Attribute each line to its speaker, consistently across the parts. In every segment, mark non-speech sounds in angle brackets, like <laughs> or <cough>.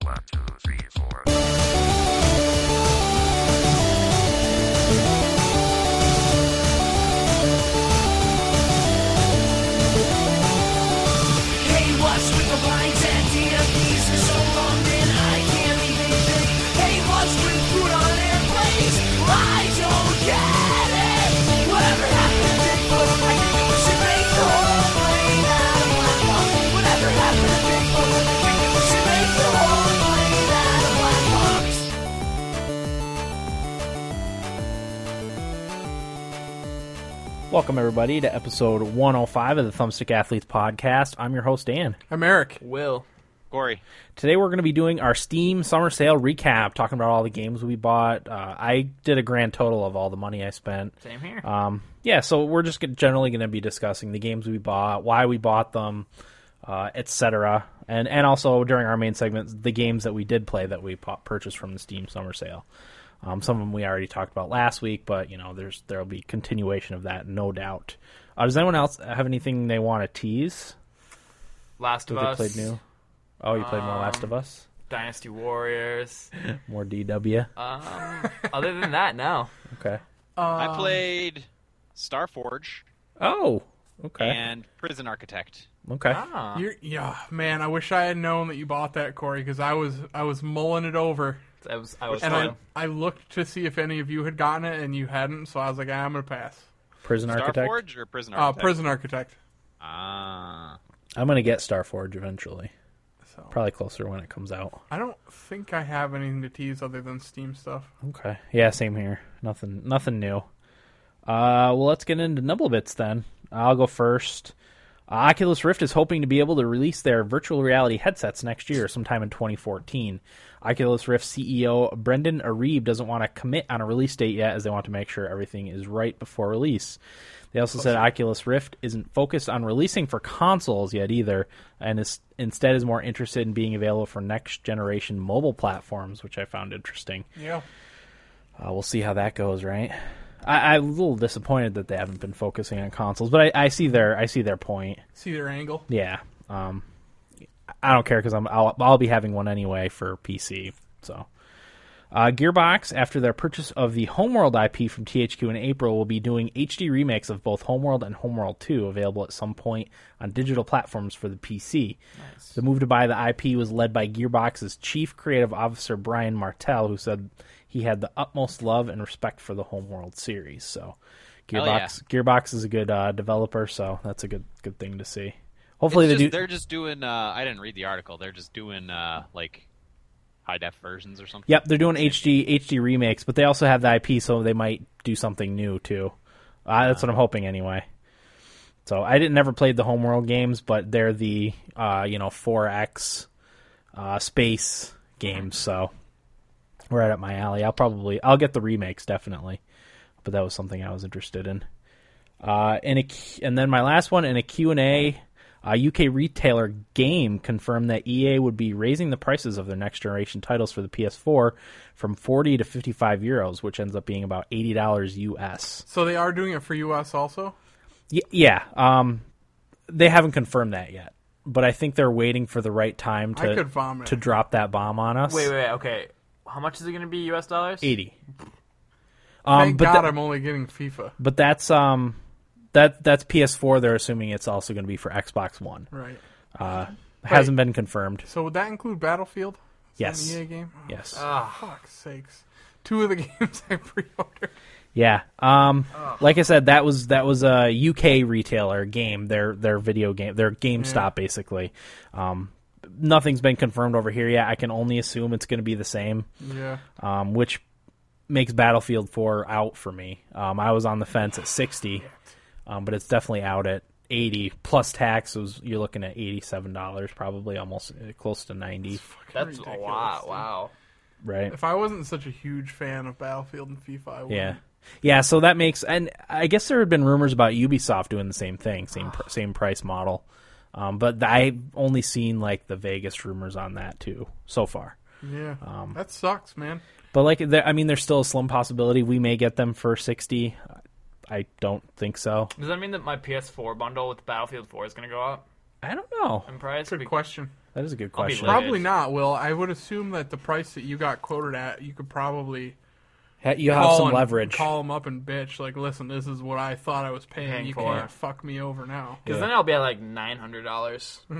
Speaker 1: One, two, three, four.
Speaker 2: Hey, what's with the blinds and DMPs for so long that I can't even think? Hey, what's with food on airplanes? I don't get it. Whatever happened to Bigfoot? I think we should make the whole plane out of black box. Whatever happened to Bigfoot? I think we should make the whole plane out of black box.
Speaker 3: Welcome, everybody, to episode 105 of the Thumbstick Athletes Podcast. I'm your host, Dan.
Speaker 4: I'm Eric.
Speaker 5: Will.
Speaker 6: Corey.
Speaker 3: Today, we're going to be doing our Steam Summer Sale recap, talking about all the games we bought. Uh, I did a grand total of all the money I spent.
Speaker 5: Same here.
Speaker 3: Um, yeah, so we're just gonna- generally going to be discussing the games we bought, why we bought them, uh, etc. And and also during our main segments, the games that we did play that we pu- purchased from the Steam Summer Sale. Um, some of them we already talked about last week, but you know, there's there'll be continuation of that, no doubt. Uh, does anyone else have anything they want to tease?
Speaker 5: Last
Speaker 3: That
Speaker 5: of
Speaker 3: they
Speaker 5: Us. um,
Speaker 3: played new? Oh, you played more Last of Us,
Speaker 5: Dynasty Warriors.
Speaker 3: more DW.
Speaker 5: Um, other than that, no.
Speaker 3: Okay.
Speaker 4: Um,
Speaker 6: I played Starforge
Speaker 3: Oh, okay,
Speaker 6: and Prison Architect.
Speaker 3: okay.
Speaker 5: Ah.
Speaker 4: You're, yeah, man. I wish I had known that you bought that, Corey, because I was I was mulling it over,
Speaker 5: I was, I was
Speaker 4: and
Speaker 5: fine.
Speaker 4: I I looked to see if any of you had gotten it, and you hadn't. So I was like, ah, I'm gonna pass.
Speaker 3: Prison Architect.
Speaker 6: Starforge or Prison
Speaker 4: Uh,
Speaker 6: Architect?
Speaker 4: prison architect.
Speaker 6: Ah.
Speaker 3: I'm gonna get Starforge eventually.
Speaker 4: So
Speaker 3: Probably closer when it comes out.
Speaker 4: I don't think I have anything to tease other than Steam stuff.
Speaker 3: Okay. Yeah, same here. Nothing nothing new. Uh well let's get into Nubblebits then. I'll go first. Uh, Oculus Rift is hoping to be able to release their virtual reality headsets next year, sometime in 2014. Oculus Rift CEO Brendan Arieb doesn't want to commit on a release date yet, as they want to make sure everything is right before release. They also said Oculus Rift isn't focused on releasing for consoles yet either, and is instead is more interested in being available for next generation mobile platforms, which I found interesting.
Speaker 4: Yeah.
Speaker 3: Uh, we'll see how that goes, right? I, I'm a little disappointed that they haven't been focusing on consoles, but I, I see their I see their point.
Speaker 4: See their angle.
Speaker 3: Yeah, um, I don't care because I'm I'll, I'll be having one anyway for PC. So, uh, Gearbox, after their purchase of the Homeworld IP from THQ in April, will be doing HD remakes of both Homeworld and Homeworld 2, available at some point on digital platforms for the PC. The move to buy the IP was led by Gearbox's chief creative officer Brian Martell, who said he had the utmost love and respect for the Homeworld series. So,
Speaker 6: Hell yeah.
Speaker 3: Gearbox Gearbox is a good uh, developer, so that's a good good thing to see. Hopefully
Speaker 6: It's
Speaker 3: they
Speaker 6: just-
Speaker 3: do.
Speaker 6: They're just doing. Uh, I didn't read the article. They're just doing uh, like high def versions or something.
Speaker 3: Yep, they're doing HD HD remakes, but they also have the IP, so they might do something new too. Uh, that's what I'm hoping anyway. So I didn't never played the Homeworld games, but they're the uh, you know 4X uh, space games, so right up my alley. I'll probably I'll get the remakes definitely, but that was something I was interested in. Uh, and a, Q- and then my last one in a Q and A, uh, UK retailer Game confirmed that EA would be raising the prices of their next generation titles for the PS4 from 40 to 55 euros, which ends up being about 80 dollars US.
Speaker 4: So they are doing it for US also.
Speaker 3: Y- yeah, um, they haven't confirmed that yet, but I think they're waiting for the right time
Speaker 4: I could
Speaker 3: to
Speaker 4: vomit.
Speaker 3: to drop that bomb on us.
Speaker 5: Wait, wait, wait, okay. How much is it going to be, U.S. dollars?
Speaker 3: 80.
Speaker 4: Thank
Speaker 3: Um, but
Speaker 4: God
Speaker 3: tha-
Speaker 4: I'm only getting FIFA.
Speaker 3: but that's um that that's PS4. They're assuming it's also going to be for Xbox One.
Speaker 4: Right.
Speaker 3: Uh, hasn't been confirmed.
Speaker 4: So would that include Battlefield? Is that
Speaker 3: Yes.
Speaker 4: An EA game. Oh,
Speaker 3: Yes.
Speaker 4: Fuck's sakes. Two of the <laughs> games I pre-ordered.
Speaker 3: Yeah. Um, like I said, that was that was a UK retailer game. Their their video game, their GameStop basically. Um, nothing's been confirmed over here yet. I can only assume it's going to be the same,
Speaker 4: Yeah.
Speaker 3: um, which makes Battlefield 4 out for me. Um, I was on the fence at 60, um, but it's definitely out at 80 plus tax. Was, you're looking at $87, probably almost uh, close to 90,
Speaker 5: That's a
Speaker 4: Ridiculous,
Speaker 5: lot.
Speaker 4: dude.
Speaker 5: Wow.
Speaker 3: right?
Speaker 4: If I wasn't such a huge fan of Battlefield and FIFA, I would.
Speaker 3: Yeah. Yeah, so that makes and I guess there had been rumors about Ubisoft doing the same thing, same pr- same price model. Um, but I've only seen like the vaguest rumors on that too so far.
Speaker 4: Yeah.
Speaker 3: Um,
Speaker 4: that sucks, man.
Speaker 3: But like there, I mean there's still a slim possibility we may get them for 60. I don't think so.
Speaker 5: Does that mean that my PS4 bundle with Battlefield 4 is going to go up
Speaker 3: I don't know.
Speaker 5: in price?
Speaker 4: Good
Speaker 5: Be-
Speaker 4: question.
Speaker 3: That is a good
Speaker 5: I'll be
Speaker 3: question.
Speaker 5: late.
Speaker 4: Probably not, Will. I would assume that the price that you got quoted at, you could probably
Speaker 3: Ha- You have
Speaker 4: call
Speaker 3: some
Speaker 4: and-
Speaker 3: leverage.
Speaker 4: Call them up and bitch, like, listen, this is what I thought I was paying.
Speaker 5: Paying
Speaker 4: you
Speaker 5: for.
Speaker 4: can't fuck me over now.
Speaker 5: Because then I'll be at like nine hundred dollars.
Speaker 4: <laughs>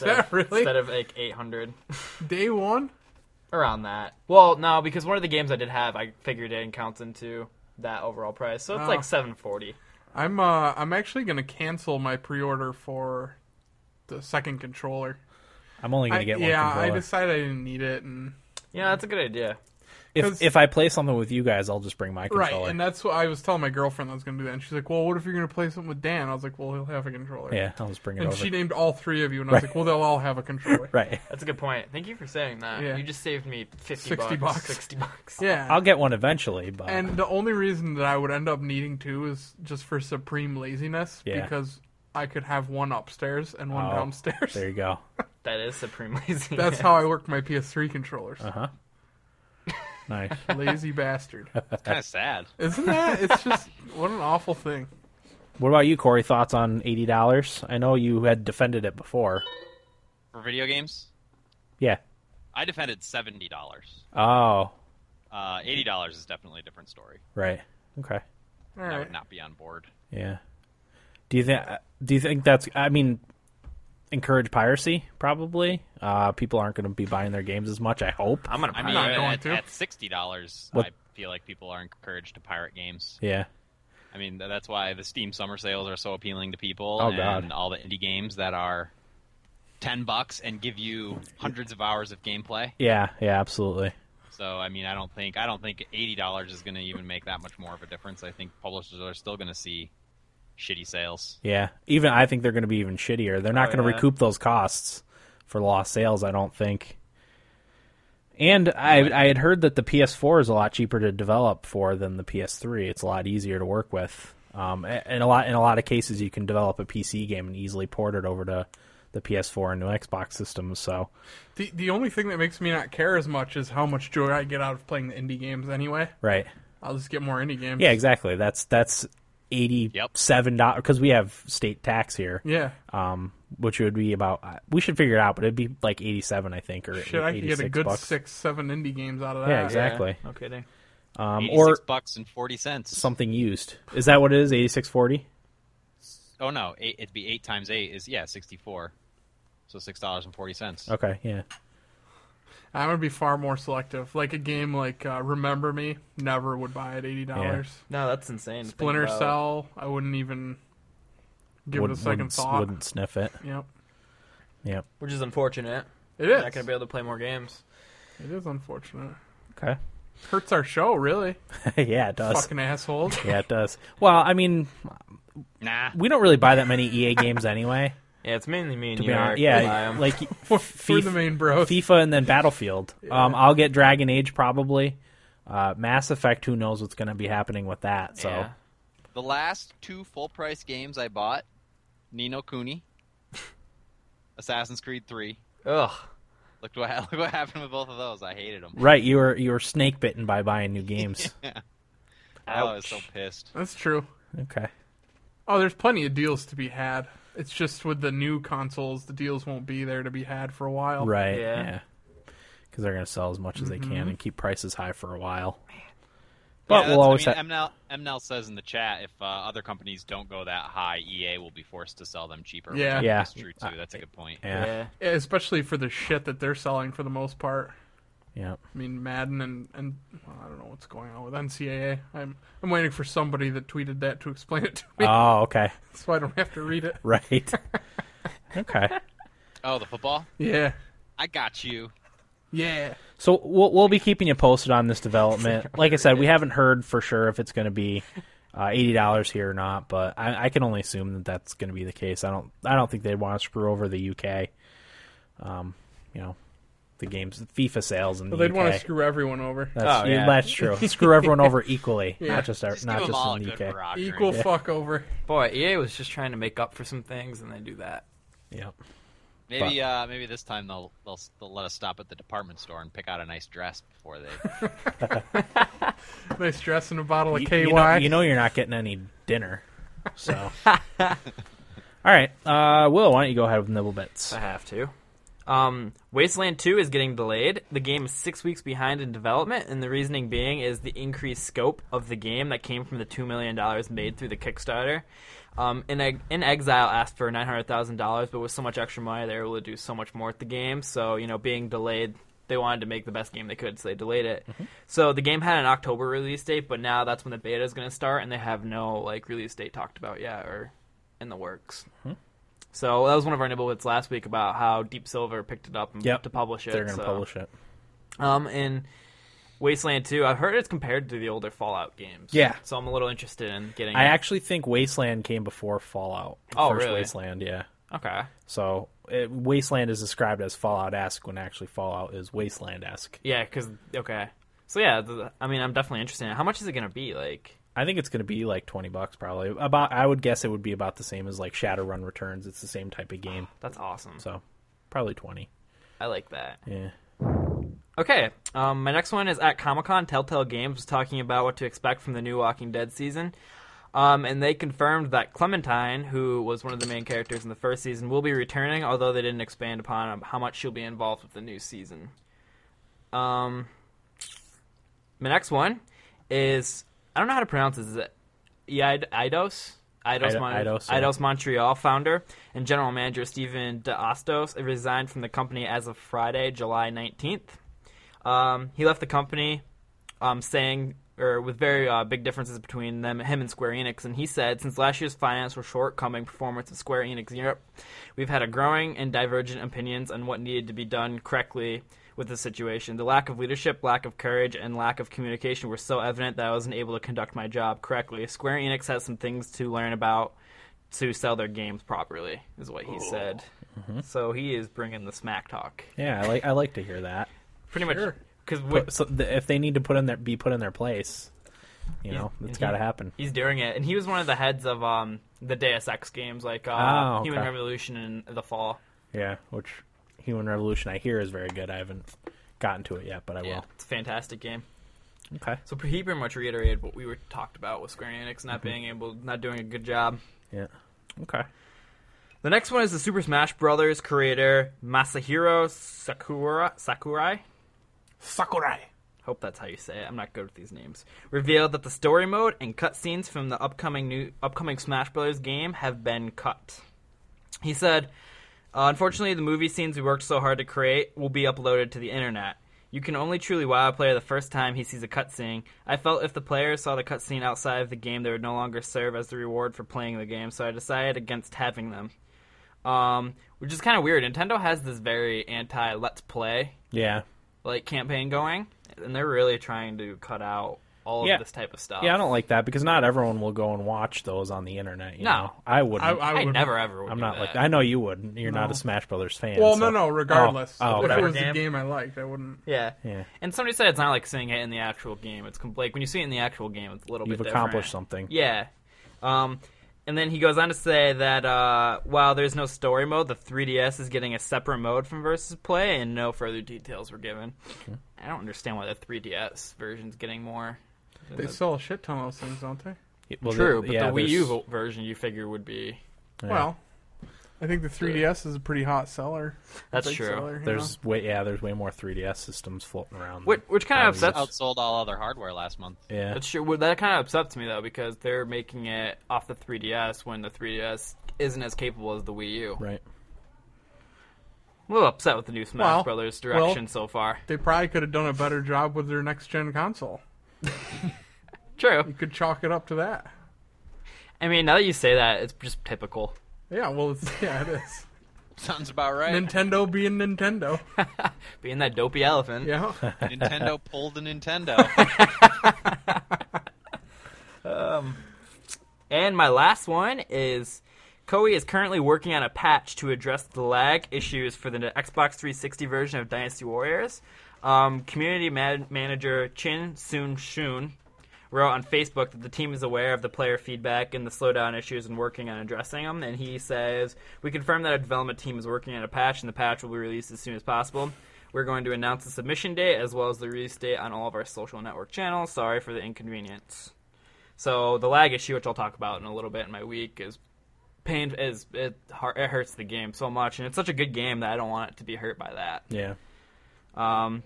Speaker 4: that really?
Speaker 5: Instead of like eight hundred, <laughs>
Speaker 4: Day one?
Speaker 5: around that. Well, no, because one of the games I did have, I figured it and counts into that overall price, so it's
Speaker 4: Oh.
Speaker 5: like seven forty.
Speaker 4: I'm uh I'm actually gonna cancel my pre-order for the second controller.
Speaker 3: I'm only going
Speaker 4: I-
Speaker 3: to get one
Speaker 4: yeah, I
Speaker 3: controller.
Speaker 4: decided I didn't need it, and
Speaker 5: Yeah, that's a good idea.
Speaker 3: if
Speaker 4: 'cause-
Speaker 3: if I play something with you guys, I'll just bring my controller.
Speaker 4: right, and that's what I was telling my girlfriend I was gonna do that, and she's like, "Well, what if you're gonna play something with Dan?" I was like, "Well, he'll have a controller."
Speaker 3: yeah, I'll just bring it
Speaker 4: and
Speaker 3: over.
Speaker 4: she named all three of you, and I was like, "Well, they'll all have
Speaker 3: <laughs>
Speaker 4: a controller."
Speaker 3: right.
Speaker 5: That's a good point. Thank you for saying that.
Speaker 4: Yeah.
Speaker 5: You just saved me fifty
Speaker 4: 60
Speaker 5: bucks,
Speaker 4: bucks.
Speaker 5: Sixty bucks. <laughs>
Speaker 4: Yeah,
Speaker 3: I'll get one eventually, but
Speaker 4: and the only reason that I would end up needing two is just for supreme laziness,
Speaker 3: Yeah.
Speaker 4: because I could have one upstairs and one
Speaker 3: Oh,
Speaker 4: downstairs. <laughs>
Speaker 3: there you go.
Speaker 5: That is supreme lazy.
Speaker 4: That's how I work my PS3 controllers.
Speaker 3: Uh huh. nice.
Speaker 4: <laughs>
Speaker 3: <laughs>
Speaker 4: Lazy bastard.
Speaker 6: It's kind of sad.
Speaker 4: Isn't that? It's just <laughs> what an awful thing.
Speaker 3: What about you, Corey? Thoughts on eighty dollars? I know you had defended it before.
Speaker 6: For video games,
Speaker 3: Yeah.
Speaker 6: I defended seventy dollars.
Speaker 3: Oh,
Speaker 6: Uh, Eighty dollars is definitely a different story.
Speaker 3: right. Okay.
Speaker 4: All
Speaker 6: I
Speaker 4: right.
Speaker 6: would not be on board.
Speaker 3: Yeah. Do you think? Do you think that's? I mean, encourage piracy. Probably. Uh, people aren't going to be buying their games as much. I hope.
Speaker 5: I'm gonna.
Speaker 6: I mean,
Speaker 4: not going
Speaker 6: at,
Speaker 4: to.
Speaker 6: at sixty dollars,
Speaker 3: What-
Speaker 6: I feel like people are encouraged to pirate games.
Speaker 3: Yeah.
Speaker 6: I mean, th- that's why the Steam summer sales are so appealing to people,
Speaker 3: Oh, God.
Speaker 6: and all the indie games that are ten bucks and give you hundreds of hours of gameplay.
Speaker 3: Yeah. Yeah. Absolutely.
Speaker 6: So, I mean, I don't think I don't think eighty dollars is going to even make that much more of a difference. I think publishers are still going to see shitty sales.
Speaker 3: Yeah. Even I think they're going to be even shittier. They're not
Speaker 5: Oh,
Speaker 3: going to
Speaker 5: yeah.
Speaker 3: recoup those costs for lost sales, I don't think. And I I had heard that the PS4 is a lot cheaper to develop for than the PS3. It's a lot easier to work with. Um, a- and a lot in a lot of cases, you can develop a PC game and easily port it over to the PS4 and new Xbox systems. So
Speaker 4: The the only thing that makes me not care as much is how much joy I get out of playing the indie games. Anyway,
Speaker 3: right,
Speaker 4: I'll just get more indie games.
Speaker 3: yeah, exactly. That's that's eighty seven dollars because we have state tax here.
Speaker 4: Yeah.
Speaker 3: Um, which would be about uh, we should figure it out, but it'd be like eighty seven, I think, or
Speaker 4: Shit, I could
Speaker 3: eighty
Speaker 4: get a
Speaker 3: six
Speaker 4: good
Speaker 3: bucks.
Speaker 4: six, seven indie games out of that.
Speaker 3: Yeah, exactly.
Speaker 5: Yeah, no kidding.
Speaker 3: Um,
Speaker 6: Eighty-six
Speaker 3: or
Speaker 6: bucks and forty cents.
Speaker 3: something used. Is that what it is? Eighty six forty.
Speaker 6: oh no, eight, it'd be eight times eight is yeah sixty-four. So six dollars and forty cents.
Speaker 3: Okay, yeah,
Speaker 4: I would be far more selective. Like a game like uh, Remember Me, never would buy at eighty dollars.
Speaker 5: No, that's insane. to think
Speaker 4: Splinter
Speaker 5: about.
Speaker 4: Cell, I wouldn't even give
Speaker 3: wouldn't,
Speaker 4: it a 2nd
Speaker 3: wouldn't,
Speaker 4: thought.
Speaker 3: wouldn't sniff it.
Speaker 4: Yep.
Speaker 3: Yep.
Speaker 5: which is unfortunate.
Speaker 4: It
Speaker 5: You're not
Speaker 4: is.
Speaker 5: gonna be able to play more games.
Speaker 4: It is unfortunate.
Speaker 3: Okay.
Speaker 4: Hurts our show, really.
Speaker 3: <laughs> yeah, it does.
Speaker 4: Fucking assholes. <laughs>
Speaker 3: Yeah, it does. Well, I mean,
Speaker 6: Nah.
Speaker 3: we don't really buy that many
Speaker 4: <laughs>
Speaker 3: EA games anyway.
Speaker 5: Yeah, it's mainly me and
Speaker 3: To
Speaker 5: E you.
Speaker 3: be
Speaker 5: Eric,
Speaker 3: honest,
Speaker 5: that buy
Speaker 3: yeah,
Speaker 5: 'em.
Speaker 3: like
Speaker 4: <laughs> We're
Speaker 3: FIFA,
Speaker 4: the main bros.
Speaker 3: FIFA and then Battlefield. Um, I'll get Dragon Age probably. Uh, Mass Effect. Who knows what's going to be happening with that? So
Speaker 5: Yeah.
Speaker 6: The last two full price games I bought
Speaker 3: <laughs>
Speaker 6: Nino Cooney, Assassin's Creed 3.
Speaker 5: Ugh.
Speaker 6: Look what, <laughs> look what happened with both of those. I hated them.
Speaker 3: right, you were you were snake bitten by buying new
Speaker 5: <laughs>
Speaker 3: games.
Speaker 6: I was so
Speaker 5: Ouch.
Speaker 6: pissed.
Speaker 4: That's true.
Speaker 3: Okay.
Speaker 4: Oh, there's plenty of deals to be had. It's just with the new consoles, the deals won't be there to be had for a
Speaker 6: Oh,
Speaker 4: while.
Speaker 3: Right.
Speaker 5: Yeah.
Speaker 3: Yeah. Because they're going to sell as much as they can and keep prices high for a while.
Speaker 6: Mm-hmm. Yeah,
Speaker 3: But
Speaker 6: that's-
Speaker 3: we'll always
Speaker 6: I
Speaker 3: have.
Speaker 6: mean, MNL, MNL says in the chat if uh, other companies don't go that high, EA will be forced to sell them cheaper. which I
Speaker 4: Yeah.
Speaker 6: think
Speaker 3: Yeah.
Speaker 6: is true too. That's a good point.
Speaker 3: Yeah. Yeah.
Speaker 5: yeah.
Speaker 4: Especially for the shit that they're selling for the most part. I mean, Madden and and well, I don't know what's going on with NCAA. I'm I'm waiting for somebody that tweeted that to explain it to me, <laughs>
Speaker 3: Oh, okay. <laughs>
Speaker 4: so I don't have to read it.
Speaker 3: Right. okay.
Speaker 6: Oh, the football?
Speaker 4: Yeah,
Speaker 6: I got you.
Speaker 4: yeah.
Speaker 3: So we'll we'll be keeping you posted on this
Speaker 6: <laughs>
Speaker 3: development. Like I said, we haven't heard for sure if it's going to be uh, eighty dollars here or not, but I, I can only assume that that's going to be the case. I don't I don't think they'd want to screw over the UK. Um, you know, the games, FIFA sales, and
Speaker 4: Well,
Speaker 3: the
Speaker 4: they'd want to
Speaker 3: UK.
Speaker 4: screw everyone over.
Speaker 3: That's,
Speaker 5: Oh,
Speaker 3: yeah,
Speaker 5: yeah.
Speaker 3: that's true. Screw everyone over
Speaker 5: <laughs>
Speaker 3: equally,
Speaker 4: Yeah.
Speaker 3: not just, our-
Speaker 6: Just
Speaker 3: not
Speaker 6: give them
Speaker 3: just
Speaker 6: all a
Speaker 3: in the E
Speaker 6: good
Speaker 3: UK.
Speaker 6: rock drink.
Speaker 4: Equal fuck over.
Speaker 5: Boy, EA was just trying to make up for some things, and they do that.
Speaker 3: Yep.
Speaker 6: Maybe uh, maybe this time they'll, they'll they'll let us stop at the department store and pick out a nice dress before
Speaker 3: <laughs>
Speaker 6: they.
Speaker 4: Nice dress and a bottle of
Speaker 3: You-
Speaker 4: KY.
Speaker 3: You know, you know you're not getting any dinner,
Speaker 5: <laughs>
Speaker 3: so. All right, uh, Will, why don't you go ahead with nibble bits?
Speaker 5: I have to. Um, Wasteland 2 is getting delayed. The game is six weeks behind in development, and the reasoning being is the increased scope of the game that came from the $2 million made through the Kickstarter. Um, in, Ex- in Exile asked for $900,000, but with so much extra money, they were able to do so much more with the game. So, you know, being delayed, they wanted to make the best game they could, so they delayed it.
Speaker 3: Mm-hmm.
Speaker 5: So the game had an October release date, but now that's when the beta is going to start, and they have no, like, release date talked about yet or in the works.
Speaker 3: Hmm.
Speaker 5: So that was one of our nibble bits last week about how Deep Silver picked it up and
Speaker 3: Yep.
Speaker 5: to publish it.
Speaker 3: They're going to
Speaker 5: so.
Speaker 3: publish it.
Speaker 5: Um, in Wasteland 2, I've heard it's compared to the older Fallout games.
Speaker 3: Yeah.
Speaker 5: So I'm a little interested in getting.
Speaker 3: I
Speaker 5: it.
Speaker 3: actually think Wasteland came before Fallout.
Speaker 5: Oh,
Speaker 3: First
Speaker 5: really?
Speaker 3: Wasteland, yeah.
Speaker 5: okay.
Speaker 3: So it, Wasteland is described as Fallout esque when actually Fallout is Wasteland esque.
Speaker 5: Yeah, because okay. So yeah, th- I mean, I'm definitely interested. in it. How much is it gonna be? Like,
Speaker 3: I think it's going to be like twenty bucks probably. About I would guess it would be about the same as like Shadowrun Returns. It's the same type of game,
Speaker 5: that's awesome.
Speaker 3: so probably twenty.
Speaker 5: I like that.
Speaker 3: Yeah.
Speaker 5: Okay, um, my next one is at Comic Con. Telltale Games was talking about what to expect from the new Walking Dead season, um, and they confirmed that Clementine, who was one of the main characters in the first season, will be returning. Although they didn't expand upon um, how much she'll be involved with the new season. Um, my next one is I don't know how to pronounce this. Is it Id- Idos? Idos,
Speaker 3: Id-
Speaker 5: Mon-
Speaker 3: Eidos, yeah.
Speaker 5: Eidos Montreal founder and general manager Stephen DeAstos resigned from the company as of Friday, July 19th. Um, he left the company um, saying, or with very uh, big differences between them, him and Square Enix. And he said, since last year's financial shortcoming performance of Square Enix Europe, we've had a growing and divergent opinions on what needed to be done correctly with the situation. The lack of leadership, lack of courage, and lack of communication were so evident that I wasn't able to conduct my job correctly. Square Enix has some things to learn about to sell their games properly, is what he said. So he is bringing the smack talk,
Speaker 3: Yeah, I like I like to hear that.
Speaker 5: pretty much.
Speaker 4: Sure.
Speaker 5: Because
Speaker 3: But so the, if they need to put in their be put in their place, you know, it's got to happen.
Speaker 5: He's doing it, and he was one of the heads of um the Deus Ex games, like uh,
Speaker 3: Oh, okay.
Speaker 5: Human Revolution and The Fall.
Speaker 3: Yeah, which Human Revolution I hear is very good. I haven't gotten to it yet, but I
Speaker 5: Yeah, it's a fantastic game.
Speaker 3: will. Okay.
Speaker 5: So he pretty much reiterated what we were talked about with Square Enix not being able, not doing a good job.
Speaker 3: Yeah. Okay.
Speaker 5: The next one is the Super Smash Brothers creator Masahiro Sakura Sakurai.
Speaker 4: Sakurai.
Speaker 5: Hope that's how you say it. I'm not good with these names. Revealed that the story mode and cutscenes from the upcoming new upcoming Smash Bros. game have been cut. He said, uh, "Unfortunately, the movie scenes we worked so hard to create will be uploaded to the internet. You can only truly wow a player the first time he sees a cutscene. I felt if the player saw the cutscene outside of the game, they would no longer serve as the reward for playing the game. So I decided against having them." Um, which is kind of weird. Nintendo has this very anti let's play
Speaker 3: Yeah.
Speaker 5: like campaign going, and they're really trying to cut out all
Speaker 3: Yeah.
Speaker 5: of this type of stuff.
Speaker 3: Yeah, I don't like that because not everyone will go and watch those on the internet. You
Speaker 5: No.
Speaker 3: know? I wouldn't.
Speaker 4: I, I
Speaker 5: I,
Speaker 4: would
Speaker 5: never ever. Would
Speaker 3: I'm
Speaker 5: do
Speaker 3: not
Speaker 5: that.
Speaker 3: like that. I know you wouldn't. You're not
Speaker 4: No.
Speaker 3: a Smash Brothers fan.
Speaker 4: Well,
Speaker 3: so-
Speaker 4: no, no. Regardless,
Speaker 3: Oh, oh,
Speaker 4: if
Speaker 3: okay.
Speaker 4: it was the
Speaker 5: Damn.
Speaker 4: game I liked, I wouldn't.
Speaker 5: Yeah.
Speaker 3: Yeah.
Speaker 5: And somebody said it's not like seeing it in the actual game. It's com- like when you see it in the actual game, it's a little
Speaker 3: You've
Speaker 5: bit
Speaker 3: accomplished
Speaker 5: different.
Speaker 3: something.
Speaker 5: Yeah. Um, and then he goes on to say that uh, while there's no story mode, the 3DS is getting a separate mode from versus play, and no further details were given. I don't understand why the 3DS version's getting more. than
Speaker 4: They
Speaker 5: the-
Speaker 4: sell a shit ton of those things, don't they?
Speaker 3: Well,
Speaker 5: True, but
Speaker 3: yeah,
Speaker 5: the Wii U
Speaker 3: there's-
Speaker 5: vo- version you figure would be
Speaker 3: Yeah.
Speaker 4: Well, I think the 3DS is a pretty hot seller.
Speaker 5: That's
Speaker 4: Big
Speaker 5: true.
Speaker 4: seller, you know?
Speaker 3: There's way yeah, there's way more 3DS systems floating around.
Speaker 5: which, which kind of
Speaker 3: Probably
Speaker 5: upsets
Speaker 6: Outsold all other hardware last month. <laughs>
Speaker 3: yeah.
Speaker 5: That's true. Well, that kind of upsets me though because they're making it off the 3DS when the 3DS isn't as capable as the Wii U.
Speaker 3: Right.
Speaker 5: I'm a little upset with the new Smash
Speaker 4: Well,
Speaker 5: Brothers direction
Speaker 4: well-
Speaker 5: so far.
Speaker 4: They probably could have done a better job with their next gen console.
Speaker 5: True.
Speaker 4: You could chalk it up to that.
Speaker 5: I mean, now that you say that, it's just typical.
Speaker 4: Yeah, well, it's, <laughs> yeah,
Speaker 3: <laughs>
Speaker 4: it is.
Speaker 6: Sounds about right.
Speaker 4: Nintendo being Nintendo.
Speaker 5: Being that dopey elephant.
Speaker 4: Yeah.
Speaker 6: Nintendo pulled a
Speaker 4: <laughs>
Speaker 6: Nintendo.
Speaker 5: And my last one is Koei is currently working on a patch to address the lag issues for the Xbox 360 version of Dynasty Warriors. Um, community man- manager Chin Soon Shun wrote on Facebook that the team is aware of the player feedback and the slowdown issues and working on addressing them. And he says, We confirm that our development team is working on a patch and the patch will be released as soon as possible. We're going to announce the submission date as well as the release date on all of our social network channels. Sorry for the inconvenience. So the lag issue, which I'll talk about in a little bit in my week, is pain is it har- it hurts the game so much, and it's such a good game that I don't want it to be hurt by that.
Speaker 3: Yeah.
Speaker 5: Um,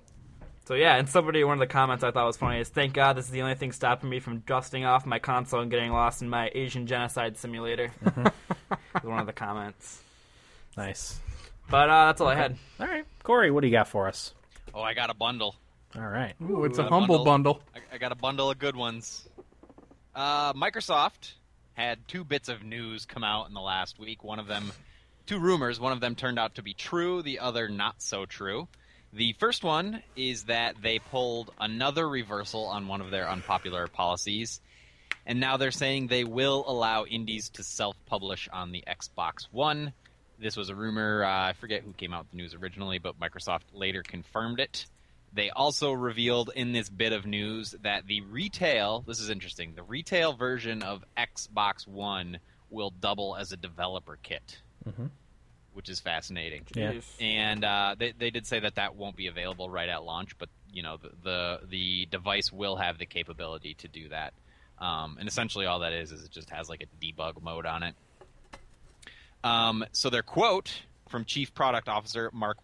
Speaker 5: so yeah, and somebody one of the comments I thought was funny is thank God this is the only thing stopping me from dusting off my console and getting lost in my Asian genocide simulator. Is one of the comments.
Speaker 3: Nice.
Speaker 5: But uh, that's all I had.
Speaker 3: All right, Corey, what do you got for us?
Speaker 6: Oh, I got a bundle.
Speaker 3: All right.
Speaker 4: Ooh, it's
Speaker 6: Ooh,
Speaker 4: a
Speaker 6: a
Speaker 4: humble bundle.
Speaker 6: I, I got a bundle of good ones. Uh, Microsoft had two bits of news come out in the last week. One of them, two rumors. One of them turned out to be true. The other not so true. The first one is that they pulled another reversal on one of their unpopular policies, and now they're saying they will allow indies to self-publish on the Xbox One. This was a rumor. Uh, I forget who came out with the news originally, but Microsoft later confirmed it. They also revealed in this bit of news that the retail, this is interesting, the retail version of Xbox One will double as a developer kit, which is fascinating.
Speaker 3: Yeah.
Speaker 5: Jeez.
Speaker 6: And uh, they, they did say that that won't be available right at launch, but you know the the, the device will have the capability to do that. Um, and essentially, all that is is it just has like a debug mode on it. Um, so their quote from Chief Product Officer Mark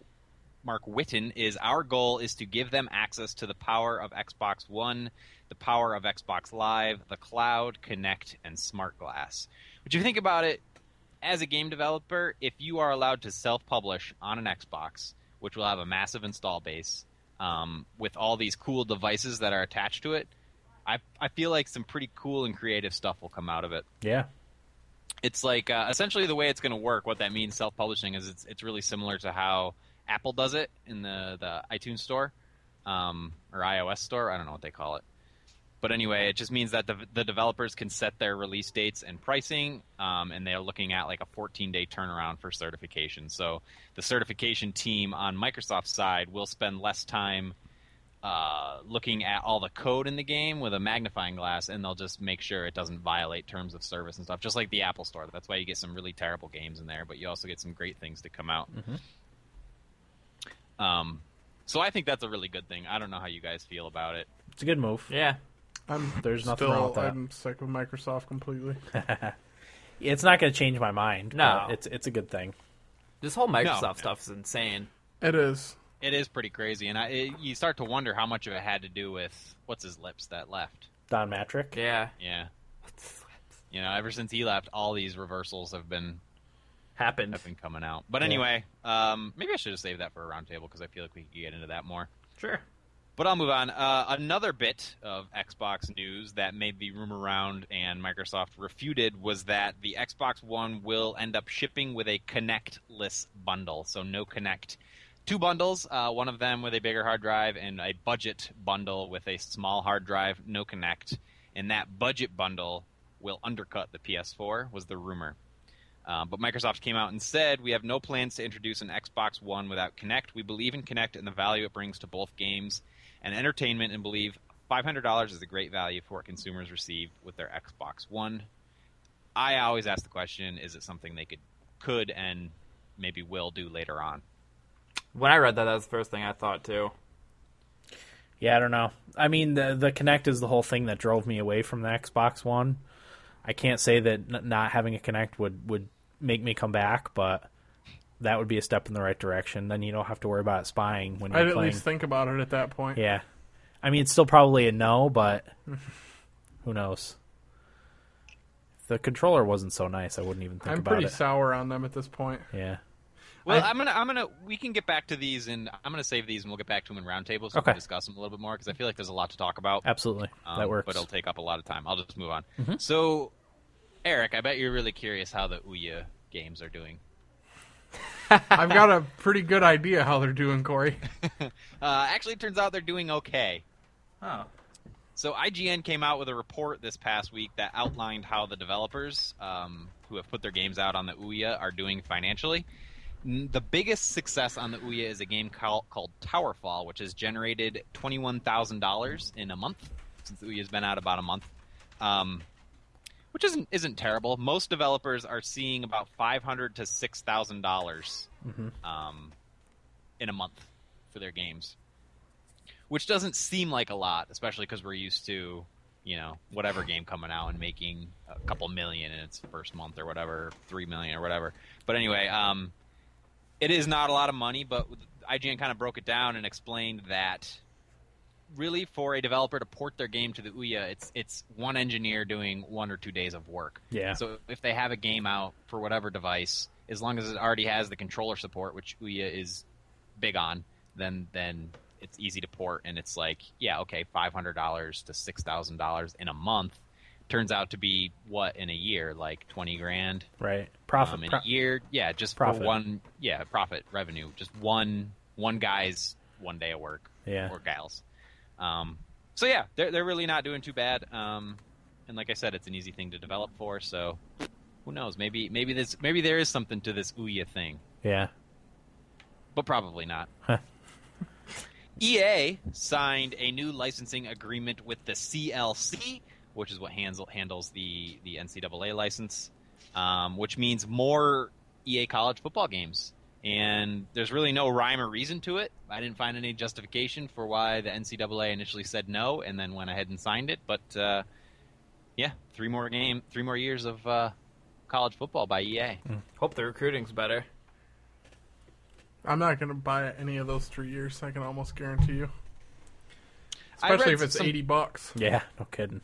Speaker 6: Mark Witten is our goal is to give them access to the power of Xbox One, the power of Xbox Live, the cloud, Connect, and Smart Glass. But if you think about it, as a game developer, if you are allowed to self-publish on an Xbox, which will have a massive install base um, with all these cool devices that are attached to it, I I feel like some pretty cool and creative stuff will come out of it
Speaker 3: Yeah.
Speaker 6: it's like uh, essentially the way it's going to work. What that means, self-publishing, is it's it's really similar to how Apple does it in the the iTunes store um, or iOS store. I don't know what they call it, but anyway, it just means that the the developers can set their release dates and pricing, um, and they're looking at like a 14 day turnaround for certification. So the certification team on Microsoft's side will spend less time uh, looking at all the code in the game with a magnifying glass, and they'll just make sure it doesn't violate terms of service and stuff, just like the Apple Store. That's why you get some really terrible games in there, but you also get some great things to come out. Um, so I think that's a really good thing. I don't know how you guys feel about it.
Speaker 3: It's a good move.
Speaker 5: Yeah.
Speaker 4: I'm
Speaker 3: There's nothing
Speaker 4: still,
Speaker 3: wrong with that.
Speaker 4: I'm sick of Microsoft completely.
Speaker 3: It's not going to change my mind.
Speaker 5: No.
Speaker 3: but It's it's a good thing.
Speaker 5: This whole Microsoft
Speaker 6: no.
Speaker 5: stuff is insane.
Speaker 4: It is.
Speaker 6: It is pretty crazy, and I, it, you start to wonder how much of it had to do with what's his lips that left.
Speaker 3: Don Matrick.
Speaker 5: Yeah.
Speaker 6: Yeah, you know, ever since he left, all these reversals have been
Speaker 5: Happened.
Speaker 6: have been coming out. But anyway, um, maybe I should have saved that for a roundtable because I feel like we could get into that more.
Speaker 5: Sure.
Speaker 6: But I'll move on. Uh, another bit of Xbox news that made the rumor round and Microsoft refuted was that the Xbox One will end up shipping with a Kinectless bundle, so no Kinect. Two bundles, uh, one of them with a bigger hard drive and a budget bundle with a small hard drive, no Kinect. And that budget bundle will undercut the PS4, was the rumor. Um, but Microsoft came out and said, "We have no plans to introduce an Xbox One without Kinect. We believe in Kinect and the value it brings to both games and entertainment, and believe $500 is a great value for what consumers receive with their Xbox One." I always ask the question: Is it something they could, could, and maybe will do later on?
Speaker 5: When I read that, that was the first thing I thought too.
Speaker 3: Yeah, I don't know. I mean, the the Connect is the whole thing that drove me away from the Xbox One. I can't say that n- not having a Connect would would make me come back, but that would be a step in the right direction. Then you don't have to worry about spying when you're
Speaker 4: I'd at
Speaker 3: playing.
Speaker 4: least think about it at that point.
Speaker 3: yeah, I mean, it's still probably a no, but <laughs> who knows? If the controller wasn't so nice, I wouldn't even think
Speaker 4: I'm
Speaker 3: about
Speaker 4: pretty
Speaker 3: it.
Speaker 4: sour on them at
Speaker 3: <laughs>
Speaker 4: this point.
Speaker 3: yeah.
Speaker 6: Well, I, am gonna, I'm gonna, we can get back to these, and I'm gonna save these, and we'll get back to them in roundtables so we
Speaker 3: Okay.
Speaker 6: can discuss them a little bit more because I feel like there's a lot to talk about.
Speaker 3: Absolutely,
Speaker 6: Um,
Speaker 3: that works. Mm-hmm.
Speaker 6: But it'll take up a lot of time. I'll just move on. So, Eric, I bet you're really curious how the Ouya games are doing.
Speaker 4: I've got a pretty good idea how they're doing, Corey.
Speaker 6: Uh, actually, it turns out they're doing okay.
Speaker 5: Oh.
Speaker 6: So IGN came out with a report this past week that outlined how the developers um, who have put their games out on the Ouya are doing financially. N- The biggest success on the Ouya is a game call, called Towerfall, which has generated twenty-one thousand dollars in a month since the Ouya's been out about a month, um, which isn't isn't terrible. Most developers are seeing about five hundred to six thousand dollars um, in a month for their games which doesn't seem like a lot, especially because we're used to you know whatever game coming out and making a couple million in its first month or whatever, three million or whatever. But anyway, um, it is not a lot of money, but IGN kind of broke it down and explained that really for a developer to port their game to the Ouya, it's it's one engineer doing one or two days of work.
Speaker 3: Yeah.
Speaker 6: So if they have a game out for whatever device, as long as it already has the controller support, which Ouya is big on, then then it's easy to port and it's like, yeah, okay, five hundred dollars to six thousand dollars in a month turns out to be what in a year, like twenty grand
Speaker 3: Right. Profit.
Speaker 6: um, in
Speaker 3: pro-
Speaker 6: a year. Yeah, just
Speaker 3: profit.
Speaker 6: for one. Yeah, profit revenue. Just one one guy's one day of work.
Speaker 3: Yeah.
Speaker 6: or gals. Um, so yeah, they're they're really not doing too bad. Um, and like I said, it's an easy thing to develop for. So who knows? Maybe maybe this maybe there is something to this Ouya thing,
Speaker 3: yeah.
Speaker 6: but probably
Speaker 4: <laughs>
Speaker 6: not. <laughs> EA signed a new licensing agreement with the CLC, which is what handle, handles the, the NCAA license, um, which means more EA college football games. And there's really no rhyme or reason to it. I didn't find any justification for why the NCAA initially said no and then went ahead and signed it. But uh, yeah, three more game, three more years of uh, college football by E EA.
Speaker 4: Mm.
Speaker 5: Hope the recruiting's better.
Speaker 4: I'm not going to buy any of those three years. I can almost guarantee you.
Speaker 6: I read
Speaker 4: Especially if it's
Speaker 6: some-
Speaker 4: 80 bucks.
Speaker 3: Yeah. No kidding.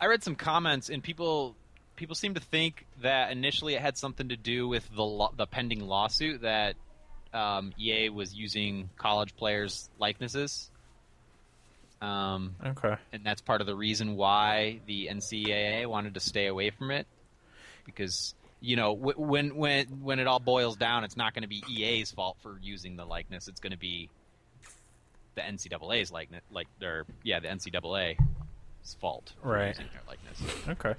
Speaker 6: I read some comments and people people seem to think that initially it had something to do with the lo- the pending lawsuit that um, EA was using college players' likenesses, um,
Speaker 3: Okay.
Speaker 6: and that's part of the reason why the NCAA wanted to stay away from it because you know w- when when when it all boils down, it's not going to be EA's fault for using the likeness. It's going to be the NCAA's likeness, like their yeah, the NCAA's fault for
Speaker 3: Right.
Speaker 6: using their likeness
Speaker 3: Okay.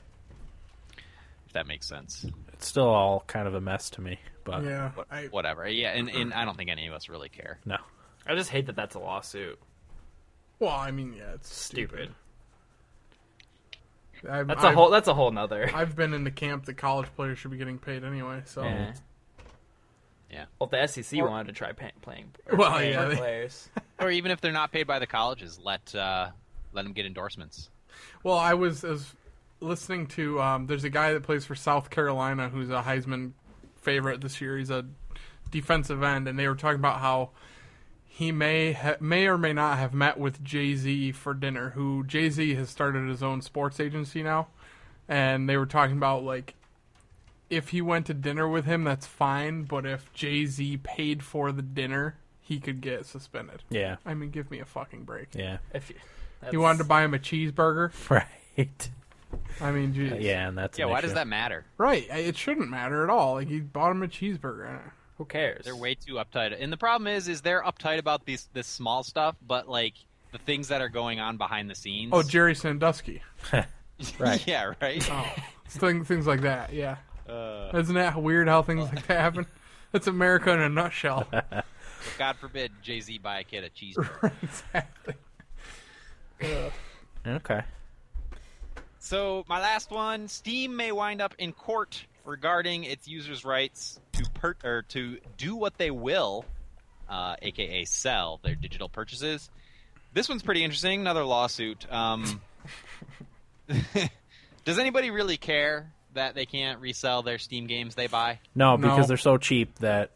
Speaker 6: if that makes sense.
Speaker 3: It's still all kind of a mess to me, but
Speaker 4: Yeah. I,
Speaker 6: Whatever. Yeah, and, and I don't think any of us really care.
Speaker 3: no.
Speaker 5: I just hate that that's a lawsuit.
Speaker 4: well, I mean, yeah, it's
Speaker 5: Stupid.
Speaker 4: stupid. I've,
Speaker 5: That's a
Speaker 4: I've-
Speaker 5: whole. That's a whole nother.
Speaker 4: I've been in the camp that college players should be getting paid anyway, so.
Speaker 5: Yeah.
Speaker 6: Yeah.
Speaker 5: Well, if the SEC wanted to try pa-
Speaker 3: <laughs>
Speaker 5: playing. or
Speaker 4: Well,
Speaker 5: paying
Speaker 4: yeah, they-
Speaker 5: Players.
Speaker 6: Or even if they're not paid by the colleges, let uh, let them get endorsements.
Speaker 4: Well, I was, I was listening to. Um, there's a guy that plays for South Carolina who's a Heisman favorite this year. He's a defensive end, and they were talking about how he may ha- may or may not have met with Jay Z for dinner. Who Jay Z has started his own sports agency now, and they were talking about like. If he went to dinner with him, that's fine. But if Jay Z paid for the dinner, he could get suspended.
Speaker 3: Yeah.
Speaker 4: I mean, give me a fucking break.
Speaker 3: Yeah. <laughs>
Speaker 5: If you,
Speaker 4: You wanted to buy him a cheeseburger?
Speaker 3: Right.
Speaker 4: I mean, geez.
Speaker 3: Uh, Yeah, and that's
Speaker 6: Yeah,
Speaker 3: an
Speaker 6: why
Speaker 3: issue.
Speaker 6: does that matter?
Speaker 4: Right. I- It shouldn't matter at all. Like you bought him a cheeseburger.
Speaker 5: Who cares?
Speaker 6: They're way too uptight. And the problem is is they're uptight about these this small stuff, but like the things that are going on behind the scenes. <laughs>
Speaker 4: Oh, Jerry Sandusky.
Speaker 3: right.
Speaker 6: yeah, right.
Speaker 4: Oh, things things like that. Yeah.
Speaker 6: Uh,
Speaker 4: Isn't that weird how things like that happen? That's America in a
Speaker 3: <laughs>
Speaker 4: nutshell.
Speaker 6: God forbid Jay Z buy a kid a cheeseburger.
Speaker 4: exactly.
Speaker 3: Okay.
Speaker 6: So, my last one, Steam may wind up in court regarding its users' rights to per- or to do what they will, uh, aka sell their digital purchases. This one's pretty interesting. Another lawsuit. Um, <laughs> does anybody really care that they can't resell their Steam games they buy?
Speaker 3: No,
Speaker 4: No.
Speaker 3: because they're so cheap that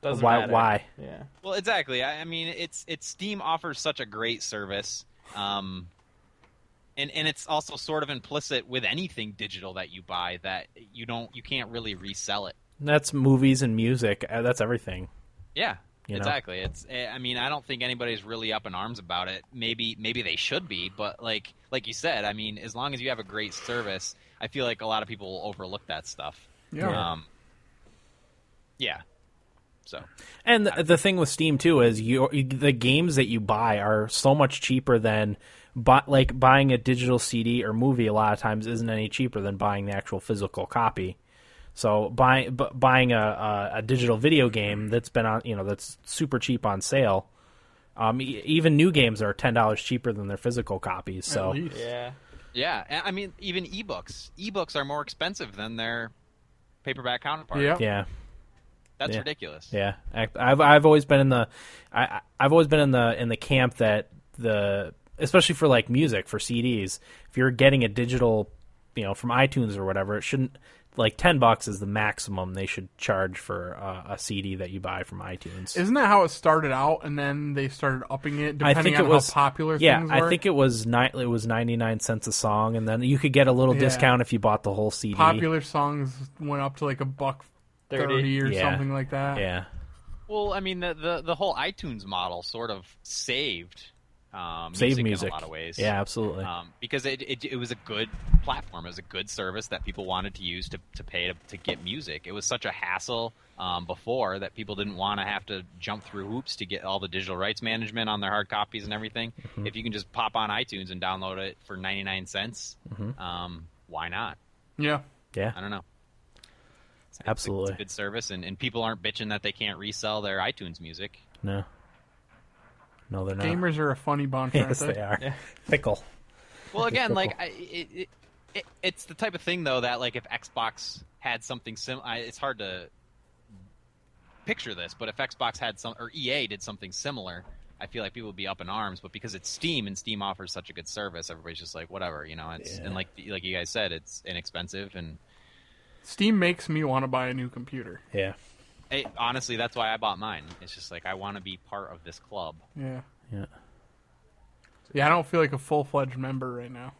Speaker 5: Doesn't
Speaker 3: why-
Speaker 5: matter.
Speaker 3: why?
Speaker 5: Yeah.
Speaker 6: Well, exactly. I, I mean, it's it's Steam offers such a great service, um, and and it's also sort of implicit with anything digital that you buy that you don't you can't really resell it.
Speaker 3: that's movies and music. uh, That's everything.
Speaker 6: Yeah,
Speaker 3: You know?
Speaker 6: exactly. It's eh, I mean, I don't think anybody's really up in arms about it. Maybe maybe they should be, but like like you said, I mean, as long as you have a great service, I feel like a lot of people will overlook that stuff.
Speaker 4: Yeah.
Speaker 6: Um, yeah. So
Speaker 3: And the, the thing with Steam too is you the games that you buy are so much cheaper than but like buying a digital CD or movie a lot of times isn't any cheaper than buying the actual physical copy. So buying bu buying a, a a digital video game that's been on you know that's super cheap on sale. Um, e- even new games are ten dollars cheaper than their physical copies. So
Speaker 4: At least.
Speaker 5: Yeah.
Speaker 6: Yeah, and I mean, even ebooks. Ebooks are more expensive than their paperback counterpart.
Speaker 4: Yeah.
Speaker 3: yeah,
Speaker 6: that's
Speaker 3: yeah.
Speaker 6: ridiculous.
Speaker 3: Yeah, I- I've I've always been in the I I- I've always been in the in the camp that the especially for like music for CDs. If you're getting a digital, you know, from iTunes or whatever, it shouldn't like ten bucks is the maximum they should charge for uh, a CD that you buy from iTunes.
Speaker 4: Isn't that how it started out, and then they started upping it
Speaker 3: I
Speaker 4: depending
Speaker 3: think
Speaker 4: on
Speaker 3: it was
Speaker 4: how popular
Speaker 3: Yeah,
Speaker 4: things were?
Speaker 3: I think it was ni- it was ninety nine cents a song, and then you could get a little
Speaker 4: Yeah.
Speaker 3: discount if you bought the whole CD.
Speaker 4: popular songs went up to like a buck
Speaker 5: Thirty.
Speaker 4: thirty, or
Speaker 3: Yeah.
Speaker 4: something like that.
Speaker 3: Yeah,
Speaker 6: Well, I mean, the the, the whole iTunes model sort of saved um,
Speaker 3: save music,
Speaker 6: in a lot of ways.
Speaker 3: Yeah, absolutely.
Speaker 6: Um, because it, it it was a good platform, it was a good service that people wanted to use to, to pay to, to get music. It was such a hassle um, before that people didn't want to have to jump through hoops to get all the digital rights management on their hard copies and everything. If you can just pop on iTunes and download it for ninety nine cents, um, why not?
Speaker 4: Yeah.
Speaker 3: yeah,
Speaker 6: I don't know.
Speaker 3: absolutely.
Speaker 6: It's a good service, and, and people aren't bitching that they can't resell their iTunes music.
Speaker 3: No, no, they're not.
Speaker 4: Gamers are a
Speaker 3: <laughs>
Speaker 4: funny bunch, aren't
Speaker 3: Uh, yes, they are.
Speaker 5: Yeah.
Speaker 3: Fickle.
Speaker 6: Well, again,
Speaker 3: Typical.
Speaker 6: like I, it, it, it, it's the type of thing though that like if Xbox had something sim, I, it's hard to picture this, but if Xbox had some or EA did something similar, I feel like people would be up in arms. But because it's Steam and Steam offers such a good service, everybody's just like whatever, you know. It's
Speaker 3: Yeah.
Speaker 6: and like like you guys said, it's inexpensive and.
Speaker 4: Steam makes me want to buy a new computer.
Speaker 3: Yeah,
Speaker 6: eh, honestly, that's why I bought mine. It's just like I want to be part of this club.
Speaker 4: Yeah.
Speaker 3: yeah.
Speaker 4: Yeah, I don't feel like a full fledged member right now.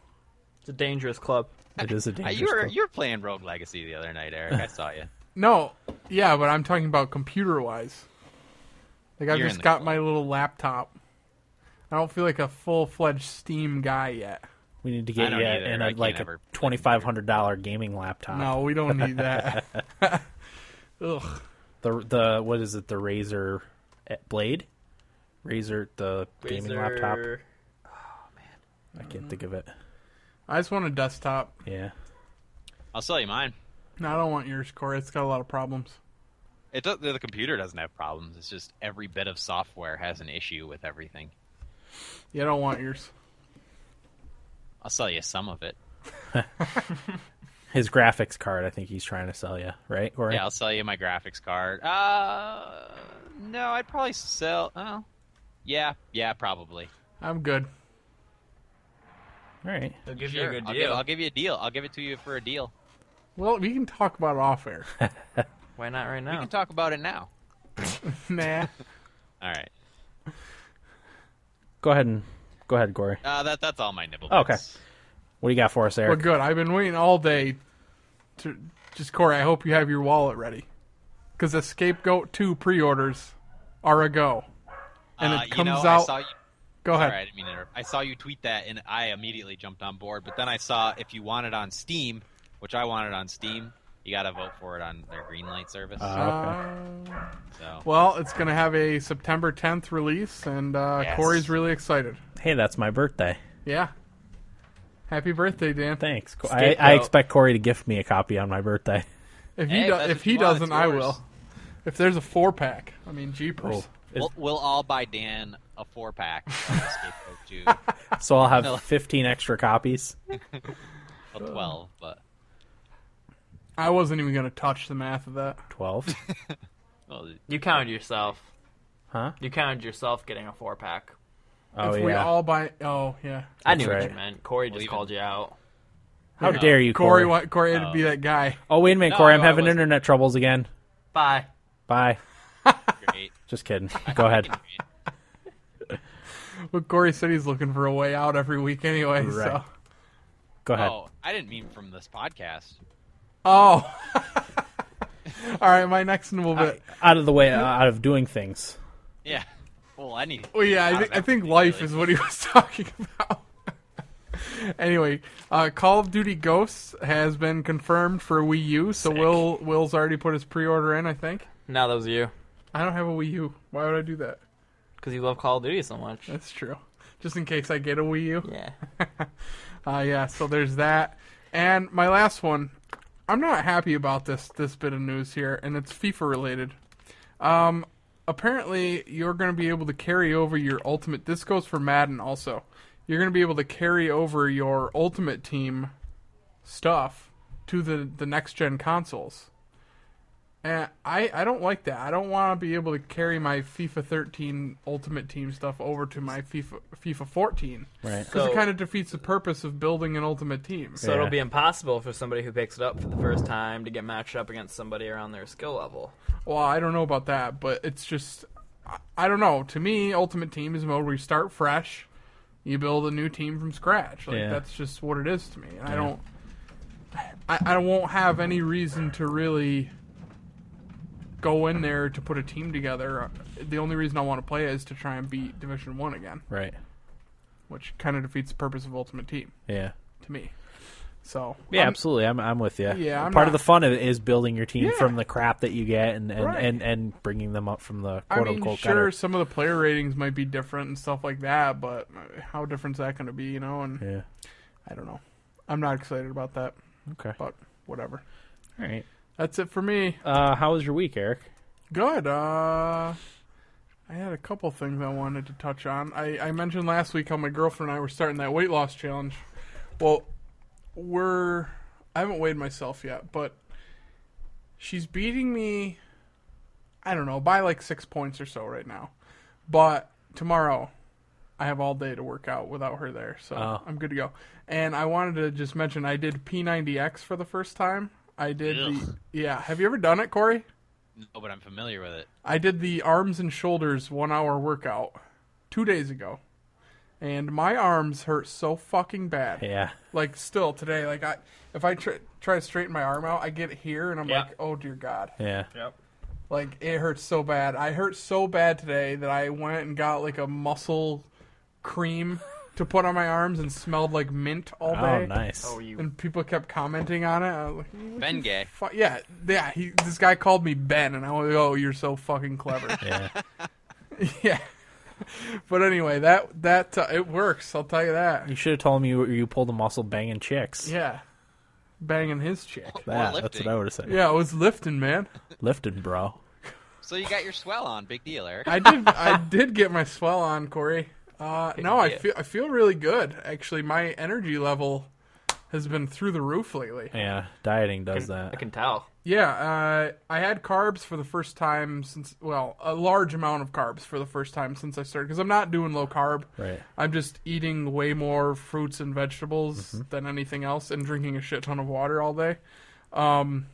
Speaker 5: It's a dangerous club.
Speaker 3: It is a
Speaker 6: Uh,
Speaker 3: dangerous.
Speaker 6: <laughs> you were
Speaker 3: club.
Speaker 6: you were playing Rogue Legacy the other night, Eric. I saw you.
Speaker 4: No, yeah, but I'm talking about computer wise. Like I've
Speaker 6: You're in
Speaker 4: just
Speaker 6: the
Speaker 4: got
Speaker 6: club.
Speaker 4: my little laptop. I don't feel like a full fledged Steam guy yet.
Speaker 3: We need to
Speaker 6: I
Speaker 3: get you
Speaker 6: don't either.
Speaker 3: in
Speaker 6: I
Speaker 3: a,
Speaker 6: can't
Speaker 3: like a
Speaker 6: ever-
Speaker 3: twenty five hundred dollar gaming
Speaker 6: Ah.
Speaker 3: laptop.
Speaker 4: No, we don't
Speaker 6: <laughs>
Speaker 4: need that. Ugh.
Speaker 3: The the what is it? The Razer eh, Blade, Razer the gaming laptop.
Speaker 5: Razer-
Speaker 3: I can't think of it.
Speaker 4: I just want a desktop.
Speaker 3: Yeah,
Speaker 6: I'll sell you mine.
Speaker 4: No, I don't want yours, Corey. It's got a lot of problems.
Speaker 6: It does, the computer doesn't have problems. It's just every bit of software has an issue with everything.
Speaker 4: Yeah, I don't want yours.
Speaker 6: I'll sell you some of it.
Speaker 3: his graphics card. I think he's trying to sell you, right? Or
Speaker 6: Yeah, I'll sell you my graphics card. Uh, no, I'd probably sell. Oh, yeah, yeah, probably.
Speaker 4: I'm good.
Speaker 3: all right.
Speaker 5: They'll give
Speaker 6: Sure,
Speaker 5: you a good
Speaker 6: I'll
Speaker 5: deal.
Speaker 6: Give, I'll give you a deal. I'll give it to you for a deal.
Speaker 4: Well, we can talk about it off air.
Speaker 5: Why not right
Speaker 6: We
Speaker 5: now?
Speaker 6: can talk about it now.
Speaker 4: <laughs> nah.
Speaker 6: All right.
Speaker 3: Go ahead and go ahead, Gory.
Speaker 6: Uh, that that's all my nibble.
Speaker 3: Okay.
Speaker 6: bits.
Speaker 3: What do you got for us,
Speaker 4: We're
Speaker 3: Eric?
Speaker 4: good. I've been waiting all day to just Corey. I hope you have your wallet ready because the Scapegoat Two pre-orders are a go. And
Speaker 6: Uh,
Speaker 4: it
Speaker 6: you know,
Speaker 4: comes
Speaker 6: I
Speaker 4: out-
Speaker 6: saw you-
Speaker 4: Go ahead.
Speaker 6: Sorry, I didn't mean to interrupt. I saw you tweet that, and I immediately jumped on board. But then I saw if you want it on Steam, which I wanted on Steam, you got to vote for it on their Greenlight service.
Speaker 3: Oh,
Speaker 4: Uh,
Speaker 6: so.
Speaker 4: well, it's going to have a September 10th release, and uh,
Speaker 6: Yes.
Speaker 4: Corey's really excited.
Speaker 3: Hey, that's my birthday.
Speaker 4: Yeah. Happy birthday, Dan!
Speaker 3: Thanks. Co- I,
Speaker 5: Scapegoat.
Speaker 3: I expect Corey to gift me a copy on my birthday.
Speaker 4: If
Speaker 6: Hey,
Speaker 4: he
Speaker 6: if
Speaker 4: do-
Speaker 6: that's
Speaker 4: if
Speaker 6: what
Speaker 4: he
Speaker 6: you want, it's
Speaker 4: doesn't, I
Speaker 6: yours.
Speaker 4: will. If there's a four pack, I mean, jeepers.
Speaker 3: <laughs> Is-
Speaker 6: We'll, we'll all buy Dan a four pack
Speaker 3: <laughs>
Speaker 6: of Scapegoat
Speaker 3: so I'll
Speaker 6: No.
Speaker 3: have 15 extra copies.
Speaker 6: 2, well, 12, but
Speaker 4: I wasn't even going to touch the math of that.
Speaker 3: 12?
Speaker 6: well,
Speaker 5: You counted yourself.
Speaker 3: Huh?
Speaker 5: You counted yourself getting a four pack.
Speaker 3: Oh
Speaker 4: if
Speaker 3: yeah.
Speaker 4: we all buy, oh yeah,
Speaker 5: I
Speaker 3: That's
Speaker 5: knew what
Speaker 3: right.
Speaker 5: you meant. Corey
Speaker 6: Well,
Speaker 5: just
Speaker 6: even-
Speaker 5: called you out.
Speaker 3: How
Speaker 6: No.
Speaker 3: dare you,
Speaker 4: Corey,
Speaker 3: Corey?
Speaker 4: wa- Corey had to be
Speaker 6: Oh.
Speaker 4: that guy.
Speaker 3: Oh wait a minute,
Speaker 6: No,
Speaker 3: Corey. I'm
Speaker 6: no, I
Speaker 3: having
Speaker 6: wasn't.
Speaker 3: internet troubles again.
Speaker 5: Bye.
Speaker 3: Bye.
Speaker 6: great.
Speaker 3: Just kidding. Go ahead.
Speaker 4: But Corey said he's looking for a way out every week anyway.
Speaker 3: Right.
Speaker 4: So,
Speaker 3: Go ahead.
Speaker 6: Oh, I didn't mean from this podcast.
Speaker 4: oh, <laughs> all right. My next little bit.
Speaker 3: Out of the way, uh, out of doing things.
Speaker 6: Yeah. <laughs> Well, I need.
Speaker 4: Well, yeah, I,
Speaker 6: out of
Speaker 4: think I think
Speaker 6: everything,
Speaker 4: life
Speaker 6: really.
Speaker 4: is what he <laughs> was talking about. <laughs> anyway, uh, Call of Duty Ghosts has been confirmed for Wii U. So
Speaker 6: Sick.
Speaker 4: Will Will's already put his pre-order in. I think.
Speaker 5: Now that was you.
Speaker 4: I don't have a Wii U. Why would I do that?
Speaker 5: Because you love Call of Duty so
Speaker 3: <laughs>
Speaker 5: much.
Speaker 4: That's true. Just in case I get a Wii U.
Speaker 5: Yeah.
Speaker 4: Uh, yeah, so there's that. And my last one, I'm not happy about this this bit of news here, and it's FIFA related. Um, apparently, you're going to be able to carry over your ultimate. This goes for Madden also. You're going to be able to carry over your ultimate team stuff to the the next gen consoles. And I, I don't like that. I don't want to be able to carry my FIFA 13 Ultimate Team stuff over to my FIFA FIFA 14.
Speaker 3: Right.
Speaker 4: Because
Speaker 5: So-
Speaker 4: it kind of defeats the purpose of building an Ultimate Team.
Speaker 5: So
Speaker 3: Yeah.
Speaker 5: it'll be impossible for somebody who picks it up for the first time to get matched up against somebody around their skill level.
Speaker 4: Well, I don't know about that, but it's just I, I don't know. To me, Ultimate Team is a mode where you start fresh, you build a new team from scratch. Like
Speaker 3: Yeah.
Speaker 4: that's just what it is to me. And I don't I, I won't have any reason to really go in there to put a team together. The only reason I want to play is to try and beat Division 1 again,
Speaker 3: Right.
Speaker 4: which kind of defeats the purpose of Ultimate Team
Speaker 3: Yeah.
Speaker 4: to me. So,
Speaker 3: Yeah,
Speaker 4: I'm-
Speaker 3: absolutely. I'm I'm with you.
Speaker 4: Yeah, I'm
Speaker 3: part of
Speaker 4: not-
Speaker 3: the fun of it is building your team
Speaker 4: Yeah.
Speaker 3: from the crap that you get and and,
Speaker 4: Right.
Speaker 3: and, and bringing them up from the
Speaker 4: I
Speaker 3: quote
Speaker 4: mean,
Speaker 3: unquote
Speaker 4: sure,
Speaker 3: gutter.
Speaker 4: some of the player ratings might be different and stuff like that, but how different is that going to be, you know? And
Speaker 3: Yeah.
Speaker 4: I don't know. I'm not excited about that,
Speaker 3: Okay. All
Speaker 4: but whatever.
Speaker 3: right.
Speaker 4: That's it for me.
Speaker 3: Uh, how was your week, Eric?
Speaker 4: Good. Uh, I had a couple things I wanted to touch on. I, I mentioned last week how my girlfriend and I were starting that weight loss challenge. Well, we're. I haven't weighed myself yet, but she's beating me, I don't know, by like six points or so right now. But tomorrow, I have all day to work out without her there, so
Speaker 3: Oh.
Speaker 4: I'm good to go. And I wanted to just mention I did P90X for the first time. I did
Speaker 6: Ugh.
Speaker 4: the. Yeah. Have you ever done it, Corey?
Speaker 6: No, but I'm familiar with it.
Speaker 4: I did the arms and shoulders one hour workout two days ago, and my arms hurt so fucking bad.
Speaker 3: Yeah.
Speaker 4: Like still today, like I if I tr- try to straighten my arm out, I get here and I'm
Speaker 5: Yeah.
Speaker 4: like, oh dear God,
Speaker 3: Yeah.
Speaker 5: Yep.
Speaker 4: like it hurts so bad. I hurt so bad today that I went and got like a muscle cream to put on my arms and smelled like mint all day.
Speaker 3: Oh, nice.
Speaker 5: Oh, you.
Speaker 4: And people kept commenting on it. I was like,
Speaker 6: Ben Gay.
Speaker 4: fu- yeah, yeah. He, this guy called me Ben, and I was like, "Oh, you're so fucking clever."
Speaker 3: <laughs> Yeah.
Speaker 4: <laughs> yeah. But anyway, that that uh, it works. I'll tell you that.
Speaker 3: You should have told me you, you pulled a muscle banging chicks.
Speaker 4: Yeah, banging
Speaker 3: <laughs>
Speaker 4: his chick.
Speaker 3: That, that's
Speaker 6: Or
Speaker 3: what
Speaker 6: lifting.
Speaker 3: I would have said.
Speaker 4: Yeah, it was lifting, man.
Speaker 3: Lifting, bro.
Speaker 6: So you got your swell on. Big deal, Eric.
Speaker 4: I did I did get my swell on, Corey. Uh, no, I
Speaker 5: Yeah.
Speaker 4: feel I feel really good. Actually, my energy level has been through the roof lately.
Speaker 3: Yeah. Dieting does
Speaker 5: I
Speaker 3: that.
Speaker 5: can tell.
Speaker 4: Yeah, uh, I had carbs for the first time since, well, a large amount of carbs for the first time since I started because I'm not doing low carb.
Speaker 3: Right.
Speaker 4: I'm just eating way more fruits and vegetables
Speaker 3: Mm-hmm.
Speaker 4: than anything else and drinking a shit ton of water all day. Um,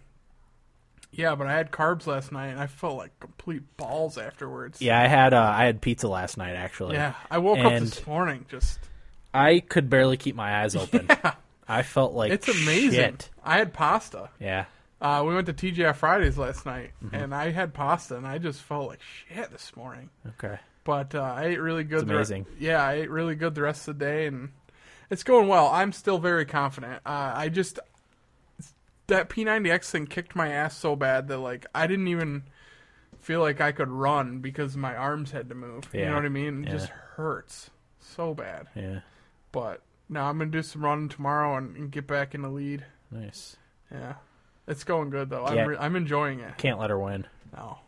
Speaker 4: yeah, but I had carbs last night and I felt like complete balls afterwards.
Speaker 3: Yeah, I had uh, I had pizza last night actually.
Speaker 4: Yeah, I woke up
Speaker 3: And-
Speaker 4: this morning just.
Speaker 3: I could barely keep my eyes
Speaker 4: <laughs>
Speaker 3: open. I felt like
Speaker 4: It's amazing.
Speaker 3: shit.
Speaker 4: I had pasta.
Speaker 3: Yeah.
Speaker 4: Uh, we went to TGI Fridays last night
Speaker 3: Mm-hmm.
Speaker 4: and I had pasta and I just felt like shit this morning.
Speaker 3: Okay.
Speaker 4: But uh, I ate really good.
Speaker 3: It's
Speaker 4: the re-
Speaker 3: amazing.
Speaker 4: yeah, I ate really good the rest of the day, and it's going well. I'm still very confident. Uh, I just that P90X thing kicked my ass so bad that like I didn't even feel like I could run because my arms had to move. You
Speaker 3: Yeah.
Speaker 4: know what I mean? It
Speaker 3: Yeah.
Speaker 4: just hurts so bad.
Speaker 3: Yeah.
Speaker 4: But now I'm gonna do some running tomorrow and, and get back in the lead.
Speaker 3: Nice.
Speaker 4: Yeah, it's going good though.
Speaker 3: Yeah.
Speaker 4: I'm re- I'm enjoying it.
Speaker 3: Can't let her win.
Speaker 4: No.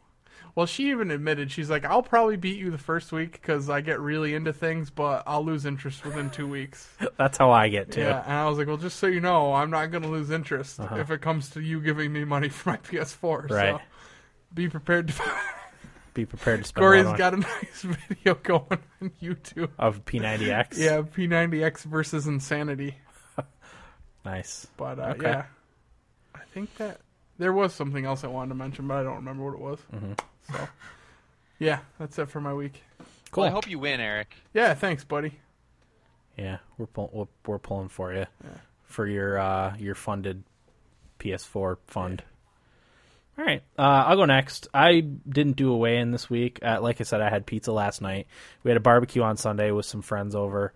Speaker 4: Well, she even admitted she's like, I'll probably beat you the first week because I get really into things, but I'll lose interest within two weeks.
Speaker 3: <laughs> That's how I get too.
Speaker 4: yeah, and I was like, well, just so you know, I'm not going to lose interest if it comes to you giving me money for my <laughs> PS4.
Speaker 3: Uh-huh. Right.
Speaker 4: So be prepared. To...
Speaker 3: Be prepared to spend
Speaker 4: <laughs> Corey's
Speaker 3: one on-
Speaker 4: got a <laughs> nice video going on YouTube.
Speaker 3: of P90X.
Speaker 4: <laughs> Yeah, P90X versus Insanity.
Speaker 3: Nice.
Speaker 4: But uh,
Speaker 3: Okay.
Speaker 4: yeah, I think that there was something else I wanted to mention, but I don't remember what it was.
Speaker 3: Mm-hmm.
Speaker 4: So yeah, that's it for my week.
Speaker 3: Cool.
Speaker 6: Well, I hope you win, Eric.
Speaker 4: Yeah, thanks, buddy.
Speaker 3: yeah, we're pull- we're, we're pulling for you for your uh your funded PS4 fund. All right, uh, I'll go next. I didn't do a weigh in this week. Uh, like I said, I had pizza last night. We had a barbecue on Sunday with some friends over.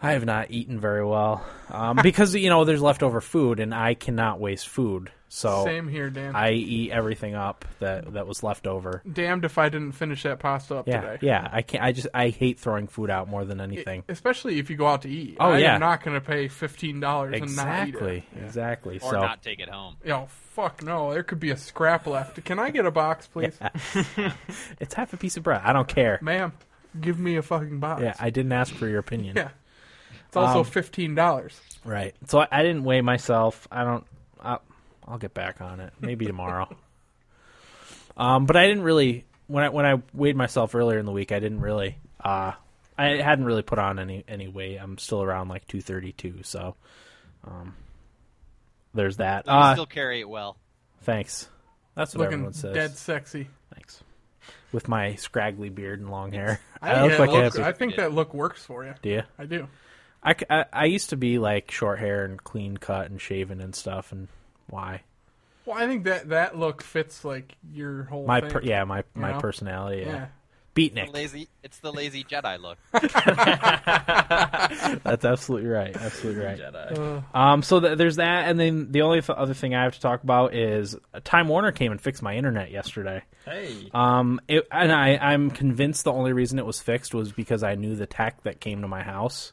Speaker 3: I have not eaten very well
Speaker 4: <laughs>
Speaker 3: um, because you know there's leftover food, and I cannot waste food. So
Speaker 4: Same here, Dan.
Speaker 3: I eat everything up that that was left over.
Speaker 4: Damned if I didn't finish that pasta up
Speaker 3: Yeah,
Speaker 4: today. E,
Speaker 3: yeah. I can't. I just I hate throwing food out more than anything.
Speaker 4: Especially if you go out to eat.
Speaker 3: Oh,
Speaker 4: I
Speaker 3: yeah.
Speaker 4: am not going to pay fifteen dollars and not eat
Speaker 3: Exactly.
Speaker 4: it.
Speaker 3: Exactly.
Speaker 6: Or
Speaker 3: so
Speaker 6: not take it home.
Speaker 4: Yo, fuck no. There could be a scrap left. Can I get
Speaker 3: <laughs>
Speaker 4: a box, please,
Speaker 3: it's half a piece of bread. I don't care.
Speaker 4: ma'am? Give me a fucking box.
Speaker 3: Yeah, I Um, didn't ask for your opinion.
Speaker 4: <laughs> Yeah. It's also fifteen dollars.
Speaker 3: Right. So I, I didn't weigh myself. I don't. I, I'll get back on it. Maybe tomorrow. Um, but I didn't really when I when I weighed myself earlier in the week, I didn't really uh, I hadn't really put on any any weight. I'm still around like 232, so um, there's that.
Speaker 6: I
Speaker 3: Uh,
Speaker 6: still carry it well.
Speaker 3: thanks. That's what
Speaker 4: Looking
Speaker 3: everyone says.
Speaker 4: dead sexy.
Speaker 3: Thanks. With my scraggly beard and long hair, I,
Speaker 4: think
Speaker 3: look
Speaker 4: that
Speaker 3: like a
Speaker 4: looks-
Speaker 3: hippie.
Speaker 4: I think that look works for you.
Speaker 3: Do you?
Speaker 4: I do.
Speaker 3: I, c- I- I used to be like short hair and clean cut and shaven and stuff. And why?
Speaker 4: Well, I think that that look fits like your whole
Speaker 3: My
Speaker 4: thing.
Speaker 3: per- yeah, my my
Speaker 4: know?
Speaker 3: personality. Yeah,
Speaker 4: Yeah.
Speaker 6: The
Speaker 3: beatnik.
Speaker 6: lazy, it's the lazy Jedi
Speaker 3: <laughs>
Speaker 6: look.
Speaker 3: That's absolutely right. Absolutely right. Um, so th- there's that, and then the only th- other thing I have to talk about is uh, Time Warner came and fixed my internet yesterday.
Speaker 1: Hey,
Speaker 3: Um, it, and I, I'm convinced the only reason it was fixed was because I knew the tech that came to my house.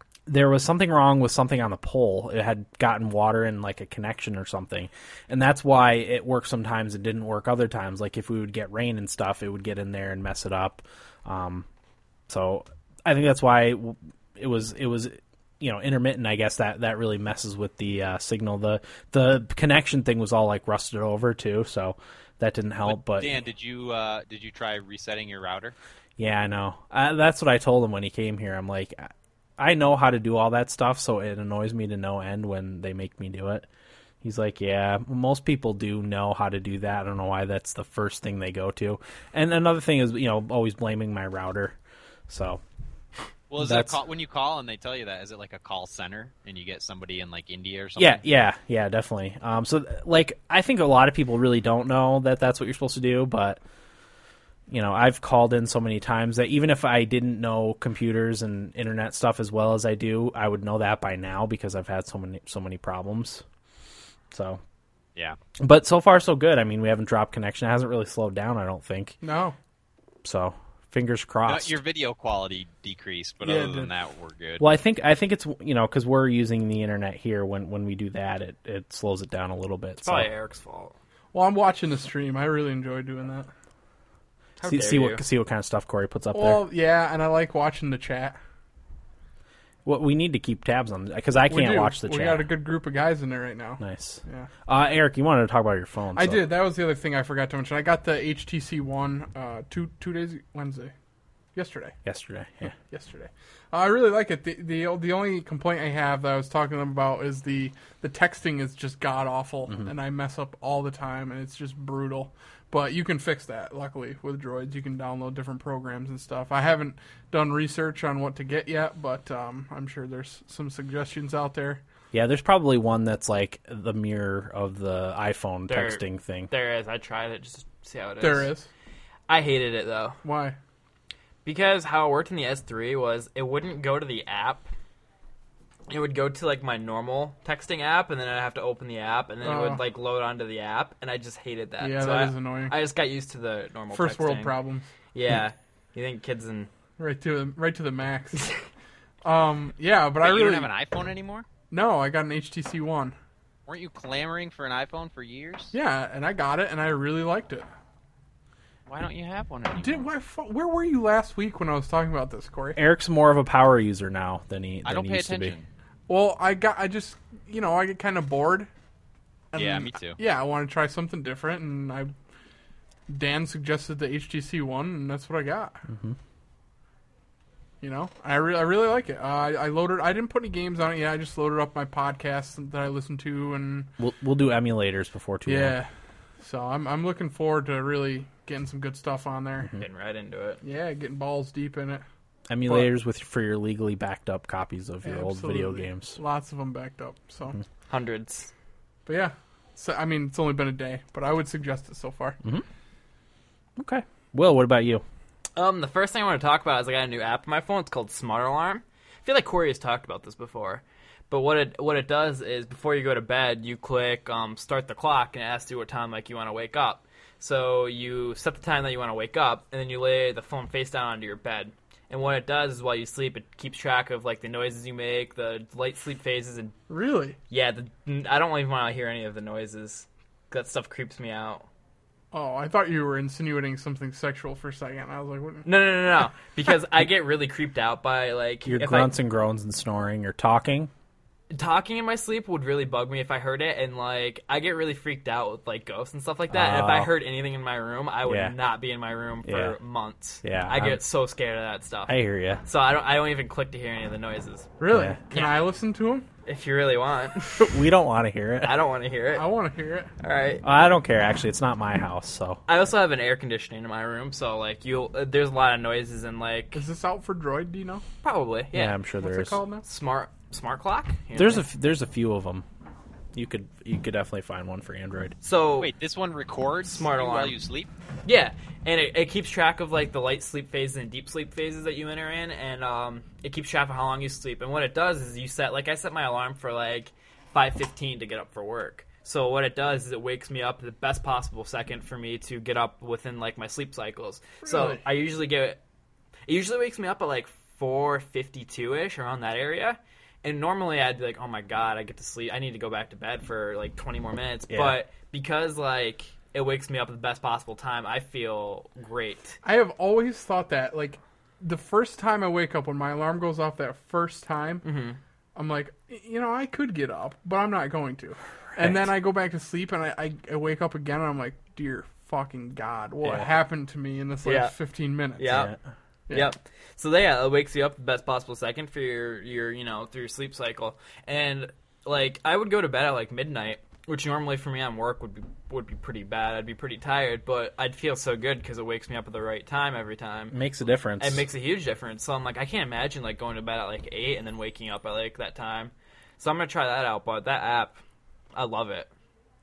Speaker 3: Um, there was something wrong with something on the pole. It had gotten water in like a connection or something, and that's why it worked sometimes. It didn't work other times. Like if we would get rain and stuff, it would get in there and mess it up. Um, so I think that's why w- it was it was you know intermittent. I guess that that really messes with the uh, signal. The the connection thing was all like rusted over too, so that didn't help. But,
Speaker 6: Dan, did you uh, did you try resetting your router?
Speaker 3: yeah, I know. Uh, that's what I told him when he came here. I'm like, I- I know how to do all that stuff, so it annoys me to no end when they make me do it. He's like, yeah, most people do know how to do that. I don't know why that's the first thing they go to. And another thing is, you know, always blaming my router. So
Speaker 6: Well, is
Speaker 3: That's-
Speaker 6: it a call, when you call and they tell you that? Is it like a call center and you get somebody in like India or something?
Speaker 3: Yeah, yeah, yeah, definitely. Um, so th- like, I think a lot of people really don't know that that's what you're supposed to do, but you know, I've called in so many times that even if I didn't know computers and internet stuff as well as I do, I would know that by now because I've had so many so many problems. So,
Speaker 6: yeah.
Speaker 3: but so far so good. I mean, we haven't dropped connection. It hasn't really slowed down, I don't think.
Speaker 4: No.
Speaker 3: So, fingers
Speaker 6: Uh,
Speaker 3: crossed.
Speaker 6: your video quality decreased, but
Speaker 4: Yeah, it
Speaker 6: other than
Speaker 4: did.
Speaker 6: that, we're good.
Speaker 3: Well, I think I think it's you know because we're using the internet here. When when we do that, it, it slows it down a little bit. so.
Speaker 5: Probably Eric's fault.
Speaker 4: Well, I'm watching the stream. I really enjoy doing that.
Speaker 5: How
Speaker 3: see,
Speaker 5: dare
Speaker 3: see
Speaker 5: you.
Speaker 3: what see what kind of stuff Corey puts up there.
Speaker 4: Well, yeah, and I like watching the chat.
Speaker 3: What we need to keep tabs on because I
Speaker 4: We
Speaker 3: can't
Speaker 4: do.
Speaker 3: watch the
Speaker 4: we
Speaker 3: chat.
Speaker 4: got a good group of guys in there right now.
Speaker 3: nice.
Speaker 4: Yeah.
Speaker 3: Uh, Eric, you wanted to talk about your phone.
Speaker 4: I
Speaker 3: so-
Speaker 4: did. That was the other thing I forgot to mention. I got the HTC One uh, two two days Wednesday, yesterday.
Speaker 3: yesterday. Yeah.
Speaker 4: yesterday. Uh, I really like it. The, the the only complaint I have that I was talking to them about is the the texting is just god awful,
Speaker 3: Mm-hmm.
Speaker 4: and I mess up all the time, and it's just brutal. But you can fix that. Luckily, with Droids, you can download different programs and stuff. I haven't done research on what to get yet, but um, I'm sure there's some suggestions out there.
Speaker 3: yeah, there's probably one that's like the mirror of the iPhone
Speaker 5: There-
Speaker 3: texting thing.
Speaker 5: There is. I tried it just to see how it is.
Speaker 4: There is
Speaker 5: I hated it though
Speaker 4: why.
Speaker 5: because how it worked in the S3 was it wouldn't go to the app. It would go to like my normal texting app, and then I'd have to open the app, and then it
Speaker 4: Oh.
Speaker 5: would like load onto the app, and I just hated that.
Speaker 4: Yeah,
Speaker 5: so
Speaker 4: that
Speaker 5: I,
Speaker 4: is annoying.
Speaker 5: I just got used to the normal
Speaker 4: First world
Speaker 5: texting.
Speaker 4: problems. <laughs>
Speaker 5: Yeah, you think kids and
Speaker 4: Right to the, right to
Speaker 6: <laughs>
Speaker 4: the max. um, yeah, but I
Speaker 6: Wait,
Speaker 4: really
Speaker 6: you don't have an iPhone anymore?
Speaker 4: no. I got an HTC One.
Speaker 6: Weren't you clamoring for an iPhone for years?
Speaker 4: Yeah, and I got it, and I really liked it.
Speaker 6: Why don't you have one anymore?
Speaker 4: Did, where, fu- where were you last week when I was talking about this, Corey?
Speaker 3: Eric's more of a power user now than he than
Speaker 6: I don't
Speaker 3: he
Speaker 6: pay
Speaker 3: used to be.
Speaker 6: attention.
Speaker 4: Well, I got I just you know I get kind of bored. And
Speaker 6: Yeah, me too.
Speaker 4: Um, Yeah, I want to try something different, and I Dan suggested the HTC one, and that's what I got. Mm-hmm. You know, I, re- I really like it. Uh, I, I loaded. I didn't put any games on it yet. I just loaded up my podcasts that I listen to, and
Speaker 3: We'll we'll do emulators before too long.
Speaker 4: yeah. So I'm I'm looking forward to really getting some good stuff on there.
Speaker 3: Hmm. Mm-hmm.
Speaker 5: getting right into it.
Speaker 4: Yeah, getting balls deep in it.
Speaker 3: Emulators with for your legally backed up copies of your old video
Speaker 4: Absolutely.
Speaker 3: games. Mm-hmm.
Speaker 4: Lots of them backed up. So.
Speaker 5: Hundreds.
Speaker 4: But yeah, so I mean, it's only been a day, but I would suggest it so far.
Speaker 3: Mm-hmm. Okay. Will, what about you?
Speaker 5: Um, the first thing I want to talk about is I got a new app on my phone. It's called Smart Alarm. I feel like Corey has talked about this before, but what it what it does is before you go to bed, you click um, start the clock and it asks you what time like you want to wake up. So you set the time that you want to wake up, and then you lay the phone face down onto your bed. And what it does is while you sleep, it keeps track of like the noises you make, the light sleep phases, and
Speaker 4: Really?
Speaker 5: yeah, the, I don't even want to hear any of the noises. That stuff creeps me out.
Speaker 4: Oh, I thought you were insinuating something sexual for a second. I was like, what?
Speaker 5: No, no, no, no, because I get really creeped out by like
Speaker 3: Your
Speaker 5: if I-
Speaker 3: grunts and groans and snoring or talking?
Speaker 5: talking in my sleep would really bug me if I heard it, and like I get really freaked out with like ghosts and stuff like that. and if I
Speaker 3: Oh.
Speaker 5: heard anything in my room, I would
Speaker 3: Yeah.
Speaker 5: not be in my room for
Speaker 3: Yeah.
Speaker 5: months.
Speaker 3: Yeah,
Speaker 5: I get
Speaker 3: I'm-
Speaker 5: so scared of that stuff.
Speaker 3: I hear
Speaker 5: <laughs>
Speaker 3: you.
Speaker 5: so I don't. I don't even click to hear any of the noises.
Speaker 4: Really?
Speaker 3: Yeah.
Speaker 4: Can I listen to him?
Speaker 5: If you
Speaker 3: <laughs>
Speaker 5: really want,
Speaker 3: we don't want to hear it.
Speaker 5: I don't want to hear it.
Speaker 4: I want to hear it.
Speaker 5: All right.
Speaker 3: I don't care. Actually, it's not my house, so
Speaker 5: I also have an air conditioning in my room, so like you, uh, there's a lot of noises and like
Speaker 4: Is this out for Droid? Do you know?
Speaker 5: probably
Speaker 3: yeah,
Speaker 5: yeah.
Speaker 3: I'm sure
Speaker 4: What's
Speaker 3: there
Speaker 4: it
Speaker 3: is.
Speaker 4: called now?
Speaker 5: smart smart clock. You
Speaker 3: There's
Speaker 5: know?
Speaker 3: a f- there's a few of them. You could you could definitely find one for Android.
Speaker 5: so
Speaker 6: Wait, this one records
Speaker 5: Smart
Speaker 6: you while
Speaker 5: alarm.
Speaker 6: you sleep.
Speaker 5: Yeah, and it, it keeps track of like the light sleep phases and deep sleep phases that you enter in, and um, it keeps track of how long you sleep. And what it does is you set like I set my alarm for like five fifteen to get up for work. So what it does is it wakes me up the best possible second for me to get up within like my sleep cycles. So
Speaker 4: Really?
Speaker 5: I usually get it usually wakes me up at like four fifty two ish around that area. And normally I'd be like, oh my god, I get to sleep. I need to go back to bed for like twenty more minutes.
Speaker 3: Yeah.
Speaker 5: But because like it wakes me up at the best possible time, I feel great.
Speaker 4: I have always thought that, like, the first time I wake up when my alarm goes off, that first time,
Speaker 3: Mm-hmm.
Speaker 4: I'm like, "Y- you know, I could get up, but I'm not going to. And then I go back to sleep and I, I, I wake up again and I'm like, dear fucking God, what
Speaker 3: Yeah.
Speaker 4: happened to me in this last
Speaker 5: Yeah.
Speaker 4: 15 minutes?
Speaker 5: Yep.
Speaker 3: Yeah.
Speaker 4: Yeah.
Speaker 5: Yep. So that, yeah, it wakes you up the best possible second for your your you know through your sleep cycle. And like I would go to bed at like midnight, which normally for me on work would be would be pretty bad. I'd be pretty tired, but I'd feel so good because it wakes me up at the right time every time.
Speaker 3: Makes a difference.
Speaker 5: It makes a huge difference. So I'm like, I can't imagine like going to bed at like eight and then waking up at like that time. So I'm gonna try that out. But that app, I love it.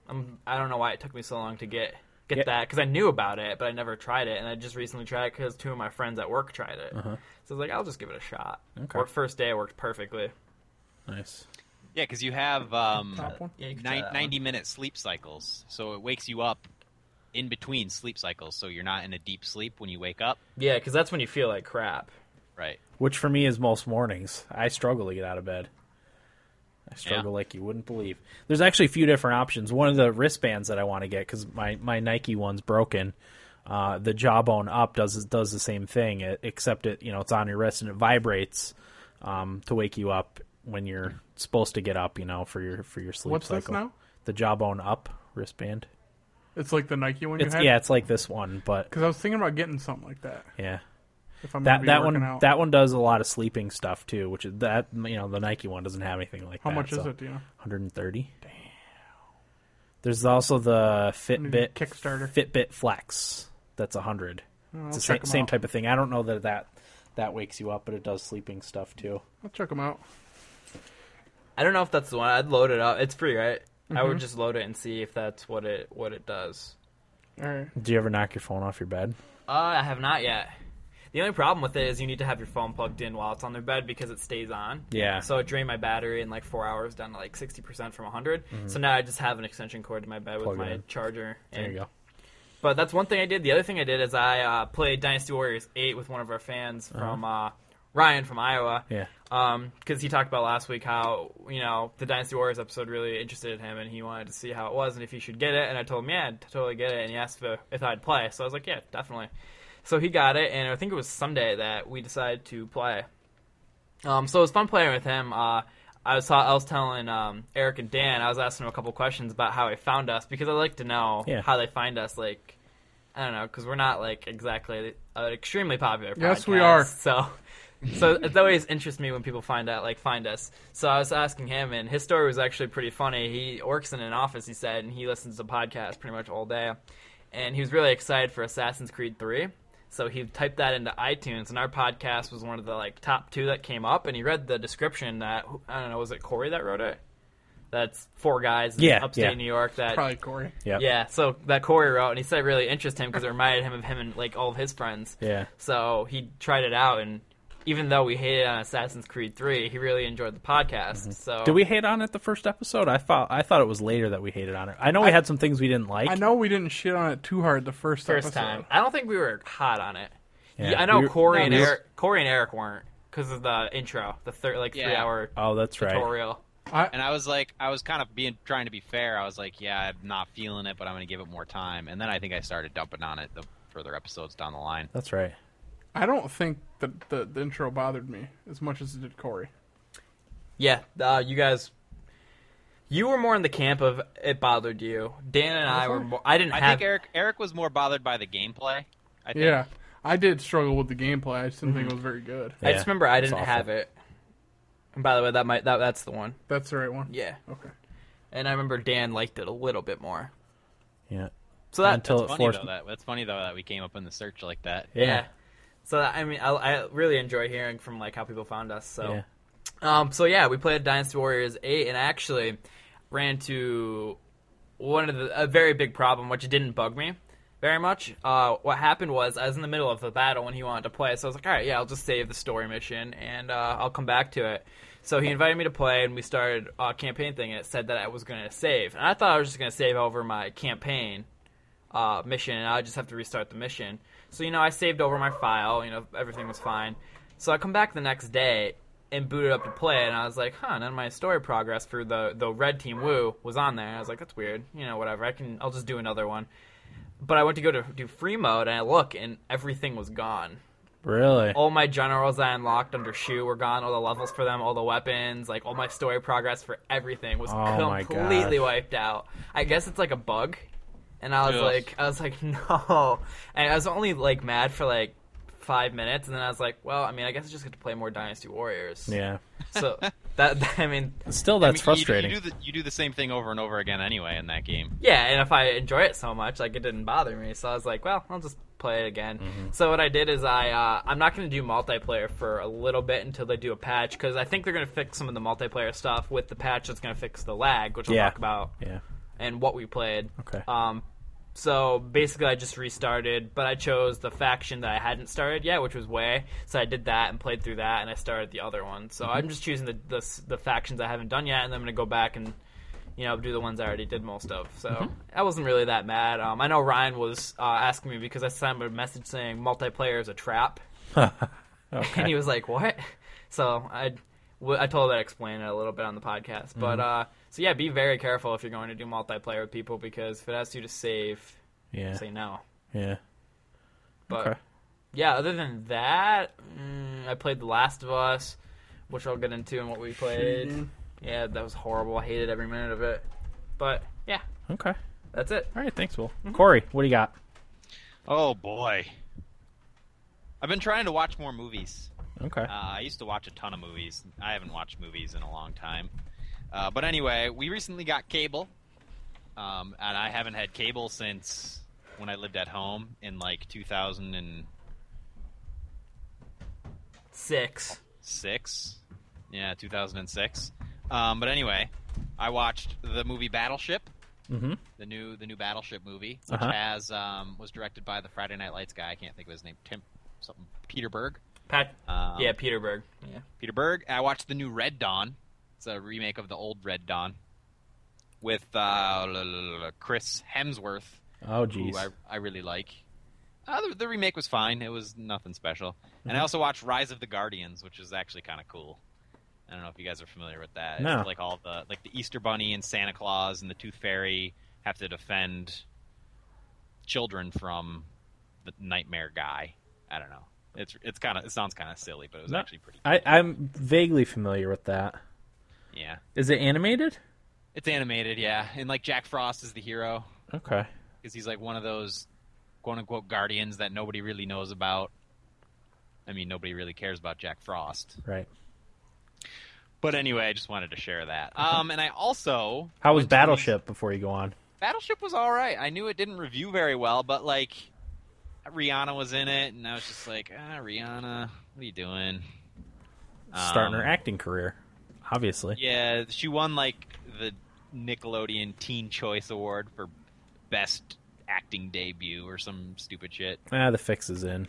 Speaker 5: I'm I don't know why it took me so long to get get
Speaker 3: Yeah.
Speaker 5: that because I knew about it, but I never tried it, and I just recently tried it because two of my friends at work tried it. So I was like, I'll just give it a shot.
Speaker 3: Okay.
Speaker 5: Worked- first day, it worked perfectly.
Speaker 3: nice.
Speaker 6: Yeah, because you have um,
Speaker 4: Top one?
Speaker 5: Yeah, you can try
Speaker 6: nine,
Speaker 5: that one.
Speaker 6: 90 minute sleep cycles. So it wakes you up in between sleep cycles. So you're not in a deep sleep when you wake up.
Speaker 5: Yeah, because that's when you feel like crap.
Speaker 6: Right.
Speaker 3: Which for me is most mornings. I struggle to get out of bed. I struggle like you wouldn't believe. There's actually a few different options. One of the wristbands that I want to get because my my Nike one's broken. Uh, the Jawbone Up does does the same thing, e- except it you know it's on your wrist and it vibrates um, to wake you up when you're supposed to get up. You know for your for your sleep
Speaker 4: What's
Speaker 3: cycle.
Speaker 4: this now?
Speaker 3: The Jawbone Up wristband.
Speaker 4: It's like the Nike one
Speaker 3: It's
Speaker 4: you had?
Speaker 3: yeah, it's like this one, but
Speaker 4: Because I was thinking about getting something like that
Speaker 3: yeah.
Speaker 4: if I'm gonna
Speaker 3: That
Speaker 4: be
Speaker 3: that
Speaker 4: working
Speaker 3: one
Speaker 4: out.
Speaker 3: that one does a lot of sleeping stuff too, which is that you know the Nike one doesn't have anything like
Speaker 4: How
Speaker 3: that.
Speaker 4: much is
Speaker 3: so
Speaker 4: it, do you know?
Speaker 3: 130. Damn. There's also the Fitbit
Speaker 4: Kickstarter. Oh,
Speaker 3: Fitbit Flex. That's 100. it's the
Speaker 4: check
Speaker 3: same,
Speaker 4: 'em
Speaker 3: same
Speaker 4: out.
Speaker 3: type of thing. I don't know that that that wakes you up, but it does sleeping stuff too.
Speaker 4: I'll check them out.
Speaker 5: I don't know if that's the one. I'd load it up. It's free, right? I would just load it and see if that's what it what it does.
Speaker 4: All right.
Speaker 3: Do you ever knock your phone off your bed?
Speaker 5: Uh, I have not yet. The only problem with it is you need to have your phone plugged in while it's on their bed because it stays on.
Speaker 3: Yeah.
Speaker 5: So it drained my battery in like four hours down to like sixty percent from 100 So now I just have an extension cord to my bed
Speaker 3: Mm-hmm. Plug
Speaker 5: with
Speaker 3: it
Speaker 5: my
Speaker 3: in.
Speaker 5: charger.
Speaker 3: There you go.
Speaker 5: But that's one thing I did. The other thing I did is I uh, played Dynasty Warriors Eight with one of our fans
Speaker 3: Uh-huh.
Speaker 5: from uh, Ryan from Iowa.
Speaker 3: Yeah.
Speaker 5: Um, because he talked about last week how you know the Dynasty Warriors episode really interested him, and he wanted to see how it was and if he should get it. And I told him, yeah, I'd totally get it. And he asked if, if I'd play, so I was like, yeah, definitely. So he got it, and I think it was Sunday that we decided to play. Um, so it was fun playing with him. Uh, I was I was telling um, Eric and Dan, I was asking them a couple questions about how they found us because I like to know
Speaker 3: Yeah.
Speaker 5: how they find us. Like, I don't know, because we're not like exactly an extremely popular.
Speaker 4: Yes, we
Speaker 5: podcast,
Speaker 4: are.
Speaker 5: So. So it always interests me when people find out, like find us. So I was asking him, and his story was actually pretty funny. He works in an office, he said, and he listens to podcasts pretty much all day. And he was really excited for Assassin's Creed Three, so he typed that into iTunes, and our podcast was one of the like top two that came up. And he read the description that I don't know, was it Corey that wrote it? That's four guys in
Speaker 3: Yeah,
Speaker 5: upstate
Speaker 3: yeah.
Speaker 5: New York that
Speaker 4: Probably Corey.
Speaker 3: Yeah.
Speaker 5: yeah, so that Corey wrote, and he said it really interested him because it reminded him of him and like all of his friends.
Speaker 3: Yeah.
Speaker 5: So he tried it out, and even though we hated on Assassin's Creed Three, he really enjoyed the podcast. So
Speaker 3: Mm-hmm. Did we hate on it the first episode? I thought I thought it was later that we hated on it. I know we had some things we didn't like.
Speaker 4: I know we didn't shit on it too hard the first,
Speaker 5: first
Speaker 4: episode.
Speaker 5: time? I don't think we were hot on it.
Speaker 3: Yeah.
Speaker 5: Yeah, I know
Speaker 3: We were-
Speaker 5: Corey
Speaker 4: No,
Speaker 5: and
Speaker 4: we were-
Speaker 5: Eric. Corey and Eric weren't because of the intro, the third like
Speaker 6: Yeah.
Speaker 5: three hour
Speaker 3: Oh, that's right.
Speaker 5: tutorial.
Speaker 6: And I was like, I was kind of being trying to be fair. I was like, yeah, I'm not feeling it, but I'm going to give it more time. And then I think I started dumping on it the further episodes down the line.
Speaker 3: That's right.
Speaker 4: I don't think that the, the intro bothered me as much as it did Corey.
Speaker 5: Yeah, uh, you guys, you were more in the camp of it bothered you. Dan and I were. More, I didn't
Speaker 6: I
Speaker 5: have.
Speaker 6: think Eric Eric was more bothered by the gameplay. I think.
Speaker 4: Yeah, I did struggle with the gameplay. I just didn't think it was very good.
Speaker 5: I just
Speaker 3: Yeah,
Speaker 5: remember I
Speaker 3: it's
Speaker 5: didn't
Speaker 3: awful.
Speaker 5: have it. And by the way, that might that that's the one.
Speaker 4: That's the right one.
Speaker 5: Yeah,
Speaker 4: Okay.
Speaker 5: and I remember Dan liked it a little bit more.
Speaker 3: Yeah.
Speaker 5: So that
Speaker 3: Until
Speaker 6: It's
Speaker 3: it
Speaker 6: funny
Speaker 3: forced.
Speaker 6: though that that's funny though that we came up in the search like that.
Speaker 5: yeah. So that, I mean, I, I really enjoy hearing from like how people found us. So.
Speaker 3: yeah.
Speaker 5: Um, so yeah, we played Dynasty Warriors eight, and I actually ran to one of the a very big problem, which didn't bug me very much. Uh, what happened was I was in the middle of the battle when he wanted to play, so I was like, all right, yeah, I'll just save the story mission and uh, I'll come back to it. So he invited me to play, and we started a campaign thing, and it said that I was going to save, and I thought I was just going to save over my campaign uh, mission, and I just have to restart the mission. So you know, I saved over my file. You know, everything was fine. So I come back the next day and booted up to play, and I was like, huh, none of my story progress for the the red team woo was on there. And I was like, that's weird. You know, whatever. I can, I'll just do another one. But I went to go to do free mode, and I look, and everything was gone.
Speaker 3: Really?
Speaker 5: All my generals I unlocked under Shu were gone. All the levels for them, all the weapons, like all my story progress for everything was
Speaker 3: Oh my
Speaker 5: completely
Speaker 3: gosh.
Speaker 5: wiped out. I guess it's like a bug. And I was
Speaker 6: Yes.
Speaker 5: like, I was like, <laughs> no. And I was only like mad for like five minutes, and then I was like, well, I mean, I guess I just get to play more Dynasty Warriors.
Speaker 3: Yeah.
Speaker 5: So that <laughs> I mean,
Speaker 3: Still,
Speaker 6: I
Speaker 3: that's
Speaker 6: mean, you-
Speaker 3: frustrating.
Speaker 6: You, do the, you do the same thing over and over again anyway in that game.
Speaker 5: yeah. And if I enjoy it so much, like it didn't bother me. So I was like, well, I'll just play it again.
Speaker 3: Mm-hmm.
Speaker 5: So what I did is I uh, I'm not going to do multiplayer for a little bit until they do a patch because I think they're going to fix some of the multiplayer stuff with the patch that's going to fix the lag, which we'll
Speaker 3: Yeah.
Speaker 5: talk about
Speaker 3: yeah.
Speaker 5: and what we played.
Speaker 3: Okay.
Speaker 6: Ah,
Speaker 5: Um, so basically, I just restarted, but I chose the faction that I hadn't started yet, which was Way. So I did that and played through that, and I started the other one. So I'm just choosing the, the s- the factions I haven't done yet, and then I'm gonna go back and you know do the ones I already did most of. So I wasn't really that mad. Um, I know Ryan was uh, asking me because I sent him a message saying multiplayer is a trap, and he was like, "What?" So I. w- I told him I'd explain it a little bit on the podcast, but uh, so yeah, be very careful if you're going to do multiplayer with people because if it asks you to save,
Speaker 3: yeah.
Speaker 5: say no.
Speaker 3: Yeah.
Speaker 5: But
Speaker 3: Okay.
Speaker 5: yeah, other than that, mm, I played The Last of Us, which I'll get into and what we played. Yeah, that was horrible. I hated every minute of it. But yeah,
Speaker 3: Okay.
Speaker 5: that's it.
Speaker 3: All right. Thanks, Will.
Speaker 6: Mm-hmm.
Speaker 3: Corey, what do you got?
Speaker 6: Oh boy. I've been trying to watch more movies.
Speaker 3: Okay.
Speaker 6: Uh, I used to watch a ton of movies. I haven't watched movies in a long time. Uh, but anyway, we recently got cable, um, and I haven't had cable since when I lived at home in like 2006.
Speaker 5: Six.
Speaker 6: Yeah, 2006. Um, but anyway, I watched the movie Battleship,
Speaker 3: mm-hmm.
Speaker 6: the new the new Battleship movie, which
Speaker 3: Uh-huh.
Speaker 6: has um, was directed by the Friday Night Lights guy. I can't think of his name. Tim something Peter Berg.
Speaker 5: Pat.
Speaker 6: Um,
Speaker 5: yeah, Peterberg. Yeah.
Speaker 6: Peter Berg. I watched the new Red Dawn. It's a remake of the old Red Dawn with uh, l- l- l- Chris Hemsworth,
Speaker 3: Oh,
Speaker 6: who
Speaker 3: geez.
Speaker 6: I, I really like. Uh, the, the remake was fine. It was nothing special.
Speaker 3: Mm-hmm.
Speaker 6: And I also watched Rise of the Guardians, which is actually kind of cool. I don't know if you guys are familiar with that.
Speaker 3: No.
Speaker 6: It's like all the like the Easter Bunny and Santa Claus and the Tooth Fairy have to defend children from the nightmare guy. I don't know. It's it's kind of it sounds kind of silly, but it was
Speaker 3: No.
Speaker 6: actually pretty.
Speaker 3: I, I'm vaguely familiar with that.
Speaker 6: Yeah.
Speaker 3: Is it animated?
Speaker 6: It's animated, yeah. And like Jack Frost is the hero
Speaker 3: Okay.
Speaker 6: because he's like one of those quote unquote guardians that nobody really knows about. I mean, nobody really cares about Jack Frost.
Speaker 3: Right.
Speaker 6: But anyway, I just wanted to share that. Um, and I also
Speaker 3: How was
Speaker 6: went to these-
Speaker 3: Battleship before you go on?
Speaker 6: Battleship was all right. I knew it didn't review very well, but like Rihanna was in it, and I was just like, ah, Rihanna, what are you doing?
Speaker 3: Starting her
Speaker 6: Um,
Speaker 3: acting career, obviously.
Speaker 6: Yeah, she won like the Nickelodeon Teen Choice Award for best acting debut or some stupid shit.
Speaker 3: Ah, the fix is in.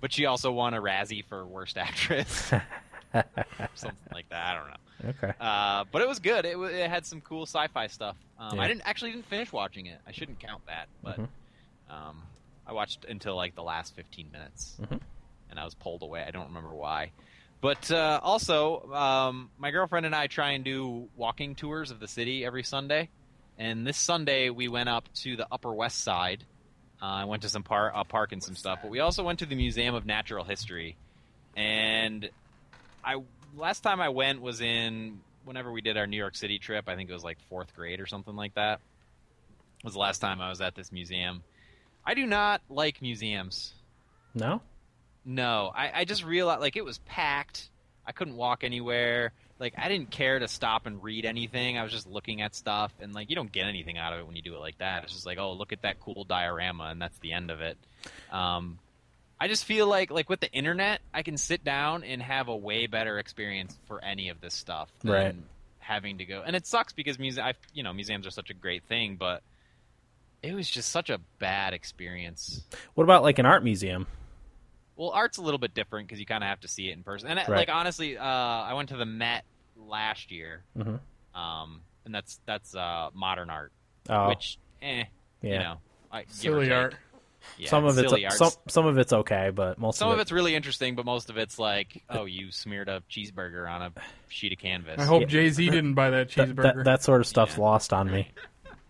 Speaker 6: But she also won a Razzie for worst actress, something like that. I don't know.
Speaker 3: Okay.
Speaker 6: <laughs> Uh, but it was good. It, wa- it had some cool sci-fi stuff. Um,
Speaker 3: Yeah.
Speaker 6: I didn't actually didn't finish watching it. I shouldn't count that, but um, I watched until like the last fifteen minutes, and I was pulled away. I don't remember why. But uh, also, um, my girlfriend and I try and do walking tours of the city every Sunday. And this Sunday, we went up to the Upper West Side. Uh, I went to some par- a park and some stuff, but we also went to the Museum of Natural History. And I last time I went was in whenever we did our New York City trip. I think it was like fourth grade or something like that. Was the last time I was at this museum. I do not like museums.
Speaker 3: No?
Speaker 6: No, I, I just realized like it was packed. I couldn't walk anywhere. Like I didn't care to stop and read anything. I was just looking at stuff, and like you don't get anything out of it when you do it like that. It's just like, oh, look at that cool diorama, and that's the end of it. Um, I just feel like like with the internet, I can sit down and have a way better experience for any of this stuff than
Speaker 3: Right.
Speaker 6: having to go. And it sucks because muse- I you know museums are such a great thing, but it was just such a bad experience.
Speaker 3: What about like an art museum?
Speaker 6: Well, art's a little bit different because you kind of have to see it in person. And uh,
Speaker 3: Right.
Speaker 6: like honestly, uh, I went to the Met last year,
Speaker 3: Mhm.
Speaker 6: um, and that's that's uh, modern art,
Speaker 3: Oh,
Speaker 6: which eh, you
Speaker 3: Yeah.
Speaker 6: know, I, give or
Speaker 4: Silly
Speaker 6: take.
Speaker 4: art.
Speaker 6: Yeah,
Speaker 3: some of it's
Speaker 6: silly art.
Speaker 3: some some of it's okay, but most
Speaker 6: Some
Speaker 3: of,
Speaker 6: of it's really interesting, but most of it's like, oh, you smeared a cheeseburger on a sheet of canvas.
Speaker 4: I hope
Speaker 3: Yeah.
Speaker 4: Jay Z didn't buy that
Speaker 3: that,
Speaker 4: cheeseburger.
Speaker 3: that, that sort of stuff's
Speaker 6: Yeah.
Speaker 3: lost on me.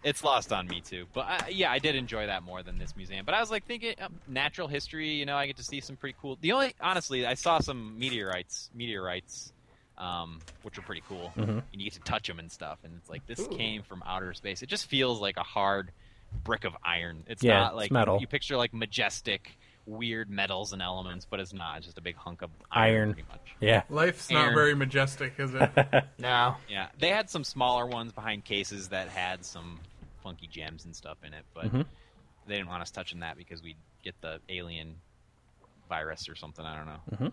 Speaker 6: it's lost on me too. But I, yeah, I did enjoy that more than this museum. But I was like thinking um, natural history. You know, I get to see some pretty cool. The only honestly, I saw some meteorites, meteorites, um, which are pretty cool,
Speaker 3: Mm-hmm.
Speaker 6: and you get to touch them and stuff. And it's like this came from outer space. It just feels like a hard brick of iron. It's
Speaker 3: Yeah,
Speaker 6: not
Speaker 3: it's
Speaker 6: like
Speaker 3: metal.
Speaker 6: You, you picture like majestic, weird metals and elements, but it's not. It's just a big hunk of
Speaker 3: Iron.
Speaker 6: iron, pretty much.
Speaker 3: Yeah.
Speaker 4: Life's
Speaker 6: Aaron.
Speaker 4: not very majestic, is it?
Speaker 5: No.
Speaker 6: Yeah, they had some smaller ones behind cases that had some funky gems and stuff in it, but
Speaker 3: Mhm.
Speaker 6: they didn't want us touching that because we'd get the alien virus or something. I don't know.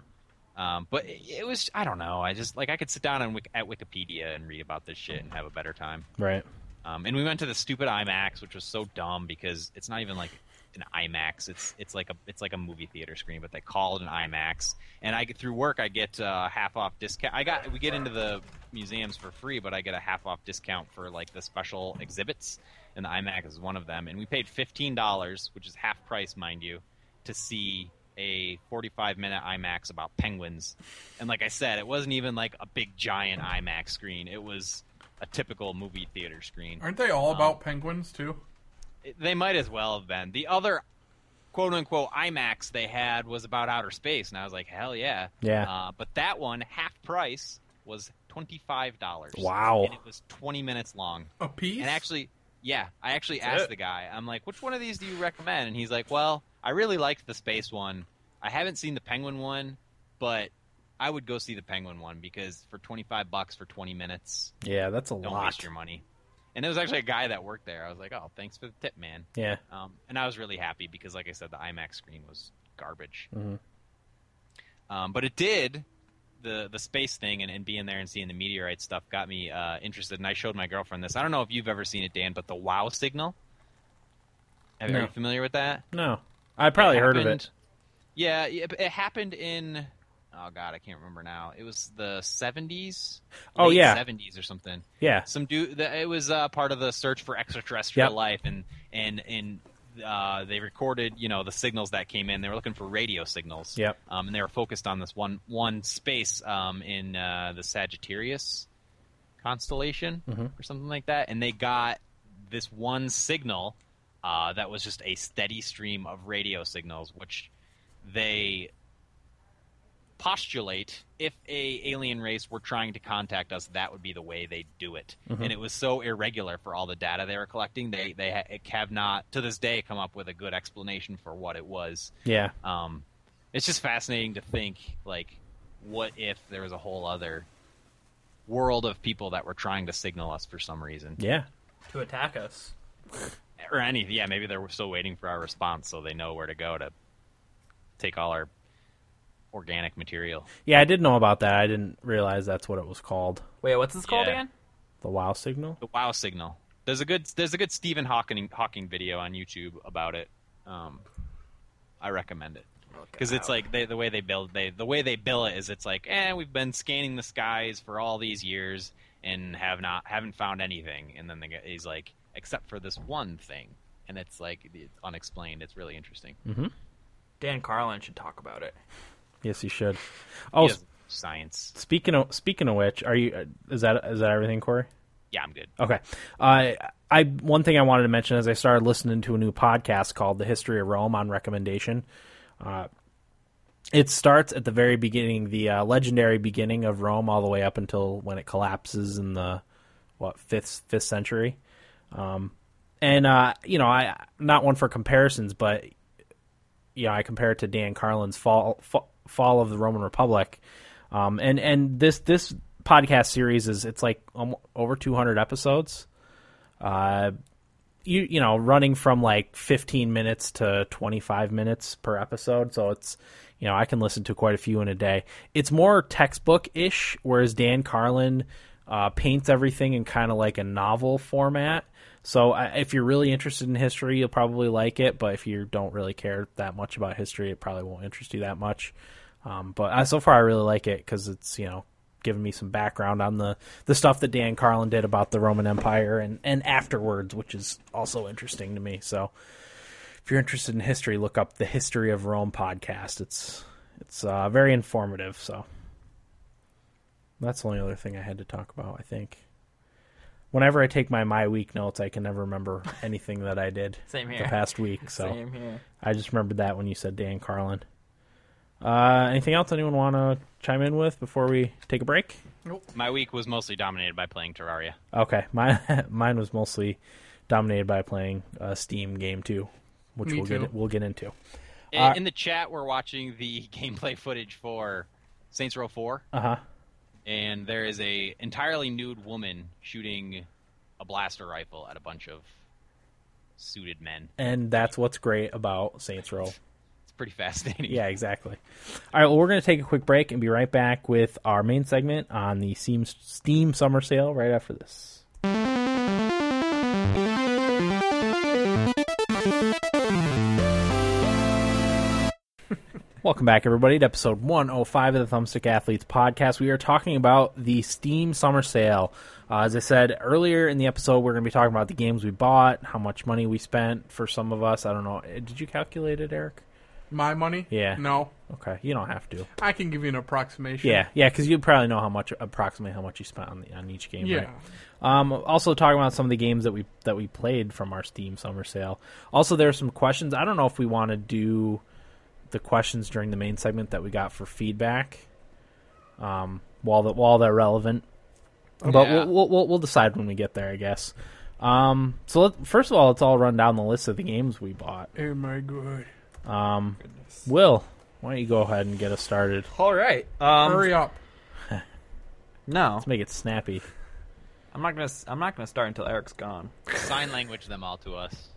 Speaker 6: Um, but it, it was I don't know. I just like I could sit down and wik- at Wikipedia and read about this shit and have a better time.
Speaker 3: Right.
Speaker 6: Um, and we went to the stupid IMAX, which was so dumb because it's not even like an IMAX. It's it's like a it's like a movie theater screen, but they call it an IMAX. And I get through work, I get uh, half off discount. I got we get into the museums for free, but I get a half off discount for like the special exhibits, and the IMAX is one of them. And we paid fifteen dollars, which is half price, mind you, to see a 45 minute IMAX about penguins. And like I said, it wasn't even like a big giant IMAX screen. It was a typical movie theater screen.
Speaker 4: Aren't they all about penguins too?
Speaker 6: They might as well have been. The other quote unquote IMAX they had was about outer space, and I was like, hell yeah.
Speaker 3: Yeah.
Speaker 6: Uh, but that one, half price, was $25.
Speaker 3: Wow.
Speaker 6: And it was 20 minutes long.
Speaker 4: A piece?
Speaker 6: And actually, yeah, I actually asked
Speaker 5: it.
Speaker 6: the guy, I'm like, which one of these do you recommend? And he's like, well, I really liked the space one. I haven't seen the penguin one, but I would go see the penguin one because for 25 bucks for 20 minutes,
Speaker 3: Yeah, that's a
Speaker 6: don't
Speaker 3: lot.
Speaker 6: waste your money. And there was actually a guy that worked there. I was like, oh, thanks for the tip, man.
Speaker 3: Yeah.
Speaker 6: Um, and I was really happy because, like I said, the IMAX screen was garbage.
Speaker 3: Mhm.
Speaker 6: Um, but it did the the space thing and, and being there and seeing the meteorite stuff got me uh, interested. And I showed my girlfriend this. I don't know if you've ever seen it, Dan, but the Wow signal. Are
Speaker 3: No.
Speaker 6: you familiar with that?
Speaker 3: No. I probably heard of
Speaker 6: happened-
Speaker 3: it.
Speaker 6: Yeah, it, it happened in. Oh God, I can't remember now. It was the seventies.
Speaker 3: Oh, yeah.
Speaker 6: seventies or something
Speaker 3: Yeah.
Speaker 6: some dude the, it was uh, part of the search for extraterrestrial
Speaker 3: Yep.
Speaker 6: life and and and uh, they recorded you know the signals that came in they were looking for radio signals
Speaker 3: Yep.
Speaker 6: um, and they were focused on this one one space um, in uh, the sagittarius constellation or something like that and they got this one signal uh, that was just a steady stream of radio signals which they postulate if a alien race were trying to contact us that would be the way they do it and it was so irregular for all the data they were collecting they they ha- have not to this day come up with a good explanation for what it was
Speaker 3: Yeah.
Speaker 6: um, it's just fascinating to think like what if there was a whole other world of people that were trying to signal us for some reason
Speaker 3: Yeah.
Speaker 5: To attack us.
Speaker 6: or any yeah maybe they're still waiting for our response so they know where to go to take all our organic material
Speaker 3: Yeah, I did know about that. I didn't realize that's what it was called.
Speaker 5: Wait, what's this called
Speaker 6: Yeah.
Speaker 5: again?
Speaker 3: The wow signal?
Speaker 6: the wow signal. There's a good there's a good Stephen Hawking Hawking video on YouTube about it. Um, I recommend it because it's like they, the way they build they the way they bill it is it's like eh we've been scanning the skies for all these years and have not haven't found anything and then the guy, he's like except for this one thing and it's like it's unexplained it's really interesting
Speaker 5: Dan Carlin should talk about it.
Speaker 3: Yes, you should. Oh,
Speaker 6: Yes,
Speaker 3: s-
Speaker 6: science
Speaker 3: speaking of speaking of which, are you uh, is that is that everything, Corey?
Speaker 6: yeah I'm good
Speaker 3: Okay. I I one thing I wanted to mention is I started listening to a new podcast called The History of Rome on recommendation. Uh, It starts at the very beginning, the uh, legendary beginning of Rome, all the way up until when it collapses in the what fifth fifth century. Um, and uh, you know, I not one for comparisons, but you know, I compare it to Dan Carlin's fall fall, fall of the Roman Republic. Um, and and this this podcast series is it's like um, over 200 episodes. Uh, you you know running from like 15 minutes to 25 minutes per episode so it's you know i can listen to quite a few in a day it's more textbook-ish whereas dan carlin uh, paints everything in kind of like a novel format so I, if you're really interested in history you'll probably like it but if you don't really care that much about history it probably won't interest you that much um, but I, so far i really like it because it's you know giving me some background on the the stuff that Dan Carlin did about the Roman Empire and and afterwards, which is also interesting to me. So, if you're interested in history, look up the History of Rome podcast. It's it's uh, very informative. So, that's the only other thing I had to talk about. I think. Whenever I take my my week notes, I can never remember anything that I did
Speaker 5: Same
Speaker 3: the
Speaker 5: here.
Speaker 3: past
Speaker 5: <laughs>
Speaker 3: week. So
Speaker 5: Same here.
Speaker 3: I just remembered that when you said Dan Carlin. Uh, anything else anyone want to chime in with before we take a break?
Speaker 6: My week was mostly dominated by playing Terraria.
Speaker 3: Okay, <laughs> mine mine was mostly dominated by playing a Steam game too, which
Speaker 4: Me
Speaker 3: we'll
Speaker 4: too.
Speaker 3: get we'll get into.
Speaker 6: In,
Speaker 3: Uh,
Speaker 6: in the chat, we're watching the <laughs> gameplay footage for Saints Row 4,
Speaker 3: Uh huh.
Speaker 6: and there is a entirely nude woman shooting a blaster rifle at a bunch of suited men.
Speaker 3: And that's what's great about Saints Row.
Speaker 6: It's pretty fascinating.
Speaker 3: Yeah, exactly. All right, well, we're going to take a quick break and be right back with our main segment on the Steam Steam Summer Sale right after this. <laughs> Welcome back, everybody, to episode 105 of the Thumbstick Athletes podcast. We are talking about the Steam Summer Sale. Uh, as I said earlier in the episode, we're going to be talking about the games we bought, how much money we spent for some of us. I don't know. Eh, Did you calculate it, Eric?
Speaker 4: My money?
Speaker 3: Yeah.
Speaker 4: No.
Speaker 3: Okay, you don't have to.
Speaker 4: I can give you an approximation.
Speaker 3: Yeah, yeah, because you probably know how much, approximately how much you spent on the, on each game.
Speaker 4: Yeah.
Speaker 3: Right? Um, also talking about some of the games that we that we played from our Steam Summer Sale. Also, there are some questions. I don't know if we want to do the questions during the main segment that we got for feedback. Um, while that while they're relevant, but
Speaker 6: Yeah.
Speaker 3: we'll, we'll we'll we'll decide when we get there, I guess. Um, so let, first of all, let's all run down the list of the games we bought.
Speaker 4: Oh my god.
Speaker 3: Will, why don't you go ahead and get us started?
Speaker 5: All right. Um,
Speaker 4: Hurry up.
Speaker 5: No,
Speaker 3: Let's make it snappy.
Speaker 5: I'm not gonna. s- I'm not gonna start until Eric's gone.
Speaker 6: Sign language them all to us.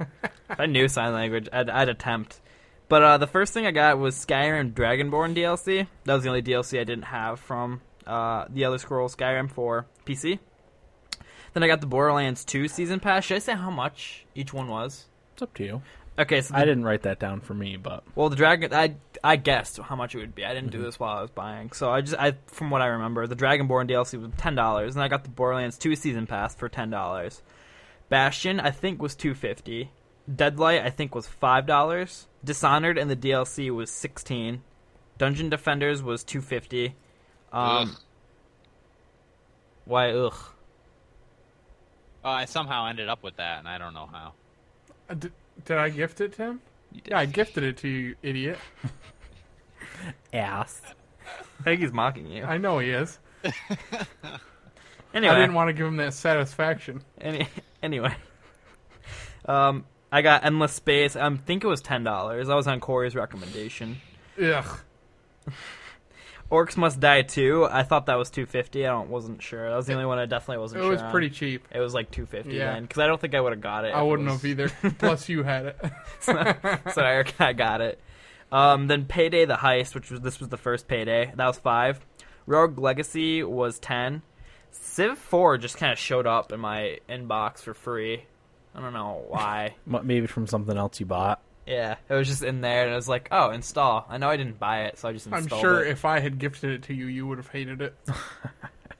Speaker 5: If I knew sign language, I'd, I'd attempt. But uh, the first thing I got was Skyrim Dragonborn DLC. That was the only DLC I didn't have from uh, the Elder Scrolls Skyrim for PC. Then I got the Borderlands 2 season pass. Should I say how much each one was?
Speaker 3: It's up to you.
Speaker 5: Okay, so the,
Speaker 3: I didn't write that down for me, but
Speaker 5: well the dragon I I guessed how much it would be. I didn't do this while I was buying, so I just I from what I remember, the Dragonborn DLC was ten dollars, and I got the Borderlands two season pass for ten dollars. Bastion I think was two fifty. Deadlight I think was five dollars. Dishonored and the DLC was sixteen. Dungeon Defenders was two fifty. Um,
Speaker 6: Ugh.
Speaker 5: why ugh?
Speaker 6: Uh, I somehow ended up with that, and I don't know how.
Speaker 4: Uh, Did, did I gift it to him?
Speaker 6: You did.
Speaker 4: Yeah, I gifted it to you, you idiot.
Speaker 3: ass.
Speaker 5: I think he's mocking you.
Speaker 4: I know he is.
Speaker 5: <laughs> Anyway,
Speaker 4: I didn't want to give him that satisfaction.
Speaker 5: Any, anyway, um, I got Endless Space. I um, think it was ten dollars. That was on Corey's recommendation.
Speaker 4: Ugh.
Speaker 5: Orcs Must Die Two. I thought that was two fifty. I don't, wasn't sure. That was the only one I definitely
Speaker 4: It
Speaker 5: wasn't. sure
Speaker 4: was
Speaker 5: on.
Speaker 4: pretty cheap.
Speaker 5: It was like two fifty
Speaker 4: Yeah.
Speaker 5: then, because I don't think I would have got it.
Speaker 4: I
Speaker 5: if it
Speaker 4: wouldn't
Speaker 5: was- <laughs>
Speaker 4: have either. Plus, you had it.
Speaker 5: so Eric, I got it. Um, then Payday the Heist, which was this was the first Payday. That was five. Rogue Legacy was ten. Civ Four just kind of showed up in my inbox for free. I don't know
Speaker 4: <laughs>
Speaker 5: why.
Speaker 3: M- Maybe from something else you bought.
Speaker 5: Yeah, it was just in there, and I was like, "Oh, install." I know I didn't buy it, so I just
Speaker 4: I'm
Speaker 5: installed
Speaker 4: sure
Speaker 5: it.
Speaker 4: if I had gifted it to you, you would have hated it.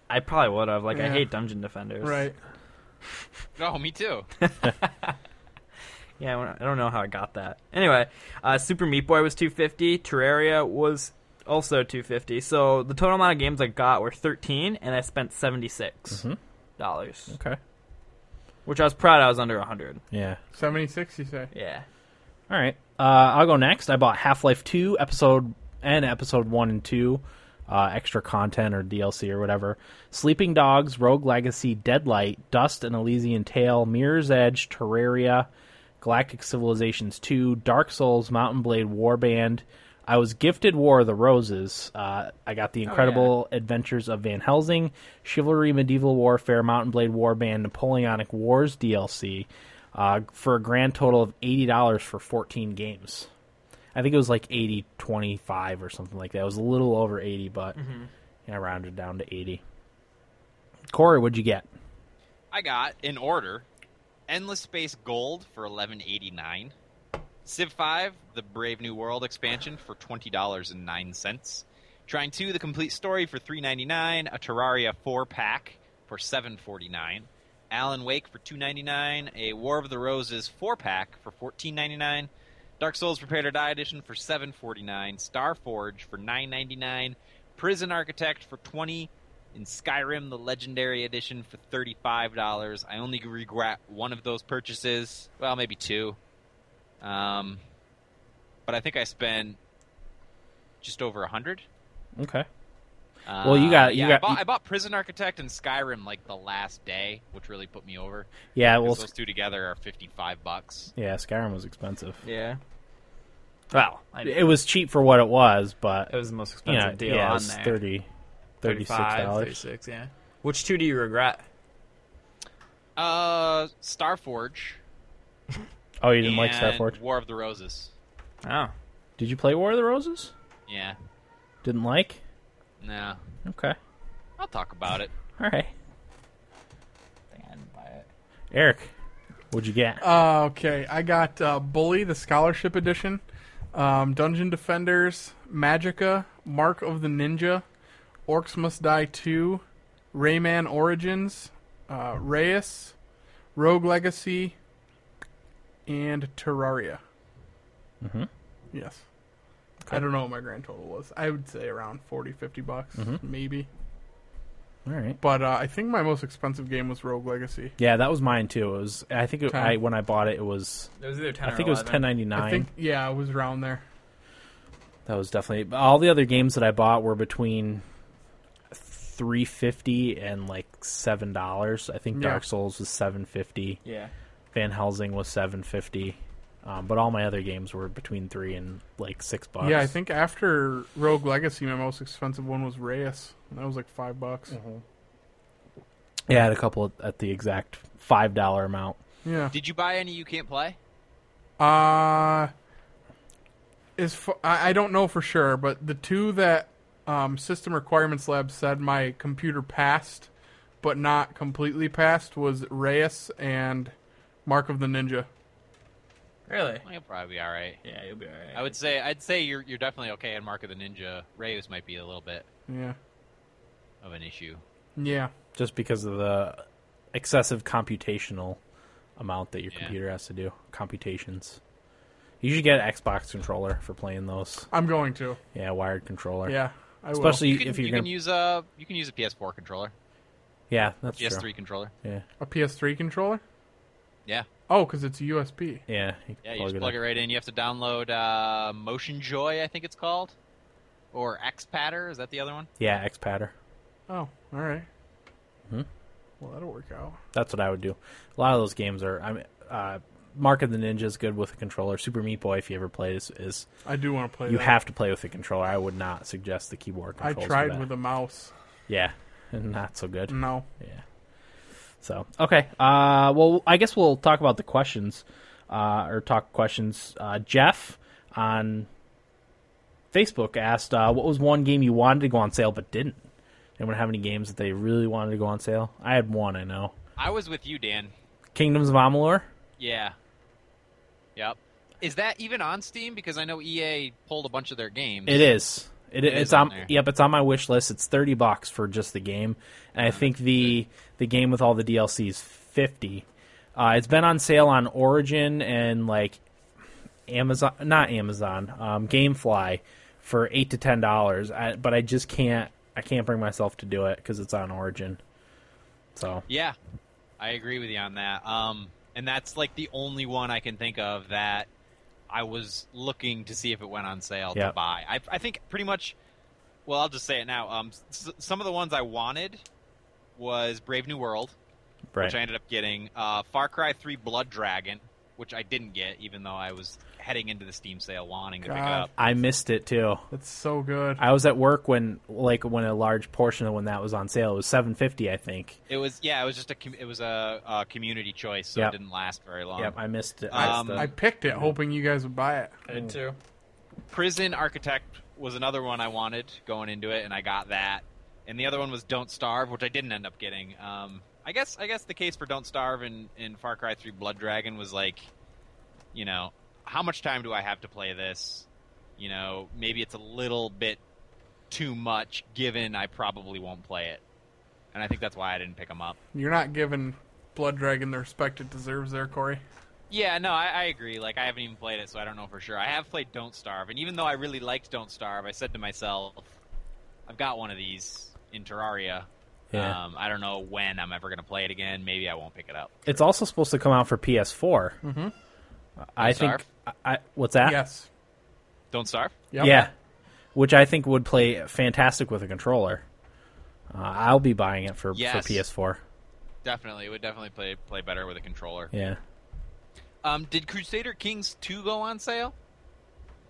Speaker 5: I probably would have. Like, I
Speaker 4: Yeah.
Speaker 5: hate Dungeon Defenders.
Speaker 4: Right.
Speaker 6: Oh, me too.
Speaker 5: Yeah, I don't- I don't know how I got that. Anyway, uh, Super Meat Boy was 250. Terraria was also 250. So the total amount of games I got were 13, and I spent 76
Speaker 3: Mm-hmm.
Speaker 5: dollars,
Speaker 3: Okay.
Speaker 5: which I was proud I was under 100.
Speaker 3: Yeah.
Speaker 4: 76, you say?
Speaker 5: Yeah.
Speaker 3: All right. Uh, I'll go next. I bought Half Life 2 episode and episode 1 and 2, uh, extra content or DLC or whatever. Sleeping Dogs, Rogue Legacy, Deadlight, Dust and Elysian Tale, Mirror's Edge, Terraria, Galactic Civilizations 2, Dark Souls, Mountain Blade, Warband. I was gifted War of the Roses. Uh, I got the Incredible Adventures of Van Helsing, Chivalry, Medieval Warfare, Mountain Blade, Warband, Napoleonic Wars DLC uh, for a grand total of $80 for 14 games. I think it was like 80 25 or something like that. It was a little over 80, but I rounded down to 80. Corey, what'd you get?
Speaker 6: I got in order Endless Space Gold for 11.89, Civ 5 The Brave New World expansion for $20.09, Trine 2 The Complete Story for 3.99, a Terraria 4 pack for 7.49, Alan Wake for 2.99, a War of the Roses 4 pack for 14.99. Dark Souls Prepare to Die edition for 7.49, Star Forge for 9.99, Prison Architect for 20 in Skyrim, the Legendary Edition for thirty-five dollars. I only regret one of those purchases. Well, maybe two. Um, but I think I spent just over a hundred.
Speaker 3: Okay. Well, you got-
Speaker 6: Uh,
Speaker 3: you
Speaker 6: yeah,
Speaker 3: got-
Speaker 6: I bought,
Speaker 3: you-
Speaker 6: I bought Prison Architect and Skyrim like the last day, which really put me over.
Speaker 3: Yeah,
Speaker 6: 'Cause
Speaker 3: well,
Speaker 6: those two together are fifty-five bucks.
Speaker 3: yeah, Skyrim was expensive.
Speaker 5: Yeah.
Speaker 3: Well,
Speaker 5: I-
Speaker 3: it was cheap for what it was, but
Speaker 5: It was the most
Speaker 3: you know,
Speaker 5: expensive deal
Speaker 3: yeah, it
Speaker 5: on
Speaker 3: was
Speaker 5: there.
Speaker 3: 30 36
Speaker 5: 35,
Speaker 3: dollars.
Speaker 5: 36, yeah. Which two do you regret?
Speaker 6: Uh, Starforge
Speaker 3: Oh, you didn't like
Speaker 6: and
Speaker 3: Starforge?
Speaker 6: War of the Roses.
Speaker 5: Oh.
Speaker 3: Did you play War of the Roses?
Speaker 6: Yeah,
Speaker 3: Didn't like?
Speaker 6: no,
Speaker 3: Okay.
Speaker 6: I'll talk about it.
Speaker 3: All right.
Speaker 5: Dang, I didn't buy it.
Speaker 3: Eric, what'd you get?
Speaker 4: Uh, okay, I got uh, Bully, the Scholarship Edition, um, Dungeon Defenders, Magica, Mark of the Ninja, Orcs Must Die 2, Rayman Origins, uh, Reyes, Rogue Legacy, and Terraria. Mm-hmm. Yes. I don't know what my grand total was. I would say around 40, 50 bucks, maybe.
Speaker 3: All right.
Speaker 4: But uh, I think my most expensive game was Rogue Legacy.
Speaker 3: Yeah, that was mine too. It was. I think it,
Speaker 4: Ten.
Speaker 3: I when I bought it, it was.
Speaker 5: It was either 10
Speaker 3: I think it was ten ninety
Speaker 4: I
Speaker 3: nine.
Speaker 4: think, yeah, it was around there.
Speaker 3: That was definitely all the other games that I bought were between three fifty and like seven dollars. I think
Speaker 4: Yeah.
Speaker 3: Dark Souls was seven fifty.
Speaker 5: Yeah.
Speaker 3: Van Helsing was seven fifty. Um, but all my other games were between three and like six bucks.
Speaker 4: Yeah, I think after Rogue Legacy, my most expensive one was Reyes. and That was like five bucks.
Speaker 3: Mm-hmm. Yeah, I had a couple at the exact five dollar amount.
Speaker 4: Yeah.
Speaker 6: Did you buy any you can't play?
Speaker 4: Uh, is fu- I I don't know for sure, but the two that um, System Requirements Lab said my computer passed, but not completely passed, was Reyes and Mark of the Ninja.
Speaker 5: Really?
Speaker 6: Well, You'll probably be all right.
Speaker 5: Yeah, you'll be alright.
Speaker 6: I would say I'd say you're you're definitely okay in Mark of the Ninja. Reyes might be a little bit
Speaker 4: Yeah.
Speaker 6: of an issue.
Speaker 4: Yeah.
Speaker 3: just because of the excessive computational amount that your
Speaker 6: Yeah.
Speaker 3: computer has to do computations you should get an xbox controller for playing those
Speaker 4: I'm going to.
Speaker 3: yeah wired controller
Speaker 4: Yeah. I will.
Speaker 3: especially
Speaker 6: You can,
Speaker 3: if you're
Speaker 6: you
Speaker 3: gonna
Speaker 6: can use a you can use a PS4 controller,
Speaker 3: yeah that's
Speaker 6: PS3
Speaker 3: true
Speaker 6: controller.
Speaker 3: yeah
Speaker 4: a PS3 controller.
Speaker 6: Yeah,
Speaker 4: Oh, because it's a USB.
Speaker 3: yeah
Speaker 6: yeah. You just plug it right in. You have to download uh, Motion Joy, I think it's called, or XPatter. Is that the other one?
Speaker 3: yeah xpatter
Speaker 4: Oh, all right.
Speaker 3: Hmm?
Speaker 4: Well, that'll work out.
Speaker 3: that's what i would do a lot of those games are i mean uh mark of the ninja is good with a controller super meat boy if you ever played is, is
Speaker 4: I do want to play.
Speaker 3: you
Speaker 4: that.
Speaker 3: have to play with a controller i would not suggest the keyboard
Speaker 4: I
Speaker 3: controls for
Speaker 4: tried
Speaker 3: that.
Speaker 4: with a mouse.
Speaker 3: yeah not so good
Speaker 4: No.
Speaker 3: Yeah. So okay. Uh, well, I guess we'll talk about the questions, uh, or talk questions. Uh, Jeff on Facebook asked, uh, "What was one game you wanted to go on sale but didn't?" Anyone have any games that they really wanted to go on sale? I had one. I know.
Speaker 6: I was with you, Dan.
Speaker 3: Kingdoms of Amalur.
Speaker 6: Yeah. Yep. Is that even on Steam? Because I know EA pulled a bunch of their games.
Speaker 3: It is. It,
Speaker 6: It
Speaker 3: it's
Speaker 6: is
Speaker 3: on.
Speaker 6: on there.
Speaker 3: Yep, it's on my wish list. It's thirty bucks for just the game, and
Speaker 6: Oh,
Speaker 3: I think the the game with all the DLC is fifty. Uh, it's been on sale on Origin and like Amazon, not Amazon, um, GameFly for eight to ten dollars. But I just can't. I can't bring myself to do it because it's on Origin. So
Speaker 6: Yeah, I agree with you on that. Um, and that's like the only one I can think of that I was looking to see if it went on sale
Speaker 3: Yeah.
Speaker 6: to buy. I, I think pretty much. Well, I'll just say it now. Um, s- some of the ones I wanted was Brave New World,
Speaker 3: Right.
Speaker 6: which I ended up getting. Uh, Far Cry Three Blood Dragon, which I didn't get, even though I was heading into the Steam sale wanting to pick it
Speaker 4: God.
Speaker 6: up.
Speaker 3: I missed it too.
Speaker 4: That's so good.
Speaker 3: I was at work when like when a large portion of when that was on sale. It was seven fifty, I think.
Speaker 6: It was yeah, it was just a com- it was a, a community choice, so
Speaker 3: Yep.
Speaker 6: it didn't last very long.
Speaker 3: Yep, I missed it.
Speaker 6: Um,
Speaker 3: missed
Speaker 4: I
Speaker 3: it.
Speaker 4: picked it hoping you guys would buy it.
Speaker 5: I
Speaker 3: Mm.
Speaker 5: did too.
Speaker 6: Prison Architect was another one I wanted going into it, and I got that. And the other one was Don't Starve, which I didn't end up getting. Um, I guess I guess the case for Don't Starve in, in Far Cry Three Blood Dragon was like, you know, how much time do I have to play this? You know, maybe it's a little bit too much, given I probably won't play it. And I think that's why I didn't pick them up.
Speaker 4: You're not giving Blood Dragon the respect it deserves there, Corey.
Speaker 6: Yeah, no, I, I agree. Like, I haven't even played it, so I don't know for sure. I have played Don't Starve, and even though I really liked Don't Starve, I said to myself, I've got one of these in Terraria.
Speaker 3: Yeah.
Speaker 6: Um, I don't know when I'm ever going to play it again. Maybe I won't pick it up.
Speaker 3: it's also supposed to come out for PS4. Mm-hmm. I
Speaker 6: Don't
Speaker 3: think.
Speaker 6: Starve?
Speaker 3: I, I- what's that?
Speaker 4: Yes.
Speaker 6: Don't Starve?
Speaker 4: Yep.
Speaker 3: Uh, Yeah, which I think would play fantastic with a controller. Uh, I'll be buying it for,
Speaker 6: Yes.
Speaker 3: for PS4.
Speaker 6: Definitely. It would definitely play, play better with a controller.
Speaker 3: Yeah,
Speaker 6: Um, did Crusader Kings 2 go on sale?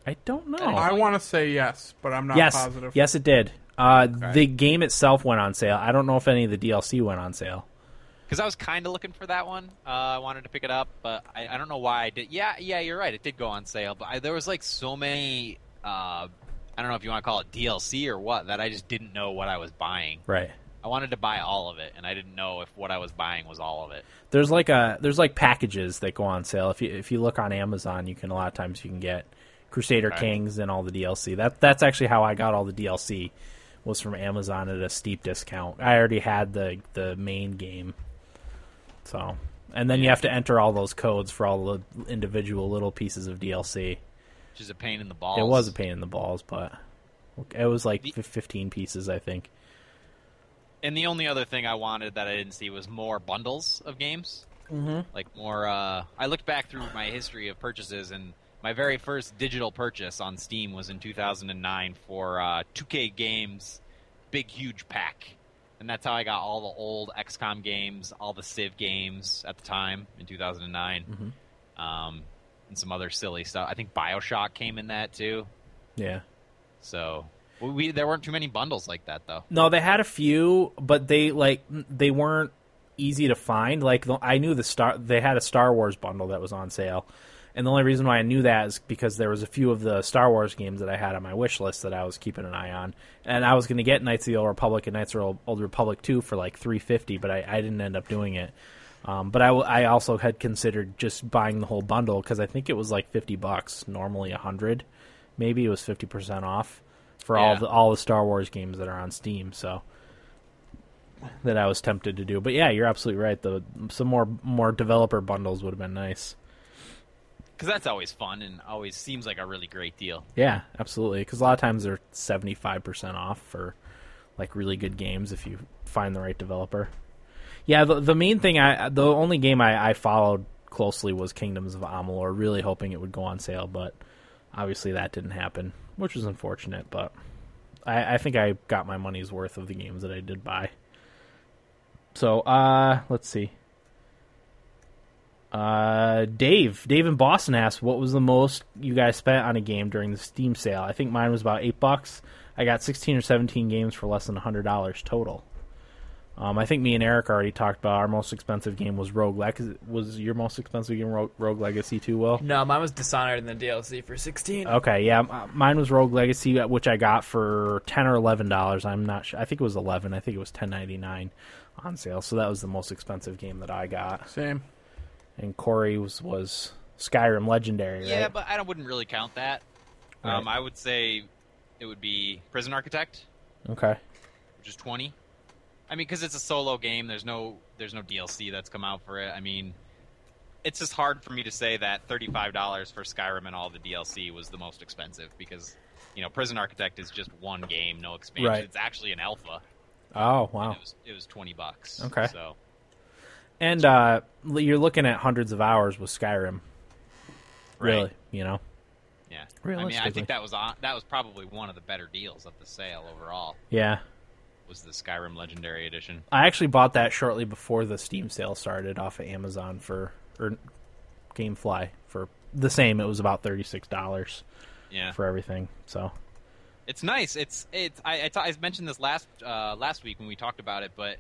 Speaker 3: I don't
Speaker 6: Oh.
Speaker 3: know.
Speaker 4: I want to say yes, but I'm not
Speaker 3: yes,
Speaker 4: positive.
Speaker 3: yes, it did. Uh, The game itself went on sale. I don't know if any of the DLC went on sale.
Speaker 6: Because I was kind of looking for that one. Uh, I wanted to pick it up, but I, I don't know why I did. Yeah, yeah, you're right. It did go on sale, but I, there was like so many. Uh, I don't know if you want to call it DLC or what. That I just didn't know what I was buying.
Speaker 3: Right.
Speaker 6: I wanted to buy all of it, and I didn't know if what I was buying was all of it.
Speaker 3: There's like a there's like packages that go on sale. If you if you look on Amazon, you can a lot of times you can get Crusader
Speaker 6: Right.
Speaker 3: Kings and all the DLC. That that's actually how I got all the DLC was from Amazon at a steep discount. I already had the the main game. So, and then you have to enter all those codes for all the individual little pieces of DLC.
Speaker 6: Which is a pain in the balls.
Speaker 3: It was a pain in the balls, but it was like
Speaker 6: The-
Speaker 3: fif- 15 pieces, I think.
Speaker 6: And the only other thing I wanted that I didn't see was more bundles of games. Mm-hmm. Like more. Uh, I looked back through my history of purchases, and my very first digital purchase on Steam was in 2009 for uh, 2K Games Big Huge Pack. And that's how I got all the old XCOM games, all the Civ games at the time in 2009, um, and some other silly stuff. I think Bioshock came in that too.
Speaker 3: Yeah.
Speaker 6: So we, we there weren't too many bundles like that though.
Speaker 3: No, they had a few, but they like they weren't easy to find. Like the- I knew the star they had a Star Wars bundle that was on sale. And the only reason why I knew that is because there was a few of the Star Wars games that I had on my wish list that I was keeping an eye on, and I was going to get Knights of the Old Republic and Knights of the Old- Old Republic two for like three fifty, but I, I didn't end up doing it. Um, but I, w- I also had considered just buying the whole bundle because I think it was like fifty bucks, normally a hundred, maybe it was fifty percent off for all
Speaker 6: Yeah.
Speaker 3: the all the Star Wars games that are on Steam. So that I was tempted to do. But yeah, you're absolutely right. The some more more developer bundles would have been nice.
Speaker 6: because that's always fun and always seems like a really great deal.
Speaker 3: Yeah, absolutely. Because a lot of times they're seventy five percent off for like really good games if you find the right developer. Yeah, the the main thing I the only game I, I followed closely was Kingdoms of Amalur, really hoping it would go on sale, but obviously that didn't happen, which was unfortunate. But I, I think I got my money's worth of the games that I did buy. So uh, let's see. Uh, Dave, Dave in Boston asked, "What was the most you guys spent on a game during the Steam sale?" I think mine was about eight bucks. I got sixteen or seventeen games for less than hundred dollars total. Um, I think me and Eric already talked about our most expensive game was Rogue Legacy. Was your most expensive game Rogue, Rogue Legacy too? Will?
Speaker 5: No, mine was Dishonored in the DLC for sixteen.
Speaker 3: Okay, yeah, m- mine was Rogue Legacy, uh, which I got for ten or eleven dollars. I'm not sure. I think it was eleven. I think it was ten ninety nine on sale. So that was the most expensive game that I got.
Speaker 4: Same.
Speaker 3: And Corey was, was Skyrim Legendary.
Speaker 6: Yeah,
Speaker 3: right?
Speaker 6: but I don't, wouldn't really count that. Um,
Speaker 3: Right.
Speaker 6: I would say it would be Prison Architect,
Speaker 3: okay,
Speaker 6: which is twenty. I mean, because it's a solo game. There's no there's no DLC that's come out for it. I mean, it's just hard for me to say that thirty five dollars for Skyrim and all the DLC was the most expensive because you know Prison Architect is just one game, no expansion.
Speaker 3: Right.
Speaker 6: It's actually an alpha.
Speaker 3: Oh
Speaker 6: and
Speaker 3: wow!
Speaker 6: It was it was twenty bucks.
Speaker 3: Okay.
Speaker 6: So
Speaker 3: And uh, l- you're looking at hundreds of hours with Skyrim.
Speaker 6: Right.
Speaker 3: Really, you know.
Speaker 6: Yeah. I mean, I
Speaker 3: Realistically.
Speaker 6: think that was on, that was probably one of the better deals of the sale overall
Speaker 3: Yeah.
Speaker 6: was the Skyrim Legendary Edition.
Speaker 3: I actually bought that shortly before the Steam sale started off of Amazon for or GameFly for the same. It was about thirty six dollars
Speaker 6: Yeah.
Speaker 3: for everything. So
Speaker 6: It's nice. It's it's. I I ta- I mentioned this last uh, last week when we talked about it, but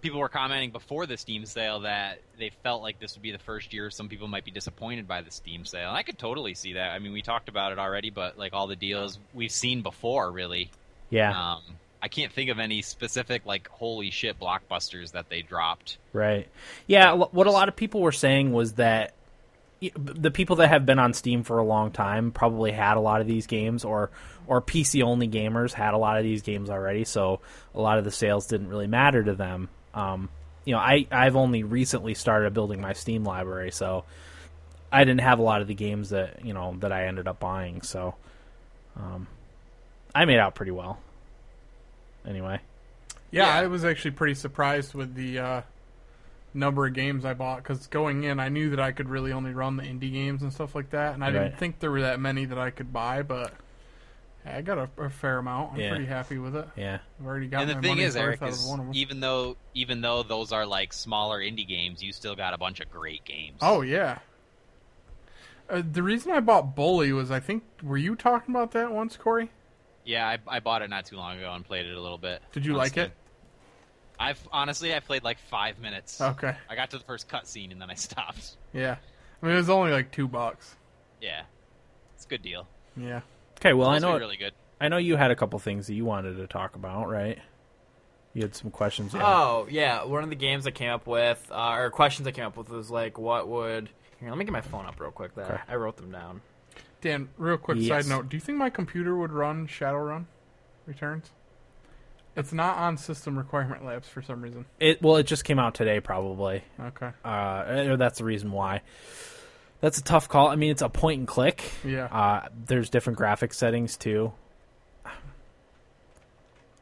Speaker 6: people were commenting before the Steam sale that they felt like this would be the first year some people might be disappointed by the Steam sale. And I could totally see that. I mean, we talked about it already, but like all the deals we've seen before, really.
Speaker 3: yeah,
Speaker 6: Um, I can't think of any specific like holy shit blockbusters that they dropped.
Speaker 3: right. Yeah, lo- what a lot of people were saying was that y- the people that have been on Steam for a long time probably had a lot of these games, or or PC only gamers had a lot of these games already. So a lot of the sales didn't really matter to them. Um, you know, I I've only recently started building my Steam library, so I didn't have a lot of the games that you know that I ended up buying. So um, I made out pretty well. Anyway,
Speaker 4: Yeah,
Speaker 6: Yeah.
Speaker 4: I was actually pretty surprised with the uh, number of games I bought because going in, I knew that I could really only run the indie games and stuff like that, and I
Speaker 3: Right.
Speaker 4: didn't think there were that many that I could buy, but I got a, a fair amount. I'm
Speaker 3: Yeah.
Speaker 4: pretty happy with it.
Speaker 3: yeah,
Speaker 4: I've already got
Speaker 6: and
Speaker 4: my
Speaker 6: the thing
Speaker 4: money's
Speaker 6: is, Eric,
Speaker 4: worth out
Speaker 6: is
Speaker 4: of one of them.
Speaker 6: even though even though those are like smaller indie games, you still got a bunch of great games.
Speaker 4: Oh yeah. Uh, the reason I bought Bully was I think were you talking about that once, Corey?
Speaker 6: Yeah, I, I bought it not too long ago and played it a little bit.
Speaker 4: Did you
Speaker 6: on
Speaker 4: like
Speaker 6: Steam.
Speaker 4: it?
Speaker 6: I've honestly I played like five minutes.
Speaker 4: Okay.
Speaker 6: I got to the first cutscene and then I <laughs> stopped.
Speaker 4: Yeah. I mean, it was only like two bucks.
Speaker 6: Yeah, it's a good deal.
Speaker 4: Yeah.
Speaker 3: okay. Well, I
Speaker 6: Supposed to be
Speaker 3: know
Speaker 6: really good.
Speaker 3: I know you had a couple things that you wanted to talk about, right? You had some questions. yeah.
Speaker 5: Oh yeah, one of the games I came up with, uh, or questions I came up with, was like, what would? Here, let me get my phone up real quick. There,
Speaker 3: Okay.
Speaker 5: I wrote them down.
Speaker 4: Dan, real quick
Speaker 3: Yes.
Speaker 4: side note: Do you think my computer would run Shadowrun Returns? It's not on system requirement labs for some reason.
Speaker 3: It well, it just came out today, probably.
Speaker 4: Okay.
Speaker 3: Uh, and that's the reason why. That's a tough call. I mean, it's a point and click.
Speaker 4: Yeah.
Speaker 3: Uh, there's different graphic settings too.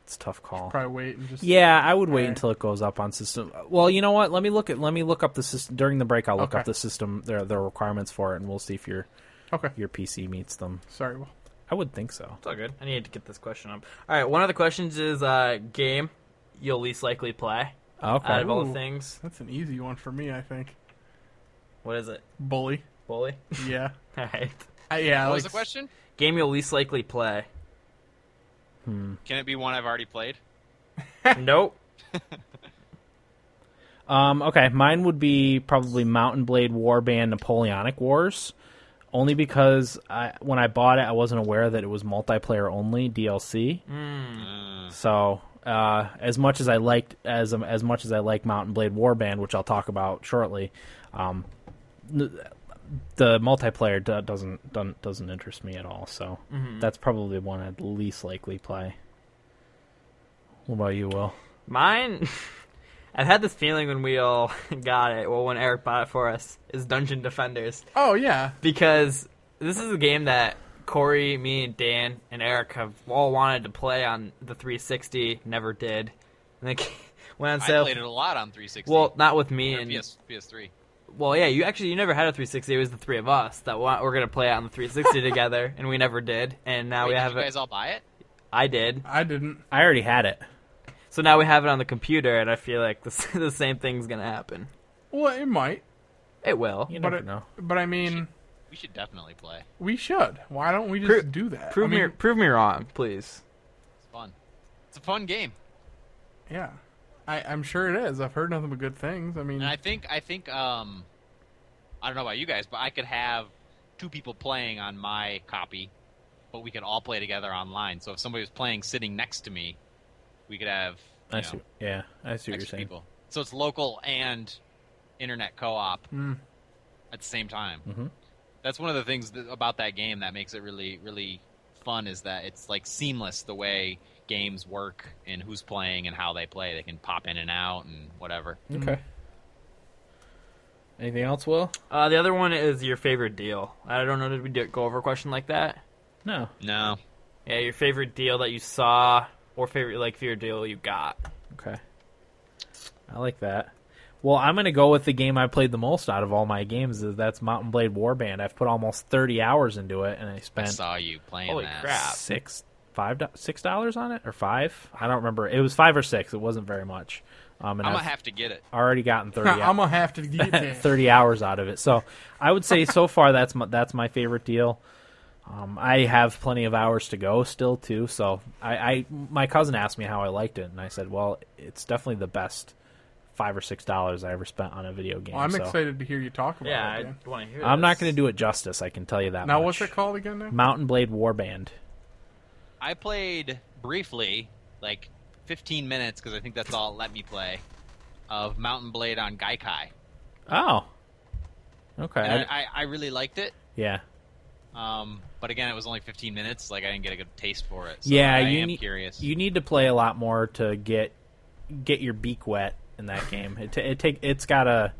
Speaker 3: It's a tough call.
Speaker 4: Probably wait and just.
Speaker 3: Yeah, I would wait
Speaker 4: Alright.
Speaker 3: until it goes up on system. Well, you know what? Let me look at let me look up the system during the break. I'll look
Speaker 4: Okay.
Speaker 3: up the system their their requirements for it, and we'll see if your
Speaker 4: Okay.
Speaker 3: your PC meets them.
Speaker 4: Sorry. Will.
Speaker 3: I would think so.
Speaker 5: It's all good. I needed to get this question up. All right, one of the questions is uh, game you'll least likely play
Speaker 3: Okay.
Speaker 5: out of all the
Speaker 4: Ooh.
Speaker 5: things.
Speaker 4: That's an easy one for me, I think.
Speaker 5: What is it?
Speaker 4: Bully.
Speaker 5: Bully. <laughs>
Speaker 4: Yeah.
Speaker 6: <laughs>
Speaker 5: all right.
Speaker 4: I, yeah.
Speaker 6: What
Speaker 4: like,
Speaker 6: was the question?
Speaker 5: Game you'll least
Speaker 3: <laughs>
Speaker 5: likely play.
Speaker 6: Can it be one I've already played?
Speaker 5: nope.
Speaker 3: Um, okay, mine would be probably Mountain Blade Warband Napoleonic Wars, only because I, when I bought it, I wasn't aware that it was multiplayer only DLC.
Speaker 4: Hmm.
Speaker 3: So, uh, as much as I liked as as much as I like Mountain Blade Warband, which I'll talk about shortly, um, n- the multiplayer do- doesn't doesn't doesn't interest me at all. So
Speaker 4: Mm-hmm.
Speaker 3: that's probably the one I'd least likely play. What about you, Will?
Speaker 5: Mine. <laughs> I've had this feeling when we all <laughs> got it. Well, when Eric bought it for us, is Dungeon Defenders.
Speaker 4: Oh yeah.
Speaker 5: because this is a game that Corey, me, and Dan and Eric have all wanted to play on the 360, never did. And they <laughs> went on
Speaker 6: I
Speaker 5: sale.
Speaker 6: played it a lot on 360.
Speaker 5: Well, not with me
Speaker 6: or
Speaker 5: and
Speaker 6: PS, PS3.
Speaker 5: well, yeah. You actually you never had a 360. It was the three of us that wa- we're gonna play it on the
Speaker 6: <laughs>
Speaker 5: 360 together, and we never did. And now
Speaker 6: Wait,
Speaker 5: we
Speaker 6: did
Speaker 5: have
Speaker 6: you guys
Speaker 5: it.
Speaker 6: all buy it?
Speaker 5: I did.
Speaker 4: I didn't.
Speaker 3: I already had it.
Speaker 5: So now we have it on the computer, and I feel like this, <laughs> the same thing's gonna happen.
Speaker 4: Well, it might.
Speaker 5: It will.
Speaker 3: You
Speaker 4: But
Speaker 3: never
Speaker 4: it,
Speaker 3: know.
Speaker 4: But I mean,
Speaker 6: We should definitely play.
Speaker 4: we should. Why don't we just
Speaker 5: Pro-
Speaker 4: do that?
Speaker 5: Prove
Speaker 4: I mean,
Speaker 5: me prove me wrong, please.
Speaker 6: It's fun. It's a fun game.
Speaker 4: Yeah. I, I'm sure it is. I've heard nothing but good things. I mean,
Speaker 6: And I think I think um, I don't know about you guys, but I could have two people playing on my copy, but we could all play together online. So if somebody was playing sitting next to me, we could have you
Speaker 3: I
Speaker 6: know,
Speaker 3: see. Yeah, I see what you're
Speaker 6: extra
Speaker 3: saying.
Speaker 6: people. So it's local and internet co-op at the same time. Mm-hmm. That's one of the things that, about that game that makes it really really fun is that it's like seamless the way games work and who's playing and how they play. They can pop in and out and whatever.
Speaker 3: Okay. Anything else, Will?
Speaker 5: Uh, the other one is your favorite deal. I don't know. Did we do, go over a question like that?
Speaker 3: No.
Speaker 6: No.
Speaker 5: Yeah, your favorite deal that you saw, or favorite like favorite deal you got.
Speaker 3: Okay. I like that. Well, I'm going to go with the game I played the most out of all my games. is That's Mountain Blade Warband. I've put almost 30 hours into it, and I
Speaker 6: I
Speaker 3: spent
Speaker 6: saw you playing
Speaker 5: Holy
Speaker 6: that.
Speaker 5: crap.
Speaker 3: six, five, do- six dollars on it, or five. I don't remember. It was five or six. It wasn't very much. Um, and
Speaker 6: I'm
Speaker 3: I've
Speaker 6: gonna have to get it.
Speaker 3: already gotten
Speaker 4: <laughs>
Speaker 3: 30. out-
Speaker 4: <laughs> I'm gonna have to get that.
Speaker 3: 30 hours out of it. So I would say so far that's my, that's my favorite deal. Um, I have plenty of hours to go still too. So I, I my cousin asked me how I liked it, and I said, well, it's definitely the best five or six dollars I ever spent on a video game.
Speaker 4: Well, I'm
Speaker 3: so
Speaker 4: excited to hear you talk about
Speaker 5: Yeah,
Speaker 4: it.
Speaker 5: I
Speaker 4: Dan.
Speaker 5: want to hear.
Speaker 3: Oh, I'm not
Speaker 5: this.
Speaker 3: going to do it justice. I can tell you that.
Speaker 4: Now,
Speaker 3: much.
Speaker 4: what's it called again? Now?
Speaker 3: Mountain Blade Warband.
Speaker 6: I played briefly, like 15 minutes, because I think that's all it let me play, of Mountain Blade on Gaikai.
Speaker 3: Oh, okay.
Speaker 6: And
Speaker 3: I-
Speaker 6: I, I, I really liked it,
Speaker 3: yeah,
Speaker 6: um, but again, it was only 15 minutes. Like I didn't get a good taste for it. So
Speaker 3: yeah.
Speaker 6: I
Speaker 3: you
Speaker 6: am
Speaker 3: need-
Speaker 6: curious.
Speaker 3: You need to play a lot more to get get your beak wet in that game. It, ta it take it's got a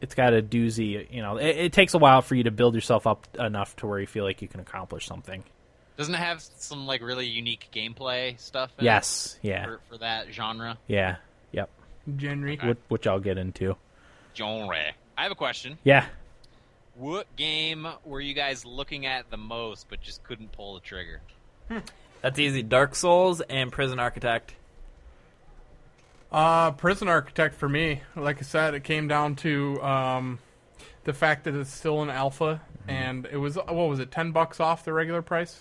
Speaker 3: it's got a doozy. You know, it, it takes a while for you to build yourself up enough to where you feel like you can accomplish something.
Speaker 6: Doesn't it have some like really unique gameplay stuff? In it
Speaker 3: Yes. Yeah.
Speaker 6: for, for that genre.
Speaker 3: Yeah. Yep.
Speaker 4: Genre.
Speaker 3: Which, which I'll get into.
Speaker 6: Genre. I have a question.
Speaker 3: Yeah.
Speaker 6: What game were you guys looking at the most, but just couldn't pull the trigger?
Speaker 5: That's easy. Dark Souls and Prison Architect.
Speaker 4: Uh, Prison Architect for me. Like I said, it came down to um, the fact that it's still an alpha, and it was what was it, ten bucks off the regular price?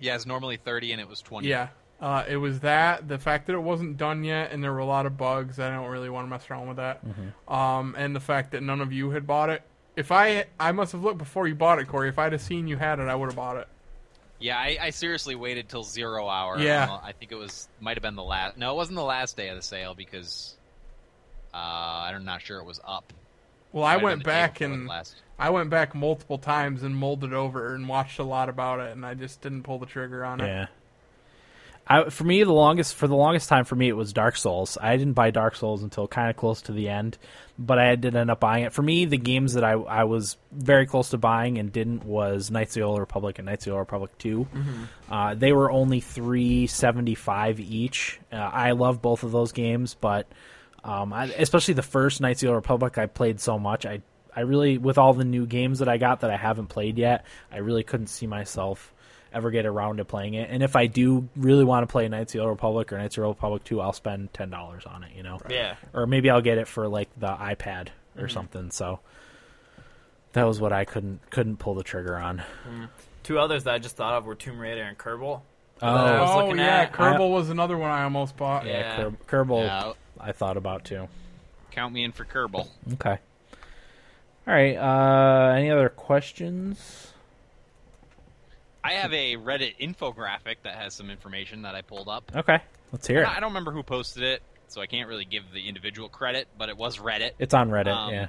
Speaker 6: Yeah, it's normally 30, and it was 20.
Speaker 4: Yeah. Uh, it was that the fact that it wasn't done yet, and there were a lot of bugs. I don't really want to mess around with that.
Speaker 3: Mm-hmm.
Speaker 4: Um, and the fact that none of you had bought it. If I, I must have looked before you bought it, Corey. If I'd have seen you had it, I would have bought it.
Speaker 6: Yeah, I, I seriously waited till zero hour.
Speaker 4: Yeah.
Speaker 6: on the- I think it was might have been the last. No, it wasn't the last day of the sale because uh, I'm not sure it was up.
Speaker 4: Well, I
Speaker 6: Might have
Speaker 4: went
Speaker 6: been the day
Speaker 4: back
Speaker 6: before the
Speaker 4: and
Speaker 6: last.
Speaker 4: I went back multiple times and molded over and watched a lot about it, and I just didn't pull the trigger on it.
Speaker 3: Yeah. I, for me, the longest for the longest time for me it was Dark Souls. I didn't buy Dark Souls until kind of close to the end, but I did end up buying it. For me, the games that I I was very close to buying and didn't was Knights of the Old Republic and Knights of the Old Republic 2
Speaker 4: Mm-hmm.
Speaker 3: Uh, they were only three seventy five each. Uh, I love both of those games, but um, I, especially the first Knights of the Old Republic, I played so much. I I really with all the new games that I got that I haven't played yet, I really couldn't see myself ever get around to playing it. And if I do really want to play Knights of the Old Republic or Knights of the Old Republic 2, I'll spend ten dollars on it. You know,
Speaker 5: Yeah.
Speaker 3: or maybe I'll get it for like the iPad or
Speaker 6: Mm-hmm.
Speaker 3: something. So that was what I couldn't couldn't pull the trigger on.
Speaker 5: Two others that I just thought of were Tomb Raider and Kerbal.
Speaker 3: Oh,
Speaker 5: that I was
Speaker 4: Oh
Speaker 5: looking
Speaker 4: yeah,
Speaker 5: at-
Speaker 4: Kerbal was another one I almost bought.
Speaker 5: Yeah.
Speaker 3: yeah, Ker- Kerbal.
Speaker 6: Yeah,
Speaker 3: I thought about too.
Speaker 6: count me in for Kerbal.
Speaker 3: Okay. All right. Uh, any other questions?
Speaker 6: I have a Reddit infographic that has some information that I pulled up.
Speaker 3: Okay, let's hear
Speaker 6: I
Speaker 3: it.
Speaker 6: don't remember who posted it, so I can't really give the individual credit, but it was Reddit.
Speaker 3: It's on Reddit.
Speaker 6: Um,
Speaker 3: yeah.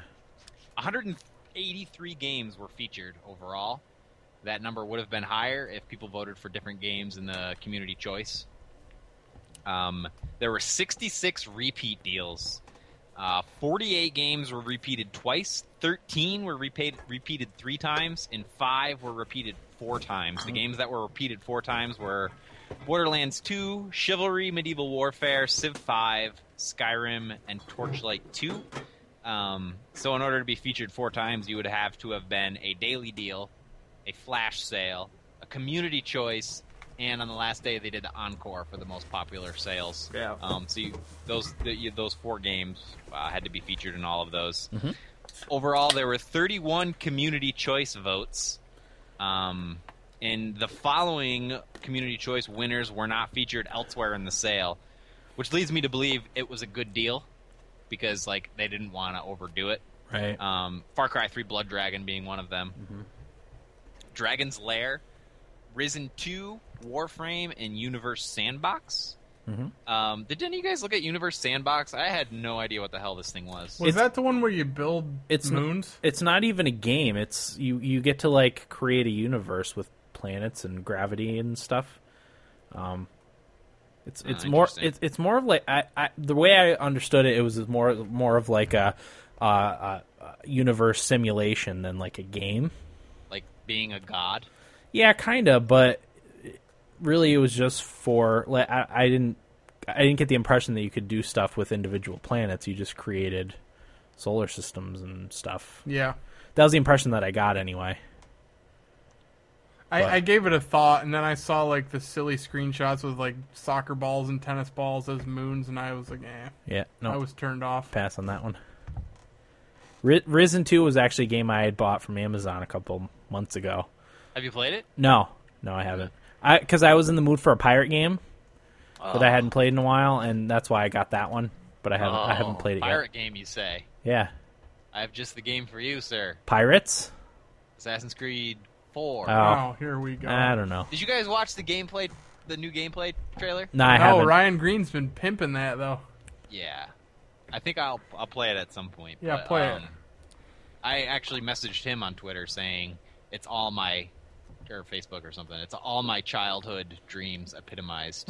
Speaker 6: 183 games were featured overall. That number would have been higher if people voted for different games in the community choice. Um, there were 66 repeat deals. Uh, 48 games were repeated twice, 13 were repaid, repeated three times, and 5 were repeated four times. The games that were repeated four times were Borderlands 2, Chivalry, Medieval Warfare, Civ 5, Skyrim, and Torchlight 2. Um, so, in order to be featured four times, you would have to have been a daily deal, a flash sale, a community choice, and on the last day they did the encore for the most popular sales.
Speaker 5: Yeah.
Speaker 6: Um, so you, those the, you, those four games uh, had to be featured in all of those. Overall, there were 31 community choice votes. Um, and the following community choice winners were not featured elsewhere in the sale, which leads me to believe it was a good deal because like they didn't want to overdo it.
Speaker 3: Right.
Speaker 6: Um, Far Cry 3 Blood Dragon being one of them. Dragon's Lair, Risen 2, Warframe, and Universe Sandbox. Um, did any of you guys look at Universe Sandbox? I had no idea what the hell this thing was.
Speaker 4: Was
Speaker 3: It's-
Speaker 4: that the one where you build
Speaker 3: It's not-
Speaker 4: moons?
Speaker 3: it's not even a game. It's you you get to like create a universe with planets and gravity and stuff. Um, it's
Speaker 6: Ah,
Speaker 3: it's more
Speaker 6: interesting.
Speaker 3: it's it's more of like I, I the way I understood it, it was more more of like a uh, uh, uh, universe simulation than like a game.
Speaker 6: Like being a god.
Speaker 3: Yeah, kind of, but really it was just for like I, I didn't I didn't get the impression that you could do stuff with individual planets. You just created solar systems and stuff.
Speaker 4: Yeah.
Speaker 3: That was the impression that I got anyway.
Speaker 4: I,
Speaker 3: But-
Speaker 4: I gave it a thought, and then I saw like the silly screenshots with like soccer balls and tennis balls as moons, and I was like, eh,
Speaker 3: Yeah, no.
Speaker 4: I was turned off.
Speaker 3: pass on that one. Ri- Risen 2 was actually a game I had bought from Amazon a couple months ago.
Speaker 6: Have you played it?
Speaker 3: No, no, I haven't. I because I was in the mood for a pirate game that I hadn't played in a while, and that's why I got that one. But I haven't, I haven't played it
Speaker 6: Oh, Pirate game, you say?
Speaker 3: yet. Yeah,
Speaker 6: I have just the game for you, sir.
Speaker 3: pirates.
Speaker 6: Assassin's Creed Four.
Speaker 3: Oh.
Speaker 4: Oh, here we go.
Speaker 3: I don't know.
Speaker 6: Did you guys watch the gameplay, the new gameplay trailer?
Speaker 3: No, I
Speaker 4: no,
Speaker 3: haven't.
Speaker 4: Oh, Ryan Green's been pimping that though.
Speaker 6: Yeah, I think I'll I'll play it at some point.
Speaker 4: Yeah,
Speaker 6: but,
Speaker 4: play it.
Speaker 6: um, I actually messaged him on Twitter saying it's all my or Facebook or something. It's all my childhood dreams epitomized.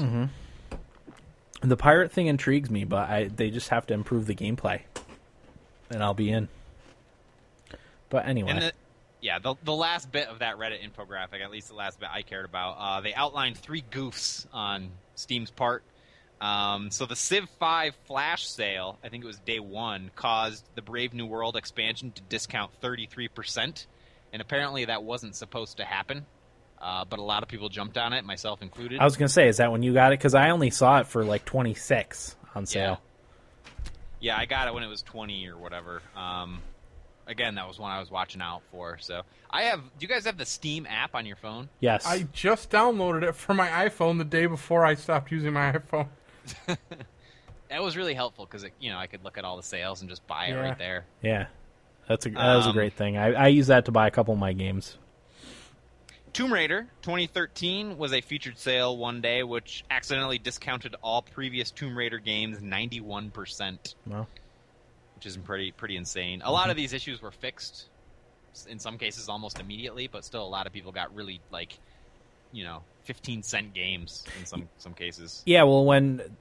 Speaker 3: The pirate thing intrigues me, but I they just have to improve the gameplay, and I'll be in. But anyway,
Speaker 6: And the, yeah, the, the last bit of that Reddit infographic, at least the last bit I cared about, uh, they outlined three goofs on Steam's part. Um, so the Civ 5 flash sale, I think it was day one, caused the Brave New World expansion to discount 33%. And apparently that wasn't supposed to happen. Uh, but a lot of people jumped on it, myself included.
Speaker 3: I was gonna say, is that when you got it? Because I only saw it for like twenty six on sale.
Speaker 6: Yeah, I got it when it was 20 or whatever. Um, again, that was one I was watching out for. So I have. Do you guys have the Steam app on your phone?
Speaker 3: Yes,
Speaker 4: I just downloaded it for my iPhone the day before I stopped using my iPhone.
Speaker 6: That was really helpful because you know I could look at all the sales and just buy it
Speaker 4: Yeah.
Speaker 6: right there.
Speaker 3: Yeah, that's a that was a
Speaker 6: Um,
Speaker 3: great thing. I, I use that to buy a couple of my games.
Speaker 6: Tomb Raider 2013 was a featured sale one day, which accidentally discounted all previous Tomb Raider games 91 percent,
Speaker 3: Well,
Speaker 6: which is pretty pretty insane. A lot of these issues were fixed, s- in some cases almost immediately, but still a lot of people got really like, you know, 15 cent games in some some cases.
Speaker 3: yeah. Well, when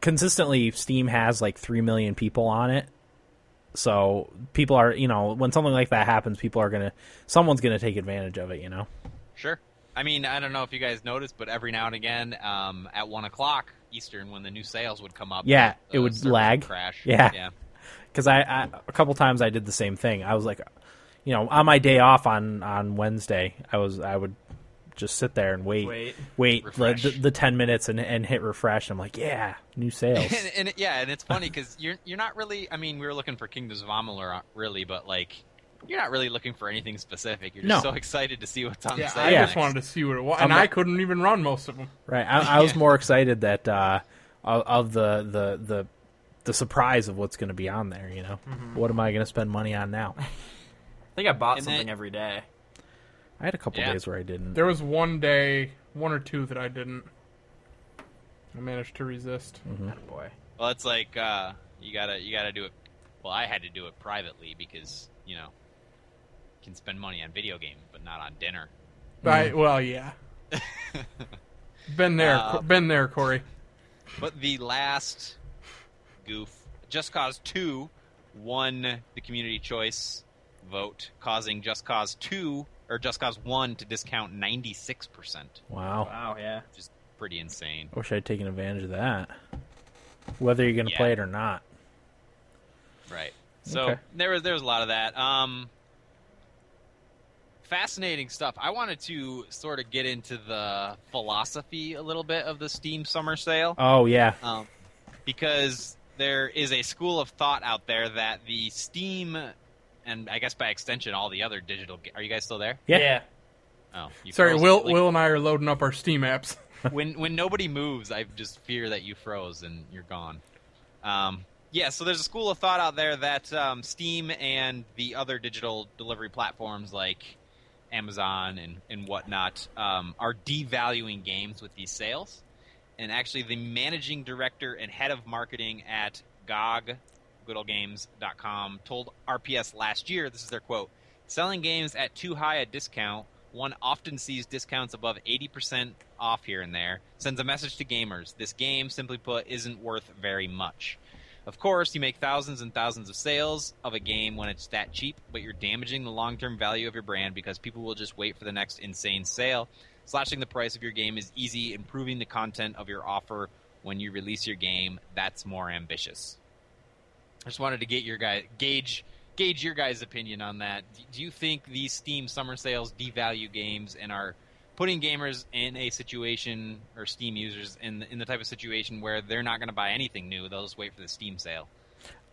Speaker 3: consistently Steam has like three million people on it, so people are you know when something like that happens, people are gonna someone's gonna take advantage of it. You know.
Speaker 6: Sure. I mean, I don't know if you guys noticed, but every now and again, um, at one o'clock Eastern, when the new sales would come up,
Speaker 3: Yeah,
Speaker 6: the
Speaker 3: it would
Speaker 6: service would
Speaker 3: lag.
Speaker 6: crash.
Speaker 3: Yeah.
Speaker 6: yeah. <laughs>
Speaker 3: because I, I a couple times I did the same thing. I was like, you know, on my day off on on Wednesday, I was I would just sit there and wait,
Speaker 5: Wait.
Speaker 3: wait the,
Speaker 6: Refresh.
Speaker 3: the, the ten minutes and and hit refresh. I'm like, yeah, new
Speaker 6: <laughs>
Speaker 3: sales.
Speaker 6: and, and it- yeah, and it's funny because you're you're not really. I mean, we were looking for Kingdoms of Amalur, uh, really, but like, you're not really looking for anything specific. You're just
Speaker 3: No.
Speaker 6: so excited to see what's on
Speaker 4: Yeah,
Speaker 6: sale.
Speaker 4: I
Speaker 6: next.
Speaker 4: just wanted to see what it was, and
Speaker 3: I'm-
Speaker 4: I couldn't even run most of them.
Speaker 3: right, I, I was more excited that uh, of, of the the the the surprise of what's going to be on there. You know, what am I going to spend money on now?
Speaker 5: I think I bought
Speaker 6: And
Speaker 5: something
Speaker 6: then-
Speaker 5: every day.
Speaker 3: I had a couple
Speaker 6: Yeah.
Speaker 3: days where I didn't.
Speaker 4: There was one day, one or two that I didn't. I managed to resist.
Speaker 3: Mm-hmm.
Speaker 5: Boy.
Speaker 6: Well, it's like uh, you gotta you gotta do it. Well, I had to do it privately because you know, you can spend money on video games, but not on dinner.
Speaker 4: But I, well, <laughs> yeah. been there,
Speaker 6: Uh,
Speaker 4: been there, Corey.
Speaker 6: But the last goof, Just Cause 2 won the community choice vote, causing Just Cause 2 or Just Cause 1 to discount 96%, which
Speaker 3: wow.
Speaker 5: Wow. Yeah.
Speaker 6: is pretty insane.
Speaker 3: I wish I'd taken advantage of that. Whether you're going to
Speaker 6: Yeah.
Speaker 3: play it or not.
Speaker 6: Right. So
Speaker 3: Okay.
Speaker 6: there was there was a lot of that. Um, fascinating stuff. I wanted to sort of get into the philosophy a little bit of the Steam Summer Sale.
Speaker 3: Oh yeah,
Speaker 6: um, because there is a school of thought out there that the Steam, and I guess by extension all the other digital. Ga- are you guys still there?
Speaker 3: Yeah.
Speaker 6: Oh, you
Speaker 4: Sorry,
Speaker 6: froze.
Speaker 4: Will.
Speaker 6: Like,
Speaker 4: Will and I are loading up our Steam apps.
Speaker 6: <laughs> when when nobody moves, I just fear that you froze and you're gone. Um, yeah, so there's a school of thought out there that um, Steam and the other digital delivery platforms like Amazon and and whatnot um, are devaluing games with these sales. And actually, the managing director and head of marketing at GOG, goodoldgames.com, told RPS last year. This is their quote: "Selling games at too high a discount." One often sees discounts above 80% off here and there, sends a message to gamers. This game, simply put, isn't worth very much. Of course, you make thousands and thousands of sales of a game when it's that cheap, but you're damaging the long term value of your brand because people will just wait for the next insane sale. Slashing the price of your game is easy, improving the content of your offer when you release your game. That's more ambitious. I just wanted to get your guy gauge gauge your guys' opinion on that. D- Do you think these Steam summer sales devalue games and are putting gamers in a situation or Steam users in the, in the type of situation where they're not going to buy anything new? They'll just wait for the Steam sale.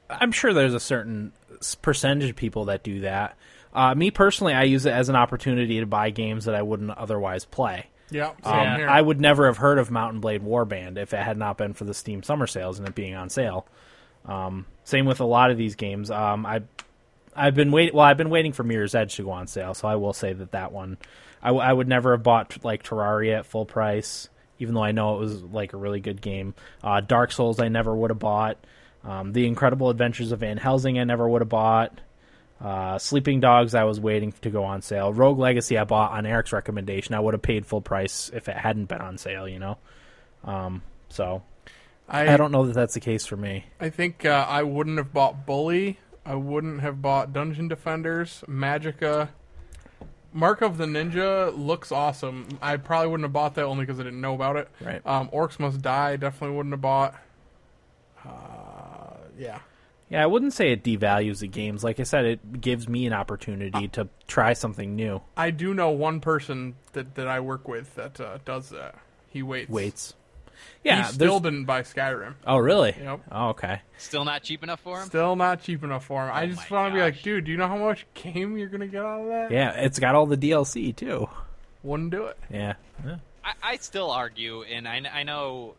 Speaker 3: I'm sure there's a certain s- percentage of people that do that. Uh, me personally, I use it as an opportunity to buy games that I wouldn't otherwise play.
Speaker 4: <laughs> Yeah, same
Speaker 3: Um,
Speaker 4: here.
Speaker 3: I would never have heard of Mountain Blade Warband if it had not been for the Steam summer sales and it being on sale. Um, same with a lot of these games. Um, I, I've been wait. Well, I've been waiting for Mirror's Edge to go on sale, so I will say that that one, I, w- I would never have bought like Terraria at full price, even though I know it was like a really good game. Uh, Dark Souls, I never would have bought. Um, the Incredible Adventures of Van Helsing, I never would have bought. Uh, Sleeping Dogs, I was waiting to go on sale. Rogue Legacy, I bought on Eric's recommendation. I would have paid full price if it hadn't been on sale, you know. Um, so
Speaker 4: I,
Speaker 3: I don't know that that's the case for me.
Speaker 4: I think uh, I wouldn't have bought Bully. I wouldn't have bought Dungeon Defenders, Magica. Mark of the Ninja looks awesome. I probably wouldn't have bought that only because I didn't know about it.
Speaker 3: Right.
Speaker 4: Um, Orcs Must Die. Definitely wouldn't have bought. Uh, yeah.
Speaker 3: Yeah, I wouldn't say it devalues the games. Like I said, it gives me an opportunity to try something new.
Speaker 4: I do know one person that, that I work with that uh, does that. He waits.
Speaker 3: Waits.
Speaker 4: He
Speaker 3: Yeah.
Speaker 4: still
Speaker 3: there's-
Speaker 4: didn't buy Skyrim.
Speaker 3: oh, really?
Speaker 4: Yep.
Speaker 3: Oh, okay.
Speaker 6: Still not cheap enough for them.
Speaker 4: Still not cheap enough for him. I
Speaker 6: Oh
Speaker 4: just
Speaker 6: my
Speaker 4: want to be like,
Speaker 6: gosh.
Speaker 4: dude, do you know how much game you're gonna get out of that?
Speaker 3: Yeah, it's got all the DLC too.
Speaker 4: Wouldn't do it.
Speaker 3: Yeah. Yeah.
Speaker 6: I, I still argue, and I, kn- I know,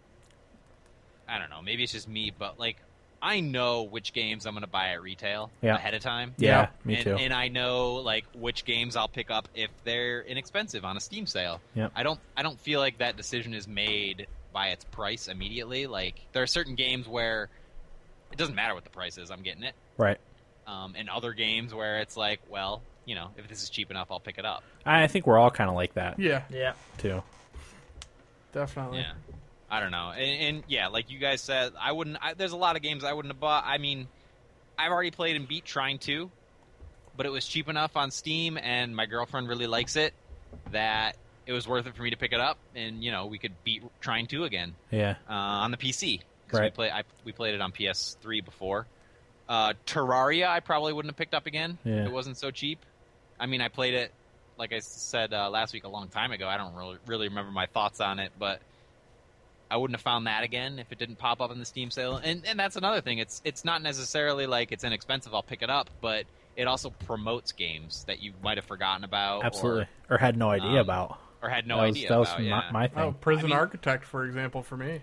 Speaker 6: I don't know, maybe it's just me, but like, I know which games I'm going to buy at retail
Speaker 3: Yeah.
Speaker 6: ahead of time.
Speaker 3: Yeah, me
Speaker 6: and,
Speaker 3: too.
Speaker 6: And I know like which games I'll pick up if they're inexpensive on a Steam sale.
Speaker 3: Yep.
Speaker 6: I don't, I don't feel like that decision is made by its price immediately. Like, there are certain games where it doesn't matter what the price is, I'm getting it.
Speaker 3: Right.
Speaker 6: Um, and other games where it's like, well, you know, if this is cheap enough, I'll pick it up.
Speaker 3: I I think we're all kind of like that
Speaker 4: Yeah,
Speaker 5: Yeah.
Speaker 3: too.
Speaker 4: definitely.
Speaker 6: Yeah, I don't know, and, and yeah, like you guys said, I wouldn't. I, there's a lot of games I wouldn't have bought. I mean, I've already played and beat Trying to, but it was cheap enough on Steam, and my girlfriend really likes it that it was worth it for me to pick it up, and you know we could beat Trying to again
Speaker 3: Yeah.
Speaker 6: uh, on the PC because we
Speaker 3: Right.
Speaker 6: play I, we played it on PS3 before. Uh, Terraria, I probably wouldn't have picked up again.
Speaker 3: Yeah.
Speaker 6: It wasn't so cheap. I mean, I played it like I s- said uh, last week a long time ago. I don't really, really remember my thoughts on it, but I wouldn't have found that again if it didn't pop up in the Steam sale. And and that's another thing. It's it's not necessarily like it's inexpensive. I'll pick it up, but it also promotes games that you might have forgotten about,
Speaker 3: Absolutely. Or, had no idea
Speaker 6: um,
Speaker 3: about.
Speaker 6: or, or had no
Speaker 3: that was,
Speaker 6: idea
Speaker 3: that was
Speaker 6: about.
Speaker 3: my,
Speaker 6: yeah.
Speaker 3: my thing.
Speaker 4: Oh, Prison
Speaker 6: I mean-
Speaker 4: Architect, for example, for me.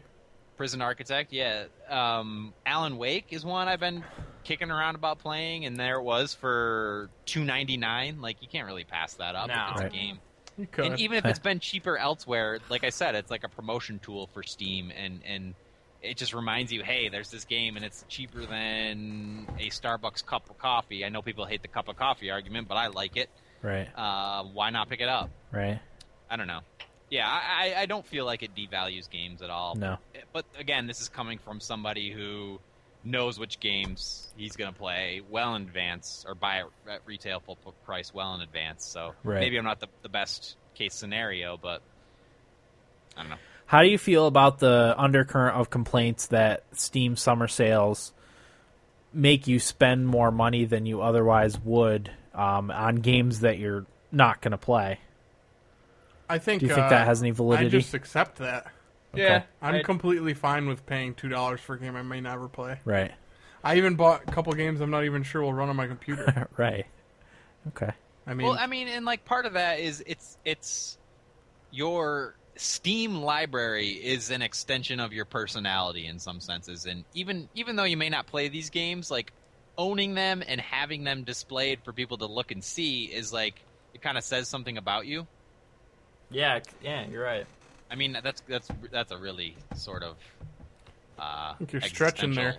Speaker 6: Prison Architect, yeah. Um, Alan Wake is one I've been kicking around about playing, and there it was for two ninety nine. Like you can't really pass that up.
Speaker 5: No.
Speaker 6: If it's
Speaker 3: Right.
Speaker 6: a game,
Speaker 4: You could.
Speaker 6: and even if it's been cheaper elsewhere, like I said, it's like a promotion tool for Steam, and and it just reminds you, hey, there's this game, and it's cheaper than a Starbucks cup of coffee. I know people hate the cup of coffee argument, but I like it.
Speaker 3: Right.
Speaker 6: Uh, why not pick it up?
Speaker 3: Right.
Speaker 6: I don't know. Yeah, I, I- I don't feel like it devalues games at all
Speaker 3: No.
Speaker 6: Eh, but again, this is coming from somebody who knows which games he's going to play well in advance or buy at- at retail full p- price well in advance. So
Speaker 3: Right.
Speaker 6: maybe I'm not the, the best case scenario, but I don't know.
Speaker 3: How do you feel about the undercurrent of complaints that Steam summer sales make you spend more money than you otherwise would um, on games that you're not going to play?
Speaker 4: I think.
Speaker 3: Do you think
Speaker 4: uh,
Speaker 3: that has any validity?
Speaker 4: I just accept that.
Speaker 5: Yeah.
Speaker 4: I'm
Speaker 5: I-
Speaker 4: completely fine with paying two dollars for a game I may never play.
Speaker 3: Right.
Speaker 4: I even bought a couple games I'm not even sure will run on my
Speaker 3: <laughs>
Speaker 4: computer.
Speaker 3: Right. Okay.
Speaker 4: I mean,
Speaker 6: well, I mean, and like part of that is it's it's your Steam library is an extension of your personality in some senses, and even even though you may not play these games, like owning them and having them displayed for people to look and see is like it kind of says something about you.
Speaker 5: Yeah. Yeah. You're right.
Speaker 6: I mean, that's that's that's a really sort of uh,
Speaker 4: think you're stretching there.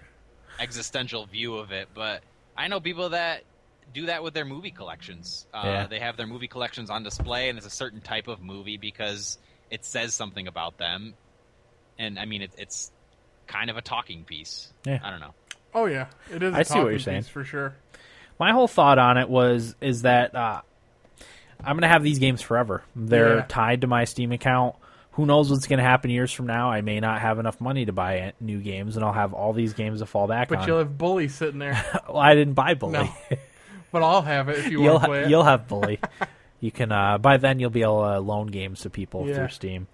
Speaker 6: existential- existential view of it. But I know people that do that with their movie collections. Uh,
Speaker 3: Yeah.
Speaker 6: They have their movie collections on display, and it's a certain type of movie because it says something about them. And I mean, it, it's kind of a talking piece.
Speaker 3: Yeah.
Speaker 6: I don't know.
Speaker 4: oh yeah, it is. a
Speaker 3: I see what
Speaker 4: talking
Speaker 3: you're saying.
Speaker 4: piece for sure.
Speaker 3: my whole thought on it was is that uh, I'm gonna have these games forever. They're
Speaker 4: Yeah.
Speaker 3: tied to my Steam account. who knows what's going to happen years from now? I may not have enough money to buy it- new games, and I'll have all these games to fall back
Speaker 4: But
Speaker 3: on.
Speaker 4: you'll have Bully sitting there.
Speaker 3: <laughs> Well, I didn't buy Bully.
Speaker 4: No. <laughs> but I'll have it if you
Speaker 3: you'll
Speaker 4: want to
Speaker 3: ha-
Speaker 4: play it.
Speaker 3: you'll have
Speaker 4: <laughs>
Speaker 3: Bully. you can uh, by then you'll be able to loan games to people
Speaker 4: Yeah.
Speaker 3: through Steam.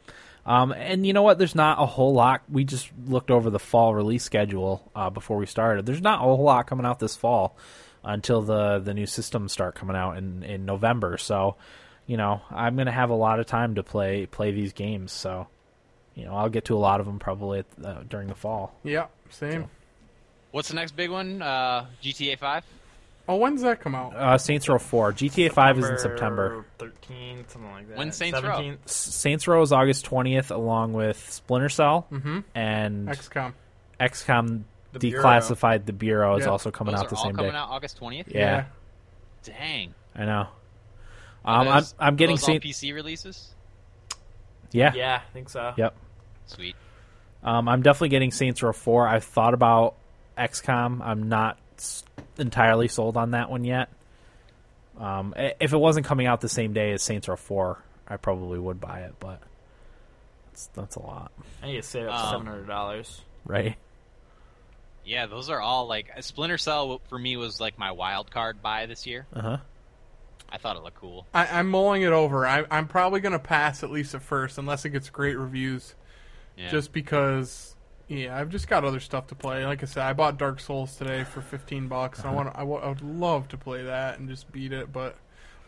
Speaker 3: Um, and you know what? There's not a whole lot. We just looked over the fall release schedule uh, before we started. There's not a whole lot coming out this fall until the the new systems start coming out in in November. So, you know, I'm gonna have a lot of time to play play these games. So, you know, I'll get to a lot of them probably at, uh, during the fall.
Speaker 4: yeah, same.
Speaker 6: What's the next big one? Uh, GTA 5?
Speaker 4: Oh, when's that come out?
Speaker 3: Uh, Saints Row 4, GTA 5 is in September.
Speaker 5: 13th, something like that.
Speaker 6: When's Saints Row?
Speaker 5: 17th.
Speaker 3: Saints Row is August 20th, along with Splinter Cell
Speaker 4: Mhm.
Speaker 3: and
Speaker 4: XCOM.
Speaker 3: XCOM
Speaker 5: The Bureau.
Speaker 3: Declassified. The Bureau is
Speaker 4: Yeah.
Speaker 3: also coming
Speaker 6: Those
Speaker 3: out the
Speaker 6: are all
Speaker 3: same day.
Speaker 6: coming out August 20th?
Speaker 3: Yeah,
Speaker 6: Dang.
Speaker 3: I know.
Speaker 6: Are
Speaker 3: Um, I'm
Speaker 6: those-
Speaker 3: I'm
Speaker 6: are
Speaker 3: getting
Speaker 6: those all
Speaker 3: Saint.
Speaker 6: PC releases?
Speaker 3: Yeah.
Speaker 5: Yeah, I think so.
Speaker 3: Yep.
Speaker 6: Sweet.
Speaker 3: Um, I'm definitely getting Saints Row 4. I've thought about XCOM. I'm not s- entirely sold on that one yet. Um, i- if it wasn't coming out the same day as Saints Row 4, I probably would buy it, but that's, that's a lot,
Speaker 5: I need to save up
Speaker 6: Um,
Speaker 5: seven hundred dollars.
Speaker 3: right?
Speaker 6: Yeah, those are all like uh, Splinter Cell for me was like my wild card buy this year.
Speaker 3: Uh huh.
Speaker 6: I thought it looked cool.
Speaker 4: I, I'm mulling it over. I, I'm probably going to pass at least at first, unless it gets great reviews.
Speaker 6: Yeah.
Speaker 4: Just because, yeah, I've just got other stuff to play. Like I said, I bought Dark Souls today for 15 bucks, and
Speaker 3: Uh-huh.
Speaker 4: I want I wa- I would love to play that and just beat it, but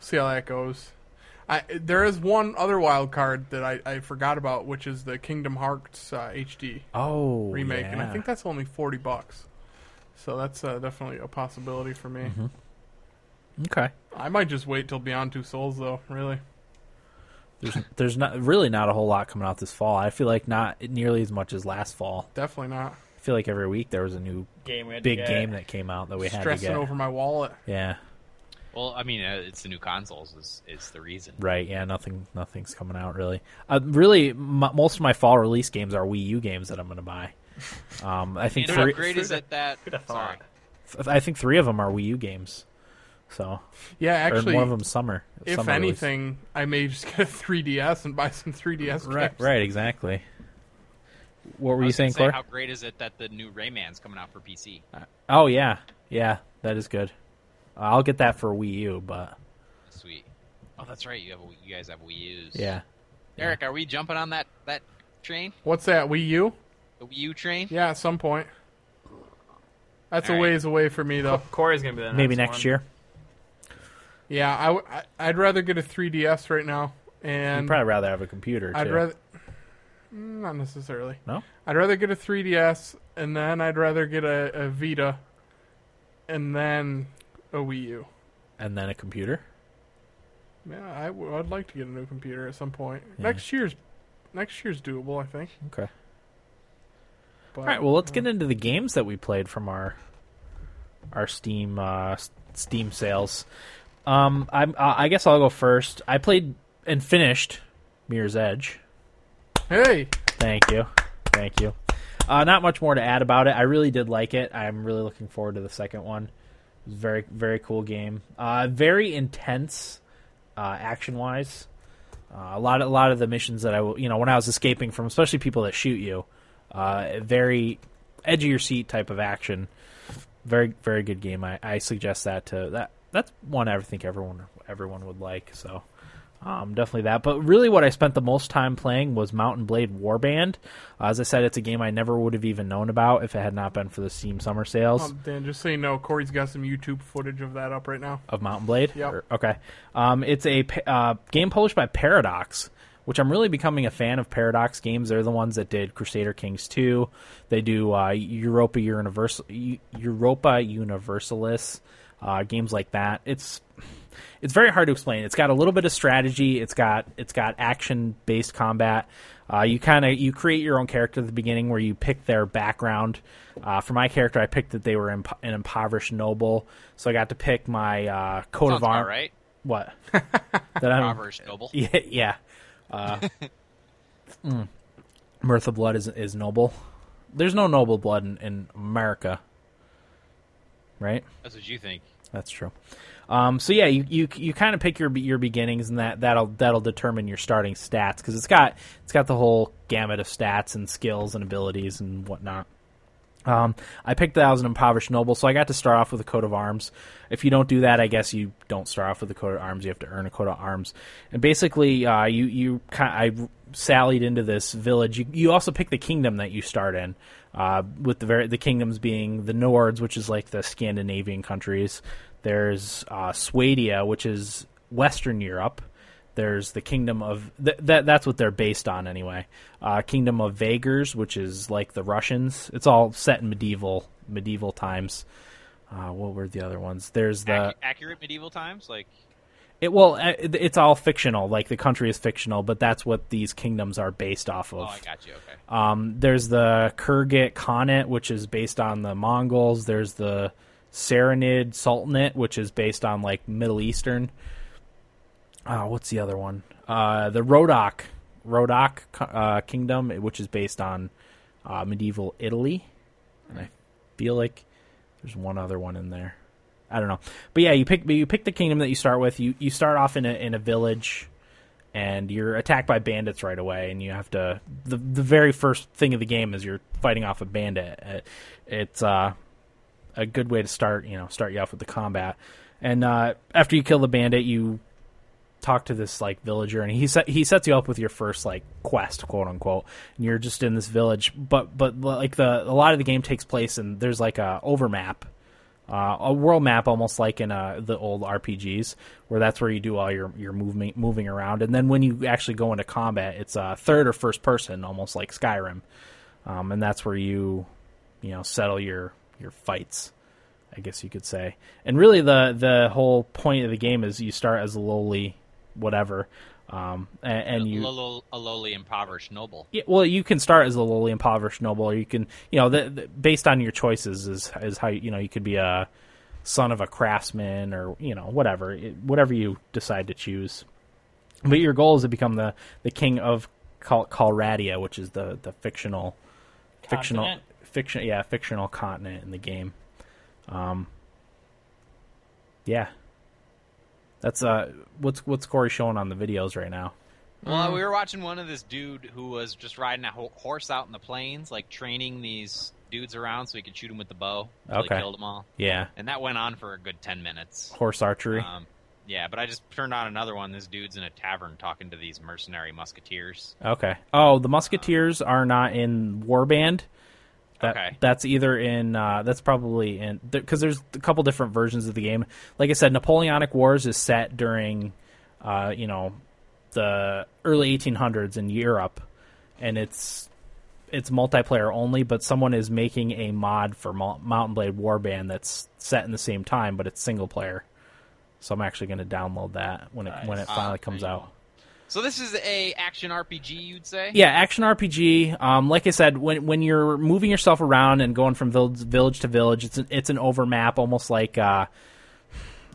Speaker 4: see how that goes. I, there is one other wild card that I, I forgot about, which is the Kingdom Hearts uh, HD
Speaker 3: Oh,
Speaker 4: remake, and I
Speaker 3: yeah.
Speaker 4: think that's only 40 bucks. So that's uh, definitely a possibility for me.
Speaker 3: Mm-hmm. okay.
Speaker 4: I might just wait till Beyond Two Souls, though. Really,
Speaker 3: There's <laughs> there's not really not a whole lot coming out this fall. I feel like not nearly as much as last fall.
Speaker 4: definitely not.
Speaker 3: I feel like every week there was a new
Speaker 5: Game we had to
Speaker 3: big
Speaker 5: get.
Speaker 3: game that came out that we had to
Speaker 4: Stressing
Speaker 3: get.
Speaker 4: over my wallet.
Speaker 3: Yeah,
Speaker 6: Well, I mean, uh, it's the new consoles is is the reason.
Speaker 3: right. Yeah, nothing nothing's coming out really. Uh, really, m- most of my fall release games are Wii U games that I'm going to buy. Um, I think
Speaker 6: And
Speaker 3: three,
Speaker 6: how great is it that? Sorry.
Speaker 3: th- I think three of them are Wii U games. So
Speaker 4: Yeah,
Speaker 3: or
Speaker 4: actually,
Speaker 3: one of them summer.
Speaker 4: if
Speaker 3: summer release.
Speaker 4: anything, I may just get a <laughs> 3DS and buy some 3DS
Speaker 3: right,
Speaker 4: games.
Speaker 3: right, exactly. What were
Speaker 6: I
Speaker 3: you
Speaker 6: was gonna
Speaker 3: saying,
Speaker 6: say,
Speaker 3: Claire?
Speaker 6: How great is it that the new Rayman's coming out for PC?
Speaker 3: Oh yeah, yeah, that is good. I'll get that for Wii U, but
Speaker 6: Sweet. Oh, that's right. You have a, you guys have Wii U's.
Speaker 3: yeah,
Speaker 6: Eric, are we jumping on that that train?
Speaker 4: What's that? Wii U?
Speaker 6: The Wii U train?
Speaker 4: Yeah, at some point. That's a
Speaker 6: All right.
Speaker 4: ways away for
Speaker 3: <laughs>
Speaker 4: me, though.
Speaker 5: Corey's gonna be the
Speaker 3: maybe
Speaker 5: next
Speaker 3: next
Speaker 5: one.
Speaker 3: year.
Speaker 4: Yeah, I w- I, would rather get a 3DS right now,
Speaker 3: I'd
Speaker 4: and
Speaker 3: probably rather have a computer.
Speaker 4: I'd
Speaker 3: too.
Speaker 4: rather Mm, not necessarily.
Speaker 3: no.
Speaker 4: I'd rather get a 3DS, and then I'd rather get a, a Vita, and then a Wii U.
Speaker 3: And then a computer.
Speaker 4: Yeah, I w- I'd like to get a new computer at some point. Next year's next year's doable, I think.
Speaker 3: Okay.
Speaker 4: But
Speaker 3: All right. Well, let's get into the games that we played from our our Steam uh, s- Steam sales. Um, I'm. I I guess I'll go first. I played and finished Mirror's Edge.
Speaker 4: hey,
Speaker 3: Thank you. Thank you. Uh, not much more to add about it. I really did like it. I'm really looking forward to the second one. It was a very, very cool game. Uh, very intense, uh, action wise. Uh, a lot, a lot of the missions that I, w- you know, when I was escaping from, especially people that shoot you, uh, very edge of your seat type of action. Very, very good game. I, I suggest that to that. That's one I think everyone, everyone would like. So, um, definitely that. But really, what I spent the most time playing was Mountain Blade Warband. Uh, as I said, it's a game I never would have even known about if it had not been for the Steam Summer sales
Speaker 4: um, Dan, just so you know, Corey's got some YouTube footage of that up right now.
Speaker 3: of Mountain Blade.
Speaker 4: Yep.
Speaker 3: Or- okay. Um, it's a pa- uh, game published by Paradox, which I'm really becoming a fan of Paradox games. They're the ones that did Crusader Kings 2. They do uh, Europa Universal Eu- Europa Universalis uh, games like that. It's it's very hard to explain. It's got a little bit of strategy. It's got it's got action based combat. Uh, you kind of you create your own character at the beginning where you pick their background. Uh, for my character, I picked that they were imp- an impoverished noble, so I got to pick my uh, coat
Speaker 6: Sounds
Speaker 3: of
Speaker 6: about
Speaker 3: arms.
Speaker 6: right. <laughs>
Speaker 3: What? that I'm
Speaker 6: Proverbs noble.
Speaker 3: <laughs> yeah, yeah. Uh,
Speaker 6: <laughs>
Speaker 3: mm. Mirth of blood is is noble. There's no noble blood in, in America, right?
Speaker 6: That's what you think.
Speaker 3: That's true. Um, so yeah, you, you you kind of pick your your beginnings, and that that'll that'll determine your starting stats because it's got it's got the whole gamut of stats and skills and abilities and whatnot. Um, I picked that I was an impoverished noble, so I got to start off with a coat of arms. If you don't do that, I guess you don't start off with a coat of arms. You have to earn a coat of arms, and basically, uh, you you kind I sallied into this village. You, you also pick the kingdom that you start in, uh, with the very the kingdoms being the Nords, which is like the Scandinavian countries. There's uh, Swadia, which is Western Europe there's the kingdom of th- that that's what they're based on anyway uh, kingdom of vagers which is like the russians it's all set in medieval medieval times uh, what were the other ones there's the
Speaker 6: Ac- accurate medieval times, like
Speaker 3: it well uh, it- it's all fictional like the country is fictional but that's what these kingdoms are based off of
Speaker 6: oh, I got you. Okay,
Speaker 3: um, there's the Kurgit Khanate, which is based on the Mongols. There's the Saranid Sultanate, which is based on like Middle Eastern. Uh, what's the other one? Uh, the Rodok Rodok uh, Kingdom, which is based on uh, medieval Italy. And I feel like there's one other one in there. I don't know, but yeah, you pick you pick the kingdom that you start with. You you start off in a in a village and you're attacked by bandits right away and you have to the the very first thing of the game is you're fighting off a bandit Uh, it's uh a good way to start you know start you off with the combat and uh after you kill the bandit you talk to this like villager and he set, he sets you up with your first like quest quote unquote and you're just in this village but but like the a lot of the game takes place and there's like a overmap uh, a world map almost like in uh, the old RPGs, where that's where you do all your your moving moving around, and then when you actually go into combat, it's uh, third or first person, almost like Skyrim, um, and that's where you you know settle your your fights, I guess you could say. And really, the the whole point of the game is you start as a lowly whatever, um, a- and, and you
Speaker 6: a, lo- a lowly impoverished noble.
Speaker 3: yeah, well, you can start as a lowly impoverished noble, or you can, you know, the, the, based on your choices is is how you know you could be a son of a craftsman or you know whatever it, whatever you decide to choose. But your goal is to become the the king of Cal- Calradia, which is the the fictional fictional
Speaker 5: Continent?
Speaker 3: fiction yeah fictional continent in the game. Um, yeah, that's uh, what's what's Corey showing on the videos right now. Hmm.
Speaker 6: Well, we were watching one of this dude who was just riding a ho- horse out in the plains, like training these dudes around so he could shoot them with the bow. till he
Speaker 3: Okay.
Speaker 6: killed them all,
Speaker 3: Yeah,
Speaker 6: and that went on for a good ten minutes.
Speaker 3: horse archery.
Speaker 6: Um, yeah, but I just turned on another one. This dude's in a tavern talking to these mercenary musketeers.
Speaker 3: Okay. Oh, the Musketeers are not in Warband. That,
Speaker 6: Okay.
Speaker 3: That's either in. Uh, that's probably in because there's a couple different versions of the game. Like I said, Napoleonic Wars is set during, uh, you know, the early 1800s in Europe, and it's it's multiplayer only. But someone is making a mod for Mo- Mountain Blade Warband that's set in the same time, but it's single player. So I'm actually going to download that when it when it
Speaker 6: Ah,
Speaker 3: finally comes
Speaker 6: there you
Speaker 3: out.
Speaker 6: go. So this is a action RPG, you'd say?
Speaker 3: yeah, action RPG. Um, like I said, when when you're moving yourself around and going from village, village to village, it's an, it's an overmap, almost like uh,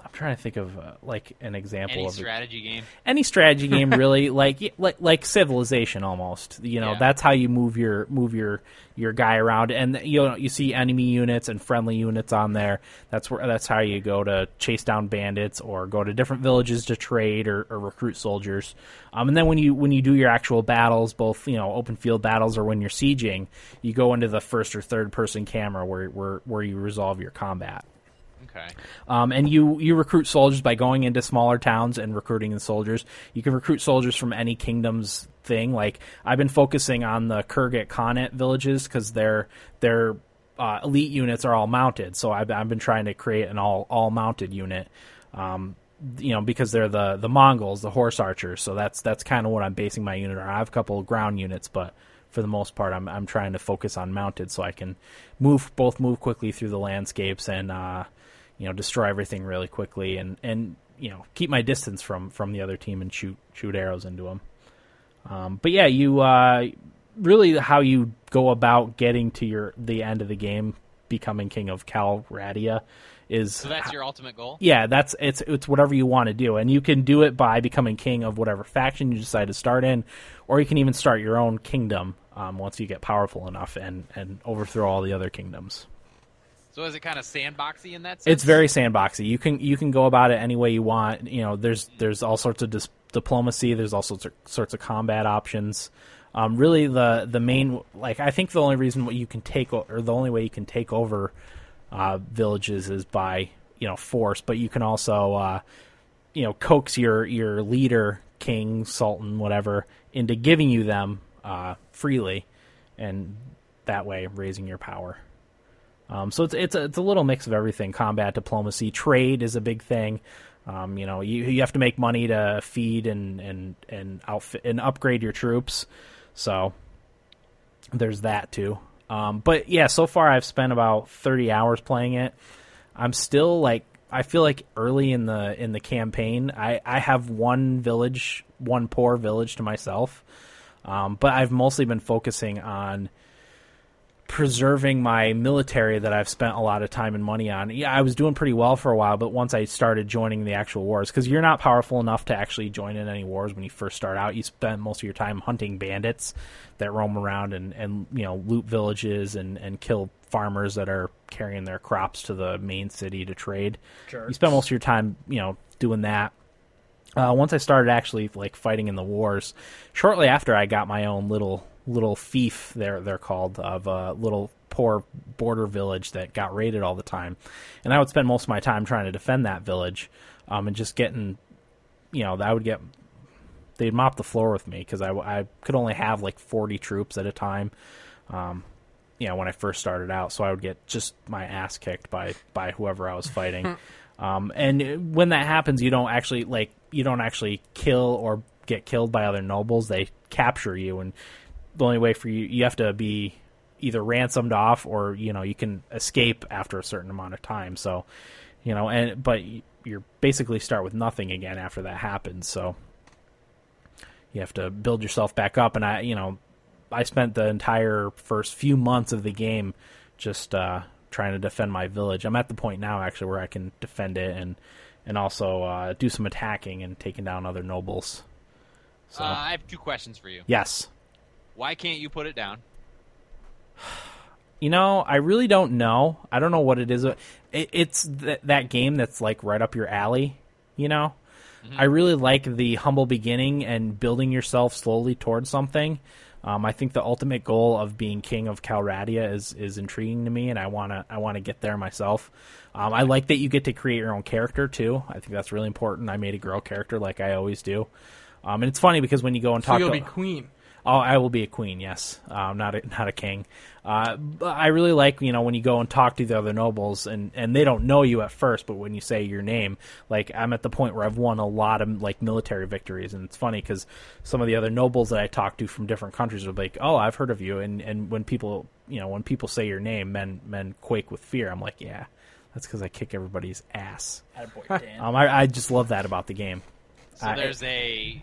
Speaker 3: I'm trying to think of uh, like an example
Speaker 6: Any
Speaker 3: of it
Speaker 6: strategy game.
Speaker 3: any strategy game really like y- like like civilization almost you know
Speaker 6: Yeah.
Speaker 3: that's how you move your move your your guy around and you know you see enemy units and friendly units on there that's where that's how you go to chase down bandits or go to different villages to trade or, or recruit soldiers um, and then when you when you do your actual battles both you know open field battles or when you're sieging you go into the first or third person camera where where, where you resolve your combat
Speaker 6: Okay.
Speaker 3: um, and you you recruit soldiers by going into smaller towns and recruiting the soldiers. You can recruit soldiers from any kingdom's thing. Like I've been focusing on the Kurgat Khanate villages because their their uh, elite units are all mounted. So I've, I've been trying to create an all all mounted unit. Um, you know, because they're the the Mongols, the horse archers. So that's that's kind of what I'm basing my unit on. I have a couple of ground units, but for the most part, I'm I'm trying to focus on mounted, so I can move both move quickly through the landscapes and uh, you know destroy everything really quickly and and you know keep my distance from from the other team and shoot shoot arrows into them. Um, but yeah, you uh, really how you go about getting to your the end of the game, becoming king of Calradia, is
Speaker 6: So that's your ultimate goal?
Speaker 3: yeah, that's it's it's whatever you want to do, and you can do it by becoming king of whatever faction you decide to start in, or you can even start your own kingdom um, once you get powerful enough and and overthrow all the other kingdoms.
Speaker 6: So is it kind of sandboxy in that sense?
Speaker 3: It's very sandboxy. You can you can go about it any way you want. You know, there's there's all sorts of dis- diplomacy. There's all sorts of, sorts of combat options. Um, really, the the main like I think the only reason what you can take o- or the only way you can take over uh, villages is by you know force, but you can also uh, you know coax your your leader, king, sultan, whatever, into giving you them uh, freely, and that way raising your power. Um, so it's it's a, it's a little mix of everything: combat, diplomacy, trade is a big thing. Um, you know, you you have to make money to feed and and and outfit and upgrade your troops. So there's that too. Um, but yeah, so far I've spent about 30 hours playing it. I'm still like I feel like early in the in the campaign. I I have one village, one poor village to myself. Um, but I've mostly been focusing on preserving my military that I've spent a lot of time and money on. Yeah, I was doing pretty well for a while, but once I started joining the actual wars, because you're not powerful enough to actually join in any wars when you first start out, you spend most of your time hunting bandits that roam around and, and you know loot villages and, and kill farmers that are carrying their crops to the main city to trade. You spend most of your time, you know, doing that uh, once I started actually like fighting in the wars, shortly after I got my own little little fief. They're they're called of a little poor border village that got raided all the time, and I would spend most of my time trying to defend that village, um, and just getting, you know, I would get they'd mop the floor with me because I, I could only have like forty troops at a time. Um, you know, when I first started out, so I would get just my ass kicked by by whoever I was fighting. Um, and when that happens, you don't actually like you don't actually kill or get killed by other nobles. They capture you, and the only way for you you have to be either ransomed off or you know you can escape after a certain amount of time. So you know, and but y- you're basically start with nothing again after that happens. So you have to build yourself back up, and I you know I spent the entire first few months of the game just uh, trying to defend my village. I'm at the point now actually where I can defend it and and also uh, do some attacking and taking down other nobles.
Speaker 6: Uh, I have two questions for you.
Speaker 3: Yes,
Speaker 6: Why can't you put it down?
Speaker 3: you know I really don't know. I don't know what it is. Uh, It, it's th- that game that's like right up your alley. You know,
Speaker 4: Mm-hmm.
Speaker 3: I really like the humble beginning and building yourself slowly towards something. Um, I think the ultimate goal of being king of Calradia is is intriguing to me, and I wanna I wanna get there myself. Um, I like that you get to create your own character too. I think that's really important. I made a girl character like I always do, um, and it's funny because when you go and
Speaker 4: So
Speaker 3: talk,
Speaker 4: you'll
Speaker 3: to,
Speaker 4: be queen.
Speaker 3: Oh, I will be a queen. Yes, um, not a, <laughs> not a king. Uh, but I really like you know when you go and talk to the other nobles and and they don't know you at first, but when you say your name, like I'm at the point where I've won a lot of like military victories, and it's funny because some of the other nobles that I talk to from different countries are like, oh, I've heard of you, and and when people you know when people say your name, men men quake with fear. I'm like, yeah, that's because I kick everybody's ass.
Speaker 5: Attaboy, Dan.
Speaker 3: <laughs> Um, I I just love that about the game.
Speaker 6: So
Speaker 3: I-
Speaker 6: there's a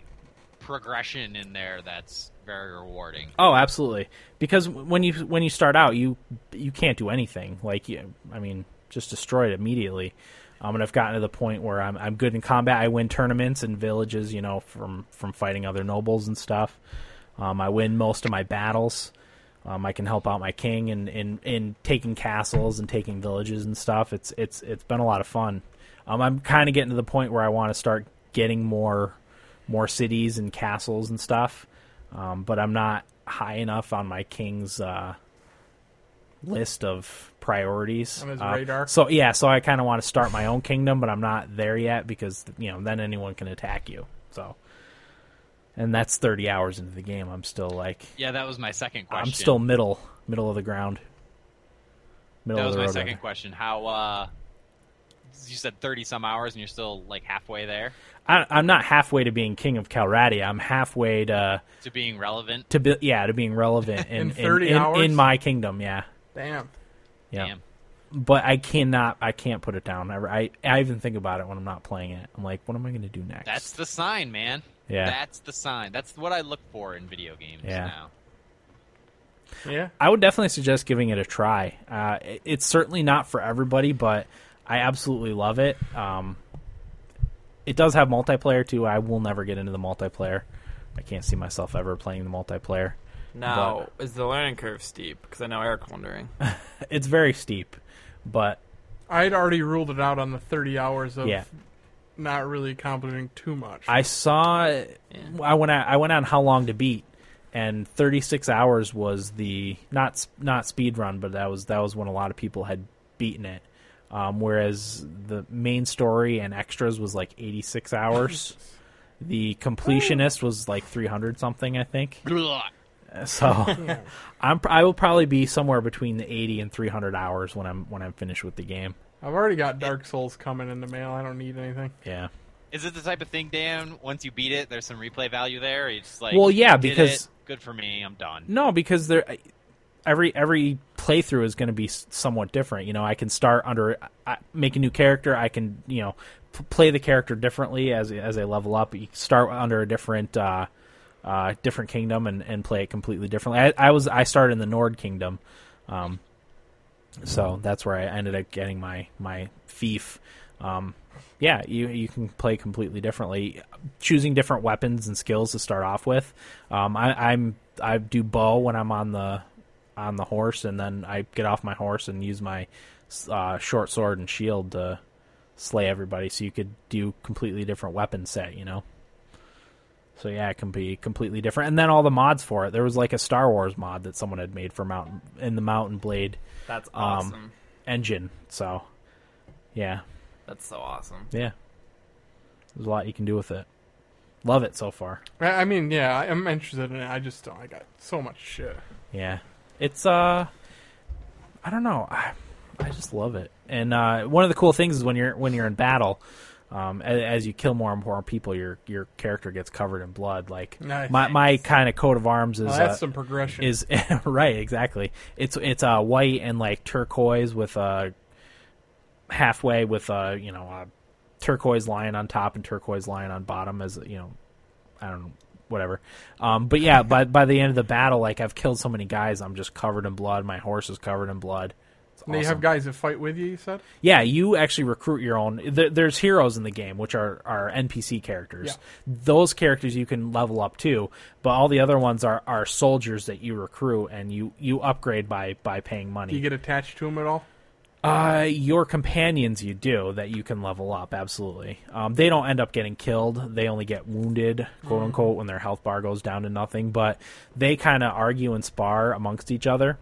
Speaker 6: progression in there that's very rewarding.
Speaker 3: Oh, absolutely. Because when you when you start out, you you can't do anything. Like, you, I mean, just destroy it immediately. Um, and I've gotten to the point where I'm I'm good in combat. I win tournaments and villages, you know, from from fighting other nobles and stuff. Um, I win most of my battles. Um, I can help out my king in, in, in taking castles and taking villages and stuff. It's it's it's been a lot of fun. Um, I'm kind of getting to the point where I want to start getting more more cities and castles and stuff, um, but I'm not high enough on my king's uh, list of priorities.
Speaker 4: On his
Speaker 3: Uh,
Speaker 4: radar.
Speaker 3: So yeah, so I kind of want to start my own kingdom, but I'm not there yet because you know then anyone can attack you. So. And that's 30 hours into the game. I'm still like,
Speaker 6: Yeah, that was my second question.
Speaker 3: I'm still middle, middle of the ground. Middle
Speaker 6: That
Speaker 3: of
Speaker 6: was
Speaker 3: the
Speaker 6: my
Speaker 3: road,
Speaker 6: second
Speaker 3: rather.
Speaker 6: question. How uh you said 30 some hours and you're still like halfway there
Speaker 3: I, I'm not halfway to being king of Calradia. I'm halfway to
Speaker 6: to being relevant.
Speaker 3: to be, yeah to being relevant in
Speaker 4: <laughs> In 30
Speaker 3: in, in,
Speaker 4: hours?
Speaker 3: in my kingdom. Yeah,
Speaker 4: Damn.
Speaker 3: yeah.
Speaker 6: Damn.
Speaker 3: But I cannot. I can't put it down. I, I I even think about it when I'm not playing it. I'm like, what am I going to do next?
Speaker 6: That's the sign, man.
Speaker 3: Yeah.
Speaker 6: That's the sign. That's what I look for in video games
Speaker 3: Yeah.
Speaker 6: now.
Speaker 4: Yeah.
Speaker 3: I would definitely suggest giving it a try. Uh, it- it's certainly not for everybody, but I absolutely love it. Um, it does have multiplayer too. I will never get into the multiplayer. I can't see myself ever playing the multiplayer. <laughs>
Speaker 5: Now, is the learning curve steep? Because I know Eric wondering.
Speaker 3: It's very steep, But
Speaker 4: I had already ruled it out on the 30 hours of
Speaker 3: Yeah.
Speaker 4: not really accomplishing too much.
Speaker 3: I saw I went out, I went on how long to beat and 36 hours was the not s- not speed run but that was that was when a lot of people had beaten it um, whereas the main story and extras was like 86 hours the completionist was like 300 something I think
Speaker 6: Blah.
Speaker 3: so <laughs> I'm pr- I will probably be somewhere between the 80 and 300 hours when I'm when I'm finished with the game
Speaker 4: I've already got Dark Souls coming in the mail. I don't need anything.
Speaker 3: yeah
Speaker 6: Is it the type of thing, Dan? Once you beat it, there's some replay value there. It's just like,
Speaker 3: Well, yeah,
Speaker 6: did
Speaker 3: because-
Speaker 6: it, good for me, I'm done.
Speaker 3: No, because there every every playthrough is going to be s- somewhat different. You know, I can start under I, make a new character. I can you know p- play the character differently as as I level up. You start under a different uh, uh, different kingdom and, and play it completely differently. I, I was I started in the Nord Kingdom, um, so that's where I ended up getting my my fief. Um, yeah, you you can play completely differently, choosing different weapons and skills to start off with. Um, I, I'm I do bow when I'm on the on the horse, and then I get off my horse and use my uh, short sword and shield to slay everybody. So you could do completely different weapon set, you know. So yeah, it can be completely different. And then all the mods for it. There was like a Star Wars mod that someone had made for Mountain in the Mountain Blade
Speaker 5: That's
Speaker 3: um,
Speaker 5: awesome.
Speaker 3: engine. So yeah,
Speaker 5: That's so awesome.
Speaker 3: yeah. There's a lot you can do with it. Love it so far.
Speaker 4: I, I mean, yeah, I- I'm interested in it. I just don't. I got so much shit.
Speaker 3: Yeah. It's uh I don't know. I I just love it. And uh one of the cool things is when you're when you're in battle, um as, as you kill more and more people, your your character gets covered in blood. Like
Speaker 4: Nice.
Speaker 3: my my kind of coat of arms is
Speaker 4: Well, that's
Speaker 3: uh,
Speaker 4: some progression.
Speaker 3: is <laughs> right exactly it's it's uh white and like turquoise with uh halfway with uh you know a turquoise lion on top and turquoise lion on bottom as you know i don't know whatever um but yeah by by the end of the battle like i've killed so many guys i'm just covered in blood my horse is covered in blood It's
Speaker 4: They
Speaker 3: awesome.
Speaker 4: have guys that fight with you. You said.
Speaker 3: Yeah, you actually recruit your own. There, there's heroes in the game, which are, are NPC characters. Those characters you can level up to, but all the other ones are, are soldiers that you recruit and you, you upgrade by, by paying money.
Speaker 4: Do you get attached to them at all?
Speaker 3: Uh, your companions, you do that you can level up. Absolutely. Um, they don't end up getting killed. They only get wounded, quote
Speaker 4: Mm.
Speaker 3: unquote, when their health bar goes down to nothing. But they kind of argue and spar amongst each other.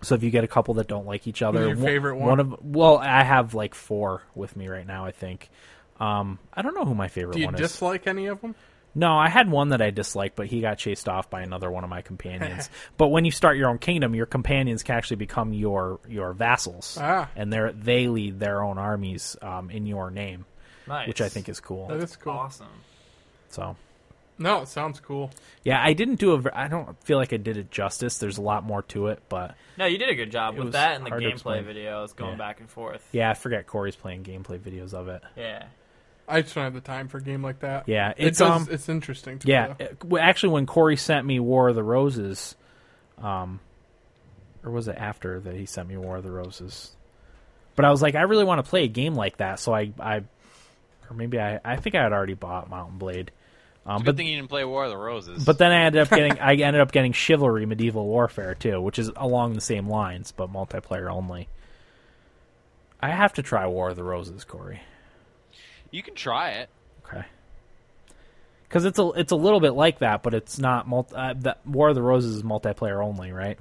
Speaker 3: So if you get a couple that don't like each other,
Speaker 4: your favorite one?
Speaker 3: of well, I have like four with me right now. I think. Um, I don't know who my favorite
Speaker 4: Do you
Speaker 3: one is.
Speaker 4: dislike any of them?
Speaker 3: No, I had one that I disliked, but he got chased off by another one of my companions. <laughs> but when you start your own kingdom, your companions can actually become your your vassals,
Speaker 4: Ah.
Speaker 3: and they they lead their own armies um, in your name,
Speaker 5: Nice.
Speaker 3: which I think is cool.
Speaker 4: That is cool.
Speaker 5: awesome.
Speaker 3: So,
Speaker 4: No, it sounds cool.
Speaker 3: yeah, I didn't do a. ver- I don't feel like I did it justice. There's a lot more to it, but
Speaker 5: No, you did a good job
Speaker 3: It
Speaker 5: with
Speaker 3: was
Speaker 5: that and the
Speaker 3: hard to
Speaker 5: gameplay
Speaker 3: explain.
Speaker 5: videos going
Speaker 3: Yeah.
Speaker 5: back and forth.
Speaker 3: yeah, I forget Corey's playing gameplay videos of it.
Speaker 5: Yeah.
Speaker 4: I just don't have the time for a game like that.
Speaker 3: Yeah,
Speaker 4: it
Speaker 3: it's, um,
Speaker 4: does. it's interesting. To
Speaker 3: Yeah,
Speaker 4: me,
Speaker 3: uh, well, actually, when Corey sent me War of the Roses, um, or was it after that he sent me War of the Roses? But I was like, I really want to play a game like that, so I, I or maybe I, I think I had already bought Mountain Blade, um,
Speaker 6: It's a
Speaker 3: but
Speaker 6: good thing you didn't play War of the Roses.
Speaker 3: but then I ended
Speaker 6: <laughs>
Speaker 3: up getting I ended up getting Chivalry Medieval Warfare too, which is along the same lines but multiplayer only. I have to try War of the Roses, Corey.
Speaker 6: you can try it.
Speaker 3: Okay. Because it's a it's a little bit like that, but it's not multi. Uh, the War of the Roses is multiplayer only, right?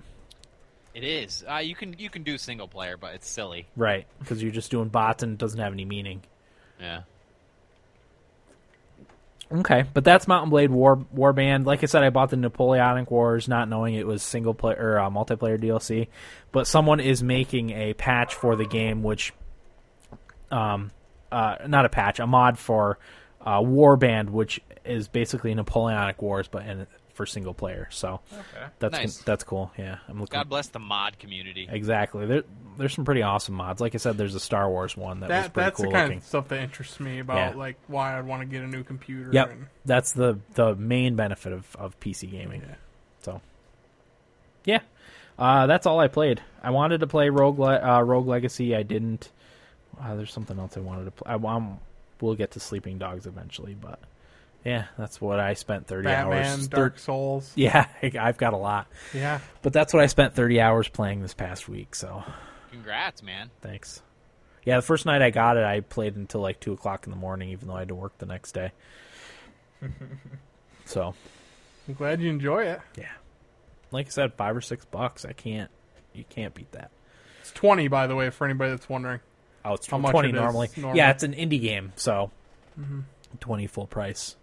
Speaker 6: It is. Uh, you can you can do single player, but it's silly.
Speaker 3: Right. Because you're just doing bots and it doesn't have any meaning.
Speaker 6: Yeah.
Speaker 3: Okay, but that's Mountain Blade War Warband. Like I said, I bought the Napoleonic Wars, not knowing it was single player or uh, multiplayer DLC. But someone is making a patch for the game, which, um, uh, not a patch, a mod for uh, Warband, which is basically Napoleonic Wars, but in, for single player. So that's
Speaker 6: Nice.
Speaker 3: con- that's cool. Yeah, I'm looking.
Speaker 6: God bless the mod community.
Speaker 3: Exactly. There, there's some pretty awesome mods. Like I said, there's a Star Wars one that, was
Speaker 4: that
Speaker 3: pretty
Speaker 4: that's
Speaker 3: cool
Speaker 4: the kind
Speaker 3: looking.
Speaker 4: of stuff that interests me about
Speaker 3: Yeah.
Speaker 4: like why I'd want to get a new computer.
Speaker 3: Yep,
Speaker 4: And,
Speaker 3: that's the the main benefit of, of PC gaming. So, yeah, uh, that's all I played. I wanted to play Rogue Le- uh, Rogue Legacy. I didn't. Uh, there's something else I wanted to play. I, um, we'll get to Sleeping Dogs eventually, but Yeah, that's what I spent 30
Speaker 4: Batman,
Speaker 3: hours.
Speaker 4: Dark Souls.
Speaker 3: Yeah, <laughs> I've got a lot.
Speaker 4: Yeah.
Speaker 3: But that's what I spent 30 hours playing this past week, so
Speaker 6: Congrats, man.
Speaker 3: thanks. Yeah, the first night I got it, I played until like 2 o'clock in the morning, even though I had to work the next
Speaker 4: <laughs>
Speaker 3: day. so,
Speaker 4: I'm glad you enjoy it.
Speaker 3: yeah. Like I said, five or six bucks. I can't, you can't beat that.
Speaker 4: It's 20, by the way, for anybody that's wondering.
Speaker 3: Oh, it's
Speaker 4: How much
Speaker 3: 20
Speaker 4: it is
Speaker 3: normally.
Speaker 4: normally?
Speaker 3: Yeah, it's an indie game, so 20 full price.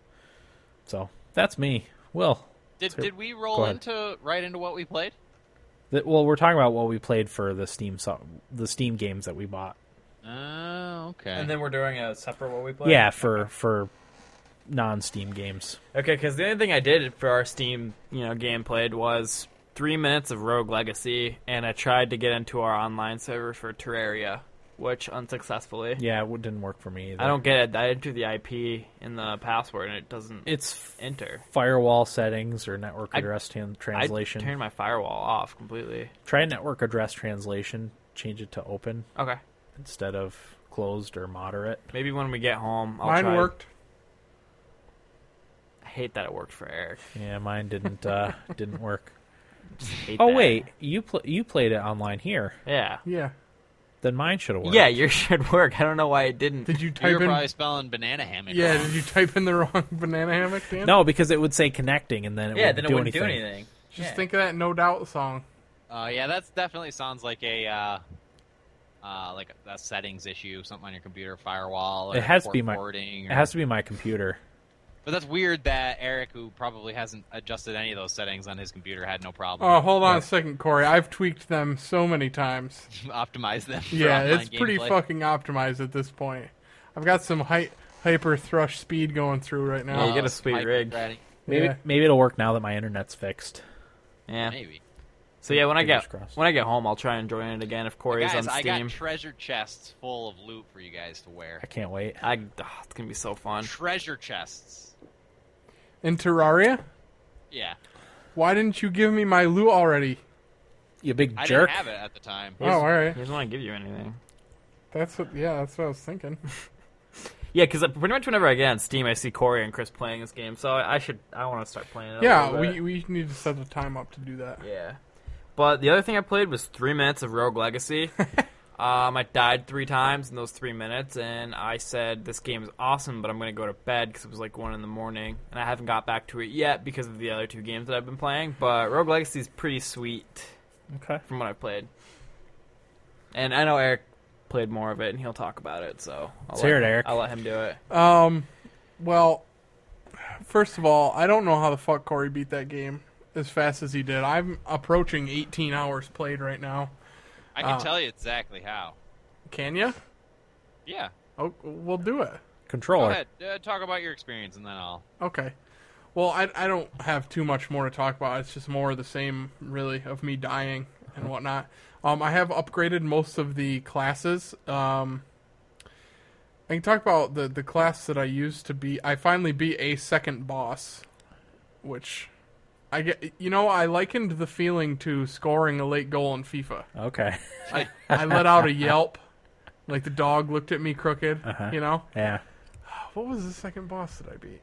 Speaker 3: So, that's me. Will,
Speaker 6: Did
Speaker 3: Sure.
Speaker 6: did we
Speaker 3: Go
Speaker 6: roll
Speaker 3: ahead.
Speaker 6: into right into what we played?
Speaker 3: That, well, we're talking about what we played for the Steam so- the Steam games that we bought.
Speaker 6: Oh, okay.
Speaker 5: And then we're doing a separate what we play.
Speaker 3: yeah, for for non Steam games.
Speaker 5: Okay, because the only thing I did for our Steam, you know, game played was three minutes of Rogue Legacy, and I tried to get into our online server for Terraria, which unsuccessfully.
Speaker 3: Yeah, it didn't work for me. Either.
Speaker 5: I don't get it. I entered the IP and the password, and it doesn't
Speaker 3: It's
Speaker 5: enter.
Speaker 3: firewall settings or network
Speaker 5: I-
Speaker 3: address tran- translation.
Speaker 5: I turned my firewall off completely.
Speaker 3: Try network address translation. Change it to open
Speaker 5: Okay,
Speaker 3: instead of closed or moderate.
Speaker 5: maybe when we get home, I'll
Speaker 4: Mine
Speaker 5: try.
Speaker 4: worked.
Speaker 5: I hate that it worked for Eric.
Speaker 3: Yeah, mine didn't uh, <laughs> didn't work.
Speaker 5: Hate
Speaker 3: Oh
Speaker 5: that.
Speaker 3: wait, you pl- you played it online here.
Speaker 5: Yeah.
Speaker 4: Yeah.
Speaker 3: Then mine should have worked.
Speaker 5: Yeah, yours <laughs> should work. I don't know why it didn't.
Speaker 4: Did you
Speaker 6: you were
Speaker 4: type in?
Speaker 6: probably spelling banana hammock.
Speaker 4: <laughs> Yeah.
Speaker 6: wrong.
Speaker 4: Did you type in the wrong <laughs> banana hammock, Dan?
Speaker 3: No, because it would say connecting, and then it
Speaker 5: yeah,
Speaker 3: wouldn't,
Speaker 5: then it
Speaker 3: do,
Speaker 5: wouldn't
Speaker 3: anything.
Speaker 5: do anything.
Speaker 4: Just
Speaker 5: Yeah.
Speaker 4: think of that No Doubt song.
Speaker 6: Uh, yeah, that's definitely sounds like a uh, uh, like a, a settings issue, something on your computer, firewall. Or
Speaker 3: It has to
Speaker 6: port
Speaker 3: be my-
Speaker 6: forwarding.
Speaker 3: It has to be my computer.
Speaker 6: But that's weird that Eric, who probably hasn't adjusted any of those settings on his computer, had no problem.
Speaker 4: Oh, hold on a second, Corey. I've tweaked them so many times.
Speaker 6: <laughs> optimize them. for
Speaker 4: Yeah,
Speaker 6: online
Speaker 4: it's pretty
Speaker 6: gameplay.
Speaker 4: fucking optimized at this point. I've got some hy- hyper thrush speed going through right
Speaker 5: Yeah,
Speaker 4: now.
Speaker 5: you get a
Speaker 6: Uh,
Speaker 5: sweet
Speaker 6: hyper
Speaker 5: rig.
Speaker 6: threading.
Speaker 3: Maybe
Speaker 4: Yeah.
Speaker 3: maybe it'll work now that my internet's fixed.
Speaker 5: Yeah.
Speaker 6: Maybe.
Speaker 5: So yeah, when I
Speaker 3: Fingers
Speaker 5: get
Speaker 3: crossed.
Speaker 5: when I get home, I'll try and join it again if Corey's
Speaker 6: Guys,
Speaker 5: on
Speaker 6: I
Speaker 5: Steam.
Speaker 6: got treasure chests full of loot for you guys to wear.
Speaker 3: I can't wait.
Speaker 5: I, ugh, it's gonna be so fun.
Speaker 6: Treasure chests.
Speaker 4: In Terraria?
Speaker 6: Yeah,
Speaker 4: Why didn't you give me my loot already?
Speaker 3: You big
Speaker 6: I
Speaker 3: jerk.
Speaker 6: didn't have it at the time.
Speaker 4: Oh, all right.
Speaker 5: He doesn't want to give you anything.
Speaker 4: That's what. Yeah, that's what I was thinking.
Speaker 5: Yeah, because pretty much whenever I get on Steam, I see Corey and Chris playing this game, so I, I should I want to start playing it. a
Speaker 4: Yeah,
Speaker 5: little
Speaker 4: we
Speaker 5: bit.
Speaker 4: we need to set the time up to do that.
Speaker 5: yeah. But the other thing I played was three minutes of
Speaker 3: <laughs>
Speaker 5: Rogue Legacy. um, I died three times in those three minutes, and I said this game is awesome, but I'm gonna go to bed because it was like one in the morning, and I haven't got back to it yet because of the other two games that I've been playing. But Rogue Legacy is pretty sweet.
Speaker 3: Okay.
Speaker 5: from what I played. And I know Eric played more of it, and he'll talk about it. So I'll
Speaker 3: Let's
Speaker 5: let
Speaker 3: hear it,
Speaker 5: him,
Speaker 3: Eric.
Speaker 5: I'll let him do it.
Speaker 4: Um, well, first of all, I don't know how the fuck Corey beat that game as fast as he did. I'm approaching 18 hours played right now.
Speaker 6: I can
Speaker 4: Uh,
Speaker 6: tell you exactly how.
Speaker 4: Can you?
Speaker 6: Yeah.
Speaker 4: Oh, we'll do it.
Speaker 6: Go
Speaker 3: Controller.
Speaker 6: ahead. Uh, talk about your experience, and then I'll.
Speaker 4: Okay. Well, I, I don't have too much more to talk about. It's just more of the same, really, of me dying and whatnot. Um, I have upgraded most of the classes. Um, I can talk about the, the class that I used to be. I finally beat a second boss, which I get. You know, I likened the feeling to scoring a late goal in FIFA.
Speaker 3: Okay. <laughs>
Speaker 4: I, I let out a yelp, like the dog looked at me crooked. You know.
Speaker 3: Yeah.
Speaker 4: What was the second boss that I beat?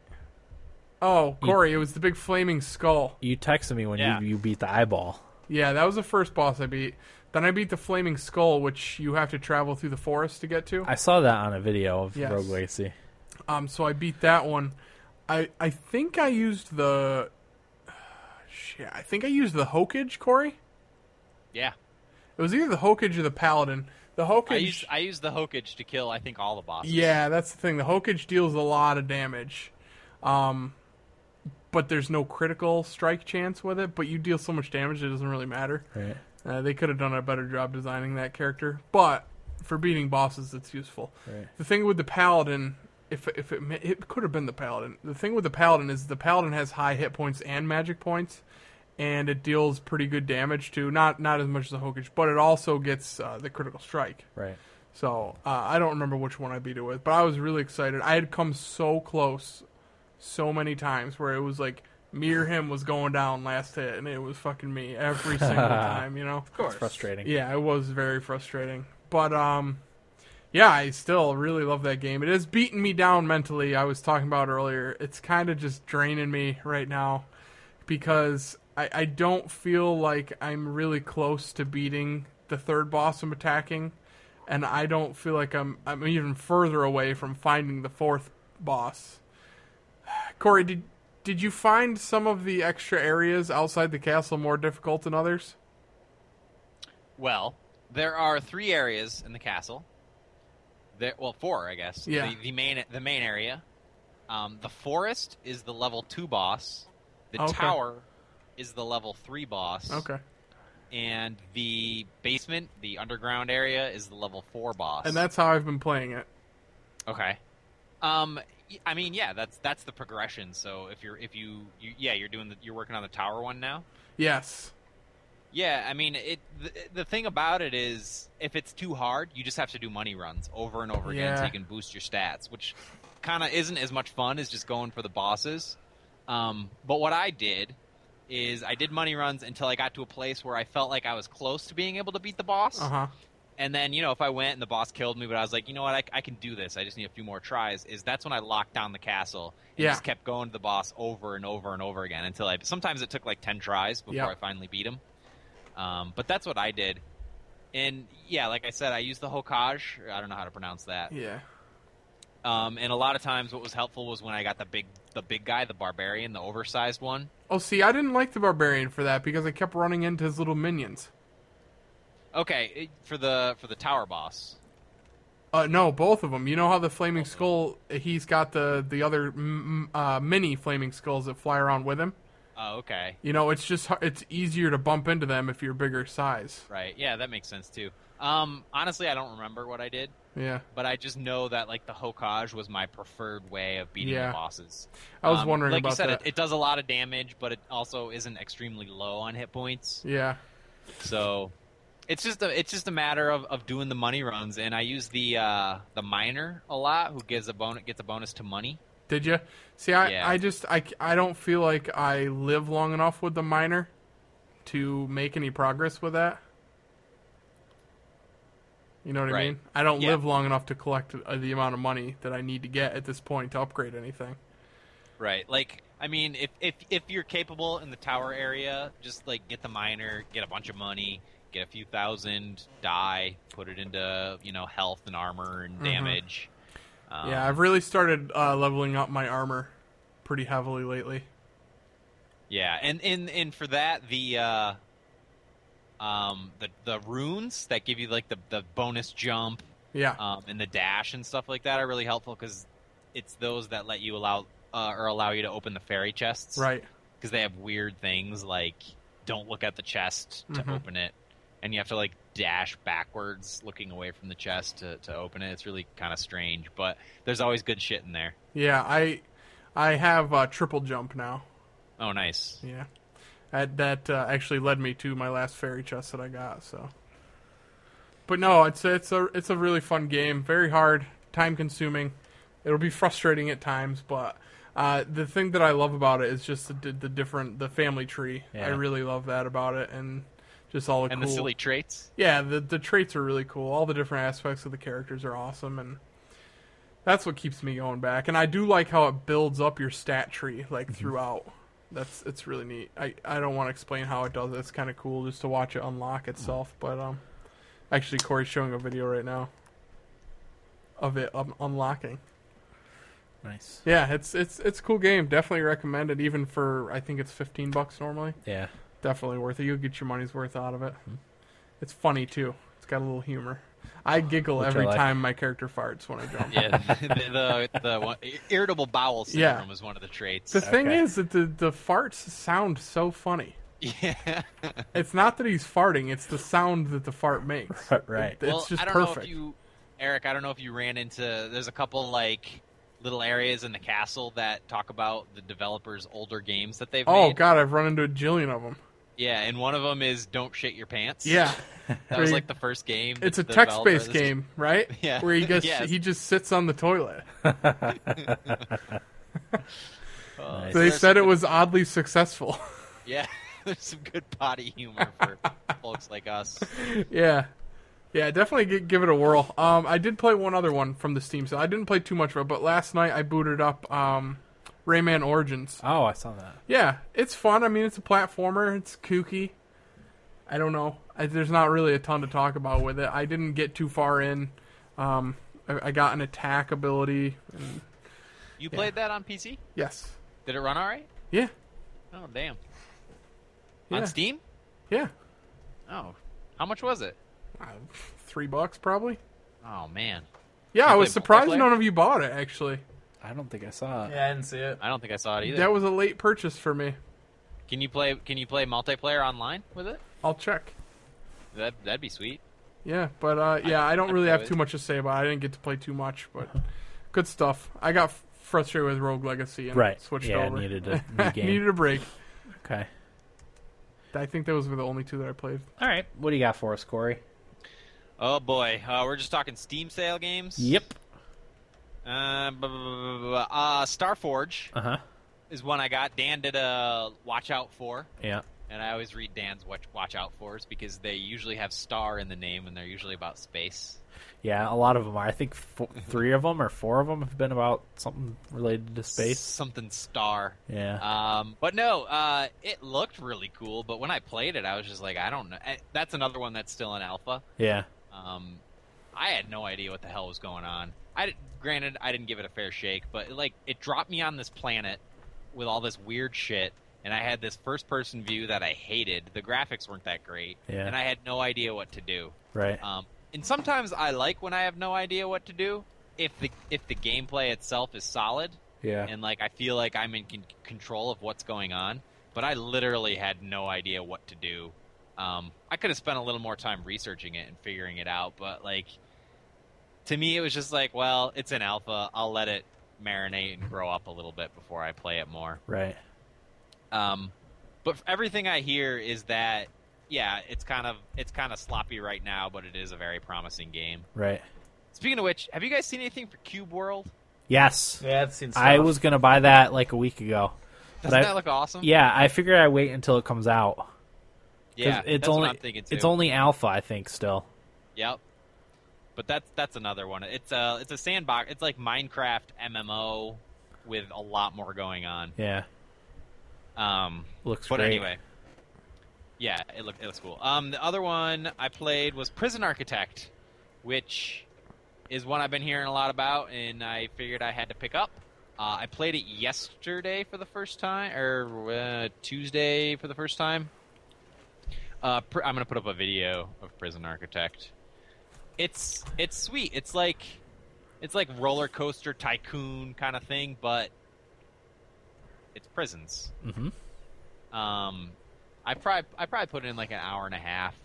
Speaker 4: Oh, Corey, it was the big flaming skull.
Speaker 3: You texted me when
Speaker 6: Yeah.
Speaker 3: you, you beat the eyeball.
Speaker 4: Yeah, that was the first boss I beat. Then I beat the flaming skull, which you have to travel through the forest to get to.
Speaker 3: I saw that on a video of
Speaker 4: Yes.
Speaker 3: Rogue Legacy.
Speaker 4: Um, so I beat that one. I I think I used the shit. I think I used the Hokage, Corey.
Speaker 6: Yeah.
Speaker 4: It was either the Hokage or the Paladin. The Hokage.
Speaker 6: I use I use the Hokage to kill I think all the bosses.
Speaker 4: Yeah, that's the thing. The Hokage deals a lot of damage. Um, but there's no critical strike chance with it, but you deal so much damage it doesn't really matter.
Speaker 3: Right.
Speaker 4: Uh, they could have done a better job designing that character, but for beating bosses, it's useful.
Speaker 3: Right.
Speaker 4: The thing with the paladin, if if it ma- it could have been the paladin. The thing with the paladin is the paladin has high hit points and magic points, and it deals pretty good damage too. Not not as much as the Hokage, but it also gets uh, the critical strike.
Speaker 3: Right.
Speaker 4: So uh, I don't remember which one I beat it with, but I was really excited. I had come so close, so many times where it was like me or him was going down last hit, and it was fucking me every single time. You know?
Speaker 5: Of course,
Speaker 3: Frustrating.
Speaker 4: Yeah, it was very frustrating. But um, yeah, I still really love that game. It has beaten me down mentally. I was talking about earlier. It's kind of just draining me right now because I, I don't feel like I'm really close to beating the third boss I'm attacking, and I don't feel like I'm I'm even further away from finding the fourth boss. <sighs> Corey, did did you find some of the extra areas outside the castle more difficult than others?
Speaker 6: Well, there are three areas in the castle. There, well, four, I guess.
Speaker 4: Yeah.
Speaker 6: The, the main, the main area. Um, the forest is the level two boss. The
Speaker 4: Okay.
Speaker 6: tower is the level three boss.
Speaker 4: Okay.
Speaker 6: And the basement, the underground area, is the level four boss.
Speaker 4: And that's how I've been playing it.
Speaker 6: Okay. Um, y- I mean, yeah, that's that's the progression. So if you're if you, you yeah, you're doing the, you're working on the tower one now.
Speaker 4: Yes.
Speaker 6: Yeah, I mean, it the, the thing about it is if it's too hard, you just have to do money runs over and over again so
Speaker 4: Yeah.
Speaker 6: you can boost your stats, which kind of isn't as much fun as just going for the bosses. Um, but what I did is I did money runs until I got to a place where I felt like I was close to being able to beat the boss.
Speaker 4: Uh huh.
Speaker 6: And then, you know, if I went and the boss killed me, but I was like, you know what, I, I can do this. I just need a few more tries. Is that's when I locked down the castle and
Speaker 4: Yeah.
Speaker 6: just kept going to the boss over and over and over again until I. Sometimes it took like ten tries before
Speaker 4: Yeah.
Speaker 6: I finally beat him. Um, but that's what I did. And yeah, like I said, I used the Hokage. I don't know how to pronounce that.
Speaker 4: Yeah.
Speaker 6: Um, and a lot of times, what was helpful was when I got the big, the big guy, the barbarian, the oversized one.
Speaker 4: Oh, see, I didn't like the barbarian for that because I kept running into his little minions.
Speaker 6: Okay, it- for the for the tower boss.
Speaker 4: Uh, no, both of them. You know how the flaming skull? He's got the the other m- m- uh, mini flaming skulls that fly around with him.
Speaker 6: Oh, okay.
Speaker 4: You know, it's just hu- it's easier to bump into them if you're bigger size.
Speaker 6: Right. Yeah, that makes sense too. Um, honestly, I don't remember what I did,
Speaker 4: Yeah,
Speaker 6: but I just know that like the Hokage was my preferred way of beating
Speaker 4: Yeah.
Speaker 6: the bosses.
Speaker 4: I was
Speaker 6: Um,
Speaker 4: wondering
Speaker 6: like
Speaker 4: about
Speaker 6: you said,
Speaker 4: that.
Speaker 6: It, it does a lot of damage, but it also isn't extremely low on hit points.
Speaker 4: yeah,
Speaker 6: So it's just a it's just a matter of, of doing the money runs, and I use the uh, the miner a lot, who gives a bonus gets a bonus to money.
Speaker 4: did you see? I
Speaker 6: Yeah.
Speaker 4: I just I c- I don't feel like I live long enough with the miner to make any progress with that. You know what I
Speaker 6: Right.
Speaker 4: mean? I don't
Speaker 6: Yeah.
Speaker 4: live long enough to collect uh, the amount of money that I need to get at this point to upgrade anything.
Speaker 6: Right. Like, I mean, if if if you're capable in the tower area, just like get the miner, get a bunch of money, get a few thousand, die, put it into you know health and armor and damage. Um,
Speaker 4: Mm-hmm. Yeah, I've really started uh, leveling up my armor pretty heavily lately.
Speaker 6: yeah, and and and for that the. uh um, the the runes that give you like the, the bonus jump
Speaker 4: Yeah,
Speaker 6: um, and the dash and stuff like that are really helpful because it's those that let you allow uh, or allow you to open the fairy chests.
Speaker 4: right.
Speaker 6: because they have weird things like don't look at the chest to
Speaker 4: Mhm.
Speaker 6: open it and you have to like dash backwards looking away from the chest to, to open it it's really kind of strange but there's always good shit in there
Speaker 4: Yeah, I I have uh, triple jump now.
Speaker 6: oh nice
Speaker 4: Yeah, that that uh, actually led me to my last fairy chest that I got. So, but no, it's it's a it's a really fun game. Very hard, time consuming. It'll be frustrating at times, but uh, the thing that I love about it is just the, the different the family tree.
Speaker 3: Yeah.
Speaker 4: I really love that about it, and just all the
Speaker 6: and
Speaker 4: cool.
Speaker 6: the silly traits
Speaker 4: yeah, the the traits are really cool. All the different aspects of the characters are awesome, and that's what keeps me going back. And I do like how it builds up your stat tree like throughout. That's it's really neat. I I don't want to explain how it does. it. It's kind of cool just to watch it unlock itself. But um, actually, Corey's showing a video right now of it um, unlocking.
Speaker 3: Nice.
Speaker 4: Yeah, it's it's it's a cool game. Definitely recommend it. Even for I think it's fifteen bucks normally.
Speaker 3: Yeah.
Speaker 4: Definitely worth it. You'll get your money's worth out of it.
Speaker 3: Hmm.
Speaker 4: It's funny too. It's got a little humor. I giggle
Speaker 3: Which I
Speaker 4: every
Speaker 3: like.
Speaker 4: time my character farts when I
Speaker 3: <laughs>
Speaker 4: jump.
Speaker 6: yeah <laughs> the, the, the one, irritable bowel
Speaker 4: Yeah.
Speaker 6: syndrome is one of the traits
Speaker 4: The thing
Speaker 3: Okay.
Speaker 4: is that the the farts sound so funny.
Speaker 6: <laughs> yeah
Speaker 4: It's not that he's farting; it's the sound that the fart makes.
Speaker 3: <laughs> Right.
Speaker 4: It- it's
Speaker 6: well,
Speaker 4: just
Speaker 6: I don't know
Speaker 4: perfect.
Speaker 6: if you, Eric. I don't know if you ran into. There's a couple like little areas in the castle that talk about the developers' older games that they've
Speaker 4: oh
Speaker 6: made.
Speaker 4: god, I've run into a jillion of
Speaker 6: <laughs>
Speaker 4: them.
Speaker 6: Yeah, and one of them is "Don't shit your pants."
Speaker 4: Yeah,
Speaker 6: that was like the first game.
Speaker 4: it's
Speaker 6: <laughs>
Speaker 4: a
Speaker 6: that the developer-
Speaker 4: text-based
Speaker 6: this is-
Speaker 4: game, right?
Speaker 6: <laughs> Yeah.
Speaker 4: where he just
Speaker 6: Yes.
Speaker 4: he just sits on the toilet.
Speaker 6: uh,
Speaker 3: Nice.
Speaker 6: so
Speaker 4: They
Speaker 6: there's
Speaker 4: said
Speaker 6: <laughs> some
Speaker 4: it was oddly successful.
Speaker 6: <laughs>
Speaker 4: <laughs>
Speaker 6: Good, yeah, there's some good potty humor for folks like us.
Speaker 4: yeah, Yeah, definitely gi- give it a whirl. Um, I did play one other one from the Steam sale. I didn't play too much of it, but last night I booted up um, Rayman Origins.
Speaker 3: Oh, I saw that.
Speaker 4: Yeah, it's fun. I mean, it's a platformer. It's kooky. I don't know. I, there's not really a ton to talk about with it. I didn't get too far in. Um, I, I got an attack ability.
Speaker 6: You played that on PC?
Speaker 4: Yes.
Speaker 6: Did it run all right?
Speaker 4: Yeah.
Speaker 6: Oh damn.
Speaker 4: Yeah.
Speaker 6: On Steam?
Speaker 4: Yeah.
Speaker 6: Oh, how much was it?
Speaker 4: Uh, three bucks probably.
Speaker 6: Oh man,
Speaker 4: Yeah, I
Speaker 6: You
Speaker 4: was
Speaker 6: play
Speaker 4: surprised
Speaker 6: multiplayer?
Speaker 4: none of you bought it. Actually,
Speaker 3: I don't think I saw it.
Speaker 5: Yeah, I didn't see it.
Speaker 6: I don't think I saw it either.
Speaker 4: that was a late purchase for me.
Speaker 6: Can you play? Can you play multiplayer online with it?
Speaker 4: I'll check.
Speaker 6: That that'd be sweet.
Speaker 4: Yeah, but uh, yeah, I don't
Speaker 6: I
Speaker 4: really have
Speaker 6: probably-
Speaker 4: too much to say about. it. I didn't get to play too much, but good stuff. I got f- frustrated with Rogue Legacy and
Speaker 3: Right.
Speaker 4: switched
Speaker 3: Yeah,
Speaker 4: over. <laughs>
Speaker 3: needed <laughs> a new game.
Speaker 4: needed a break.
Speaker 3: Okay.
Speaker 4: I think those were the only two that I played.
Speaker 3: All right. What do you got for us, Corey?
Speaker 6: Oh boy, uh, we're just talking Steam sale games. Uh, bu- bu- bu- bu- bu- uh, Starforge
Speaker 3: Uh huh.
Speaker 6: is one I got. Dan did a watch out for,
Speaker 3: Yeah.
Speaker 6: and I always read Dan's watch watch out fors because they usually have star in the name, and they're usually about space.
Speaker 3: Yeah. A lot of them are. I think fo
Speaker 6: Mm-hmm.
Speaker 3: three of them or four of them have been about something related to space.
Speaker 6: something star.
Speaker 3: Yeah.
Speaker 6: Um, but no, uh, it looked really cool. But when I played it, I was just like, I don't know. Eh, That's another one that's still in alpha.
Speaker 3: yeah.
Speaker 6: Um, I had no idea what the hell was going on. I di- granted I didn't give it a fair shake, but like it dropped me on this planet with all this weird shit, and I had this first person view that I hated. The graphics weren't that great,
Speaker 3: Yeah.
Speaker 6: and I had no idea what to do.
Speaker 3: Right.
Speaker 6: Um, and sometimes I like when I have no idea what to do if the if the gameplay itself is solid
Speaker 3: yeah.
Speaker 6: and like I feel like I'm in con- control of what's going on, but I literally had no idea what to do. Um, I could have spent a little more time researching it and figuring it out, but like to me, it was just like, well, it's an alpha. I'll let it marinate and grow up a little bit before I play it more.
Speaker 3: right.
Speaker 6: Um, but f- everything I hear is that yeah, it's kind of it's kind of sloppy right now, but it is a very promising game.
Speaker 3: Right.
Speaker 6: Speaking of which, have you guys seen anything for Cube World?
Speaker 3: Yes.
Speaker 5: Yeah, I've seen. Stuff.
Speaker 3: I was gonna buy that like a week ago.
Speaker 6: Doesn't
Speaker 3: I-
Speaker 6: that look awesome?
Speaker 3: Yeah. I figured I wait until it comes out. 'Cause
Speaker 6: yeah.
Speaker 3: It's
Speaker 6: that's
Speaker 3: only
Speaker 6: what I'm thinking too.
Speaker 3: it's only alpha. I think still.
Speaker 6: Yep. But that's that's another one. It's a it's a sandbox. It's like Minecraft MMO with a lot more going on.
Speaker 3: Yeah.
Speaker 6: Um,
Speaker 3: Looks
Speaker 6: but
Speaker 3: great.
Speaker 6: anyway, yeah, it, look, it looks cool. Um, the other one I played was Prison Architect, which is one I've been hearing a lot about, and I figured I had to pick up. Uh, I played it yesterday for the first time, or uh, Tuesday for the first time. Uh, pr- I'm gonna put up a video of Prison Architect. It's it's sweet. It's like it's like roller coaster tycoon kind of thing, but it's prisons.
Speaker 3: Mm-hmm.
Speaker 6: Um, I probably I probably put in like an hour and a half.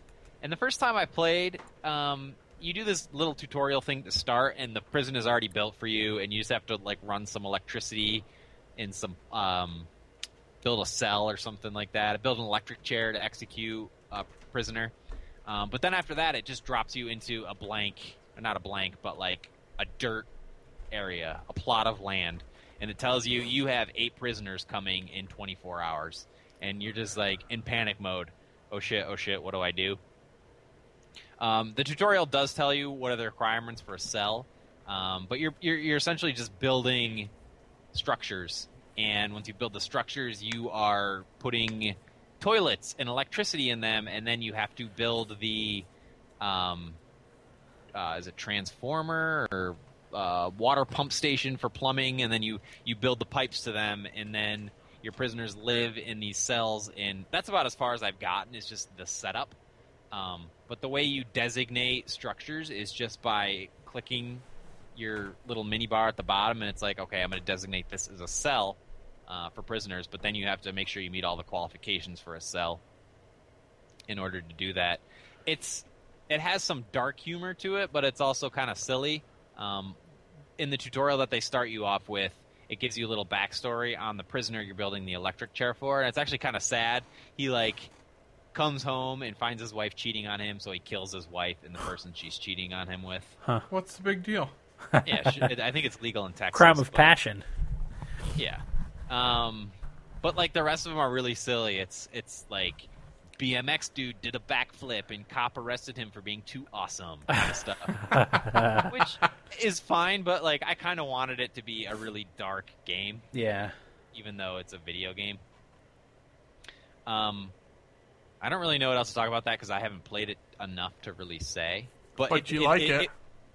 Speaker 6: And the first time I played, um, you do this little tutorial thing to start, and the prison is already built for you, and you just have to like run some electricity and some um, build a cell or something like that. Build an electric chair to execute a prisoner. Um, but then after that, it just drops you into a blank, not a blank, but like a dirt area, a plot of land, and it tells you you have eight prisoners coming in 24 hours, and you're just like in panic mode. Oh shit! Oh shit! What do I do? Um, the tutorial does tell you what are the requirements for a cell, um, but you're, you're you're essentially just building structures, and once you build the structures, you are putting toilets and electricity in them, and then you have to build the um, uh, is it transformer or uh, water pump station for plumbing, and then you you build the pipes to them, and then your prisoners live in these cells. And that's about as far as I've gotten. Is just the setup. Um, but the way you designate structures is just by clicking your little mini bar at the bottom, and it's like, okay, I'm going to designate this as a cell uh, for prisoners. But then you have to make sure you meet all the qualifications for a cell in order to do that. It's it has some dark humor to it, but it's also kind of silly. Um, in the tutorial that they start you off with, it gives you a little backstory on the prisoner you're building the electric chair for, and it's actually kind of sad. He like comes home and finds his wife cheating on him, so he kills his wife and the person she's cheating on him with.
Speaker 4: What's the big deal?
Speaker 6: yeah, sh- I think it's legal in Texas.
Speaker 3: Crime of
Speaker 6: but-
Speaker 3: passion.
Speaker 6: yeah. Um, but like the rest of them are really silly. It's it's like BMX dude did a backflip and cop arrested him for being too awesome kind of stuff. Which is fine, but like I kind of wanted it to be a really dark game
Speaker 3: Yeah.
Speaker 6: even though it's a video game. Um, I don't really know what else to talk about that because I haven't played it enough to really say. But,
Speaker 4: But you like it.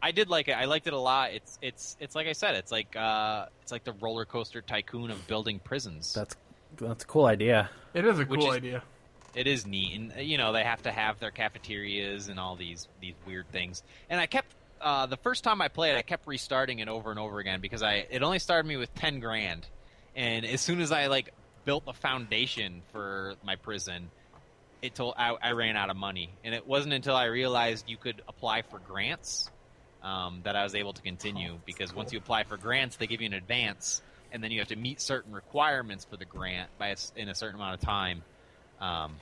Speaker 6: I did like it. I liked it a lot. It's it's it's like I said. It's like uh, it's like the roller coaster tycoon of building prisons.
Speaker 3: That's that's a cool idea.
Speaker 4: It is a
Speaker 6: Which
Speaker 4: cool
Speaker 6: is-
Speaker 4: idea.
Speaker 6: it is neat, and uh, you know they have to have their cafeterias and all these these weird things. And I kept uh, the first time I played, I kept restarting it over and over again because I it only started me with ten grand, and as soon as I like built the foundation for my prison, it told I, I ran out of money, and it wasn't until I realized you could apply for grants um, that I was able to continue because once you apply for grants, they give you an advance, and then you have to meet certain requirements for the grant by a s in a certain amount of time, um,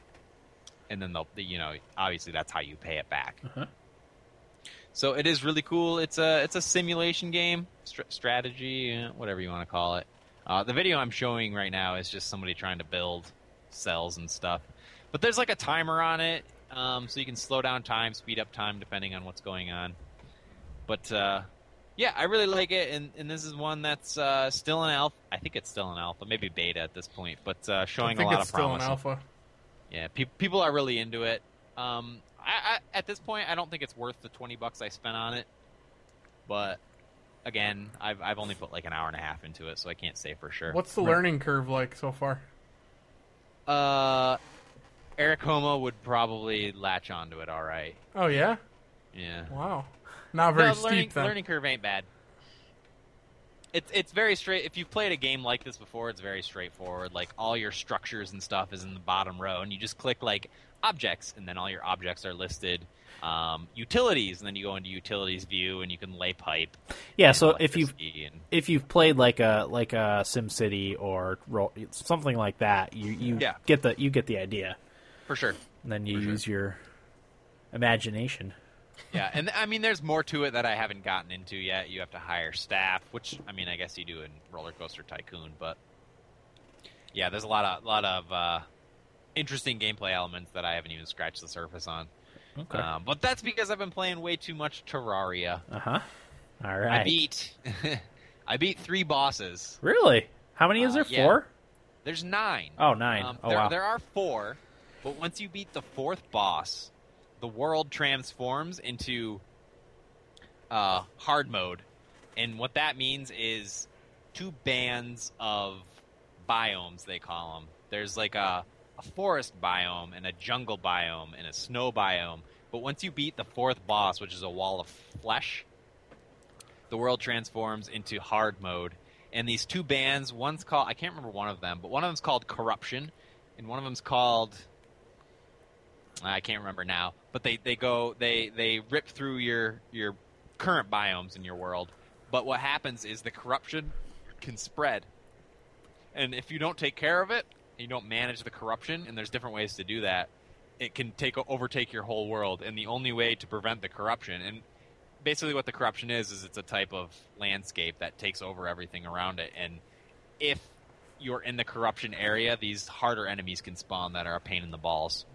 Speaker 6: and then they'll you know obviously that's how you pay it back. So it is really cool. It's a it's a simulation game, str- strategy, uh, whatever you want to call it. Uh, the video I'm showing right now is just somebody trying to build cells and stuff. But there's like a timer on it, um, so you can slow down time, speed up time, depending on what's going on. But uh, yeah, I really like it, and, and this is one that's uh, still in alpha. I think it's still in alpha, maybe beta at this point, but uh,
Speaker 4: I
Speaker 6: showing a
Speaker 4: think
Speaker 6: lot
Speaker 4: it's
Speaker 6: of
Speaker 4: still an
Speaker 6: promise.
Speaker 4: alpha.
Speaker 6: Yeah, pe- people are really into it. Um, I, I at this point, I don't think it's worth the twenty bucks I spent on it. But again, I've I've only put like an hour and a half into it, so I can't say for sure.
Speaker 4: What's the learning curve like so far?
Speaker 6: Uh, Eric Homo would probably latch onto it. All right.
Speaker 4: Oh yeah,
Speaker 6: Yeah.
Speaker 4: wow. Not <laughs> very
Speaker 6: no,
Speaker 4: steep
Speaker 6: learning,
Speaker 4: then.
Speaker 6: learning curve ain't bad. It's it's very straight. If you've played a game like this before, it's very straightforward. Like all your structures and stuff is in the bottom row, and you just click like objects, and then all your objects are listed. Um, utilities, and then you go into utilities view, and you can lay pipe.
Speaker 3: Yeah.
Speaker 6: and
Speaker 3: So if you
Speaker 6: electricity and,
Speaker 3: if you've played like a like a SimCity or Ro- something like that, you you
Speaker 6: Yeah.
Speaker 3: get the you get the idea,
Speaker 6: for sure,
Speaker 3: and then you
Speaker 6: For sure.
Speaker 3: use your imagination.
Speaker 6: yeah. And I mean, there's more to it that I haven't gotten into yet. You have to hire staff, which I mean, I guess you do in Roller Coaster Tycoon, but yeah, there's a lot of lot of uh, interesting gameplay elements that I haven't even scratched the surface on.
Speaker 3: Okay.
Speaker 6: Um, but that's because I've been playing way too much Terraria.
Speaker 3: Uh huh. All
Speaker 6: I
Speaker 3: right.
Speaker 6: beat, <laughs> I beat three bosses.
Speaker 3: Really? How many is
Speaker 6: Uh,
Speaker 3: there?
Speaker 6: yeah.
Speaker 3: Four?
Speaker 6: There's nine.
Speaker 3: Oh, nine.
Speaker 6: Um,
Speaker 3: oh
Speaker 6: there,
Speaker 3: wow.
Speaker 6: there are four, but once you beat the fourth boss, the world transforms into uh, hard mode, and what that means is two bands of biomes. They call them. There's like a, a forest biome and a jungle biome and a snow biome. But once you beat the fourth boss, which is a wall of flesh, the world transforms into hard mode and these two bands one's called i can't remember one of them but one of them's called corruption and one of them's called i can't remember now but they, they go they they rip through your your current biomes in your world but what happens is the corruption can spread and if you don't take care of it and you don't manage the corruption and there's different ways to do that it can take overtake your whole world and the only way to prevent the corruption and basically what the corruption is is it's a type of landscape that takes over everything around it and if you're in the corruption area these harder enemies can spawn that are a pain in the balls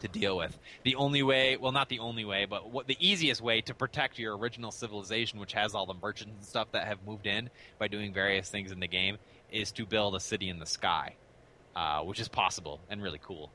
Speaker 6: to deal with the only way well not the only way but what the easiest way to protect your original civilization which has all the merchants and stuff that have moved in by doing various things in the game is to build a city in the sky uh, which is possible and really cool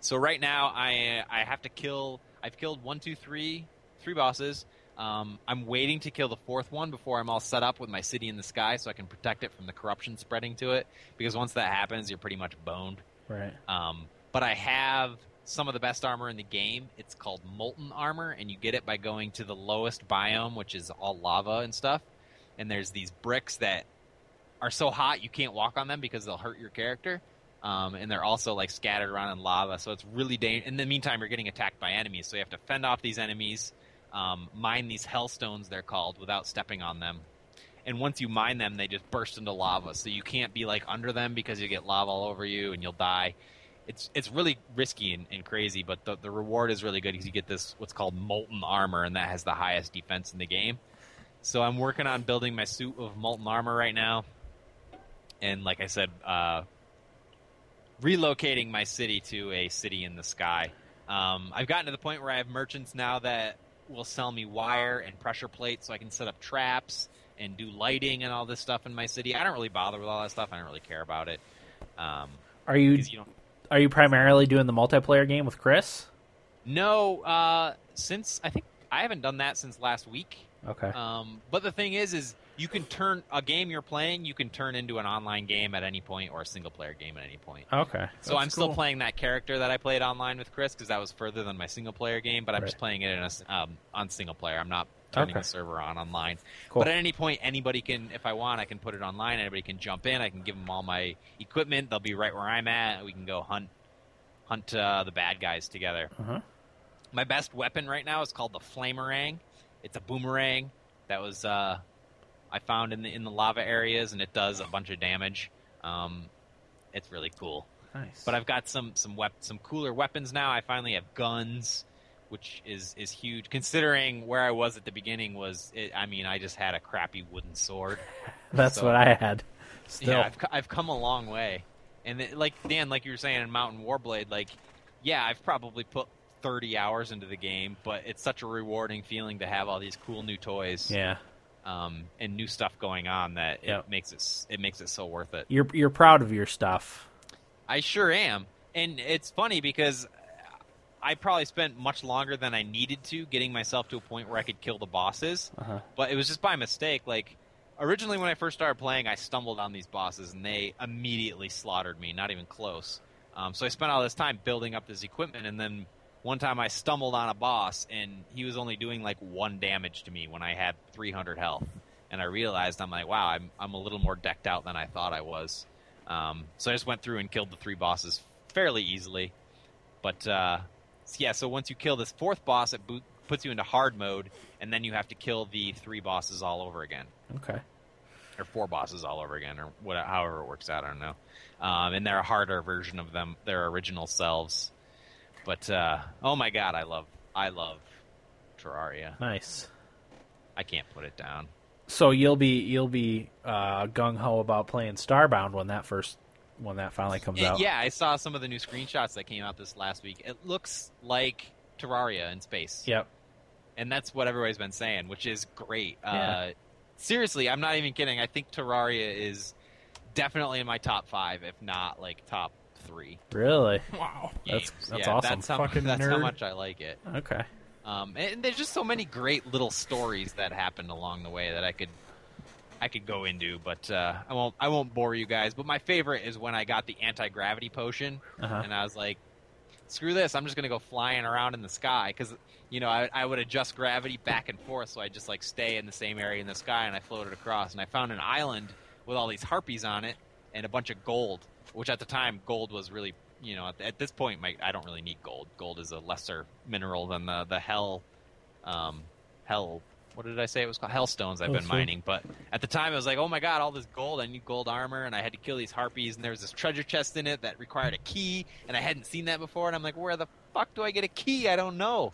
Speaker 6: so right now, I I have to kill. I've killed one, two, three, three bosses. Um, I'm waiting to kill the fourth one before I'm all set up with my city in the sky, so I can protect it from the corruption spreading to it. Because once that happens, you're pretty much boned.
Speaker 3: right.
Speaker 6: Um, but I have some of the best armor in the game. It's called Molten Armor, and you get it by going to the lowest biome, which is all lava and stuff. And there's these bricks that are so hot you can't walk on them because they'll hurt your character. Um, and they're also like scattered around in lava, so it's really dangerous. In the meantime, you're getting attacked by enemies, so you have to fend off these enemies, um, mine these hellstones they're called without stepping on them. And once you mine them, they just burst into lava, so you can't be like under them because you get lava all over you and you'll die. It's it's really risky and, and crazy, but the, the reward is really good because you get this what's called molten armor, and that has the highest defense in the game. So I'm working on building my suit of molten armor right now and like I said, uh, relocating my city to a city in the sky. Um, I've gotten to the point where I have merchants now that will sell me wire and pressure plates so I can set up traps and do lighting and all this stuff in my city. I don't really bother with all that stuff. I don't really care about it. Um,
Speaker 3: Are you
Speaker 6: 'cause you don't
Speaker 3: are you primarily doing the multiplayer game with Chris?
Speaker 6: No, uh, since I think I haven't done that since last week.
Speaker 3: Okay.
Speaker 6: Um, but the thing is, is you can turn a game you're playing, you can turn into an online game at any point or a single player game at any point.
Speaker 3: Okay.
Speaker 6: So I'm still
Speaker 4: cool.
Speaker 6: playing that character that I played online with Chris because that was further than my single player game. But I'm
Speaker 3: Right.
Speaker 6: just playing it in a s um, on single player. I'm not turning
Speaker 3: Okay.
Speaker 6: the server on online.
Speaker 3: Cool.
Speaker 6: But at any point, anybody can, if I want, I can put it online. Anybody can jump in. I can give them all my equipment. They'll be right where I'm at. We can go hunt hunt uh, the bad guys together.
Speaker 3: Uh-huh.
Speaker 6: My best weapon right now is called the flamerang. It's a boomerang that was uh, I found in the in the lava areas, and it does a bunch of damage. Um, it's really cool.
Speaker 3: Nice.
Speaker 6: But I've got some some wep- some cooler weapons now. I finally have guns, which is is huge considering where I was at the beginning. Was it, I mean I just had a crappy wooden sword. <laughs>
Speaker 3: that's
Speaker 6: so-
Speaker 3: what I had. Still.
Speaker 6: Yeah, I've, co- I've come a long way. And it, like Dan, like you were saying in Mountain Warblade, like yeah, I've probably put thirty hours into the game, but it's such a rewarding feeling to have all these cool new toys
Speaker 3: yeah.
Speaker 6: um, and new stuff going on that
Speaker 3: Yeah.
Speaker 6: it makes it s- it makes it so worth it.
Speaker 3: You're you're proud of your stuff.
Speaker 6: I sure am. And it's funny because I probably spent much longer than I needed to getting myself to a point where I could kill the bosses.
Speaker 3: Uh-huh.
Speaker 6: But it was just by mistake. Like, originally when I first started playing, I stumbled on these bosses and they immediately slaughtered me, not even close. Um, so I spent all this time building up this equipment and then. One time I stumbled on a boss and he was only doing like one damage to me when I had 300 health. And I realized I'm like, wow, I'm, I'm a little more decked out than I thought I was. Um, so I just went through and killed the three bosses fairly easily. But uh, yeah, so once you kill this fourth boss, it boot, puts you into hard mode, and then you have to kill the three bosses all over again,
Speaker 3: Okay.
Speaker 6: or four bosses all over again, or whatever, however it works out. I don't know. Um, and they're a harder version of them, their original selves. But uh, oh my god, I love, I love Terraria.
Speaker 3: Nice.
Speaker 6: I can't put it down.
Speaker 3: So you'll be you'll be uh, gung ho about playing Starbound when that first when that finally comes
Speaker 6: It-
Speaker 3: out.
Speaker 6: yeah, I saw some of the new screenshots that came out this last week. It looks like Terraria in space.
Speaker 3: Yep.
Speaker 6: and that's what everybody's been saying, which is great.
Speaker 3: Yeah.
Speaker 6: Uh, seriously, I'm not even kidding. I think Terraria is definitely in my top five, if not like top three. <laughs>
Speaker 3: Really.
Speaker 4: Wow.
Speaker 3: That's-
Speaker 6: games.
Speaker 3: that's
Speaker 6: yeah,
Speaker 3: awesome.
Speaker 6: That's, how,
Speaker 4: Fucking
Speaker 6: that's how
Speaker 4: nerd.
Speaker 6: much I like it.
Speaker 3: Okay.
Speaker 6: Um, and there's just so many great little stories that happened along the way that I could I could go into, but uh, I won't I won't bore you guys. But my favorite is when I got the anti gravity potion,
Speaker 3: Uh-huh.
Speaker 6: and I was like, "Screw this! I'm just gonna go flying around in the sky because you know I, I would adjust gravity back and forth, so I just like stay in the same area in the sky, and I floated across, and I found an island with all these harpies on it and a bunch of gold, which at the time gold was really you know at, at this point my, I don't really need gold. Gold is a lesser mineral than the the hell um, hell. What did I say it was called? Hellstones. I've been
Speaker 4: Hellstone.
Speaker 6: mining, but at the time I was like, oh my god, all this gold! I need gold armor, and I had to kill these harpies, and there was this treasure chest in it that required a key, and I hadn't seen that before, and I'm like, where the fuck do I get a key? I don't know.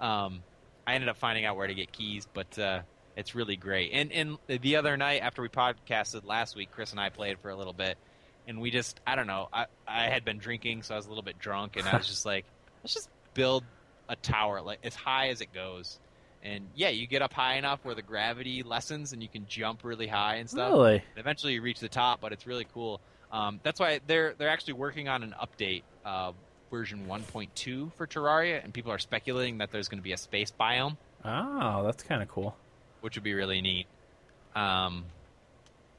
Speaker 6: Um, I ended up finding out where to get keys, but uh, it's really great. And and the other night after we podcasted last week, Chris and I played for a little bit, and we just I don't know. I I had been drinking, so I was a little bit drunk, and I was just like, let's just build a tower like as high as it goes. And yeah, you get up high enough where the gravity lessens, and you can jump really high and stuff.
Speaker 3: Really.
Speaker 6: And Eventually, you reach the top, but it's really cool. Um, that's why they're they're actually working on an update, uh, version 1.2 for Terraria, and people are speculating that there's going to be a space biome,
Speaker 3: Oh, that's kind of cool.
Speaker 6: which would be really neat. Um,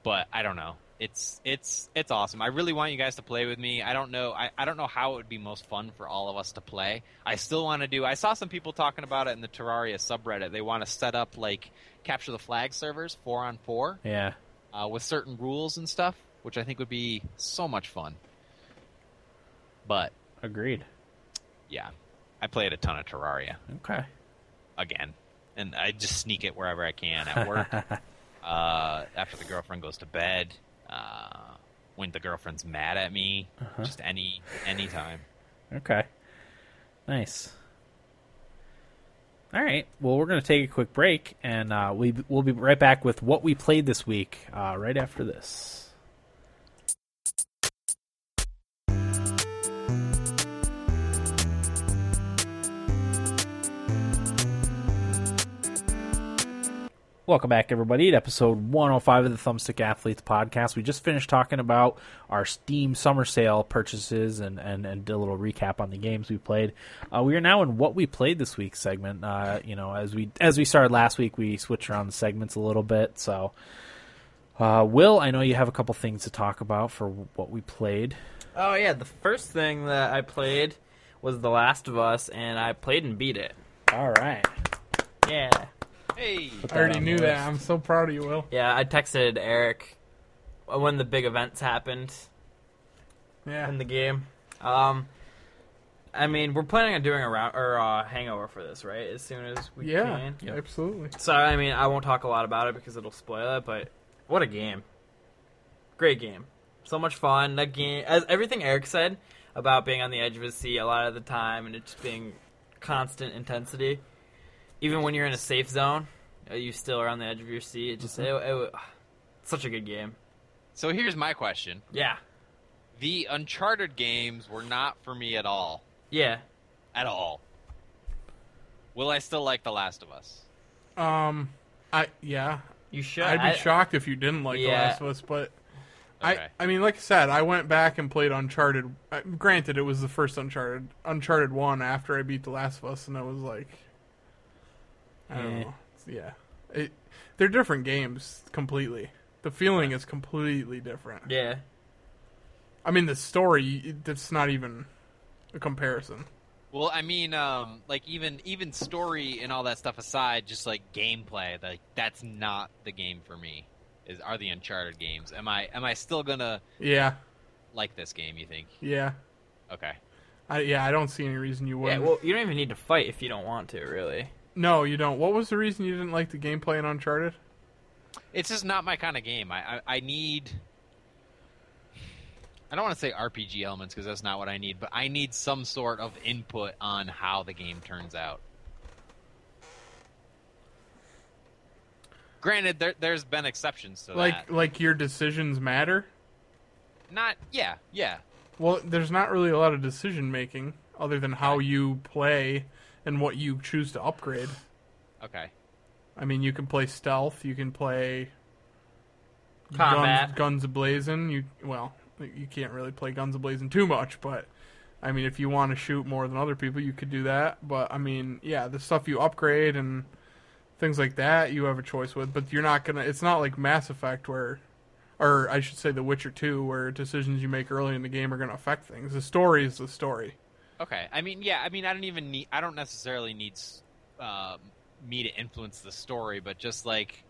Speaker 6: but I don't know. It's it's it's awesome. I really want you guys to play with me. I don't know. I, I don't know how it would be most fun for all of us to play. I still want to do. I saw some people talking about it in the Terraria subreddit. They want to set up like capture the flag servers four on four
Speaker 3: Yeah.
Speaker 6: uh, with certain rules and stuff, which I think would be so much fun. But
Speaker 3: Agreed.
Speaker 6: yeah, I played a ton of Terraria
Speaker 3: Okay.
Speaker 6: again, and I just sneak it wherever I can at work. uh, after the girlfriend goes to bed, uh, when the girlfriend's mad at me, just any any time.
Speaker 3: Okay. Nice. All right. Well, we're going to take a quick break, and uh, we we'll be right back with what we played this week. Uh, right after this. Welcome back, everybody, to episode 105 of the Thumbstick Athletes podcast. We just finished talking about our Steam summer sale purchases and, and, and did a little recap on the games we played. Uh, we are now in what we played this week segment. Uh, you know, as we as we started last week, we switched around the segments a little bit. So, uh, Will, I know you have a couple things to talk about for what we played.
Speaker 5: Oh yeah, the first thing that I played was The Last of Us, and I played and beat it.
Speaker 3: All right.
Speaker 5: Yeah.
Speaker 6: Hey,
Speaker 4: I already knew
Speaker 3: that. on the
Speaker 4: that. I'm so proud of you, Will.
Speaker 5: Yeah, I texted Eric when the big events happened in
Speaker 4: Yeah.
Speaker 5: the game. Um, I mean, we're planning on doing a round or uh, hangover for this, right? As soon as we
Speaker 4: Yeah,
Speaker 5: can.
Speaker 4: absolutely.
Speaker 5: So I mean, I won't talk a lot about it because it'll spoil it. But what a game! Great game. So much fun. That game, as everything Eric said about being on the edge of his seat a lot of the time, and it just being constant intensity. Even when you're in a safe zone, uh, you still are on the edge of your seat. It just
Speaker 4: Mm-hmm.
Speaker 5: it- it- it's such a good game.
Speaker 6: so here's my question:
Speaker 5: Yeah,
Speaker 6: The Uncharted games were not for me at all,
Speaker 5: yeah.
Speaker 6: at all. Will I still like The Last of Us?
Speaker 4: Um, I yeah,
Speaker 5: You should.
Speaker 4: I'd be
Speaker 5: I-
Speaker 4: shocked if you didn't like
Speaker 5: Yeah.
Speaker 4: The Last of Us, but
Speaker 6: Okay.
Speaker 4: I I mean, like I said, I went back and played Uncharted. Uh, granted, it was the first Uncharted, Uncharted One after I beat The Last of Us, and I was like, I don't
Speaker 3: Eh.
Speaker 4: know, yeah, it, they're different games completely. The feeling is completely different.
Speaker 5: Yeah.
Speaker 4: I mean, the story it- that's not even a comparison.
Speaker 6: Well, I mean, um, like even even story and all that stuff aside, just like gameplay, like that's not the game for me. Is are the Uncharted games? Am I am I still gonna
Speaker 4: Yeah,
Speaker 6: like this game? You think?
Speaker 4: yeah,
Speaker 6: Okay.
Speaker 4: I, yeah. I don't see any reason you
Speaker 5: Yeah.
Speaker 4: wouldn't.
Speaker 5: Well, you don't even need to fight if you don't want to, really.
Speaker 4: no, you don't. What was the reason you didn't like the gameplay in Uncharted?
Speaker 6: It's just not my kind of game. I I, I need. I don't want to say RPG elements because that's not what I need, but I need some sort of input on how the game turns out. Granted, there, there's been exceptions to
Speaker 4: Like,
Speaker 6: that.
Speaker 4: like your decisions matter.
Speaker 6: Not, yeah, yeah.
Speaker 4: Well, there's not really a lot of decision making other than how you play and what you choose to upgrade.
Speaker 6: Okay.
Speaker 4: I mean, you can play stealth, you can play
Speaker 5: Combat.
Speaker 4: guns, guns ablazing. You well, you can't really play guns ablazing too much, but I mean, if you want to shoot more than other people, you could do that. But I mean, yeah, the stuff you upgrade and things like that, you have a choice with. But you're not gonna. It's not like Mass Effect where. Or I should say, The Witcher Two, where decisions you make early in the game are going to affect things. The story is the story.
Speaker 6: Okay. I mean, yeah. I mean, I don't even need. I don't necessarily need s- um, me to influence the story, but just like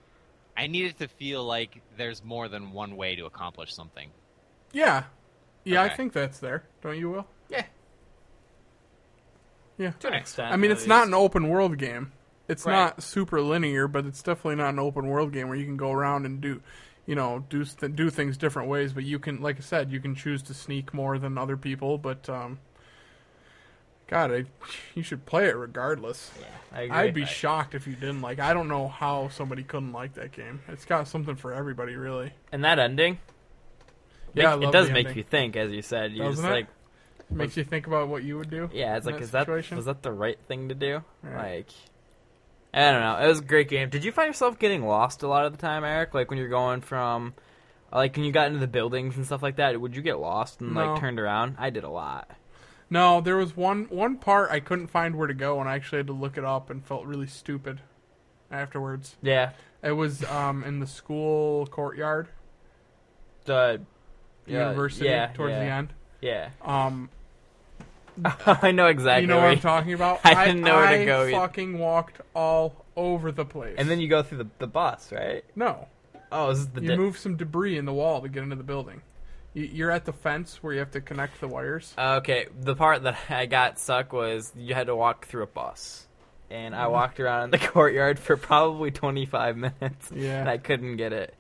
Speaker 6: I need it to feel like there's more than one way to accomplish something.
Speaker 4: Yeah, yeah, I
Speaker 6: Okay.
Speaker 4: think that's there. Don't you, Will?
Speaker 5: Yeah.
Speaker 4: Yeah.
Speaker 5: To an extent.
Speaker 4: I mean,
Speaker 5: at
Speaker 4: it's not
Speaker 5: least.
Speaker 4: an open world game. It's
Speaker 5: Right.
Speaker 4: not super linear, but it's definitely not an open world game where you can go around and do, you know, do s- do things different ways. But you can, like I said, you can choose to sneak more than other people. But um, God, I, you should play it regardless.
Speaker 5: I agree.
Speaker 4: I'd be shocked if you didn't like. I don't know how somebody couldn't like that game. It's got something for everybody, really.
Speaker 5: and that ending.
Speaker 4: Yeah, I
Speaker 5: Make-
Speaker 4: love
Speaker 5: it does
Speaker 4: the
Speaker 5: make
Speaker 4: ending.
Speaker 5: you think, as you said. You just
Speaker 4: Doesn't it?
Speaker 5: like,
Speaker 4: Makes you think about what you would do.
Speaker 5: yeah, it's
Speaker 4: in
Speaker 5: like, is that
Speaker 4: situation.
Speaker 5: was that the right thing to do?
Speaker 4: Right.
Speaker 5: Like, I don't know. It was a great game. Did you find yourself getting lost a lot of the time, Eric? Like when you're going from, like when you got into the buildings and stuff like that, would you get lost and
Speaker 4: No.
Speaker 5: like turned around? I did a lot.
Speaker 4: No, there was one one part I couldn't find where to go, and I actually had to look it up and felt really stupid afterwards.
Speaker 5: Yeah.
Speaker 4: It was um, in the school courtyard,
Speaker 5: The
Speaker 4: the
Speaker 5: yeah,
Speaker 4: university,
Speaker 5: yeah,
Speaker 4: towards
Speaker 5: yeah,
Speaker 4: the end.
Speaker 5: Yeah. <laughs>
Speaker 4: Um,
Speaker 5: I know exactly.
Speaker 4: you know what
Speaker 5: where
Speaker 4: I'm talking about?
Speaker 5: <laughs> I didn't know where to
Speaker 4: I
Speaker 5: go either.
Speaker 4: fucking walked all over the place.
Speaker 5: And then you go through the, the bus, right?
Speaker 4: no,
Speaker 5: Oh, this is the
Speaker 4: you
Speaker 5: di-
Speaker 4: move some debris in the wall to get into the building. You- You're at the fence where you have to connect the wires.
Speaker 5: Okay, the part that <laughs> I got stuck was you had to walk through a bus. And I walked around in the <laughs> courtyard for probably 25 minutes. <laughs>
Speaker 4: Yeah.
Speaker 5: And I couldn't get it.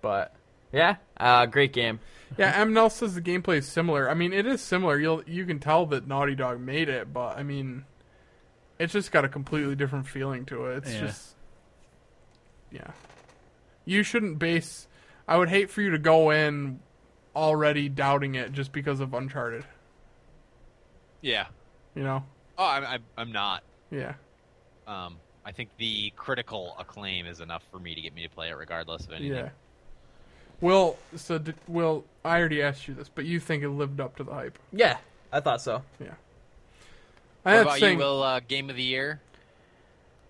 Speaker 5: But, yeah, uh, great game.
Speaker 4: Yeah, Amnel says the gameplay is similar. I mean, it is similar. You'll you can tell that Naughty Dog made it, but I mean, it's just got a completely different feeling to it. It's
Speaker 3: Yeah.
Speaker 4: just, yeah. You shouldn't base. I would hate for you to go in already doubting it just because of Uncharted.
Speaker 6: Yeah.
Speaker 4: You know?
Speaker 6: Oh, I'm I'm, I'm not.
Speaker 4: Yeah.
Speaker 6: Um, I think the critical acclaim is enough for me to get me to play it, regardless of anything.
Speaker 4: Yeah. Will, so did, Will, I already asked you this, but you think it lived up to the hype?
Speaker 5: Yeah, I thought so.
Speaker 4: Yeah. I
Speaker 6: What
Speaker 4: have
Speaker 6: about
Speaker 4: saying,
Speaker 6: you, Will? Uh, game of the year?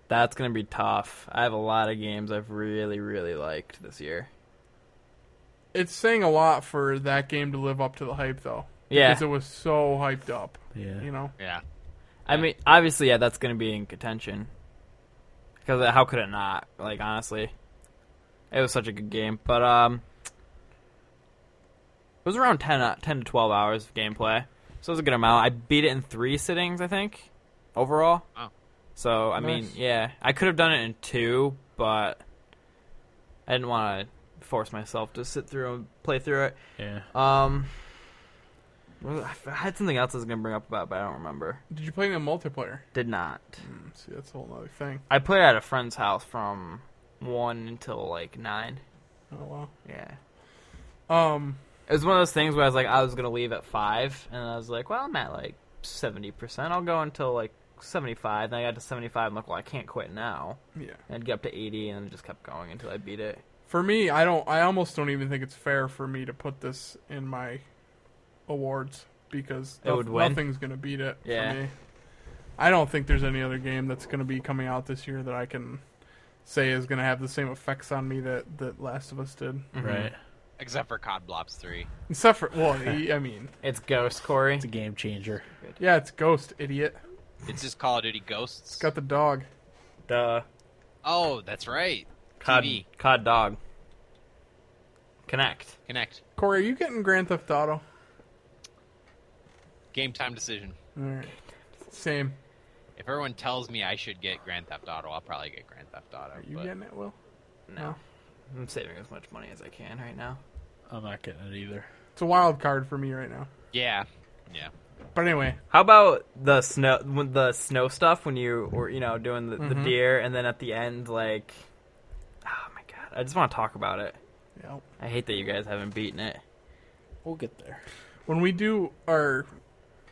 Speaker 5: That's gonna be tough. I have a lot of games I've really, really liked this year.
Speaker 4: it's saying a lot for that game to live up to the hype, though.
Speaker 5: Yeah.
Speaker 4: Because it was so hyped up.
Speaker 3: Yeah.
Speaker 4: You know?
Speaker 6: Yeah.
Speaker 5: I mean, obviously, yeah, that's gonna be in contention. Because how could it not? Like honestly, it was such a good game. But um, it was around 10, uh, 10 to twelve hours of gameplay, so it was a good amount. I beat it in three sittings, I think, overall.
Speaker 6: Wow.
Speaker 5: So I mean,
Speaker 4: Nice.
Speaker 5: yeah, I could have done it in two, but I didn't want to force myself to sit through and play through it.
Speaker 3: Yeah.
Speaker 5: Um, what was it? I had something else I was gonna bring up about, but I don't remember.
Speaker 4: Did you play it in multiplayer?
Speaker 5: Did not.
Speaker 4: Mm, see, that's a whole other thing.
Speaker 5: I played at a friend's house from one until like nine.
Speaker 4: Oh,
Speaker 5: Yeah.
Speaker 4: wow. Um,
Speaker 5: It was one of those things where I was like, I was gonna leave at five, and I was like, well, I'm at like seventy percent. I'll go until like seventy-five. Then I got to seventy-five. I'm like, well, I can't quit now.
Speaker 4: yeah.
Speaker 5: And I'd get up to eighty, and then just kept going until I beat it.
Speaker 4: For me, I don't. I almost don't even think it's fair for me to put this in my awards because
Speaker 5: It would win.
Speaker 4: nothing's going to beat it
Speaker 5: Yeah.
Speaker 4: for me. I don't think there's any other game that's going to be coming out this year that I can say is going to have the same effects on me that that Last of Us did.
Speaker 5: Hmm.
Speaker 3: Right.
Speaker 6: Except for COD Blops 3.
Speaker 4: Except for well, I I mean,
Speaker 5: It's Ghost Corey.
Speaker 3: It's a game changer.
Speaker 4: yeah, it's Ghost, idiot.
Speaker 6: It's just Call of Duty Ghosts.
Speaker 4: It's got the dog.
Speaker 5: Duh.
Speaker 6: Oh, that's right.
Speaker 5: uh, Cod.
Speaker 6: TV.
Speaker 5: Cod dog. Connect.
Speaker 6: Connect.
Speaker 4: Corey, are you getting Grand Theft Auto?
Speaker 6: Game time decision.
Speaker 4: All right. Same.
Speaker 6: If everyone tells me I should get Grand Theft Auto, I'll probably get Grand Theft Auto.
Speaker 4: Are you
Speaker 6: but-
Speaker 4: getting it, Will?
Speaker 5: No. I'm saving as much money as I can right now.
Speaker 3: I'm not getting it either.
Speaker 4: It's a wild card for me right now.
Speaker 6: Yeah. Yeah.
Speaker 4: But anyway,
Speaker 5: How about the snow when the snow stuff when you were you know doing the, the
Speaker 4: Mhm.
Speaker 5: deer and then at the end like oh my god I just want to talk about it.
Speaker 4: yeah.
Speaker 5: I hate that you guys haven't beaten it.
Speaker 3: We'll get there.
Speaker 4: when we do our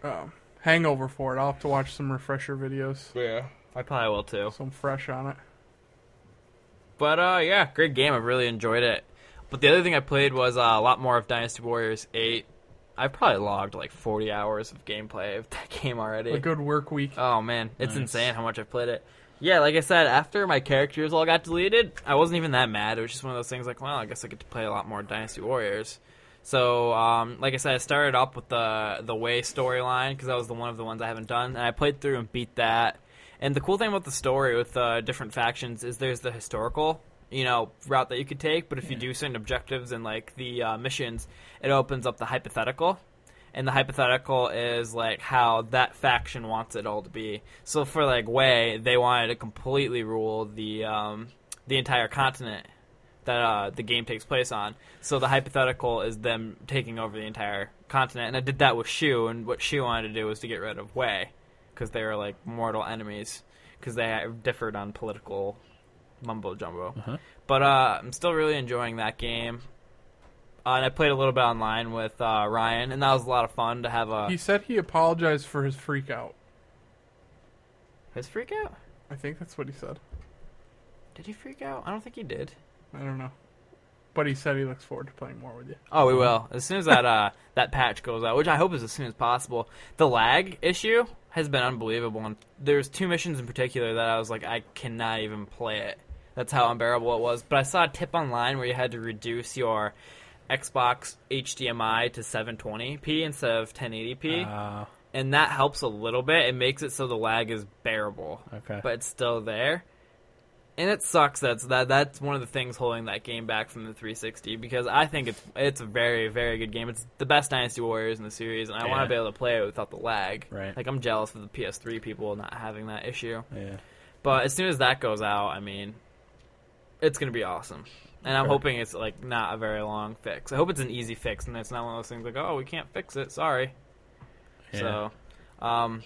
Speaker 4: um, hangover for it, I'll have to watch some refresher videos,
Speaker 5: Yeah. I probably will too.
Speaker 4: so I'm fresh on it.
Speaker 5: But uh yeah, great game. I really enjoyed it. But the other thing I played was uh, a lot more of Dynasty Warriors 8. I've probably logged like 40 hours of gameplay of that <laughs> game already.
Speaker 4: A good work week.
Speaker 5: Oh man, it's
Speaker 3: Nice.
Speaker 5: insane how much I've played it. Yeah, like I said, after my characters all got deleted, I wasn't even that mad. It was just one of those things like, well, I guess I get to play a lot more Dynasty Warriors. So, um, like I said, I started up with the the Way storyline because that was the one of the ones I haven't done, and I played through and beat that. And the cool thing about the story with uh, different factions is there's the historical, you know, route that you could take, but if you do certain objectives and like the uh, missions, it opens up the hypothetical and the hypothetical is like how that faction wants it all to be. So for like Wei, they wanted to completely rule the um, the entire continent that uh, the game takes place on. So the hypothetical is them taking over the entire continent, and I did that with Shu, and what Shu wanted to do was to get rid of Wei because they were like mortal enemies because they differed on political mumbo jumbo. But uh, I'm still really enjoying that game. Uh, and I played a little bit online with uh, Ryan, and that was a lot of fun to have a
Speaker 4: He said he apologized for his freak out.
Speaker 5: his freak out.
Speaker 4: I think that's what he said.
Speaker 5: Did he freak out? I don't think he did.
Speaker 4: I don't know. But he said he looks forward to playing more with you.
Speaker 5: Oh, we will as soon as that uh, <laughs> that patch goes out, which I hope is as soon as possible. The lag issue has been unbelievable, and there's two missions in particular that I was like, I cannot even play it. That's how unbearable it was. But I saw a tip online where you had to reduce your Xbox HDMI to 720p instead of 1080p.
Speaker 3: Uh,
Speaker 5: and that helps a little bit. It makes it so the lag is bearable,
Speaker 3: okay.
Speaker 5: but it's still there. And it sucks that's that that's one of the things holding that game back from the 360 because I think it's it's a very very good game. It's the best Dynasty Warriors in the series, and I want
Speaker 3: Yeah.
Speaker 5: to be able to play it without the lag.
Speaker 3: Right.
Speaker 5: Like I'm jealous of the PS3 people not having that issue.
Speaker 3: yeah.
Speaker 5: But as soon as that goes out, I mean, it's gonna be awesome. And I'm
Speaker 3: Sure.
Speaker 5: hoping it's like not a very long fix. I hope it's an easy fix, and it's not one of those things like, oh, we can't fix it. Sorry.
Speaker 3: Yeah.
Speaker 5: So, um,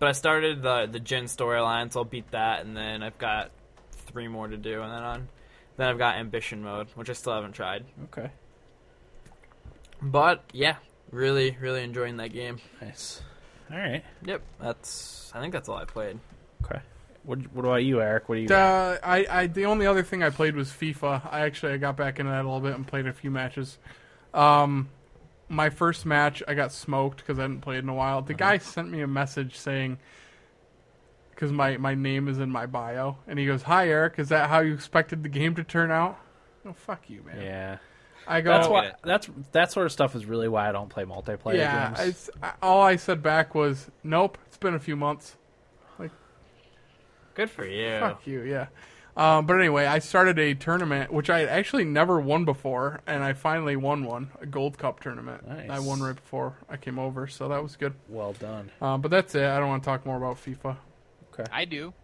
Speaker 5: but I started the the Jin storyline, so I'll beat that, and then I've got three more to do, and then on, then I've got ambition mode, which I still haven't tried.
Speaker 3: Okay.
Speaker 5: But yeah, really, really enjoying that game.
Speaker 3: Nice. All right.
Speaker 5: Yep, that's I think that's all I played.
Speaker 3: Okay. What, what about you, Eric? What do you?
Speaker 4: Uh, I, I the only other thing I played was FIFA. I actually I got back into that a little bit and played a few matches. Um, my first match I got smoked because I hadn't played in a while. The guy sent me a message saying, because my my name is in my bio, and he goes, "Hi Eric, is that how you expected the game to turn out?" Oh fuck you, man.
Speaker 3: yeah,
Speaker 4: I go.
Speaker 3: that's
Speaker 6: Oh.
Speaker 3: why that's that sort of stuff is really why I don't play multiplayer
Speaker 4: yeah,
Speaker 3: games.
Speaker 4: it's, I, all I said back was, "Nope, it's been a few months."
Speaker 5: Good for you.
Speaker 4: Fuck you, yeah. Um, but anyway, I started a tournament which I had actually never won before, and I finally won one, a Gold Cup tournament.
Speaker 3: Nice.
Speaker 4: I won right before I came over, so that was good.
Speaker 3: well done.
Speaker 4: Uh, but that's it. I don't want to talk more about FIFA.
Speaker 6: I do.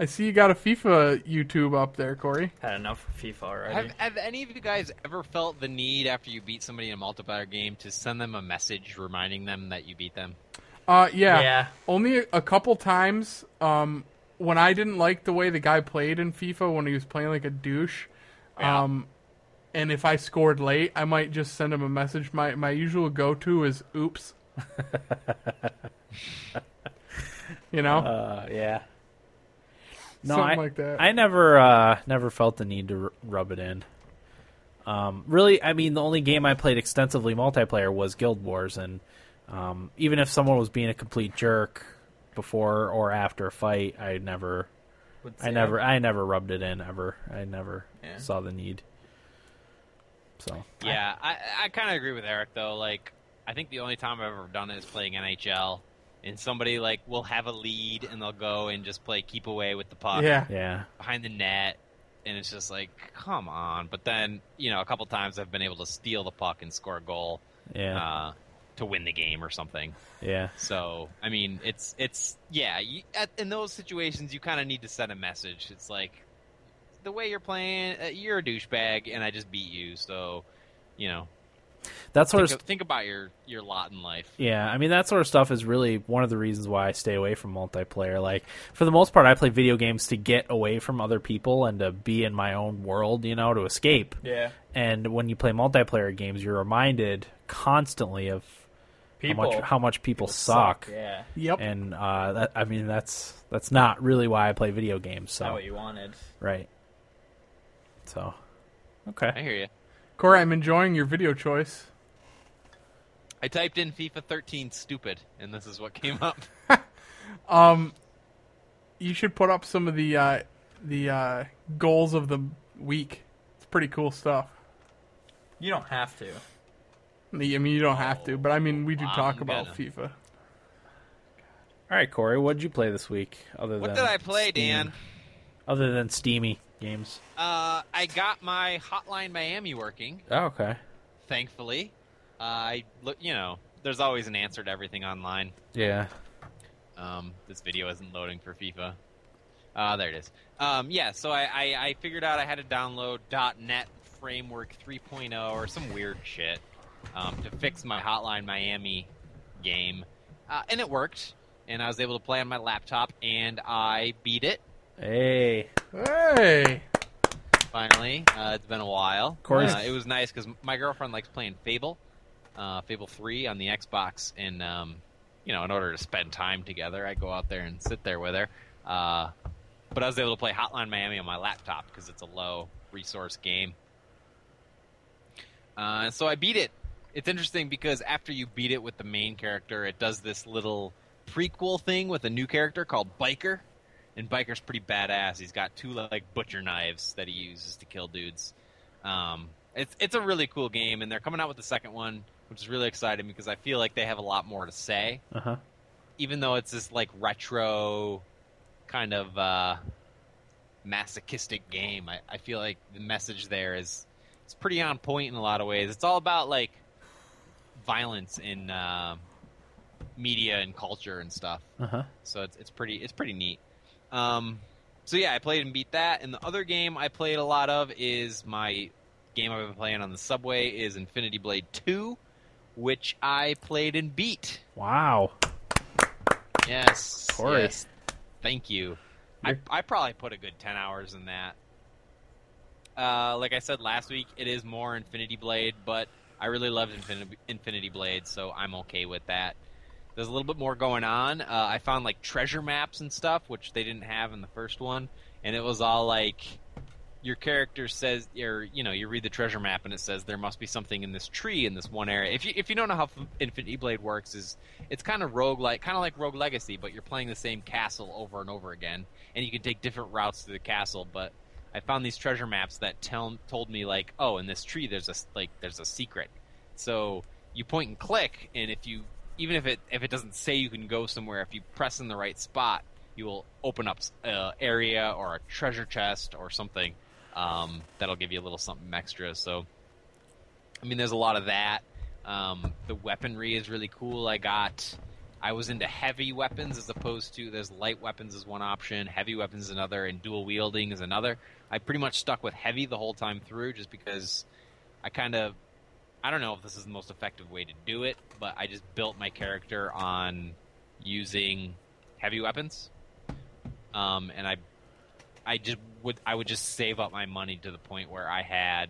Speaker 4: I see you got a FIFA YouTube up there, Corey.
Speaker 5: Had enough of FIFA already.
Speaker 6: Have, have any of you guys ever felt the need after you beat somebody in a multiplayer game to send them a message reminding them that you beat them?
Speaker 4: Uh, yeah.
Speaker 5: Yeah.
Speaker 4: Only a- a couple times um, when I didn't like the way the guy played in FIFA when he was playing like a douche.
Speaker 6: Yeah.
Speaker 4: Um, and if I scored late, I might just send him a message. My my usual go to is oops. you know,
Speaker 3: Uh, yeah. No,
Speaker 4: something
Speaker 3: I,
Speaker 4: like that.
Speaker 3: I never uh, never felt the need to r- rub it in. Um, really, I mean, the only game I played extensively multiplayer was Guild Wars, and um, even if someone was being a complete jerk before or after a fight, I never,
Speaker 5: Would
Speaker 3: I
Speaker 5: say.
Speaker 3: never, I never rubbed it in ever. I never saw the need. So
Speaker 6: Yeah, I, I kind of agree with Eric though. Like, I think the only time I've ever done it is playing NHL, and somebody like will have a lead and they'll go and just play keep away with the puck
Speaker 4: yeah,
Speaker 3: yeah,
Speaker 6: behind the net, and it's just like, come on. But then you know, a couple times I've been able to steal the puck and score a goal
Speaker 3: yeah,
Speaker 6: uh, to win the game or something.
Speaker 3: yeah,
Speaker 6: So I mean, it's it's yeah. You, at, in those situations, you kind of need to send a message. It's like the way you're playing, uh, you're a douchebag, and I just beat you. So you know,
Speaker 3: that sort
Speaker 6: think,
Speaker 3: of
Speaker 6: of- think about your your lot in life.
Speaker 3: Yeah, I mean that sort of stuff is really one of the reasons why I stay away from multiplayer. Like for the most part, I play video games to get away from other people and to be in my own world, you know, to escape.
Speaker 5: Yeah.
Speaker 3: And when you play multiplayer games, you're reminded constantly of
Speaker 5: People.
Speaker 3: how much how much people,
Speaker 5: suck.
Speaker 3: suck.
Speaker 5: Yeah.
Speaker 4: yep.
Speaker 3: And uh, that, I mean that's that's not really why I play video games. So
Speaker 5: Not what you wanted.
Speaker 3: right. So okay.
Speaker 6: I hear you.
Speaker 4: Corey, I'm enjoying your video choice.
Speaker 6: I typed in FIFA 13 stupid, and this is what came
Speaker 3: <laughs>
Speaker 6: up.
Speaker 4: You should put up some of the uh, the uh, goals of the week. It's pretty cool stuff.
Speaker 5: You don't have to.
Speaker 4: I mean, you don't have to, but I mean, we do
Speaker 6: I'm
Speaker 4: talk about
Speaker 6: gonna-
Speaker 4: FIFA.
Speaker 3: All right, Corey, what did you play this week? Other
Speaker 6: What
Speaker 3: than
Speaker 6: did I play,
Speaker 3: Steam-
Speaker 6: Dan?
Speaker 3: Other than steamy games.
Speaker 6: Uh, I got my Hotline Miami working,
Speaker 3: Oh, okay.
Speaker 6: thankfully. Uh, I look, you know, there's always an answer to everything online.
Speaker 3: Yeah.
Speaker 6: Um, this video isn't loading for FIFA. Uh, there it is. Um, yeah, so I, I, I figured out I had to download .NET Framework 3.0 or some weird shit um, to fix my Hotline Miami game, uh, and it worked. And I was able to play on my laptop, and I beat it
Speaker 3: Hey.
Speaker 4: Hey,
Speaker 6: finally. Uh, it's been a while.
Speaker 3: Corey's-
Speaker 6: Uh, it was nice because my girlfriend likes playing Fable, uh, Fable 3 on the Xbox, and um, you know, in order to spend time together, I go out there and sit there with her. Uh, but I was able to play Hotline Miami on my laptop because it's a low resource game. Uh, so I beat it. It's interesting because after you beat it with the main character, it does this little prequel thing with a new character called Biker. And Biker's pretty badass. He's got two like butcher knives that he uses to kill dudes. Um, it's it's a really cool game, and they're coming out with the second one, which is really exciting because I feel like they have a lot more to say
Speaker 3: Uh huh.
Speaker 6: even though it's this like retro kind of uh, masochistic game, I, I feel like the message there is it's pretty on point in a lot of ways. It's all about like violence in uh, media and culture and stuff.
Speaker 3: Uh huh.
Speaker 6: So it's, it's pretty it's pretty neat. Um, so yeah, I played and beat that. And the other game I played a lot of is my game I've been playing on the subway is Infinity Blade Two, which I played and beat.
Speaker 3: Wow.
Speaker 6: Yes. Of
Speaker 3: course.
Speaker 6: Thank you. I, I probably put a good 10 hours in that. Uh, like I said last week, it is more Infinity Blade, but I really loved Infinity, Infinity Blade, so I'm okay with that. There's a little bit more going on. Uh, I found like treasure maps and stuff, which they didn't have in the first one, and it was all like your character says, or you know, you read the treasure map and it says there must be something in this tree in this one area. If you if you don't know how F- Infinity Blade works, is it's kind of rogue like, kind of like Rogue Legacy, but you're playing the same castle over and over again, and you can take different routes to the castle. But I found these treasure maps that tell told me like, oh, in this tree there's a s- like there's a secret. So you point and click, and if you even if it if it doesn't say you can go somewhere, if you press in the right spot, you will open up an area or a treasure chest or something um, that'll give you a little something extra. So, I mean, there's a lot of that. Um, the weaponry is really cool. I got I was into heavy weapons as opposed to there's light weapons is one option, heavy weapons is another, and dual wielding is another. I pretty much stuck with heavy the whole time through just because I kind of I don't know if this is the most effective way to do it, but I just built my character on using heavy weapons, um, and I, I just would I would just save up my money to the point where I had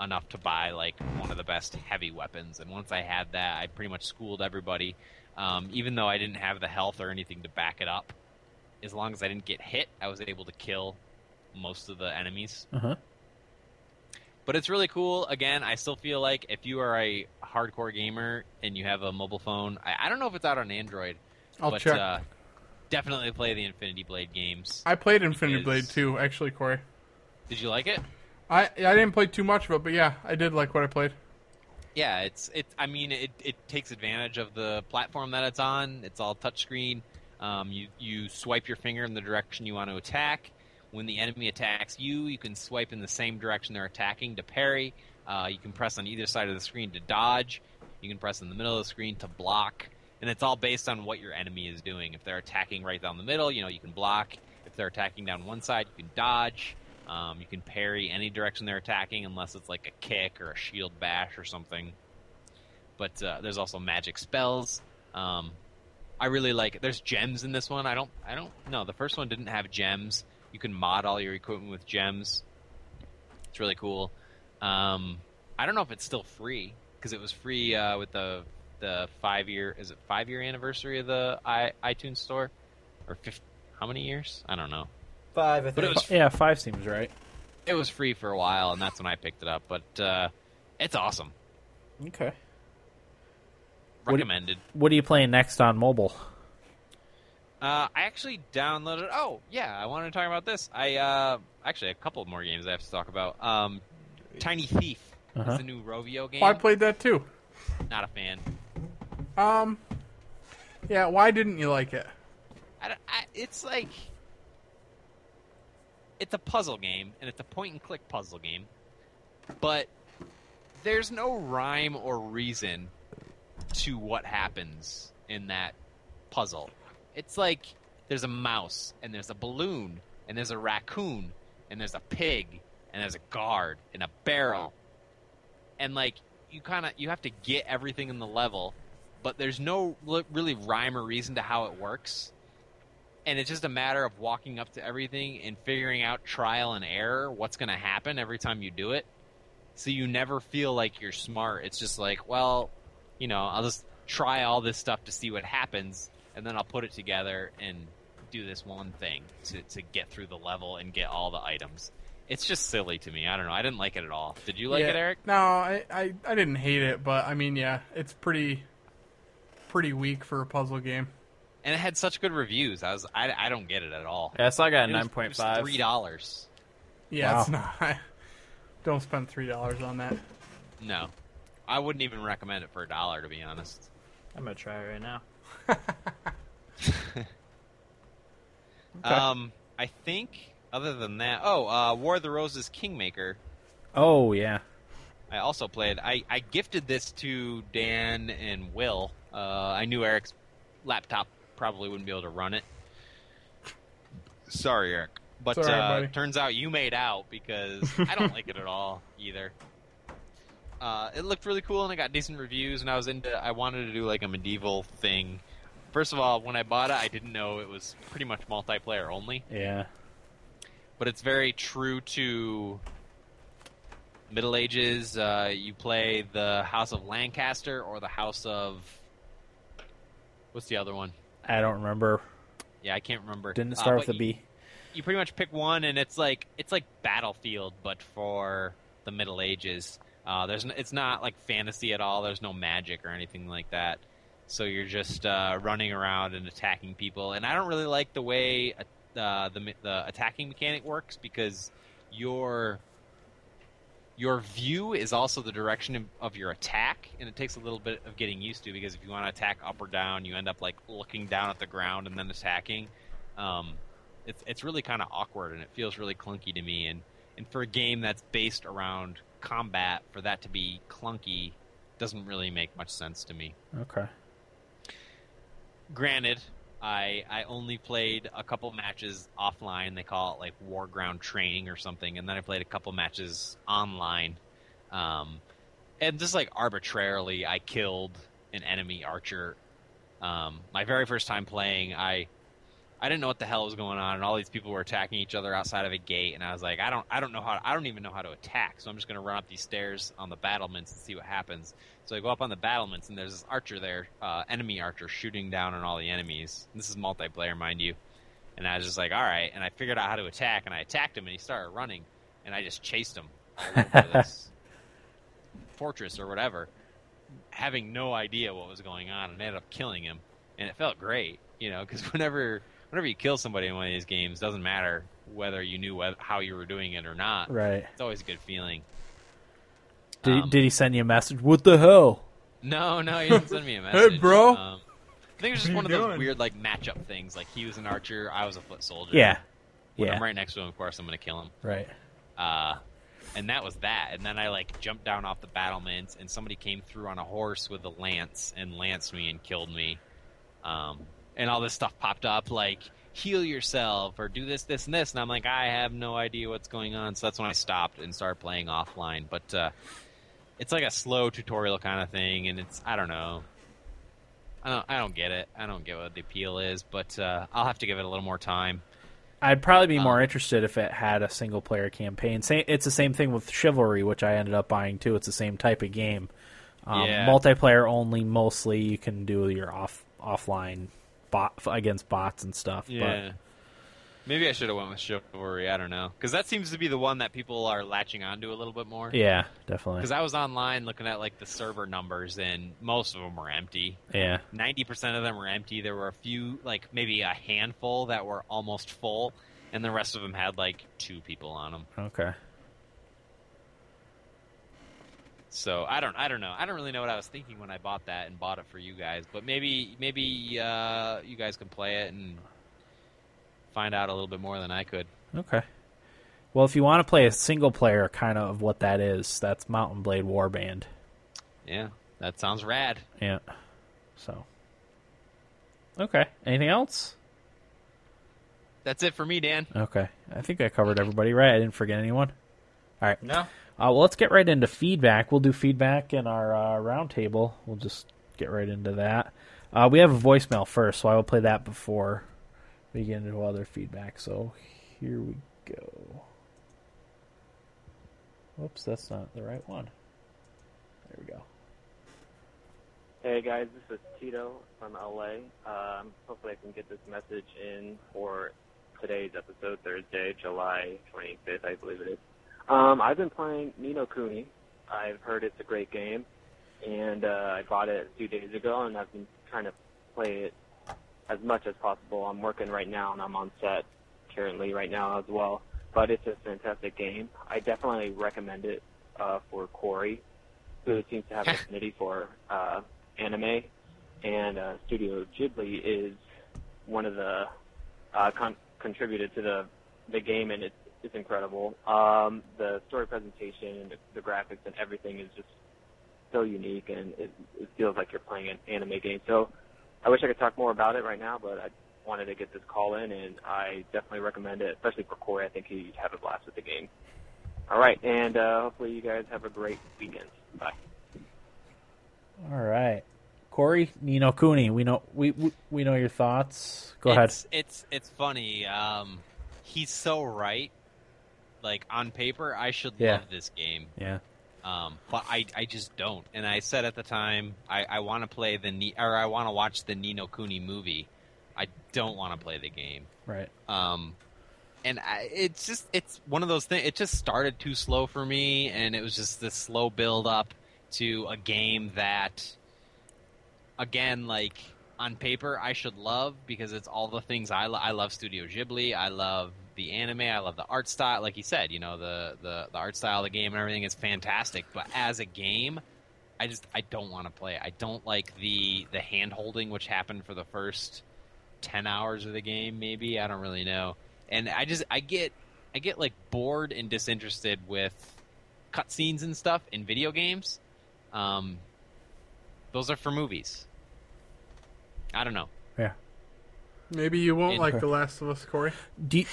Speaker 6: enough to buy like one of the best heavy weapons, and once I had that, I pretty much schooled everybody, um, even though I didn't have the health or anything to back it up. As long as I didn't get hit, I was able to kill most of the enemies
Speaker 3: Uh-huh.
Speaker 6: but it's really cool. Again, I still feel like if you are a hardcore gamer and you have a mobile phone, I, I don't know if it's out on Android.
Speaker 4: I'll
Speaker 6: but,
Speaker 4: check.
Speaker 6: Uh, definitely play the Infinity Blade games.
Speaker 4: I played Infinity
Speaker 6: is-
Speaker 4: Blade too, actually, Corey.
Speaker 6: Did you like it?
Speaker 4: I I didn't play too much of it, but yeah, I did like what I played.
Speaker 6: Yeah, it's it. I mean, it, it takes advantage of the platform that it's on. It's all touchscreen. Um, you you swipe your finger in the direction you want to attack. When the enemy attacks you, you can swipe in the same direction they're attacking to parry. Uh, you can press on either side of the screen to dodge. You can press in the middle of the screen to block. And it's all based on what your enemy is doing. If they're attacking right down the middle, you know you can block. If they're attacking down one side, you can dodge. Um, you can parry any direction they're attacking, unless it's like a kick or a shield bash or something. But uh, there's also magic spells. Um, I really like it. There's gems in this one. I don't. I don't. No, the first one didn't have gems. You can mod all your equipment with gems. It's really cool. Um, I don't know if it's still free because it was free uh, with the the five year is it five year anniversary of the I, iTunes store or fif- how many years? I don't know.
Speaker 5: Five, I think.
Speaker 6: But it was
Speaker 3: Yeah, five seems right.
Speaker 6: it was free for a while, and that's when I picked it up. But uh, it's awesome.
Speaker 3: Okay. What do-
Speaker 6: Recommended.
Speaker 3: What are you playing next on mobile?
Speaker 6: Uh, I actually downloaded. Oh yeah, I wanted to talk about this. I uh, actually a couple more games I have to talk about. Um, Tiny Thief
Speaker 3: Uh-huh.
Speaker 6: is the new Rovio game.
Speaker 4: Well, I played that too.
Speaker 6: Not a fan.
Speaker 4: Um, yeah. Why didn't you like it?
Speaker 6: I don't- I- it's like it's a puzzle game, and it's a point and click puzzle game, but there's no rhyme or reason to what happens in that puzzle. It's like there's a mouse, and there's a balloon, and there's a raccoon, and there's a pig, and there's a guard, and a barrel, and like you kind of you have to get everything in the level, but there's no li- really rhyme or reason to how it works and it's just a matter of walking up to everything and figuring out trial and error what's going to happen every time you do it so you never feel like you're smart it's just like well you know i'll just try all this stuff to see what happens and then i'll put it together and do this one thing to, to get through the level and get all the items it's just silly to me i don't know i didn't like it at all did you like
Speaker 4: Yeah.
Speaker 6: it eric
Speaker 4: No, I, I I didn't hate it, but I mean, yeah, it's pretty pretty weak for a puzzle game.
Speaker 6: and it had such good reviews i was i, I don't get it at all
Speaker 5: Yeah, so I got a
Speaker 6: It was-
Speaker 5: nine
Speaker 6: it
Speaker 5: point
Speaker 6: was
Speaker 5: five.
Speaker 6: three dollars
Speaker 4: Yeah,
Speaker 3: Wow.
Speaker 4: it's not. <laughs> Don't spend three dollars on that.
Speaker 6: no i wouldn't even recommend it for a dollar to be honest
Speaker 5: I'm gonna try it right now.
Speaker 6: Um, I think other than that, oh, uh, War of the Roses Kingmaker.
Speaker 3: Oh yeah.
Speaker 6: I also played. I, I gifted this to Dan and Will. Uh, I knew Eric's laptop probably wouldn't be able to run it. Sorry, Eric. But
Speaker 4: It's all right,
Speaker 6: uh,
Speaker 4: buddy.
Speaker 6: turns out you made out
Speaker 4: <laughs>
Speaker 6: because I don't like it at all either. Uh, it looked really cool and it got decent reviews. And I was into. I wanted to do like a medieval thing. First of all, when I bought it, I didn't know it was pretty much multiplayer only
Speaker 3: Yeah.
Speaker 6: but it's very true to Middle Ages. Uh, you play the House of Lancaster or the House of What's the other one?
Speaker 3: I don't remember.
Speaker 6: Yeah, I can't remember.
Speaker 3: Didn't it
Speaker 6: Uh,
Speaker 3: start
Speaker 6: but
Speaker 3: with a
Speaker 6: you-
Speaker 3: B?
Speaker 6: You pretty much pick one, and it's like it's like Battlefield, but for the Middle Ages. Uh, there's n- it's not like fantasy at all. There's no magic or anything like that. So you're just uh, running around and attacking people. And I don't really like the way uh, the me- the attacking mechanic works because your your view is also the direction of- of your attack, and it takes a little bit of getting used to because if you want to attack up or down, you end up like looking down at the ground and then attacking. Um, it's it's really kind of awkward, and it feels really clunky to me. And and for a game that's based around combat, for that to be clunky doesn't really make much sense to me
Speaker 3: Okay.
Speaker 6: granted, I I only played a couple matches offline. They call it like war ground training or something, and then I played a couple matches online. Um, and just like arbitrarily, I killed an enemy archer. Um, my very first time playing, I I didn't know what the hell was going on, and all these people were attacking each other outside of a gate, and I was like, I don't, I don't know how, I don't even know how to attack, so I'm just gonna run up these stairs on the battlements and see what happens. So I go up on the battlements, and there's this archer there, uh, enemy archer, shooting down on all the enemies. This is multiplayer, mind you. And I was just like, all right, and I figured out how to attack, and I attacked him, and he started running, and I just chased him all over this fortress or whatever, having no idea what was going on, and ended up killing him, and it felt great, you know, because <laughs> whenever whenever you kill somebody in one of these games, doesn't matter whether you knew whe- how you were doing it or not.
Speaker 3: Right.
Speaker 6: It's always a good feeling.
Speaker 3: Did,
Speaker 6: Um,
Speaker 3: did he send you a message? What the hell?
Speaker 6: No, no, he didn't send me a message.
Speaker 4: bro.
Speaker 6: Um, I think it was just
Speaker 4: you
Speaker 6: one of those
Speaker 4: doing?
Speaker 6: weird like matchup things. Like he was an archer, I was a foot soldier.
Speaker 3: Yeah.
Speaker 6: When
Speaker 3: Yeah.
Speaker 6: I'm right next to him, of course I'm gonna kill him.
Speaker 3: Right.
Speaker 6: Uh, and that was that. And then I like jumped down off the battlements, and somebody came through on a horse with a lance and lanced me and killed me. Um, and all this stuff popped up like heal yourself or do this, this, and this. And I'm like, I have no idea what's going on. So that's when I stopped and started playing offline. But uh, it's like a slow tutorial kind of thing, and it's I don't know. I don't, I don't get it. I don't get what the appeal is, but uh, I'll have to give it a little more time.
Speaker 3: I'd probably
Speaker 6: Um,
Speaker 3: be more interested if it had a single player campaign. Sa- It's the same thing with Chivalry, which I ended up buying too. It's the same type of game. Um,
Speaker 6: Yeah.
Speaker 3: Multiplayer only, mostly. You can do your off offline bot against bots and stuff.
Speaker 6: Yeah. Maybe I should have went with Chivalry. I don't know, because that seems to be the one that people are latching onto a little bit more.
Speaker 3: But yeah, definitely.
Speaker 6: Because I was online looking at like the server numbers, and most of them were empty.
Speaker 3: yeah.
Speaker 6: Ninety percent of them were empty. There were a few, like maybe a handful, that were almost full, and the rest of them had like two people on them.
Speaker 3: Okay.
Speaker 6: So I don't, I don't know. I don't really know what I was thinking when I bought that and bought it for you guys. But maybe, maybe uh, you guys can play it and find out a little bit more than I could.
Speaker 3: Okay. Well, if you want to play a single player kind of what that is, that's Mountain Blade Warband.
Speaker 6: Yeah, that sounds rad.
Speaker 3: Yeah. So. Okay. Anything else?
Speaker 6: That's it for me, Dan.
Speaker 3: Okay. I think I covered everybody, right? I didn't forget anyone. All right.
Speaker 5: No.
Speaker 3: Uh, well, let's get right into feedback. We'll do feedback in our uh, roundtable. We'll just get right into that. Uh, we have a voicemail first, so I will play that before we get into other feedback. So here we go. Oops, that's not the right one. There we go.
Speaker 1: Hey guys, this is Tito from LA. Um, hopefully, I can get this message in for today's episode, Thursday, July 25th, I believe it is. Um, I've been playing Nino Kuni. I've heard it's a great game, and uh, I bought it a few days ago, and I've been trying to play it as much as possible. I'm working right now, and I'm on set currently right now as well. But it's a fantastic game. I definitely recommend it uh, for Corey, who seems to have an affinity for uh, anime, and uh, Studio Ghibli is one of the uh, con- contributed to the the game, and it's it's incredible. Um, the story presentation, and the, the graphics, and everything is just so unique, and it, it feels like you're playing an anime game. So I wish I could talk more about it right now, but I wanted to get this call in, and I definitely recommend it, especially for Corey. I think he'd have a blast with the game. All right, and uh, hopefully you guys have a great weekend. Bye.
Speaker 3: All right, Corey Nino Cooney. We know we we, we know your thoughts. Go ahead.
Speaker 6: It's it's, it's funny. Um, he's so right. Like on paper, I should
Speaker 3: Yeah.
Speaker 6: love this game,
Speaker 3: Yeah.
Speaker 6: Um, but I, I just don't. And I said at the time, I, I want to play the Ni- or I want to watch the Nino Cooney movie. I don't want to play the game.
Speaker 3: Right.
Speaker 6: Um, and I, it's just it's one of those things. It just started too slow for me, and it was just this slow build up to a game that, again, like on paper, I should love because it's all the things I lo- I love. Studio Ghibli, I love the anime, I love the art style. Like you said, you know the the the art style, of the game, and everything is fantastic. But as a game. I just I don't want to play. it. I don't like the the hand holding which happened for the first 10 hours of the game maybe i don't really know and i just i get i get like bored and disinterested with cutscenes and stuff in video games um those are for movies i don't know
Speaker 3: Yeah.
Speaker 4: Maybe you won't
Speaker 6: In-
Speaker 4: like The Last of Us, Corey.
Speaker 3: Do you,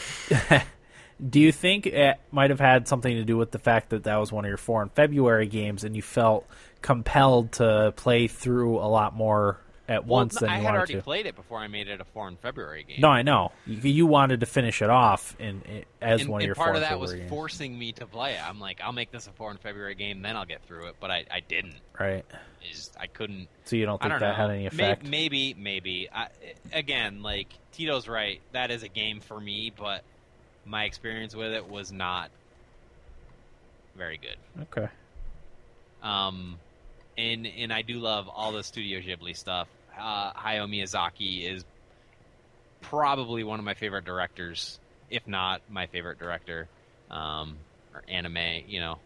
Speaker 3: <laughs> do you think it might have had something to do with the fact that that was one of your four in February games, and you felt compelled to play through a lot more at once
Speaker 6: Well,
Speaker 3: than
Speaker 6: i
Speaker 3: you
Speaker 6: had
Speaker 3: wanted
Speaker 6: already
Speaker 3: to?
Speaker 6: played it before i made it a foreign february game
Speaker 3: no, I know you, you wanted to finish it off in, in- as
Speaker 6: and,
Speaker 3: one of
Speaker 6: and
Speaker 3: your
Speaker 6: part
Speaker 3: four
Speaker 6: of
Speaker 3: in
Speaker 6: that was
Speaker 3: February games.
Speaker 6: forcing me to play it i'm like i'll make this a foreign february game then i'll get through it but i, I didn't
Speaker 3: right?
Speaker 6: is i couldn't
Speaker 3: So you don't
Speaker 6: I
Speaker 3: think
Speaker 6: don't
Speaker 3: that
Speaker 6: know.
Speaker 3: had any
Speaker 6: May-
Speaker 3: effect?
Speaker 6: Maybe, maybe. I, again, like Tito's right. That is a game for me, but my experience with it was not very good.
Speaker 3: Okay.
Speaker 6: Um, and and I do love all the Studio Ghibli stuff. Uh, Hayao Miyazaki is probably one of my favorite directors, if not my favorite director, um, or anime, you know,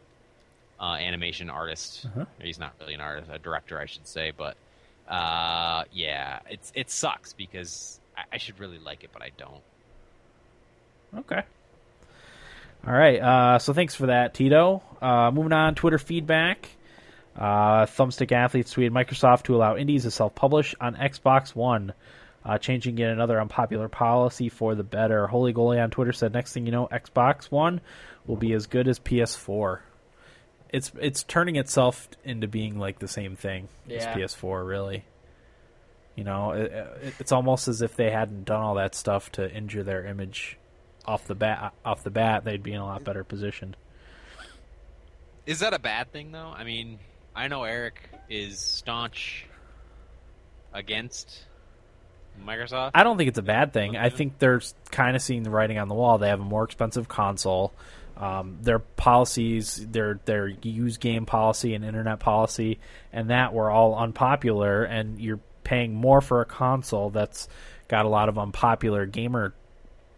Speaker 6: uh, animation artist.
Speaker 3: Uh-huh.
Speaker 6: He's not really an artist, a director, I should say. But uh, yeah, it's it sucks because I, I should really like it, but I don't.
Speaker 3: Okay. All right. Uh, so thanks for that, Tito. Uh, moving on, Twitter feedback. Uh, Thumbstick Athletes tweeted Microsoft to allow indies to self publish on Xbox One, uh, changing yet another unpopular policy for the better. Holy Goalie on Twitter said, Next thing you know, Xbox One will be as good as PS4. It's it's turning itself into being like the same thing
Speaker 5: Yeah.
Speaker 3: as PS4, really. You know, it, it, it's almost as if they hadn't done all that stuff to injure their image off the bat. Off the bat, they'd be in a lot better position.
Speaker 6: Is that a bad thing though? I mean, I know Eric is staunch against Microsoft.
Speaker 3: I don't think it's a bad thing. I think they're kind of seeing the writing on the wall. They have a more expensive console. Um, their policies, their their use game policy and internet policy, and that were all unpopular. And you're paying more for a console that's got a lot of unpopular gamer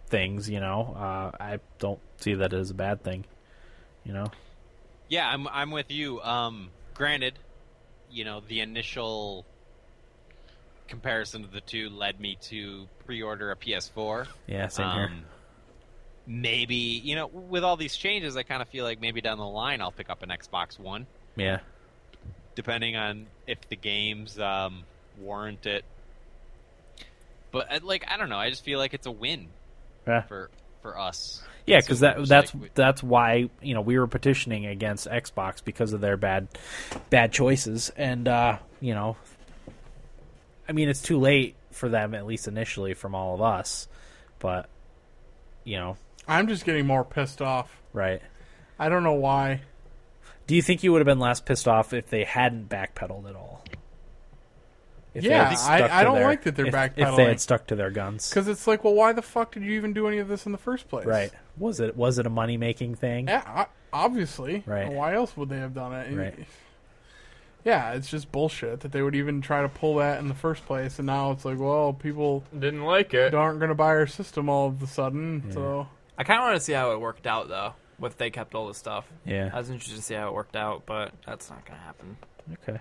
Speaker 3: things. You know, uh, I don't see that as a bad thing. You know,
Speaker 6: Yeah, I'm I'm with you. Um, granted, you know the initial comparison of the two led me to pre-order a PS4.
Speaker 3: yeah, same here.
Speaker 6: Um, Maybe you know, with all these changes, I kind of feel like maybe down the line I'll pick up an Xbox One,
Speaker 3: Yeah,
Speaker 6: depending on if the games um, warrant it. But uh, like, I don't know. I just feel like it's a win
Speaker 3: yeah.
Speaker 6: for for us.
Speaker 3: Yeah, because that
Speaker 6: consumers.
Speaker 3: that's
Speaker 6: Like, we-
Speaker 3: that's why you know we were petitioning against Xbox because of their bad bad choices, and uh, you know, I mean it's too late for them at least initially from all of us, but you know,
Speaker 4: I'm just getting more pissed off.
Speaker 3: right?
Speaker 4: I don't know why.
Speaker 3: Do you think you would have been less pissed off if they hadn't backpedaled at all? If they
Speaker 4: Yeah,
Speaker 3: had
Speaker 4: I-
Speaker 3: stuck to
Speaker 4: I don't like that they're
Speaker 3: if, If they
Speaker 4: backpedaling.
Speaker 3: had stuck to their guns,
Speaker 4: Because it's like, well, why the fuck did you even do any of this in the first place?
Speaker 3: right? Was it was it a money making thing?
Speaker 4: Yeah, Eh, o- obviously.
Speaker 3: Right.
Speaker 4: Why else would they have done it? And-
Speaker 3: Right.
Speaker 4: Yeah, it's just bullshit that they would even try to pull that in the first place, and now it's like, well, people
Speaker 5: Didn't like it.
Speaker 4: aren't going to buy our system all of a sudden, so
Speaker 5: I kind of want to see how it worked out though. If they kept all this stuff,
Speaker 3: Yeah.
Speaker 5: I was interested to see how it worked out, but that's not gonna happen.
Speaker 3: Okay.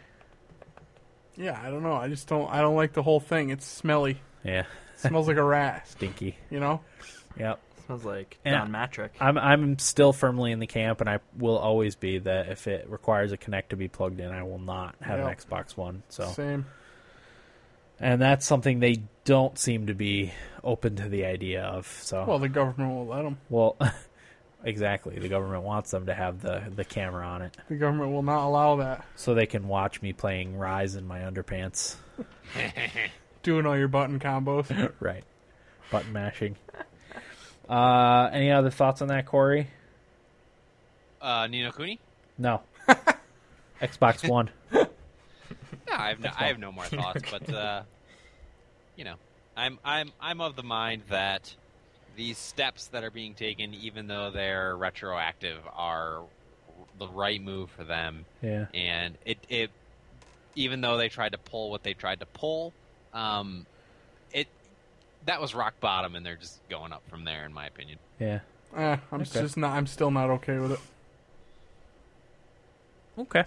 Speaker 4: yeah, I don't know. I just don't. I don't like the whole thing. It's smelly.
Speaker 3: Yeah.
Speaker 4: It smells like
Speaker 3: <laughs>
Speaker 4: a rat.
Speaker 3: Stinky.
Speaker 4: You know.
Speaker 3: Yep.
Speaker 5: Sounds like
Speaker 3: Yeah.
Speaker 5: Don Matrick.
Speaker 3: I'm I'm still firmly in the camp, and I will always be that if it requires a Connect to be plugged in, I will not have an
Speaker 4: Yep.
Speaker 3: Xbox One. So,
Speaker 4: Same.
Speaker 3: and that's something they don't seem to be open to the idea of. So,
Speaker 4: Well,
Speaker 3: well,
Speaker 4: the government will let them.
Speaker 3: <laughs> exactly. The government wants them to have the the camera on it,
Speaker 4: The government will not allow that.
Speaker 3: so they can watch me playing Rise in my underpants. <laughs>
Speaker 4: Doing all your button combos.
Speaker 3: right, button mashing. <laughs> Uh, any other thoughts on that, Corey?
Speaker 6: uh, Nino Cooney.
Speaker 3: No. Xbox One.
Speaker 6: No, I have no, I have
Speaker 3: <laughs>
Speaker 6: no more thoughts. But uh, you know, I'm I'm I'm of the mind that these steps that are being taken, even though they're retroactive, are the right move for them.
Speaker 3: Yeah.
Speaker 6: And it it even though they tried to pull what they tried to pull, um, it that was rock bottom, and they're just going up from there, in my opinion.
Speaker 3: Yeah.
Speaker 4: Eh, I'm
Speaker 3: Okay.
Speaker 4: just not. I'm still not okay with it.
Speaker 3: Okay.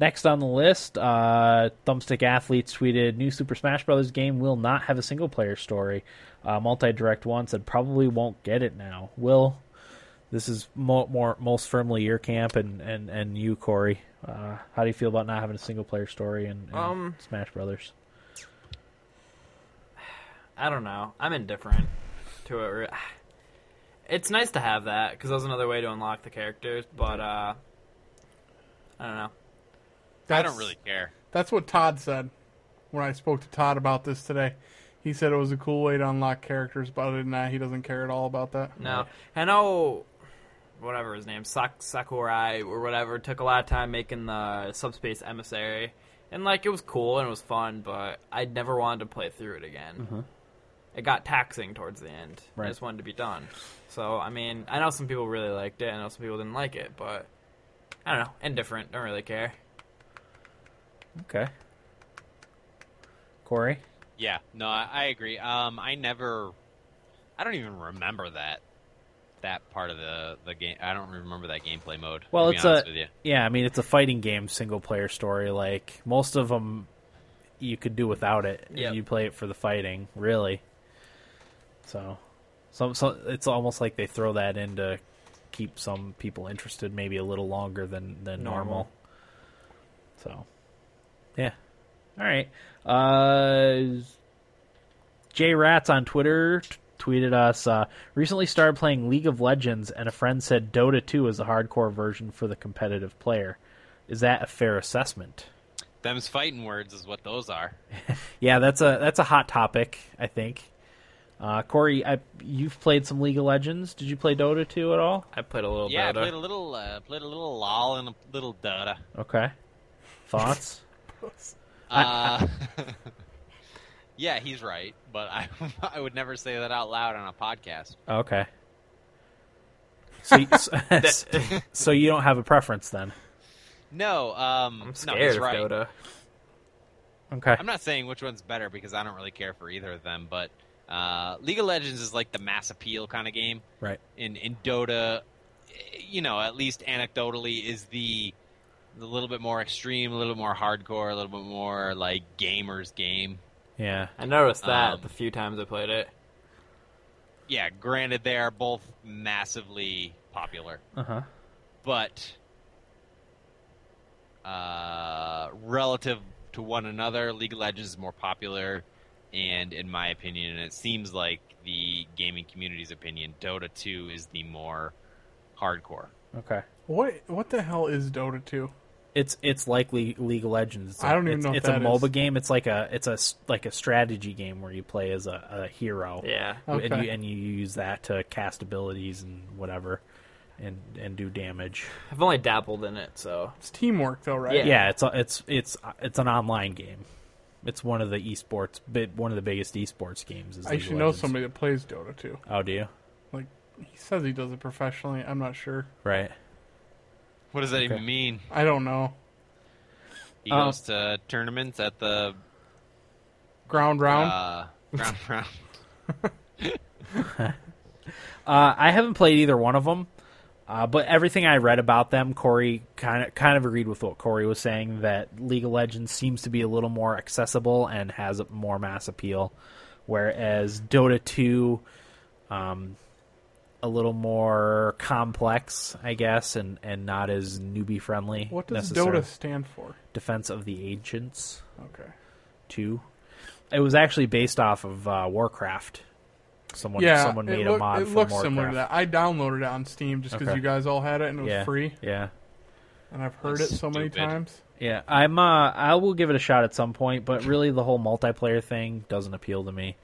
Speaker 3: Next on the list, uh, Thumbstick Athlete tweeted: "New Super Smash Bros. game will not have a single player story. Uh, Multi Direct One said probably won't get it now. Will, this is mo- more most firmly your camp and and and you, Corey. Uh, how do you feel about not having a single player story in, in
Speaker 5: Um,
Speaker 3: Smash Brothers?
Speaker 5: I don't know. I'm indifferent to it. re- <sighs> It's nice to have that because that was another way to unlock the characters. But uh, I don't know.
Speaker 6: I
Speaker 4: That's,
Speaker 6: don't really care.
Speaker 4: That's what Todd said when I spoke to Todd about this today. He said it was a cool way to unlock characters, but other than that, he doesn't care at all about that.
Speaker 5: No, I know. Whatever his name, Sak- Sakurai or whatever, took a lot of time making the subspace emissary, and like it was cool and it was fun, but I never wanted to play through it again. It got taxing towards the end.
Speaker 3: Mm-hmm. Right.
Speaker 5: I just wanted to be done. So I mean, I know some people really liked it, I know some people didn't like it, but I don't know, indifferent, don't really care.
Speaker 3: Okay, Corey.
Speaker 6: Yeah, no, I, I agree. Um, I never, I don't even remember that that part of the the game. I don't remember that gameplay mode.
Speaker 3: Well,
Speaker 6: to be
Speaker 3: it's
Speaker 6: honest
Speaker 3: a
Speaker 6: with you.
Speaker 3: yeah. I mean, it's a fighting game, single player story. Like most of them, you could do without it. if
Speaker 5: Yep.
Speaker 3: You play it for the fighting, really. So, some so it's almost like they throw that in to keep some people interested, maybe a little longer than than normal.
Speaker 5: Normal.
Speaker 3: So, yeah. All right. Uh, J Rats on Twitter t- tweeted us uh, recently started playing League of Legends, and a friend said Dota 2 is a hardcore version for the competitive player. Is that a fair assessment?
Speaker 6: Them's fighting words is what those are.
Speaker 3: Yeah, that's a that's a hot topic. I think. Uh, Corey, I, you've played some League of Legends. Did you play Dota 2 at all?
Speaker 5: I played a little
Speaker 6: Yeah, I
Speaker 5: bit.
Speaker 6: played a little, uh, played a little lol and a little Dota.
Speaker 3: Okay. <laughs> Thoughts?
Speaker 6: Uh, <laughs> yeah, he's right, but I <laughs> I would never say that out loud on a podcast.
Speaker 3: okay. So, <laughs> you- so, so you don't have a preference then?
Speaker 6: No, um,
Speaker 5: I'm
Speaker 6: no,
Speaker 5: scared
Speaker 6: he's
Speaker 5: of
Speaker 6: right.
Speaker 5: Dota.
Speaker 3: Okay.
Speaker 6: I'm not saying which one's better because I don't really care for either of them, but uh, League of Legends is like the mass appeal kind of game.
Speaker 3: Right.
Speaker 6: in in Dota, you know, at least anecdotally, is the a little bit more extreme, a little more hardcore, a little bit more like gamers game.
Speaker 3: Yeah.
Speaker 5: I noticed that
Speaker 6: Um,
Speaker 5: the few times I played it.
Speaker 6: Yeah, granted, they are both massively popular,
Speaker 3: Uh huh.
Speaker 6: but uh, relative to one another, League of Legends is more popular, and in my opinion, and it seems like the gaming community's opinion, Dota 2 is the more hardcore.
Speaker 3: Okay.
Speaker 4: What What the hell is Dota 2?
Speaker 3: It's it's likely League of Legends. It's a-
Speaker 4: I don't even
Speaker 3: it's,
Speaker 4: know what
Speaker 3: It's
Speaker 4: that
Speaker 3: a
Speaker 4: is.
Speaker 3: MOBA game. It's like a it's a s- like a strategy game where you play as a, a hero.
Speaker 5: Yeah.
Speaker 3: And
Speaker 4: Okay.
Speaker 3: you and you use that to cast abilities and whatever, and and do damage.
Speaker 5: I've only dabbled in it, so
Speaker 4: It's teamwork, though, right?
Speaker 5: Yeah.
Speaker 3: Yeah, it's a- it's it's it's an online game. It's one of the esports, bi- one of the biggest esports games. Is
Speaker 4: I
Speaker 3: League
Speaker 4: should
Speaker 3: of
Speaker 4: know
Speaker 3: Legends.
Speaker 4: somebody that plays Dota 2.
Speaker 3: Oh, do you?
Speaker 4: Like he says, he does it professionally. I'm not sure.
Speaker 3: Right.
Speaker 6: What does that
Speaker 3: Okay.
Speaker 6: even mean?
Speaker 4: I don't know.
Speaker 6: He
Speaker 3: Um,
Speaker 6: goes to tournaments at the
Speaker 4: Ground round.
Speaker 6: uh, ground
Speaker 3: <laughs>
Speaker 6: round.
Speaker 3: Uh, I haven't played either one of them, uh, but everything I read about them, Corey kind of kind of agreed with what Corey was saying that League of Legends seems to be a little more accessible and has a more mass appeal, whereas Dota two, um, a little more complex, I guess, and and not as newbie friendly.
Speaker 4: what does
Speaker 3: necessarily.
Speaker 4: Dota stand for?
Speaker 3: Defense of the Ancients
Speaker 4: Okay.
Speaker 3: two? It was actually based off of uh, Warcraft. Someone
Speaker 4: yeah,
Speaker 3: someone
Speaker 4: it,
Speaker 3: made
Speaker 4: look-
Speaker 3: a mod
Speaker 4: it
Speaker 3: from
Speaker 4: looks
Speaker 3: Warcraft.
Speaker 4: similar to that. I downloaded it on Steam just because
Speaker 3: Okay.
Speaker 4: you guys all had it and it was
Speaker 3: Yeah.
Speaker 4: free,
Speaker 3: Yeah.
Speaker 4: and I've heard
Speaker 6: That's
Speaker 4: it so many
Speaker 6: stupid.
Speaker 4: times.
Speaker 3: Yeah, I'm. Uh, I will give it a shot at some point, but really, the whole multiplayer thing doesn't appeal to me.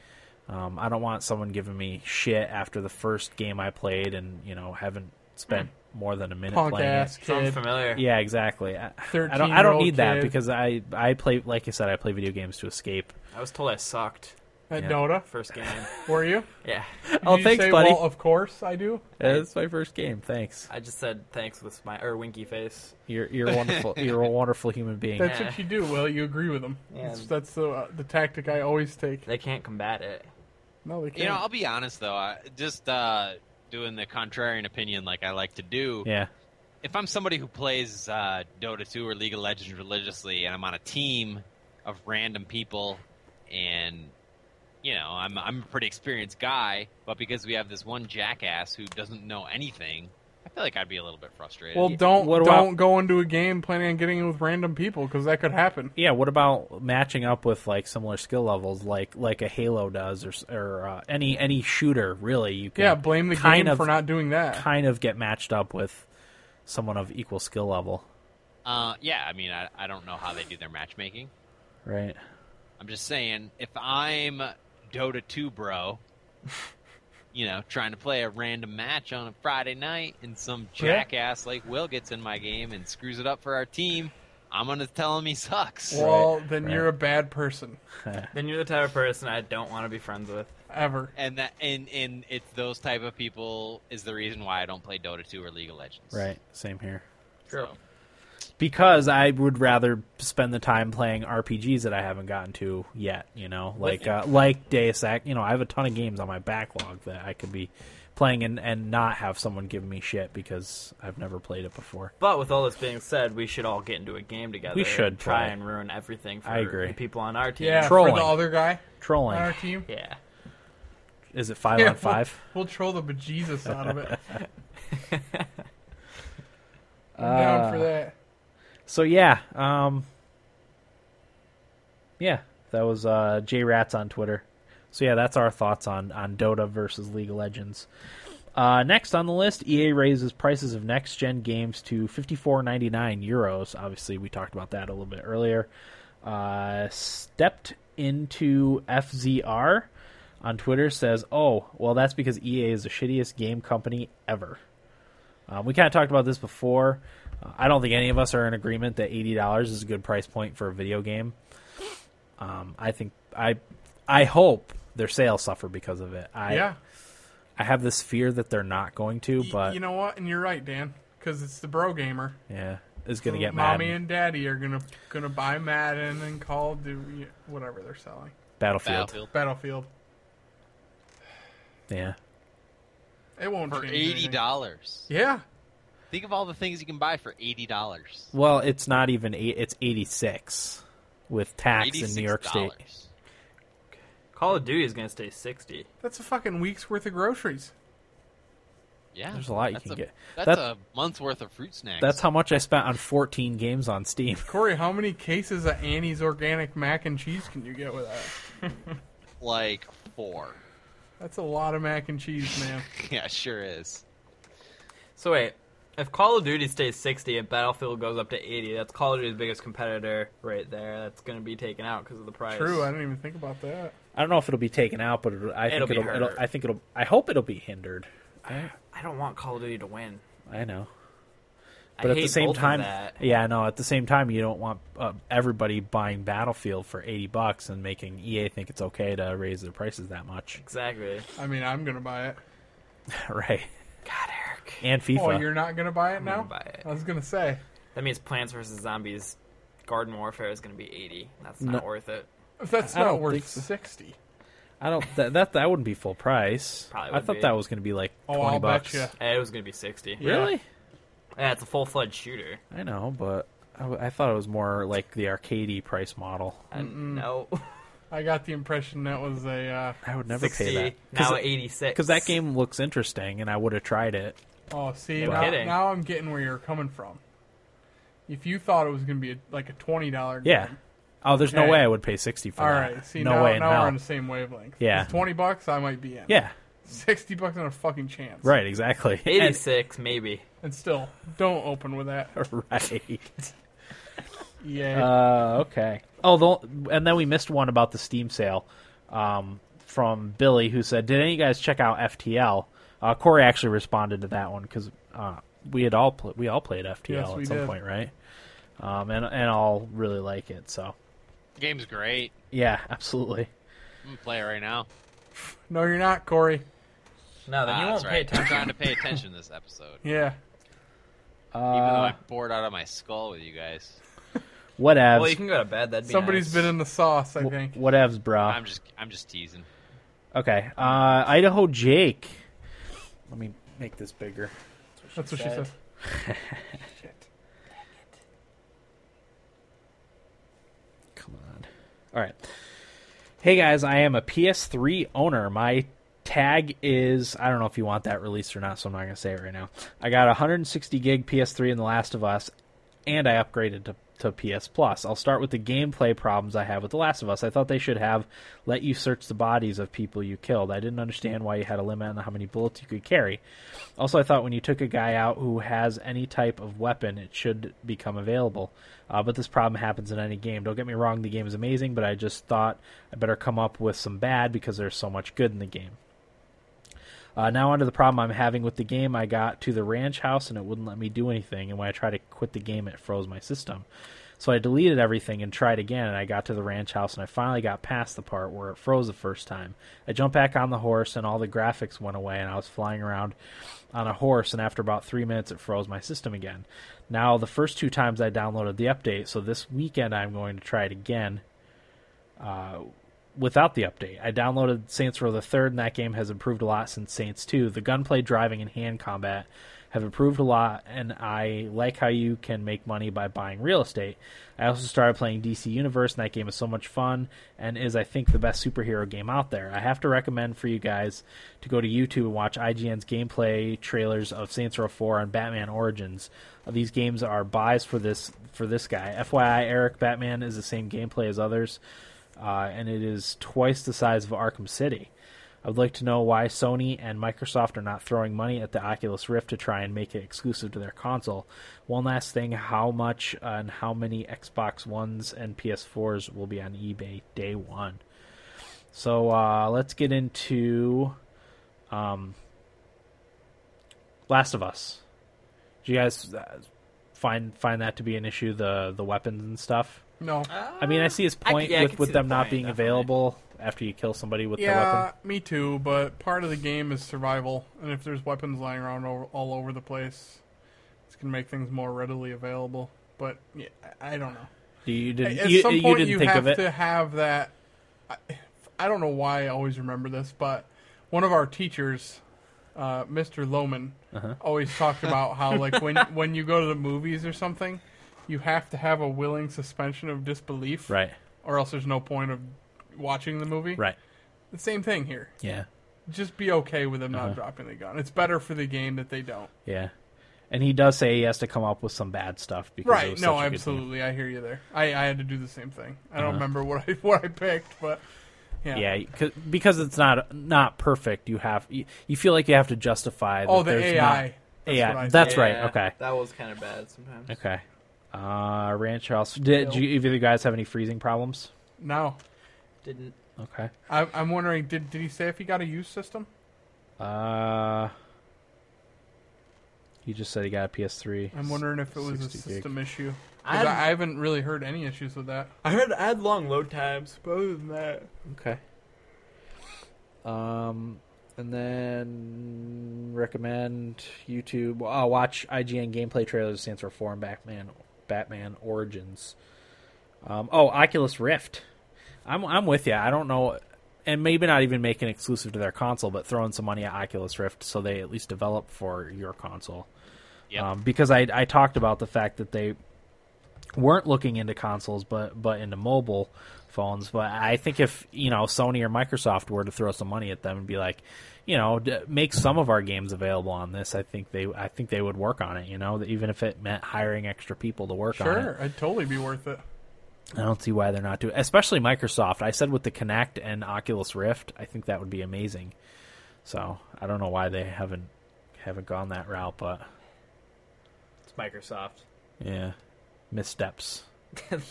Speaker 3: Um, I don't want someone giving me shit after the first game I played, and you know, haven't spent more than a minute
Speaker 4: Hmm. Punk
Speaker 3: playing
Speaker 4: ass
Speaker 3: it.
Speaker 5: Sounds
Speaker 4: kid.
Speaker 5: familiar.
Speaker 3: Yeah, exactly. I, I don't. I don't
Speaker 4: 13-year-old
Speaker 3: need that
Speaker 4: kid.
Speaker 3: because I I play like you said I play video games to escape.
Speaker 5: I was told I sucked
Speaker 4: At
Speaker 3: Yeah.
Speaker 4: Dota,
Speaker 5: first
Speaker 3: <laughs>
Speaker 5: game.
Speaker 4: were you?
Speaker 5: yeah,
Speaker 4: Did
Speaker 3: Oh,
Speaker 4: you
Speaker 3: thanks,
Speaker 4: say,
Speaker 3: buddy. Uh,
Speaker 4: Well, of course I do.
Speaker 3: That's my first game. Thanks.
Speaker 5: I just said thanks with my or winky face.
Speaker 3: You're you're a wonderful. you're a wonderful human being.
Speaker 4: That's
Speaker 5: Yeah.
Speaker 4: what you do. Well, you agree with them. That's, that's the uh, the tactic I always take.
Speaker 5: They can't combat it.
Speaker 4: No, they can't.
Speaker 6: You know, I'll be honest though, I, just uh, doing the contrarian opinion like I like to do.
Speaker 3: yeah.
Speaker 6: If I'm somebody who plays uh, Dota 2 or League of Legends religiously, and I'm on a team of random people, and you know, I'm I'm a pretty experienced guy, but because we have this one jackass who doesn't know anything, I feel like I'd be a little bit frustrated.
Speaker 4: well, don't
Speaker 3: What do I-
Speaker 4: don't go into a game planning on getting in with random people because that could happen.
Speaker 3: Yeah. What about matching up with like similar skill levels, like like a Halo does, or s- or uh, any any shooter really? You can
Speaker 4: Yeah, blame the
Speaker 3: kind
Speaker 4: game
Speaker 3: of-
Speaker 4: for not doing that.
Speaker 3: kind of get matched up with someone of equal skill level,
Speaker 6: uh, yeah, I mean, I, I don't know how they do their matchmaking.
Speaker 3: right?
Speaker 6: I'm just saying, if I'm Dota 2 bro, you know, trying to play a random match on a Friday night and some
Speaker 4: Yeah.
Speaker 6: jackass like Will gets in my game and screws it up for our team, I'm going to tell him he sucks.
Speaker 4: well, then
Speaker 3: right.
Speaker 4: you're a bad person.
Speaker 5: Then you're the type of person I don't want to be friends with.
Speaker 4: Ever.
Speaker 6: And that and, and it's those type of people is the reason why I don't play Dota 2 or League of Legends.
Speaker 3: Right. Same here.
Speaker 5: True.
Speaker 3: Because I would rather spend the time playing RPGs that I haven't gotten to yet. You know, like uh, like Deus Ex. You know, I have a ton of games on my backlog that I could be playing and and not have someone give me shit because I've never played it before.
Speaker 5: But with all this being said, we should all get into a game together.
Speaker 3: We should
Speaker 5: try
Speaker 3: play.
Speaker 5: and ruin everything for
Speaker 3: I agree.
Speaker 5: the people on our team.
Speaker 4: Yeah,
Speaker 3: Trolling.
Speaker 4: for the other guy on our
Speaker 3: Trolling
Speaker 4: team.
Speaker 5: Yeah.
Speaker 3: is it five
Speaker 4: Yeah,
Speaker 3: on five?
Speaker 4: <laughs> We'll, we'll troll the bejesus out
Speaker 3: <laughs>
Speaker 4: of it. I'm down
Speaker 3: Uh,
Speaker 4: for that.
Speaker 3: So yeah, um, yeah, that was uh, J Rats on Twitter. So yeah, that's our thoughts on on Dota versus League of Legends. Uh, next on the list, EA raises prices of next gen games to fifty four ninety nine euros. Obviously, we talked about that a little bit earlier. Uh, stepped into FZR on Twitter says, "Oh, well, that's because EA is the shittiest game company ever." Um, we kind of talked about this before. Uh, I don't think any of us are in agreement that eighty dollars is a good price point for a video game. Um, I think I, I hope their sales suffer because of it. I,
Speaker 4: yeah.
Speaker 3: I have this fear that they're not going to,
Speaker 4: Y-
Speaker 3: but
Speaker 4: you know what? And you're right, Dan, because it's the bro gamer.
Speaker 3: yeah, is going to get
Speaker 4: Mommy
Speaker 3: Madden,
Speaker 4: and Daddy are gonna gonna buy Madden and Call of Duty, whatever they're selling.
Speaker 3: Battlefield.
Speaker 6: Battlefield.
Speaker 4: Battlefield.
Speaker 3: Yeah,
Speaker 4: It won't
Speaker 6: For
Speaker 4: change
Speaker 6: eighty
Speaker 4: anything.
Speaker 6: dollars.
Speaker 4: Yeah,
Speaker 6: Think of all the things you can buy for eighty dollars.
Speaker 3: well, it's not even eight; it's eighty six with tax in New York State.
Speaker 5: Call of Duty is going to stay 60.
Speaker 4: that's a fucking week's worth of groceries.
Speaker 6: Yeah,
Speaker 3: There's a lot you
Speaker 6: that's
Speaker 3: can
Speaker 6: a,
Speaker 3: get.
Speaker 6: That's
Speaker 3: That-
Speaker 6: a month's worth of fruit snacks.
Speaker 3: That's how much I spent on fourteen games on Steam. <laughs>
Speaker 4: Corey, how many cases of Annie's organic mac and cheese can you get with that?
Speaker 6: like four.
Speaker 4: That's a lot of mac and cheese, man.
Speaker 6: <laughs> Yeah, sure is.
Speaker 5: So wait, if Call of Duty stays 60 and Battlefield goes up to 80, that's Call of Duty's biggest competitor right there. That's going to be taken out because of the price.
Speaker 4: True, I didn't even think about that.
Speaker 3: I don't know if it'll be taken out, but it'll, I think
Speaker 5: It'll be
Speaker 3: it'll, it'll.
Speaker 5: hurt.
Speaker 3: I think it'll. I hope it'll be hindered.
Speaker 5: I don't want Call of Duty to win.
Speaker 3: I know.
Speaker 5: I
Speaker 3: but at the
Speaker 5: hate
Speaker 3: same
Speaker 5: both of
Speaker 3: time,
Speaker 5: that.
Speaker 3: yeah, no. At the same time, you don't want uh, everybody buying Battlefield for eighty bucks and making EA think it's okay to raise their prices that much, <laughs>
Speaker 5: Exactly.
Speaker 4: I mean, I'm gonna buy it.
Speaker 3: right?
Speaker 5: God, Eric.
Speaker 3: And FIFA.
Speaker 4: Oh, you're not gonna buy it now?
Speaker 5: gonna buy it.
Speaker 4: I was gonna say.
Speaker 5: That means Plants vs Zombies Garden Warfare is going to be 80. That's not worth it.
Speaker 4: If that's
Speaker 3: I
Speaker 4: not
Speaker 3: don't think
Speaker 4: worth
Speaker 3: so.
Speaker 4: sixty.
Speaker 3: I don't that that, that wouldn't be full price.
Speaker 5: Probably
Speaker 3: I
Speaker 5: would
Speaker 3: thought
Speaker 5: be.
Speaker 3: that was going to be like
Speaker 4: Oh,
Speaker 3: twenty
Speaker 4: I'll bet
Speaker 3: bucks.
Speaker 4: ya.
Speaker 5: Eh, It was going to be 60.
Speaker 4: Yeah.
Speaker 3: Really?
Speaker 5: Yeah, it's a full fledged shooter.
Speaker 3: I know, but I, w- I thought it was more like the arcadey price model.
Speaker 5: I, Uh, no.
Speaker 4: I got the impression that was a uh,
Speaker 3: I would never
Speaker 5: 60, <laughs>
Speaker 3: pay that
Speaker 5: now 86.
Speaker 3: because that game looks interesting, and I would have tried it.
Speaker 4: Oh, see,
Speaker 5: No
Speaker 4: now,
Speaker 5: kidding.
Speaker 4: now I'm getting where you're coming from. If you thought it was going to be a, like a twenty dollar,
Speaker 3: Yeah. Oh, there's no
Speaker 4: Okay.
Speaker 3: way I would pay sixty for
Speaker 4: All
Speaker 3: that.
Speaker 4: right, see,
Speaker 3: no
Speaker 4: now,
Speaker 3: way in
Speaker 4: now
Speaker 3: hell.
Speaker 4: we're on the same wavelength.
Speaker 3: Yeah.
Speaker 4: If it's twenty bucks, I might be in.
Speaker 3: Yeah.
Speaker 4: sixty bucks on a fucking chance.
Speaker 3: Right. Exactly. And- <laughs>
Speaker 5: 86, maybe.
Speaker 4: and still don't open with that.
Speaker 3: right.
Speaker 4: Yeah,
Speaker 3: Uh, okay. Oh, the, and then we missed one about the Steam sale um, from Billy, who said, "Did any of you guys check out FTL?" Uh, Corey actually responded to that one because uh, we had all pl- we all played FTL
Speaker 4: Yes, we
Speaker 3: at some
Speaker 4: did.
Speaker 3: point, right? Um, and and all really like it. So
Speaker 6: Game's great.
Speaker 3: yeah, <laughs> absolutely.
Speaker 6: I'm gonna play it right now.
Speaker 4: No, you're not, Corey.
Speaker 5: No, then
Speaker 6: Ah,
Speaker 5: you
Speaker 6: that's
Speaker 5: won't pay
Speaker 6: right.
Speaker 5: <laughs>
Speaker 6: I'm
Speaker 5: attention.
Speaker 6: trying <laughs> to pay attention this episode,
Speaker 4: Yeah.
Speaker 6: even though
Speaker 3: Uh,
Speaker 6: I'm bored out of my skull with you guys.
Speaker 3: whatevs,
Speaker 5: well, you can go to bed. That'd be
Speaker 4: Somebody's
Speaker 5: nice.
Speaker 4: been in the sauce, I think.
Speaker 3: whatevs, brah.
Speaker 6: I'm just, I'm just teasing.
Speaker 3: Okay. Uh, Idaho Jake. Let me make this bigger.
Speaker 4: That's what she said.
Speaker 3: Come on. All right. Hey guys, I am a PS3 owner. My tag is I don't know if you want that released or not, so I'm not going to say it right now. I got a 160 gig PS3 in The Last of Us, and I upgraded to to PS Plus. I'll start with the gameplay problems I have with The Last of Us. I thought they should have let you search the bodies of people you killed. I didn't understand why you had a limit on how many bullets you could carry. Also, I thought when you took a guy out who has any type of weapon, it should become available. Uh, but this problem happens in any game. Don't get me wrong, the game is amazing, but I just thought I better come up with some bad because there's so much good in the game. Uh, now onto the problem I'm having with the game. I got to the ranch house and it wouldn't let me do anything. And when I tried to quit the game, it froze my system. So I deleted everything and tried again. And I got to the ranch house and I finally got past the part where it froze the first time. I jumped back on the horse and all the graphics went away. And I was flying around on a horse. And after about three minutes, it froze my system again. Now the first two times I downloaded the update. So this weekend I'm going to try it again without the update. I downloaded Saints Row the Third, and that game has improved a lot since Saints Two. The gunplay, driving, and hand combat have improved a lot, and I like how you can make money by buying real estate. I also started playing DC Universe, and that game is so much fun and is, I think, the best superhero game out there. I have to recommend for you guys to go to YouTube and watch IGN's gameplay trailers of Saints Row 4 and Batman Origins. Uh, These games are buys for this for this guy. FYI, Eric Batman is the same gameplay as others uh, and it is twice the size of Arkham City. I would like to know why Sony and Microsoft are not throwing money at the Oculus Rift to try and make it exclusive to their console. One last thing how much and how many Xbox Ones and PS4s will be on eBay day one? So uh, let's get into um, Last of Us. Do you guys uh, find find that to be an issue? The the weapons and stuff.
Speaker 4: No.
Speaker 3: I mean, I see his
Speaker 5: I c-
Speaker 3: point
Speaker 5: yeah, I
Speaker 3: with,
Speaker 5: can
Speaker 3: with
Speaker 5: see the
Speaker 3: them not
Speaker 5: point,
Speaker 3: being
Speaker 5: definitely.
Speaker 3: available after you kill somebody with the
Speaker 4: yeah,
Speaker 3: weapon.
Speaker 4: me too, but part of the game is survival, and if there's weapons lying around all, all over the place, it's going to make things more readily available. But yeah, I I don't know.
Speaker 3: Do you
Speaker 4: At
Speaker 3: didn't you,
Speaker 4: some
Speaker 3: you
Speaker 4: point,
Speaker 3: didn't
Speaker 4: you
Speaker 3: think
Speaker 4: have
Speaker 3: of it?
Speaker 4: to have that. I, I don't know why I always remember this, but one of our teachers, uh, Mr. Lohman,
Speaker 3: Uh-huh.
Speaker 4: always talked about how like
Speaker 3: <laughs>
Speaker 4: when when you go to the movies or something, you have to have a willing suspension of disbelief,
Speaker 3: Right,
Speaker 4: Or else there's no point of watching the movie.
Speaker 3: right,
Speaker 4: The same thing here.
Speaker 3: yeah,
Speaker 4: Just be okay with them
Speaker 3: Uh-huh.
Speaker 4: not dropping the gun. It's better for the game that they don't.
Speaker 3: yeah. And he does say he has to come up with some bad stuff because it
Speaker 4: Right?
Speaker 3: was
Speaker 4: No,
Speaker 3: such a good game. Uh-huh.
Speaker 4: absolutely. I hear you there. I, I had to do the same thing. I don't remember <laughs> what I what I picked, but yeah.
Speaker 3: Yeah, you- 'cause- because it's not not perfect. You have you, you feel like you have to justify. That
Speaker 4: Oh, the
Speaker 3: there's
Speaker 4: AI.
Speaker 3: Not,
Speaker 4: That's
Speaker 3: AI.
Speaker 4: what I
Speaker 3: that's
Speaker 4: said.
Speaker 3: right. Okay.
Speaker 5: That was kind of bad sometimes.
Speaker 3: Okay. Uh, Ranch House. Did,
Speaker 4: Nope.
Speaker 3: do you, either of you guys have any freezing problems?
Speaker 4: No,
Speaker 5: Didn't.
Speaker 3: Okay.
Speaker 4: I, I'm wondering. Did did he say if he got a use system?
Speaker 3: Uh, he just said he got a PS3.
Speaker 4: I'm wondering if it was a
Speaker 3: 60 gig.
Speaker 4: system issue. 'Cause
Speaker 5: I
Speaker 4: I,
Speaker 5: had-
Speaker 4: I haven't really heard any issues with that.
Speaker 5: I had I had long load times, but other than that,
Speaker 3: Okay. Um, and then recommend YouTube. Uh, watch IGN gameplay trailers. Saints Row Four and Batman Batman Origins. Um, oh, Oculus Rift. I'm I'm with you. I don't know, and maybe not even making exclusive to their console, but throwing some money at Oculus Rift so they at least develop for your console.
Speaker 6: Yep.
Speaker 3: Um, because I I talked about the fact that they weren't looking into consoles but but into mobile phones but i think if you know sony or microsoft were to throw some money at them and be like you know d- make some of our games available on this i think they i think they would work on it you know even if it meant hiring extra people to work on it
Speaker 4: Sure, it'd totally be worth it.
Speaker 3: i don't see why they're not doing especially microsoft i said with the connect and oculus rift i think that would be amazing so i don't know why they haven't haven't gone that route but
Speaker 5: it's Microsoft.
Speaker 3: yeah
Speaker 5: <laughs>
Speaker 3: missteps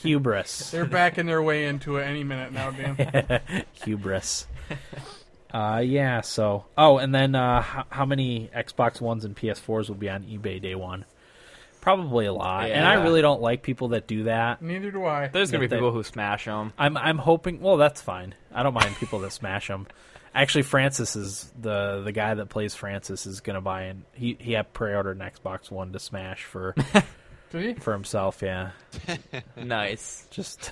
Speaker 3: hubris <laughs>
Speaker 4: They're backing their way into it any minute now, Dan.
Speaker 3: hubris. Uh, yeah. So, oh, and then uh, how, how many Xbox Ones and PS4s will be on eBay day one? Probably a lot. And I
Speaker 5: Yeah.
Speaker 3: really don't like people that do that.
Speaker 4: Neither do I.
Speaker 5: There's gonna
Speaker 3: Yeah,
Speaker 5: be
Speaker 3: they-
Speaker 5: people who smash them.
Speaker 3: I'm I'm hoping. Well, that's fine. I don't mind people that smash them. Actually, Francis is the the guy that plays Francis is gonna buy and he he had pre-ordered an Xbox One to smash for
Speaker 4: Did he?
Speaker 3: for himself. Yeah,
Speaker 5: Nice. <laughs>
Speaker 3: just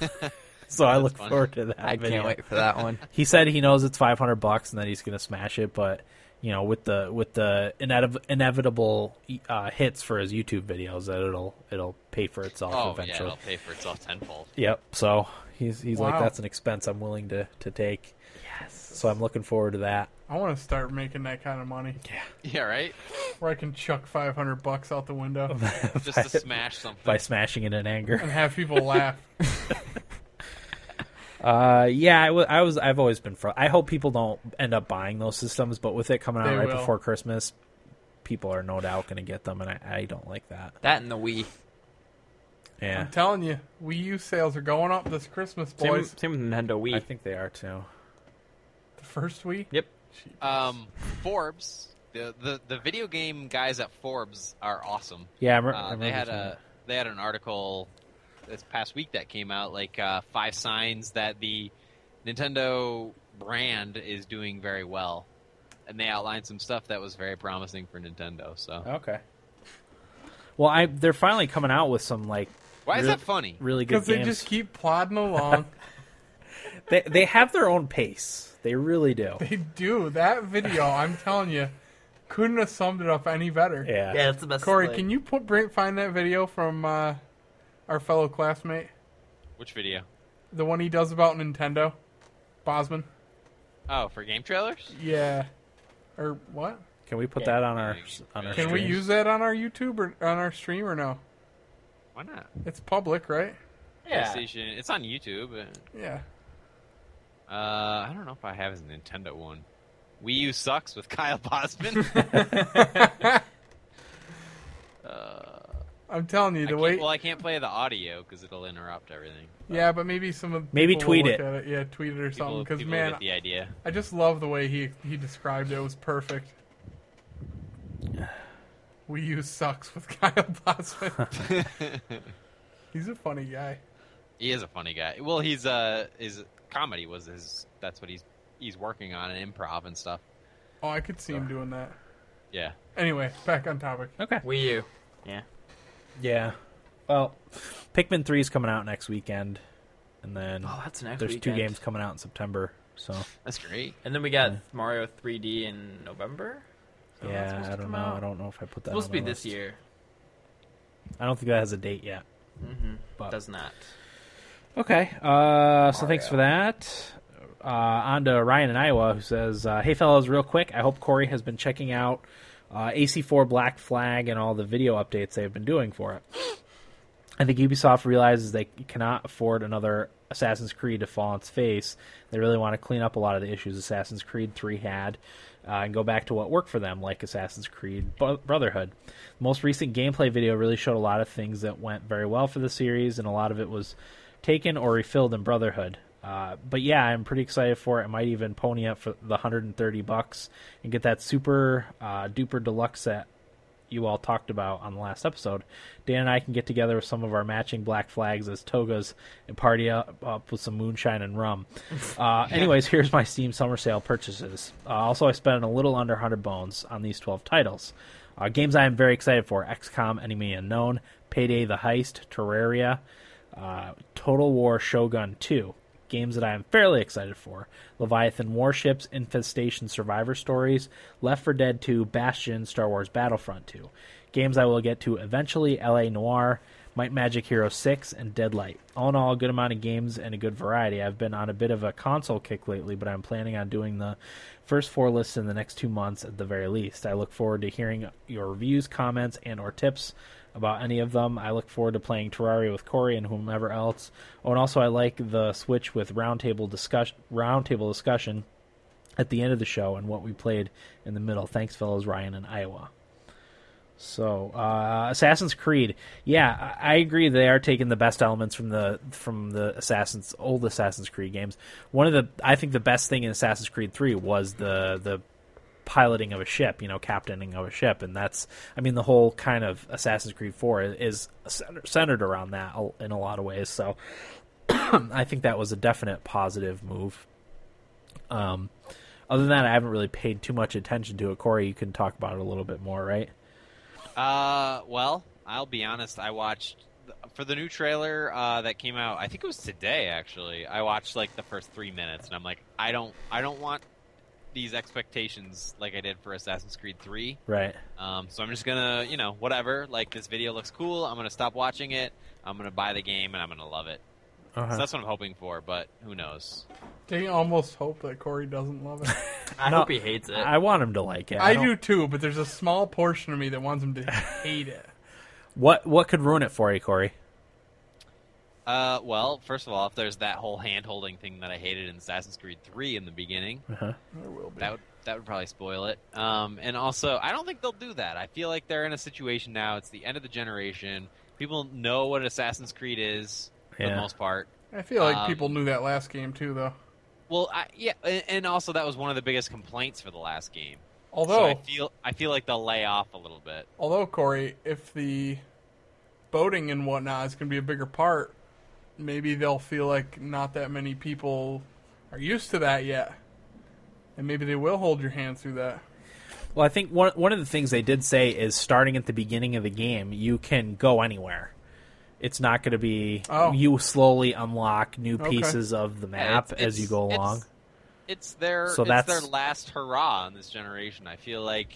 Speaker 3: so I look
Speaker 6: funny.
Speaker 3: forward to that.
Speaker 5: I
Speaker 3: video.
Speaker 5: can't wait for that one.
Speaker 3: He said he knows it's 500 bucks and that he's going to smash it, but you know, with the with the inev- inevitable uh, hits for his YouTube videos, that it'll it'll pay for itself
Speaker 6: Oh yeah,
Speaker 3: eventually.
Speaker 6: it'll pay for itself tenfold.
Speaker 3: Yep. So he's he's like
Speaker 4: Wow.
Speaker 3: that's an expense I'm willing to to take. Yes. So I'm looking forward to that.
Speaker 4: I want to start making that kind of money
Speaker 6: <laughs> Yeah, right.
Speaker 4: where I can chuck 500 bucks out the
Speaker 3: <laughs>
Speaker 4: window
Speaker 6: <laughs> Just to smash something.
Speaker 3: by smashing it in anger.
Speaker 4: and have people laugh.
Speaker 3: Uh, yeah, I, w- I was. I've always been. Fr- I hope people don't end up buying those systems, but with it coming out
Speaker 4: They
Speaker 3: right
Speaker 4: will.
Speaker 3: before Christmas, people are no doubt going to get them, and I, I don't like that.
Speaker 5: <laughs> That and the Wii.
Speaker 3: Yeah,
Speaker 4: I'm telling you, Wii U sales are going up this Christmas,
Speaker 5: Same,
Speaker 4: boys.
Speaker 5: same with Nintendo Wii.
Speaker 3: I think they are too.
Speaker 4: The first Wii.
Speaker 5: Yep.
Speaker 6: Um, Forbes, the, the the video game guys at Forbes are awesome.
Speaker 3: Yeah, I, me- I
Speaker 6: Uh,
Speaker 3: remember
Speaker 6: they had
Speaker 3: seeing
Speaker 6: a they had an article this past week that came out like uh, five signs that the Nintendo brand is doing very well, and they outlined some stuff that was very promising for Nintendo. So
Speaker 3: that. Okay. Well, I they're finally coming out with some like
Speaker 6: why is
Speaker 3: Really?
Speaker 6: that funny?
Speaker 3: really good
Speaker 4: Because they
Speaker 3: games.
Speaker 4: just keep
Speaker 3: <laughs>
Speaker 4: plodding along.
Speaker 3: they they have their own pace. They really do.
Speaker 4: they do. That video, I'm telling you, couldn't have summed it up any better.
Speaker 3: Yeah.
Speaker 5: Yeah, that's the best.
Speaker 4: Corey, can you put bring, find that video from uh, our fellow classmate?
Speaker 6: Which video?
Speaker 4: The one he does about Nintendo? Bosman?
Speaker 6: Oh, for game trailers?
Speaker 4: Yeah. Or what?
Speaker 3: Can we put that on our on our?
Speaker 6: Can
Speaker 4: Can we
Speaker 3: stream?
Speaker 4: use that on our YouTube or on our stream or no?
Speaker 6: Why not?
Speaker 4: It's public, right?
Speaker 5: Yeah.
Speaker 6: PlayStation. It's on YouTube.
Speaker 4: Yeah.
Speaker 6: Uh, I don't know if I have his Nintendo one. Wii U sucks with <laughs>
Speaker 3: <laughs>
Speaker 6: Kyle Bosman.
Speaker 4: I'm telling you,
Speaker 6: I
Speaker 4: the
Speaker 6: can't-
Speaker 4: way.
Speaker 6: Well, I can't play the audio because it'll interrupt everything.
Speaker 4: yeah, but maybe some of the
Speaker 3: Maybe
Speaker 4: people will
Speaker 3: tweet
Speaker 4: look
Speaker 3: it.
Speaker 4: at Yeah, tweet it or
Speaker 6: People,
Speaker 4: something. Because
Speaker 6: people
Speaker 4: man,
Speaker 6: get the idea.
Speaker 4: I just love the way he he described it. It was perfect. Wii U sucks with <laughs> Kyle
Speaker 6: <laughs>
Speaker 4: Bosman. He's a funny guy.
Speaker 6: He is a funny guy. Well, he's uh, his comedy was his. That's what he's he's working on and improv and stuff.
Speaker 4: Oh, I could see him doing that.
Speaker 6: Yeah.
Speaker 4: Anyway, back on topic.
Speaker 3: Okay.
Speaker 5: Wii U. Yeah.
Speaker 3: Yeah. Well, Pikmin three is coming out next weekend, and then
Speaker 5: Oh, that's next
Speaker 3: there's two
Speaker 5: weekend. Oh,
Speaker 3: games coming out in September. So
Speaker 6: That's great.
Speaker 5: And then we got Mario 3D in November. So that's
Speaker 3: yeah,
Speaker 5: supposed to
Speaker 3: I don't
Speaker 5: come
Speaker 3: know.
Speaker 5: out.
Speaker 3: I don't know if I put that. on
Speaker 5: supposed to be
Speaker 3: the
Speaker 5: this
Speaker 3: list.
Speaker 5: year.
Speaker 3: I don't think that has a date yet.
Speaker 5: Mm-hmm.
Speaker 3: But
Speaker 5: Does not.
Speaker 3: okay. Uh, so thanks
Speaker 5: Mario.
Speaker 3: for that. Uh, on to Ryan in Iowa, who says, uh, "Hey fellas, real quick. I hope Corey has been checking out uh, AC4 Black Flag and all the video updates they've been doing for it. I think Ubisoft realizes they cannot afford another Assassin's Creed to fall on its face. They really want to clean up a lot of the issues Assassin's Creed 3 had uh, and go back to what worked for them, like Assassin's Creed Bu- Brotherhood. The most recent gameplay video really showed a lot of things that went very well for the series, and a lot of it was taken or refilled in Brotherhood. Uh, but yeah, I'm pretty excited for it. I might even pony up for the 130 bucks and get that super uh, duper deluxe set you all talked about on the last episode. Dan and I can get together with some of our matching black flags as togas and party up, up with some moonshine and rum. Uh, anyways, here's my Steam summer sale purchases. Uh, also, I spent a little under 100 bones on these 12 titles. Uh, games I am very excited for XCOM, Enemy Unknown, Payday the Heist, Terraria, uh, Total War Shogun 2. Games that I am fairly excited for Leviathan Warships, Infestation Survivor Stories, Left 4 Dead 2, Bastion, Star Wars Battlefront 2. Games I will get to eventually LA Noir, Might Magic Hero 6, and Deadlight. All in all, a good amount of games and a good variety. I've been on a bit of a console kick lately, but I'm planning on doing the first four lists in the next two months at the very least. I look forward to hearing your reviews, comments, and or tips about any of them. I look forward to playing Terraria with Corey and whomever else. Oh, and also I like the Switch with roundtable discussion. Roundtable discussion at the end of the show and what we played in the middle. Thanks, fellows. Ryan in Iowa. So, uh, Assassin's Creed, yeah, I I agree. They are taking the best elements from the from the Assassin's old Assassin's Creed games. One of the, I think, the best thing in Assassin's Creed Three was the the piloting of a ship, you know, captaining of a ship, and that's, I mean, the whole kind of Assassin's Creed Four is center- centered around that in a lot of ways. So, <clears throat> I think that was a definite positive move. Um, other than that, I haven't really paid too much attention to it. Corey, you can talk about it a little bit more, right?
Speaker 6: Uh, well, I'll be honest. I watched for the new trailer uh, that came out. I think it was today, actually. I watched like the first three minutes, and I'm like, I don't, I don't want these expectations like I did for Assassin's Creed Three.
Speaker 3: Right.
Speaker 6: Um, so I'm just gonna, you know, whatever. Like this video looks cool. I'm gonna stop watching it. I'm gonna buy the game, and I'm gonna love it. So that's what I'm hoping for, but who knows?
Speaker 4: They almost hope that Corey doesn't
Speaker 6: <laughs>
Speaker 4: love it.
Speaker 5: I
Speaker 3: No,
Speaker 5: hope he hates it.
Speaker 3: I want him to like it.
Speaker 4: Uh, I,
Speaker 3: don't-
Speaker 4: do too, but there's a small portion of me that wants
Speaker 6: <laughs>
Speaker 4: him to hate it.
Speaker 3: What What could ruin it for you, Corey?
Speaker 6: Uh, well, first of all, if there's that whole hand holding thing that I hated in Assassin's Creed Three in the beginning,
Speaker 3: Uh-huh.
Speaker 4: There will be.
Speaker 6: that would that would probably spoil it. Um, and also, I don't think they'll do that. I feel like they're in a situation now. It's the end of the generation. People know what Assassin's Creed is for
Speaker 3: Yeah.
Speaker 6: the most part.
Speaker 4: I feel like
Speaker 6: um,
Speaker 4: people knew that last game too, though.
Speaker 6: Well, I, yeah, and, and also that was one of the biggest complaints for the last game. so
Speaker 4: Although,
Speaker 6: I feel I feel like they'll lay off a little bit.
Speaker 4: although Corey, if the boating and whatnot is going to be a bigger part, maybe they'll feel like not that many people are used to that yet, and maybe they will hold your hand through that.
Speaker 3: Well, I think one one of the things they did say is starting at the beginning of the game, you can go anywhere. It's not going to be
Speaker 4: Oh.
Speaker 3: you slowly unlock new
Speaker 4: Okay.
Speaker 3: pieces of the map
Speaker 6: It's-
Speaker 3: as you
Speaker 6: it's-
Speaker 3: go
Speaker 6: it's-
Speaker 3: along.
Speaker 6: It's their
Speaker 3: So
Speaker 6: it's
Speaker 3: that's-
Speaker 6: their last hurrah in this generation. I feel like,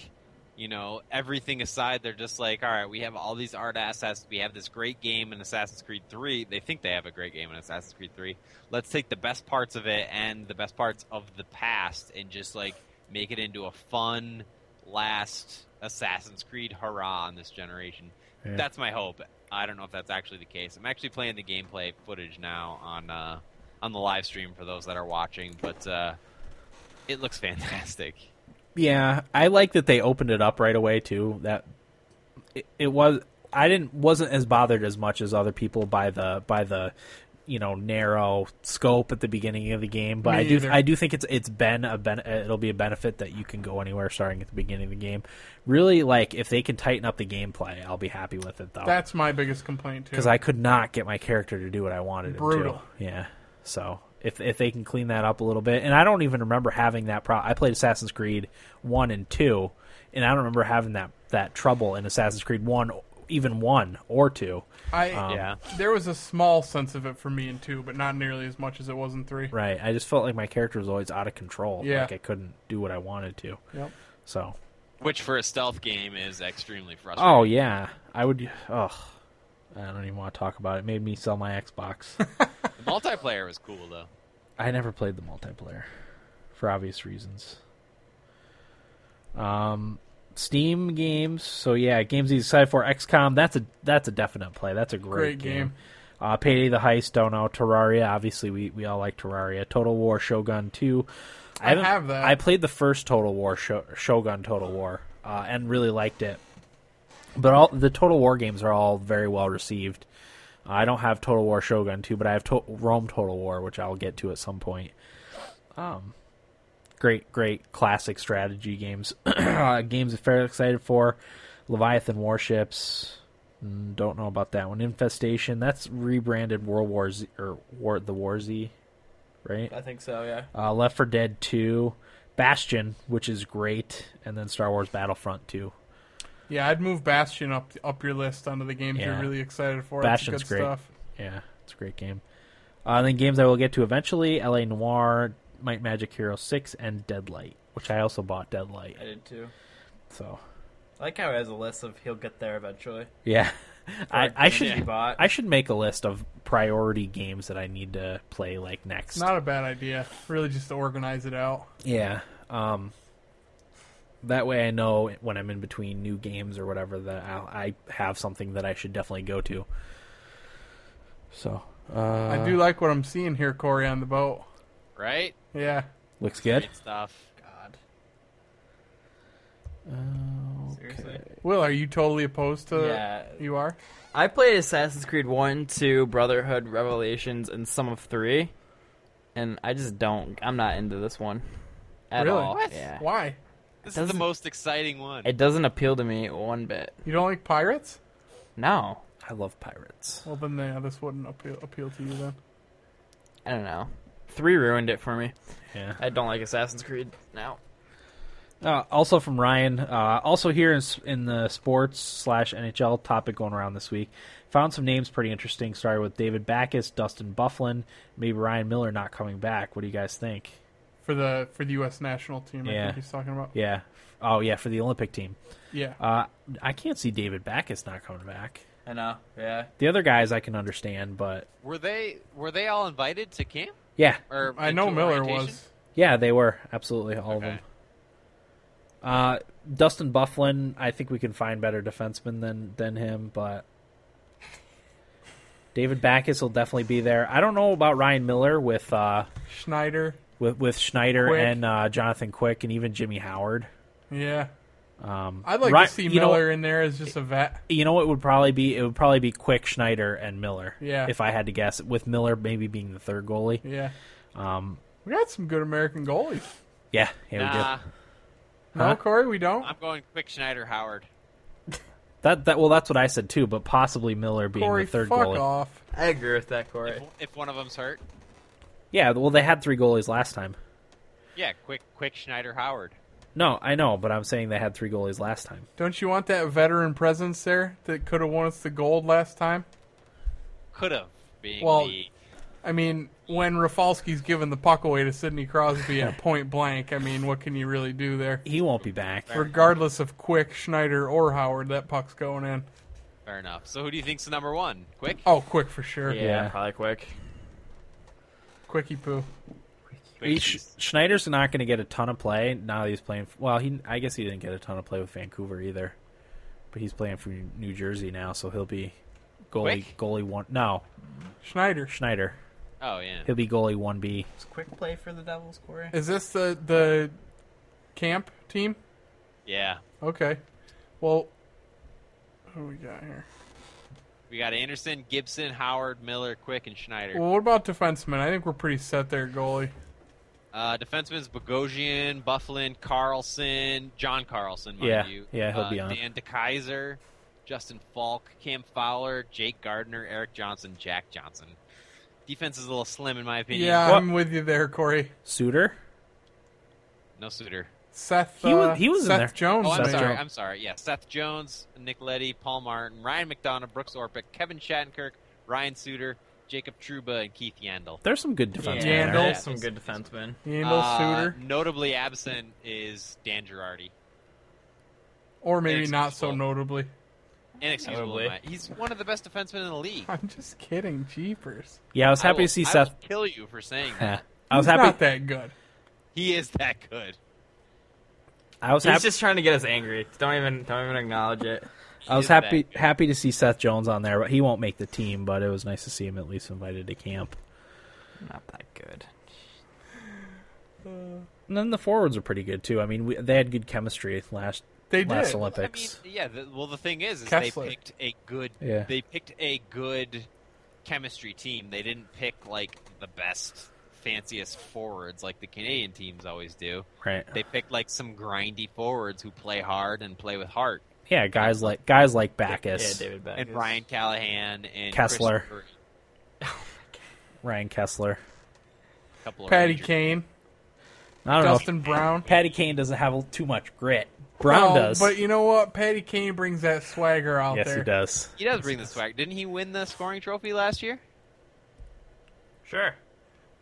Speaker 6: you know, everything aside, they're just like, all right, we have all these art assets. We have this great game in Assassin's Creed Three. They think they have a great game in Assassin's Creed Three. Let's take the best parts of it and the best parts of the past and just like make it into a fun last Assassin's Creed hurrah in this generation.
Speaker 3: Yeah.
Speaker 6: That's my hope. I don't know if that's actually the case. I'm actually playing the gameplay footage now on uh, on the live stream for those that are watching, but uh, it looks
Speaker 4: <laughs>
Speaker 6: fantastic.
Speaker 3: Yeah, I like that they opened it up right away too. That it, it was I didn't wasn't as bothered as much as other people by the by the you know narrow scope at the beginning of the game, but
Speaker 4: Me
Speaker 3: I do
Speaker 4: either.
Speaker 3: I do think it's it's been a ben, it'll be a benefit that you can go anywhere starting at the beginning of the game. Really like if they can tighten up the gameplay, I'll be happy with it though.
Speaker 4: That's my biggest complaint too.
Speaker 3: Cuz I could not get my character to do what I wanted him
Speaker 4: Brutal.
Speaker 3: to. Yeah. So if, if they can clean that up a little bit, and I don't even remember having that problem. I played Assassin's Creed one and two, and I don't remember having that that trouble in Assassin's Creed one, even one or two.
Speaker 4: I
Speaker 3: um,
Speaker 6: yeah.
Speaker 4: there was a small sense of it for me in two, but not nearly as much as it was in three.
Speaker 3: Right, I just felt like my character was always out of control.
Speaker 4: Yeah.
Speaker 3: like I couldn't do what I wanted to.
Speaker 4: Yep.
Speaker 3: So,
Speaker 6: Which for a stealth game is extremely frustrating.
Speaker 3: oh yeah, I would. Ugh, I don't even want to talk about it. it made me sell my Xbox. <laughs>
Speaker 6: The multiplayer was cool though.
Speaker 3: I never played the multiplayer for obvious reasons. Um, Steam games. So yeah, games he's excited for. XCOM. That's a that's a definite play. That's a great,
Speaker 4: Great game.
Speaker 3: Uh, Payday the Heist. Don't know. Terraria. Obviously, we we all like Terraria. Total War Shogun Two.
Speaker 4: I
Speaker 3: haven't-
Speaker 4: have that.
Speaker 3: I played the first Total War Sho- Shogun Total War uh, and really liked it. But all the Total War games are all very well received. I don't have Total War Shogun 2, but I have to- Rome Total War, which I'll get to at some point. Um, great, great classic strategy games. <clears throat> Uh, games I'm fairly excited for. Leviathan Warships. Mm, Don't know about that one. Infestation. That's rebranded World War Z or War the War Z, right?
Speaker 5: I think so. Yeah.
Speaker 3: Uh, Left for Dead 2, Bastion, which is great, and then Star Wars Battlefront 2.
Speaker 4: Yeah, I'd move Bastion up up your list onto the games
Speaker 3: Yeah.
Speaker 4: you're really excited for.
Speaker 3: Bastion's
Speaker 4: it's good
Speaker 3: great.
Speaker 4: stuff.
Speaker 3: Yeah, it's a great game. Uh, and then games I will get to eventually: L.A. Noir, Might Magic Hero Six, and Deadlight, which I also bought Deadlight.
Speaker 5: I did too.
Speaker 3: So
Speaker 5: I like how he has a list of he'll get there eventually.
Speaker 3: yeah, I, I
Speaker 5: Games he
Speaker 3: should
Speaker 5: bought.
Speaker 3: I should make a list of priority games that I need to play like next.
Speaker 4: Not a bad idea. Really, just to organize it out.
Speaker 3: Yeah. Um, that way I know when I'm in between new games or whatever that I'll, I have something that I should definitely go to. So, uh,
Speaker 4: I do like what I'm seeing here, Corey, on the boat.
Speaker 6: Right?
Speaker 4: Yeah,
Speaker 3: looks good.
Speaker 6: Great stuff.
Speaker 5: God.
Speaker 3: Uh,
Speaker 5: Seriously.
Speaker 3: okay.
Speaker 4: Will, are you totally opposed to?
Speaker 5: Yeah.
Speaker 4: You are.
Speaker 5: I played Assassin's Creed 1, 2, Brotherhood, Revelations, and some of 3. And I just don't. I'm not into this one. At
Speaker 4: Really?
Speaker 5: all.
Speaker 6: What?
Speaker 5: Yeah.
Speaker 4: Why?
Speaker 6: This is the
Speaker 5: Doesn't-
Speaker 6: most exciting one.
Speaker 5: It doesn't appeal to me one bit.
Speaker 4: You don't like pirates?
Speaker 5: No.
Speaker 3: I love pirates.
Speaker 4: Well, then yeah, this wouldn't appeal, appeal to you then.
Speaker 5: I don't know. 3 ruined it for me.
Speaker 3: Yeah.
Speaker 5: I don't like Assassin's Creed now.
Speaker 3: Uh, also from Ryan. Uh, also here in, s- in the sports slash NHL topic going around this week. Found some names pretty interesting. Started with David Backus, Dustin Bufflin, maybe Ryan Miller not coming back. What do you guys think?
Speaker 4: For the for the U.S. national team, I
Speaker 3: Yeah.
Speaker 4: think he's talking about.
Speaker 3: Yeah. Oh yeah, for the Olympic team.
Speaker 4: Yeah.
Speaker 3: Uh, I can't see David Backus not coming back.
Speaker 5: I know. Yeah.
Speaker 3: The other guys I can understand, but
Speaker 6: Were they were they all invited to camp?
Speaker 3: yeah,
Speaker 6: Or
Speaker 4: I know
Speaker 6: into
Speaker 4: Miller
Speaker 6: orientation?
Speaker 4: was.
Speaker 3: yeah, they were absolutely all of them.
Speaker 6: Okay.
Speaker 3: Uh, Dustin Bufflin, I think we can find better defensemen than than him, but David Backus will definitely be there. I don't know about Ryan Miller with uh,
Speaker 4: Schneider.
Speaker 3: with with Schneider
Speaker 4: Quick.
Speaker 3: and uh, Jonathan Quick and even Jimmy Howard.
Speaker 4: Yeah.
Speaker 3: Um,
Speaker 4: I'd like
Speaker 3: Ry-
Speaker 4: to see
Speaker 3: you know-
Speaker 4: Miller in there as just a vet.
Speaker 3: you know, what would probably be it would probably be Quick Schneider and Miller.
Speaker 4: Yeah.
Speaker 3: if I had to guess, with Miller maybe being the third goalie.
Speaker 4: Yeah.
Speaker 3: Um,
Speaker 4: We got some good American goalies.
Speaker 3: yeah, yeah, we do.
Speaker 6: Nah,
Speaker 4: No,
Speaker 3: Huh?
Speaker 4: Corey, we don't.
Speaker 6: I'm going quick Schneider Howard.
Speaker 3: That that well, that's what I said too. But possibly Miller being
Speaker 4: Corey,
Speaker 3: the third
Speaker 4: fuck
Speaker 3: goalie.
Speaker 4: off.
Speaker 5: I agree with that, Corey.
Speaker 6: If, if one of them's hurt,
Speaker 3: Yeah, well, they had three goalies last time.
Speaker 6: yeah, quick quick Schneider Howard.
Speaker 3: No, I know, but I'm saying they had three goalies last time.
Speaker 4: Don't you want that veteran presence there that could have won us the gold last time?
Speaker 6: Could have being
Speaker 4: Well,
Speaker 6: the
Speaker 4: I mean, when Rafalski's giving the puck away to Sidney
Speaker 6: <laughs>
Speaker 4: Crosby at point blank, I mean, what can you really do there?
Speaker 3: He won't be back.
Speaker 4: Regardless of Quick, Schneider, or Howard, that puck's going in.
Speaker 6: fair enough. So who do you think's the number one? Quick?
Speaker 4: Oh, Quick for sure.
Speaker 5: yeah,
Speaker 3: Yeah.
Speaker 5: probably quick.
Speaker 4: Quickie poo.
Speaker 6: Quick
Speaker 3: Sch-
Speaker 6: is-
Speaker 3: Schneider's not going to get a ton of play now that he's playing. f- Well, he I guess he didn't get a ton of play with Vancouver either, but he's playing for New Jersey now, so he'll be goalie
Speaker 6: Quick?
Speaker 3: goalie one. No,
Speaker 4: Schneider.
Speaker 3: Schneider.
Speaker 6: Oh yeah.
Speaker 3: He'll be goalie one B.
Speaker 5: Does quick play for the Devils, Corey?
Speaker 4: Is this the the camp team?
Speaker 6: Yeah.
Speaker 4: Okay. Well, who we got here?
Speaker 6: We got Anderson, Gibson, Howard, Miller, Quick, and Schneider.
Speaker 4: Well, what about defensemen? I think we're pretty set there, goalie.
Speaker 6: Uh, defensemen's Bogosian, Bufflin, Carlson, John Carlson, mind
Speaker 3: Yeah,
Speaker 6: you.
Speaker 3: yeah, he'll
Speaker 6: Uh,
Speaker 3: be on.
Speaker 6: Dan DeKaiser, Justin Falk, Cam Fowler, Jake Gardner, Eric Johnson, Jack Johnson. Defense is a little slim in my opinion.
Speaker 4: Yeah,
Speaker 3: What-
Speaker 4: I'm with you there, Corey.
Speaker 3: Suter.
Speaker 6: No suitor.
Speaker 4: Seth.
Speaker 3: He was-
Speaker 4: uh,
Speaker 3: he was in
Speaker 4: Seth
Speaker 3: there.
Speaker 4: Jones.
Speaker 6: Oh, I'm
Speaker 4: maybe.
Speaker 6: sorry.
Speaker 3: Jones.
Speaker 6: I'm sorry. Yeah, Seth Jones, Nick Letty, Paul Martin, Ryan McDonough, Brooks Orpik, Kevin Shattenkirk, Ryan Suter, Jacob Truba, and Keith Yandel.
Speaker 3: There's some good
Speaker 5: Yeah,
Speaker 3: defensemen.
Speaker 4: Yeah.
Speaker 3: there.
Speaker 5: there's some good defensemen.
Speaker 4: Yandel,
Speaker 6: Uh,
Speaker 4: Suter,
Speaker 6: Notably absent is Dan Girardi.
Speaker 4: or maybe not so
Speaker 6: inexcusable.
Speaker 4: notably.
Speaker 6: Inexcusable.
Speaker 5: Notably.
Speaker 6: in my- He's one of the best defensemen in the league.
Speaker 4: <laughs> I'm just kidding, jeepers.
Speaker 3: Yeah, I was happy
Speaker 6: will-
Speaker 3: to see
Speaker 6: I
Speaker 3: Seth.
Speaker 6: Will kill you
Speaker 3: <laughs>
Speaker 6: for saying
Speaker 3: I
Speaker 6: that.
Speaker 3: was
Speaker 4: He's
Speaker 3: happy.
Speaker 4: Not that good.
Speaker 6: he is that good.
Speaker 3: I was
Speaker 5: He's
Speaker 3: happy.
Speaker 5: just trying to get us angry. Don't even, don't even acknowledge it.
Speaker 3: I was
Speaker 6: is that
Speaker 3: happy
Speaker 6: good.
Speaker 3: happy to see Seth Jones on there, but he won't make the team. But it was nice to see him at least invited to camp.
Speaker 5: Not that good.
Speaker 3: And then the forwards are pretty good too. I mean, we, they had good chemistry last
Speaker 4: They
Speaker 3: last
Speaker 4: did.
Speaker 3: Olympics.
Speaker 6: I mean, yeah. The, well, the thing is, is
Speaker 4: Kessler.
Speaker 6: they picked a good.
Speaker 3: Yeah.
Speaker 6: They picked a good chemistry team. They didn't pick like the best, fanciest forwards like the Canadian teams always do.
Speaker 3: right?
Speaker 6: They picked like some grindy forwards who play hard and play with heart.
Speaker 3: yeah, guys like guys like Backus,
Speaker 5: Yeah, David Beck.
Speaker 6: And Ryan Callahan and
Speaker 3: Kessler.
Speaker 6: Christopher-
Speaker 3: Ryan Kessler.
Speaker 6: a couple of
Speaker 4: Patty
Speaker 6: Rangers.
Speaker 4: Kane,
Speaker 3: I don't know.
Speaker 4: Dustin Brown.
Speaker 3: If Patty Kane doesn't have a- too much grit. Brown
Speaker 4: Oh,
Speaker 3: does.
Speaker 4: But you know what? Patty Kane brings that swagger out
Speaker 3: yes,
Speaker 4: there.
Speaker 3: he does.
Speaker 6: He does bring the swag. Didn't he win the scoring trophy last year?
Speaker 5: Sure.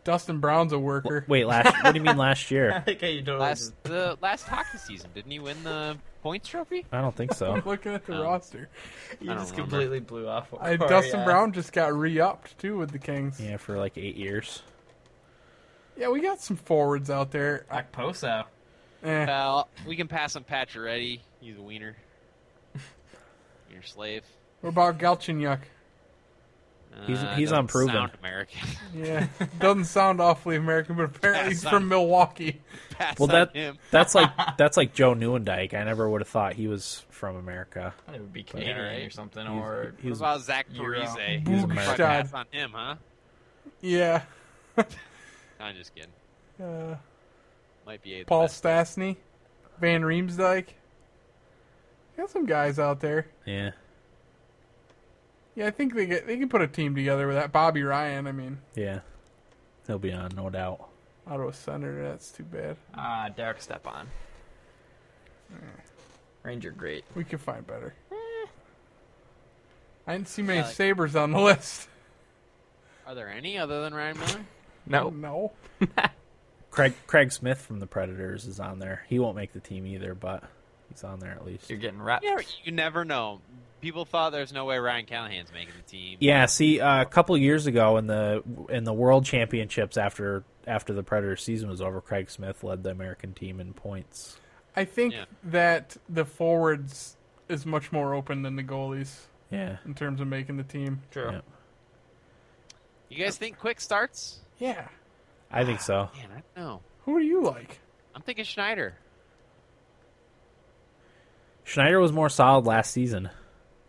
Speaker 4: Dustin Brown's a worker. <laughs>
Speaker 3: Wait, last. what do you mean last year?
Speaker 5: okay, you don't.
Speaker 6: Last the last hockey season, didn't he win the points trophy?
Speaker 3: I don't think
Speaker 4: <laughs>
Speaker 3: so.
Speaker 4: Looking at the roster,
Speaker 5: you
Speaker 6: I don't
Speaker 5: just
Speaker 6: remember.
Speaker 5: completely blew off. what
Speaker 4: I,
Speaker 5: Corey uh,
Speaker 4: Dustin
Speaker 5: asked.
Speaker 4: Brown just got re-upped too with the Kings. Yeah,
Speaker 3: Yeah, for like eight years.
Speaker 4: we got some forwards out there. I,
Speaker 5: Like Poso.
Speaker 4: eh.
Speaker 6: Well, we can pass on Pacioretty. He's a
Speaker 4: <laughs>
Speaker 6: wiener. Wiener slave.
Speaker 4: What about Galchenyuk?
Speaker 3: He's-
Speaker 6: Uh,
Speaker 3: he's
Speaker 6: doesn't
Speaker 3: unproven.
Speaker 6: Sound American. <laughs>
Speaker 4: Yeah, doesn't sound awfully American, but apparently he's
Speaker 6: Yes,
Speaker 4: from
Speaker 6: I'm-
Speaker 4: Milwaukee.
Speaker 6: Pass
Speaker 3: Well,
Speaker 6: on
Speaker 3: that
Speaker 6: him.
Speaker 3: that's like that's like Joe Newendike. I never would have thought he was from America.
Speaker 5: I thought it would be Canadian
Speaker 6: right.
Speaker 5: or something, or
Speaker 6: What about Zach
Speaker 5: You're, uh,
Speaker 6: Parise?
Speaker 3: he's
Speaker 6: Fucking
Speaker 3: American.
Speaker 6: Pass on him, huh?
Speaker 4: Yeah,
Speaker 6: No, I'm just kidding.
Speaker 4: uh,
Speaker 6: Might be a
Speaker 4: Paul Stastny, Van Riemsdyk. Got some guys out there.
Speaker 3: Yeah.
Speaker 4: Yeah, I think they get they can put a team together with that. Bobby Ryan. I mean,
Speaker 3: Yeah. He'll be on, no doubt.
Speaker 4: Ottawa Senator. That's too bad.
Speaker 5: ah, Derek Stepan. Ranger, great.
Speaker 4: We could find better. I didn't see many Sabers on the <laughs> list.
Speaker 6: Are there any other than Ryan Miller?
Speaker 5: No,
Speaker 4: No.
Speaker 3: Craig Craig Smith from the Predators is on there. He won't make the team either, but he's on there at least.
Speaker 5: you're getting reps.
Speaker 6: Yeah, you never know. People thought there's no way Ryan Callahan's making the team.
Speaker 3: Yeah, see, uh, a couple years ago in the in the World Championships after after the Predator season was over, Craig Smith led the American team in points.
Speaker 4: I think
Speaker 6: Yeah.
Speaker 4: that the forwards is much more open than the goalies
Speaker 3: Yeah,
Speaker 4: in terms of making the team.
Speaker 5: True.
Speaker 3: Yeah.
Speaker 6: You guys think quick starts?
Speaker 4: Yeah.
Speaker 3: I think so.
Speaker 6: Man, I don't know.
Speaker 4: Who do you like?
Speaker 6: I'm thinking Schneider.
Speaker 3: Schneider was more solid last season.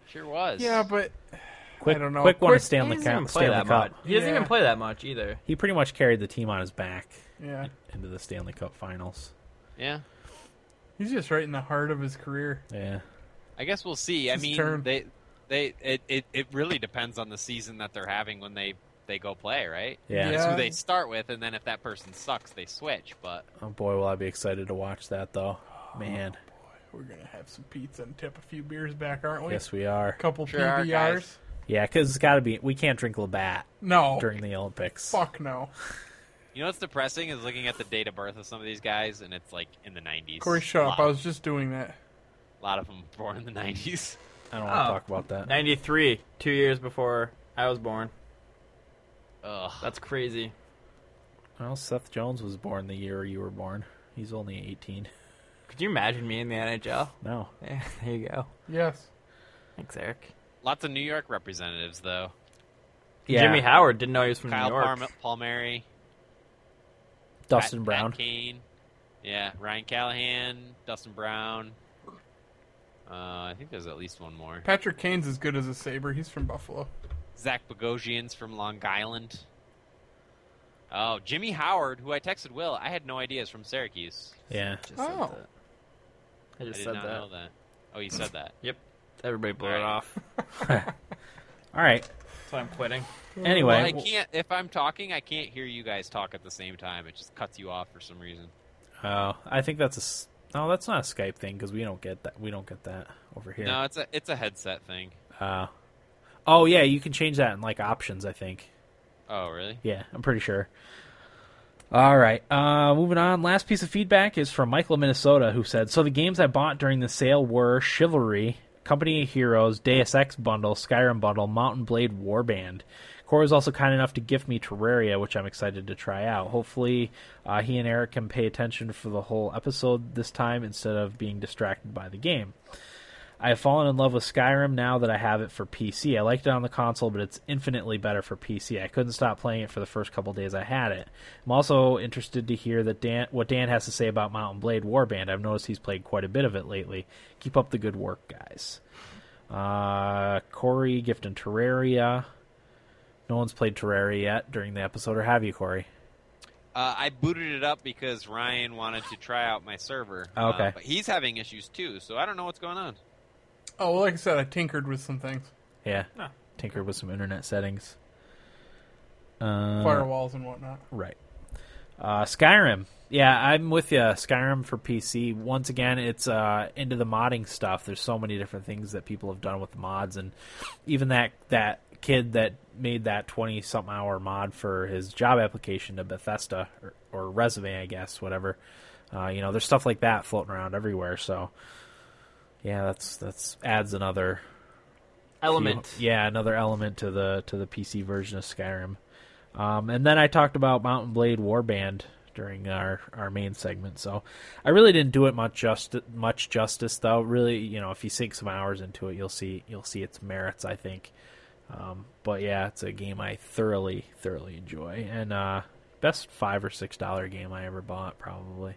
Speaker 6: Sure was.
Speaker 4: Yeah, but <sighs>
Speaker 3: Quick,
Speaker 4: I don't know.
Speaker 3: Quick won a
Speaker 4: Quick-
Speaker 3: Stanley
Speaker 5: he doesn't even
Speaker 3: Cup.
Speaker 5: play
Speaker 3: Stanley
Speaker 5: that much.
Speaker 3: Cup.
Speaker 5: He doesn't
Speaker 4: Yeah.
Speaker 5: even play that much either.
Speaker 3: He pretty much carried the team on his back
Speaker 4: yeah,
Speaker 3: into the Stanley Cup Finals.
Speaker 6: yeah.
Speaker 4: he's just right in the heart of his career.
Speaker 3: Yeah,
Speaker 6: I guess we'll see. I
Speaker 4: It's his
Speaker 6: mean,
Speaker 4: turn.
Speaker 6: they they it, it, it really depends on the season that they're having when they they go play, right?
Speaker 3: yeah.
Speaker 4: Yeah.
Speaker 6: It's who they start with, and then if that person sucks, they switch. But
Speaker 3: Oh boy, will I be excited to watch that though. Man,
Speaker 4: We're gonna have some pizza and tip a few beers back, aren't we?
Speaker 3: yes we are.
Speaker 4: A couple
Speaker 6: Sure are,
Speaker 4: PBRs.
Speaker 6: guys.
Speaker 3: Yeah, because it's got to be. We can't drink Labatt
Speaker 4: No,
Speaker 3: during the Olympics.
Speaker 4: fuck no.
Speaker 6: you know what's depressing is looking at the date of birth of some of these guys, and it's like in the 90s.
Speaker 4: Corey, shut up.
Speaker 6: A
Speaker 4: I
Speaker 6: lot,
Speaker 4: was just doing that.
Speaker 6: lot of them born in the 90s.
Speaker 3: I don't want to
Speaker 5: Oh.
Speaker 3: talk about that.
Speaker 5: 93, two years before I was born.
Speaker 6: <laughs> Ugh.
Speaker 5: That's crazy.
Speaker 3: Well, Seth Jones was born the year you were born. He's only 18.
Speaker 5: Could you imagine me in the NHL?
Speaker 3: <laughs> No.
Speaker 5: <laughs> Yeah, there you go.
Speaker 4: Yes.
Speaker 5: Thanks, Eric.
Speaker 6: Lots of New York representatives, though.
Speaker 5: Jimmy Howard didn't know he was from
Speaker 6: Kyle
Speaker 5: New York.
Speaker 6: Palm- Palmieri,
Speaker 3: Dustin
Speaker 6: Pat-
Speaker 3: Brown.
Speaker 6: Pat Kane, yeah, Ryan Callahan, Dustin Brown. Uh, I think there's at least one more.
Speaker 4: Patrick Kane's as good as a saber. He's from Buffalo.
Speaker 6: Zach Bogosian's from Long Island. Oh, Jimmy Howard, who I texted Will, I had no idea is from Syracuse.
Speaker 3: yeah.
Speaker 5: Just said
Speaker 4: Oh.
Speaker 5: that. I
Speaker 6: I
Speaker 5: just
Speaker 6: did
Speaker 5: said
Speaker 6: not
Speaker 5: that.
Speaker 6: know that. Oh, you said that.
Speaker 5: Yep. Everybody blew
Speaker 6: All
Speaker 5: it
Speaker 6: right.
Speaker 5: off.
Speaker 3: All right.
Speaker 5: That's why I'm quitting.
Speaker 6: <laughs> Well,
Speaker 3: Anyway,
Speaker 6: I can't. If I'm talking, I can't hear you guys talk at the same time. It just cuts you off for some reason.
Speaker 3: oh, I think that's a s- No, that's not a Skype thing because we don't get that. We don't get that over here.
Speaker 6: No, it's a it's a headset thing.
Speaker 3: Uh, oh yeah, you can change that in like options. I think.
Speaker 6: Oh, really?
Speaker 3: Yeah, I'm pretty sure. All right. Uh, moving on. Last piece of feedback is from Michael, in Minnesota, who said, "So the games I bought during the sale were Chivalry, Company of Heroes, Deus Ex Bundle, Skyrim Bundle, Mountain Blade Warband." Corey was also kind enough to gift me Terraria, which I'm excited to try out. Hopefully, uh, he and Eric can pay attention for the whole episode this time instead of being distracted by the game. I have fallen in love with Skyrim now that I have it for PC. I liked it on the console, but it's infinitely better for PC. I couldn't stop playing it for the first couple days I had it. I'm also interested to hear that Dan, what Dan has to say about Mountain Blade Warband. I've noticed he's played quite a bit of it lately. Keep up the good work, guys. Uh, Corey, Gift and Terraria. No one's played Terraria yet during the episode, or have you, Corey?
Speaker 6: Uh, I booted it up because Ryan wanted to try out my server.
Speaker 3: Oh, okay.
Speaker 6: Uh, but he's having issues too, so I don't know what's going on.
Speaker 4: Oh, well, like I said, I tinkered with some things,
Speaker 3: Yeah.
Speaker 5: No.
Speaker 3: Tinkered with some internet settings. Uh,
Speaker 4: firewalls and whatnot.
Speaker 3: Right. Uh, Skyrim. Yeah, I'm with you. Skyrim for PC. Once again, it's uh, into the modding stuff. There's so many different things that people have done with mods, and even that that kid that made that 20 something hour mod for his job application to Bethesda or, or resume, I guess, whatever. Uh, you know, there's stuff like that floating around everywhere. So, yeah, that's that's adds another
Speaker 5: Element.
Speaker 3: yeah, another element to the to the PC version of Skyrim. Um, and then I talked about Mountain Blade Warband during our, our main segment. So I really didn't do it much just much justice though. Really, you know, if you sink some hours into it, you'll see you'll see its merits. I think Um, but yeah, it's a game I thoroughly, thoroughly enjoy, and uh, best five or six dollar game I ever bought probably.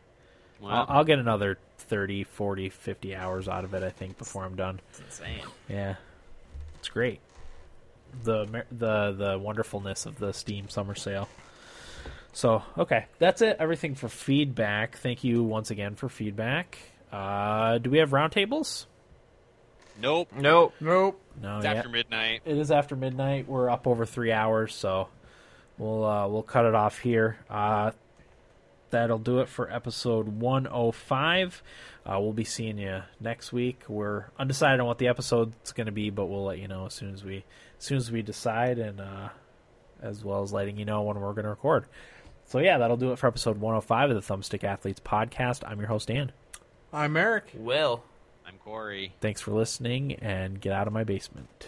Speaker 3: I'll,
Speaker 6: Wow,
Speaker 3: I'll get another 30, 40, 50 hours out of it, I think, before I'm done.
Speaker 5: It's insane.
Speaker 3: Yeah, it's great. The mer- the the wonderfulness of the Steam Summer Sale. So okay, that's it. Everything for feedback. Thank you once again for feedback. Uh, do we have roundtables?
Speaker 6: nope.
Speaker 5: Nope.
Speaker 4: Nope.
Speaker 3: No,
Speaker 6: It's
Speaker 3: yeah.
Speaker 6: after midnight.
Speaker 3: it is after midnight. We're up over three hours, so we'll uh, we'll cut it off here. Uh, that'll do it for episode 105. Uh, we'll be seeing you next week. We're undecided on what the episode's going to be, but we'll let you know as soon as we as soon as we decide, and uh, as well as letting you know when we're going to record. So yeah, that'll do it for episode 105 of the Thumbstick Athletes podcast. I'm your host Dan.
Speaker 4: I'm Eric.
Speaker 5: Will.
Speaker 6: I'm Corey.
Speaker 3: Thanks for listening, and get out of my basement.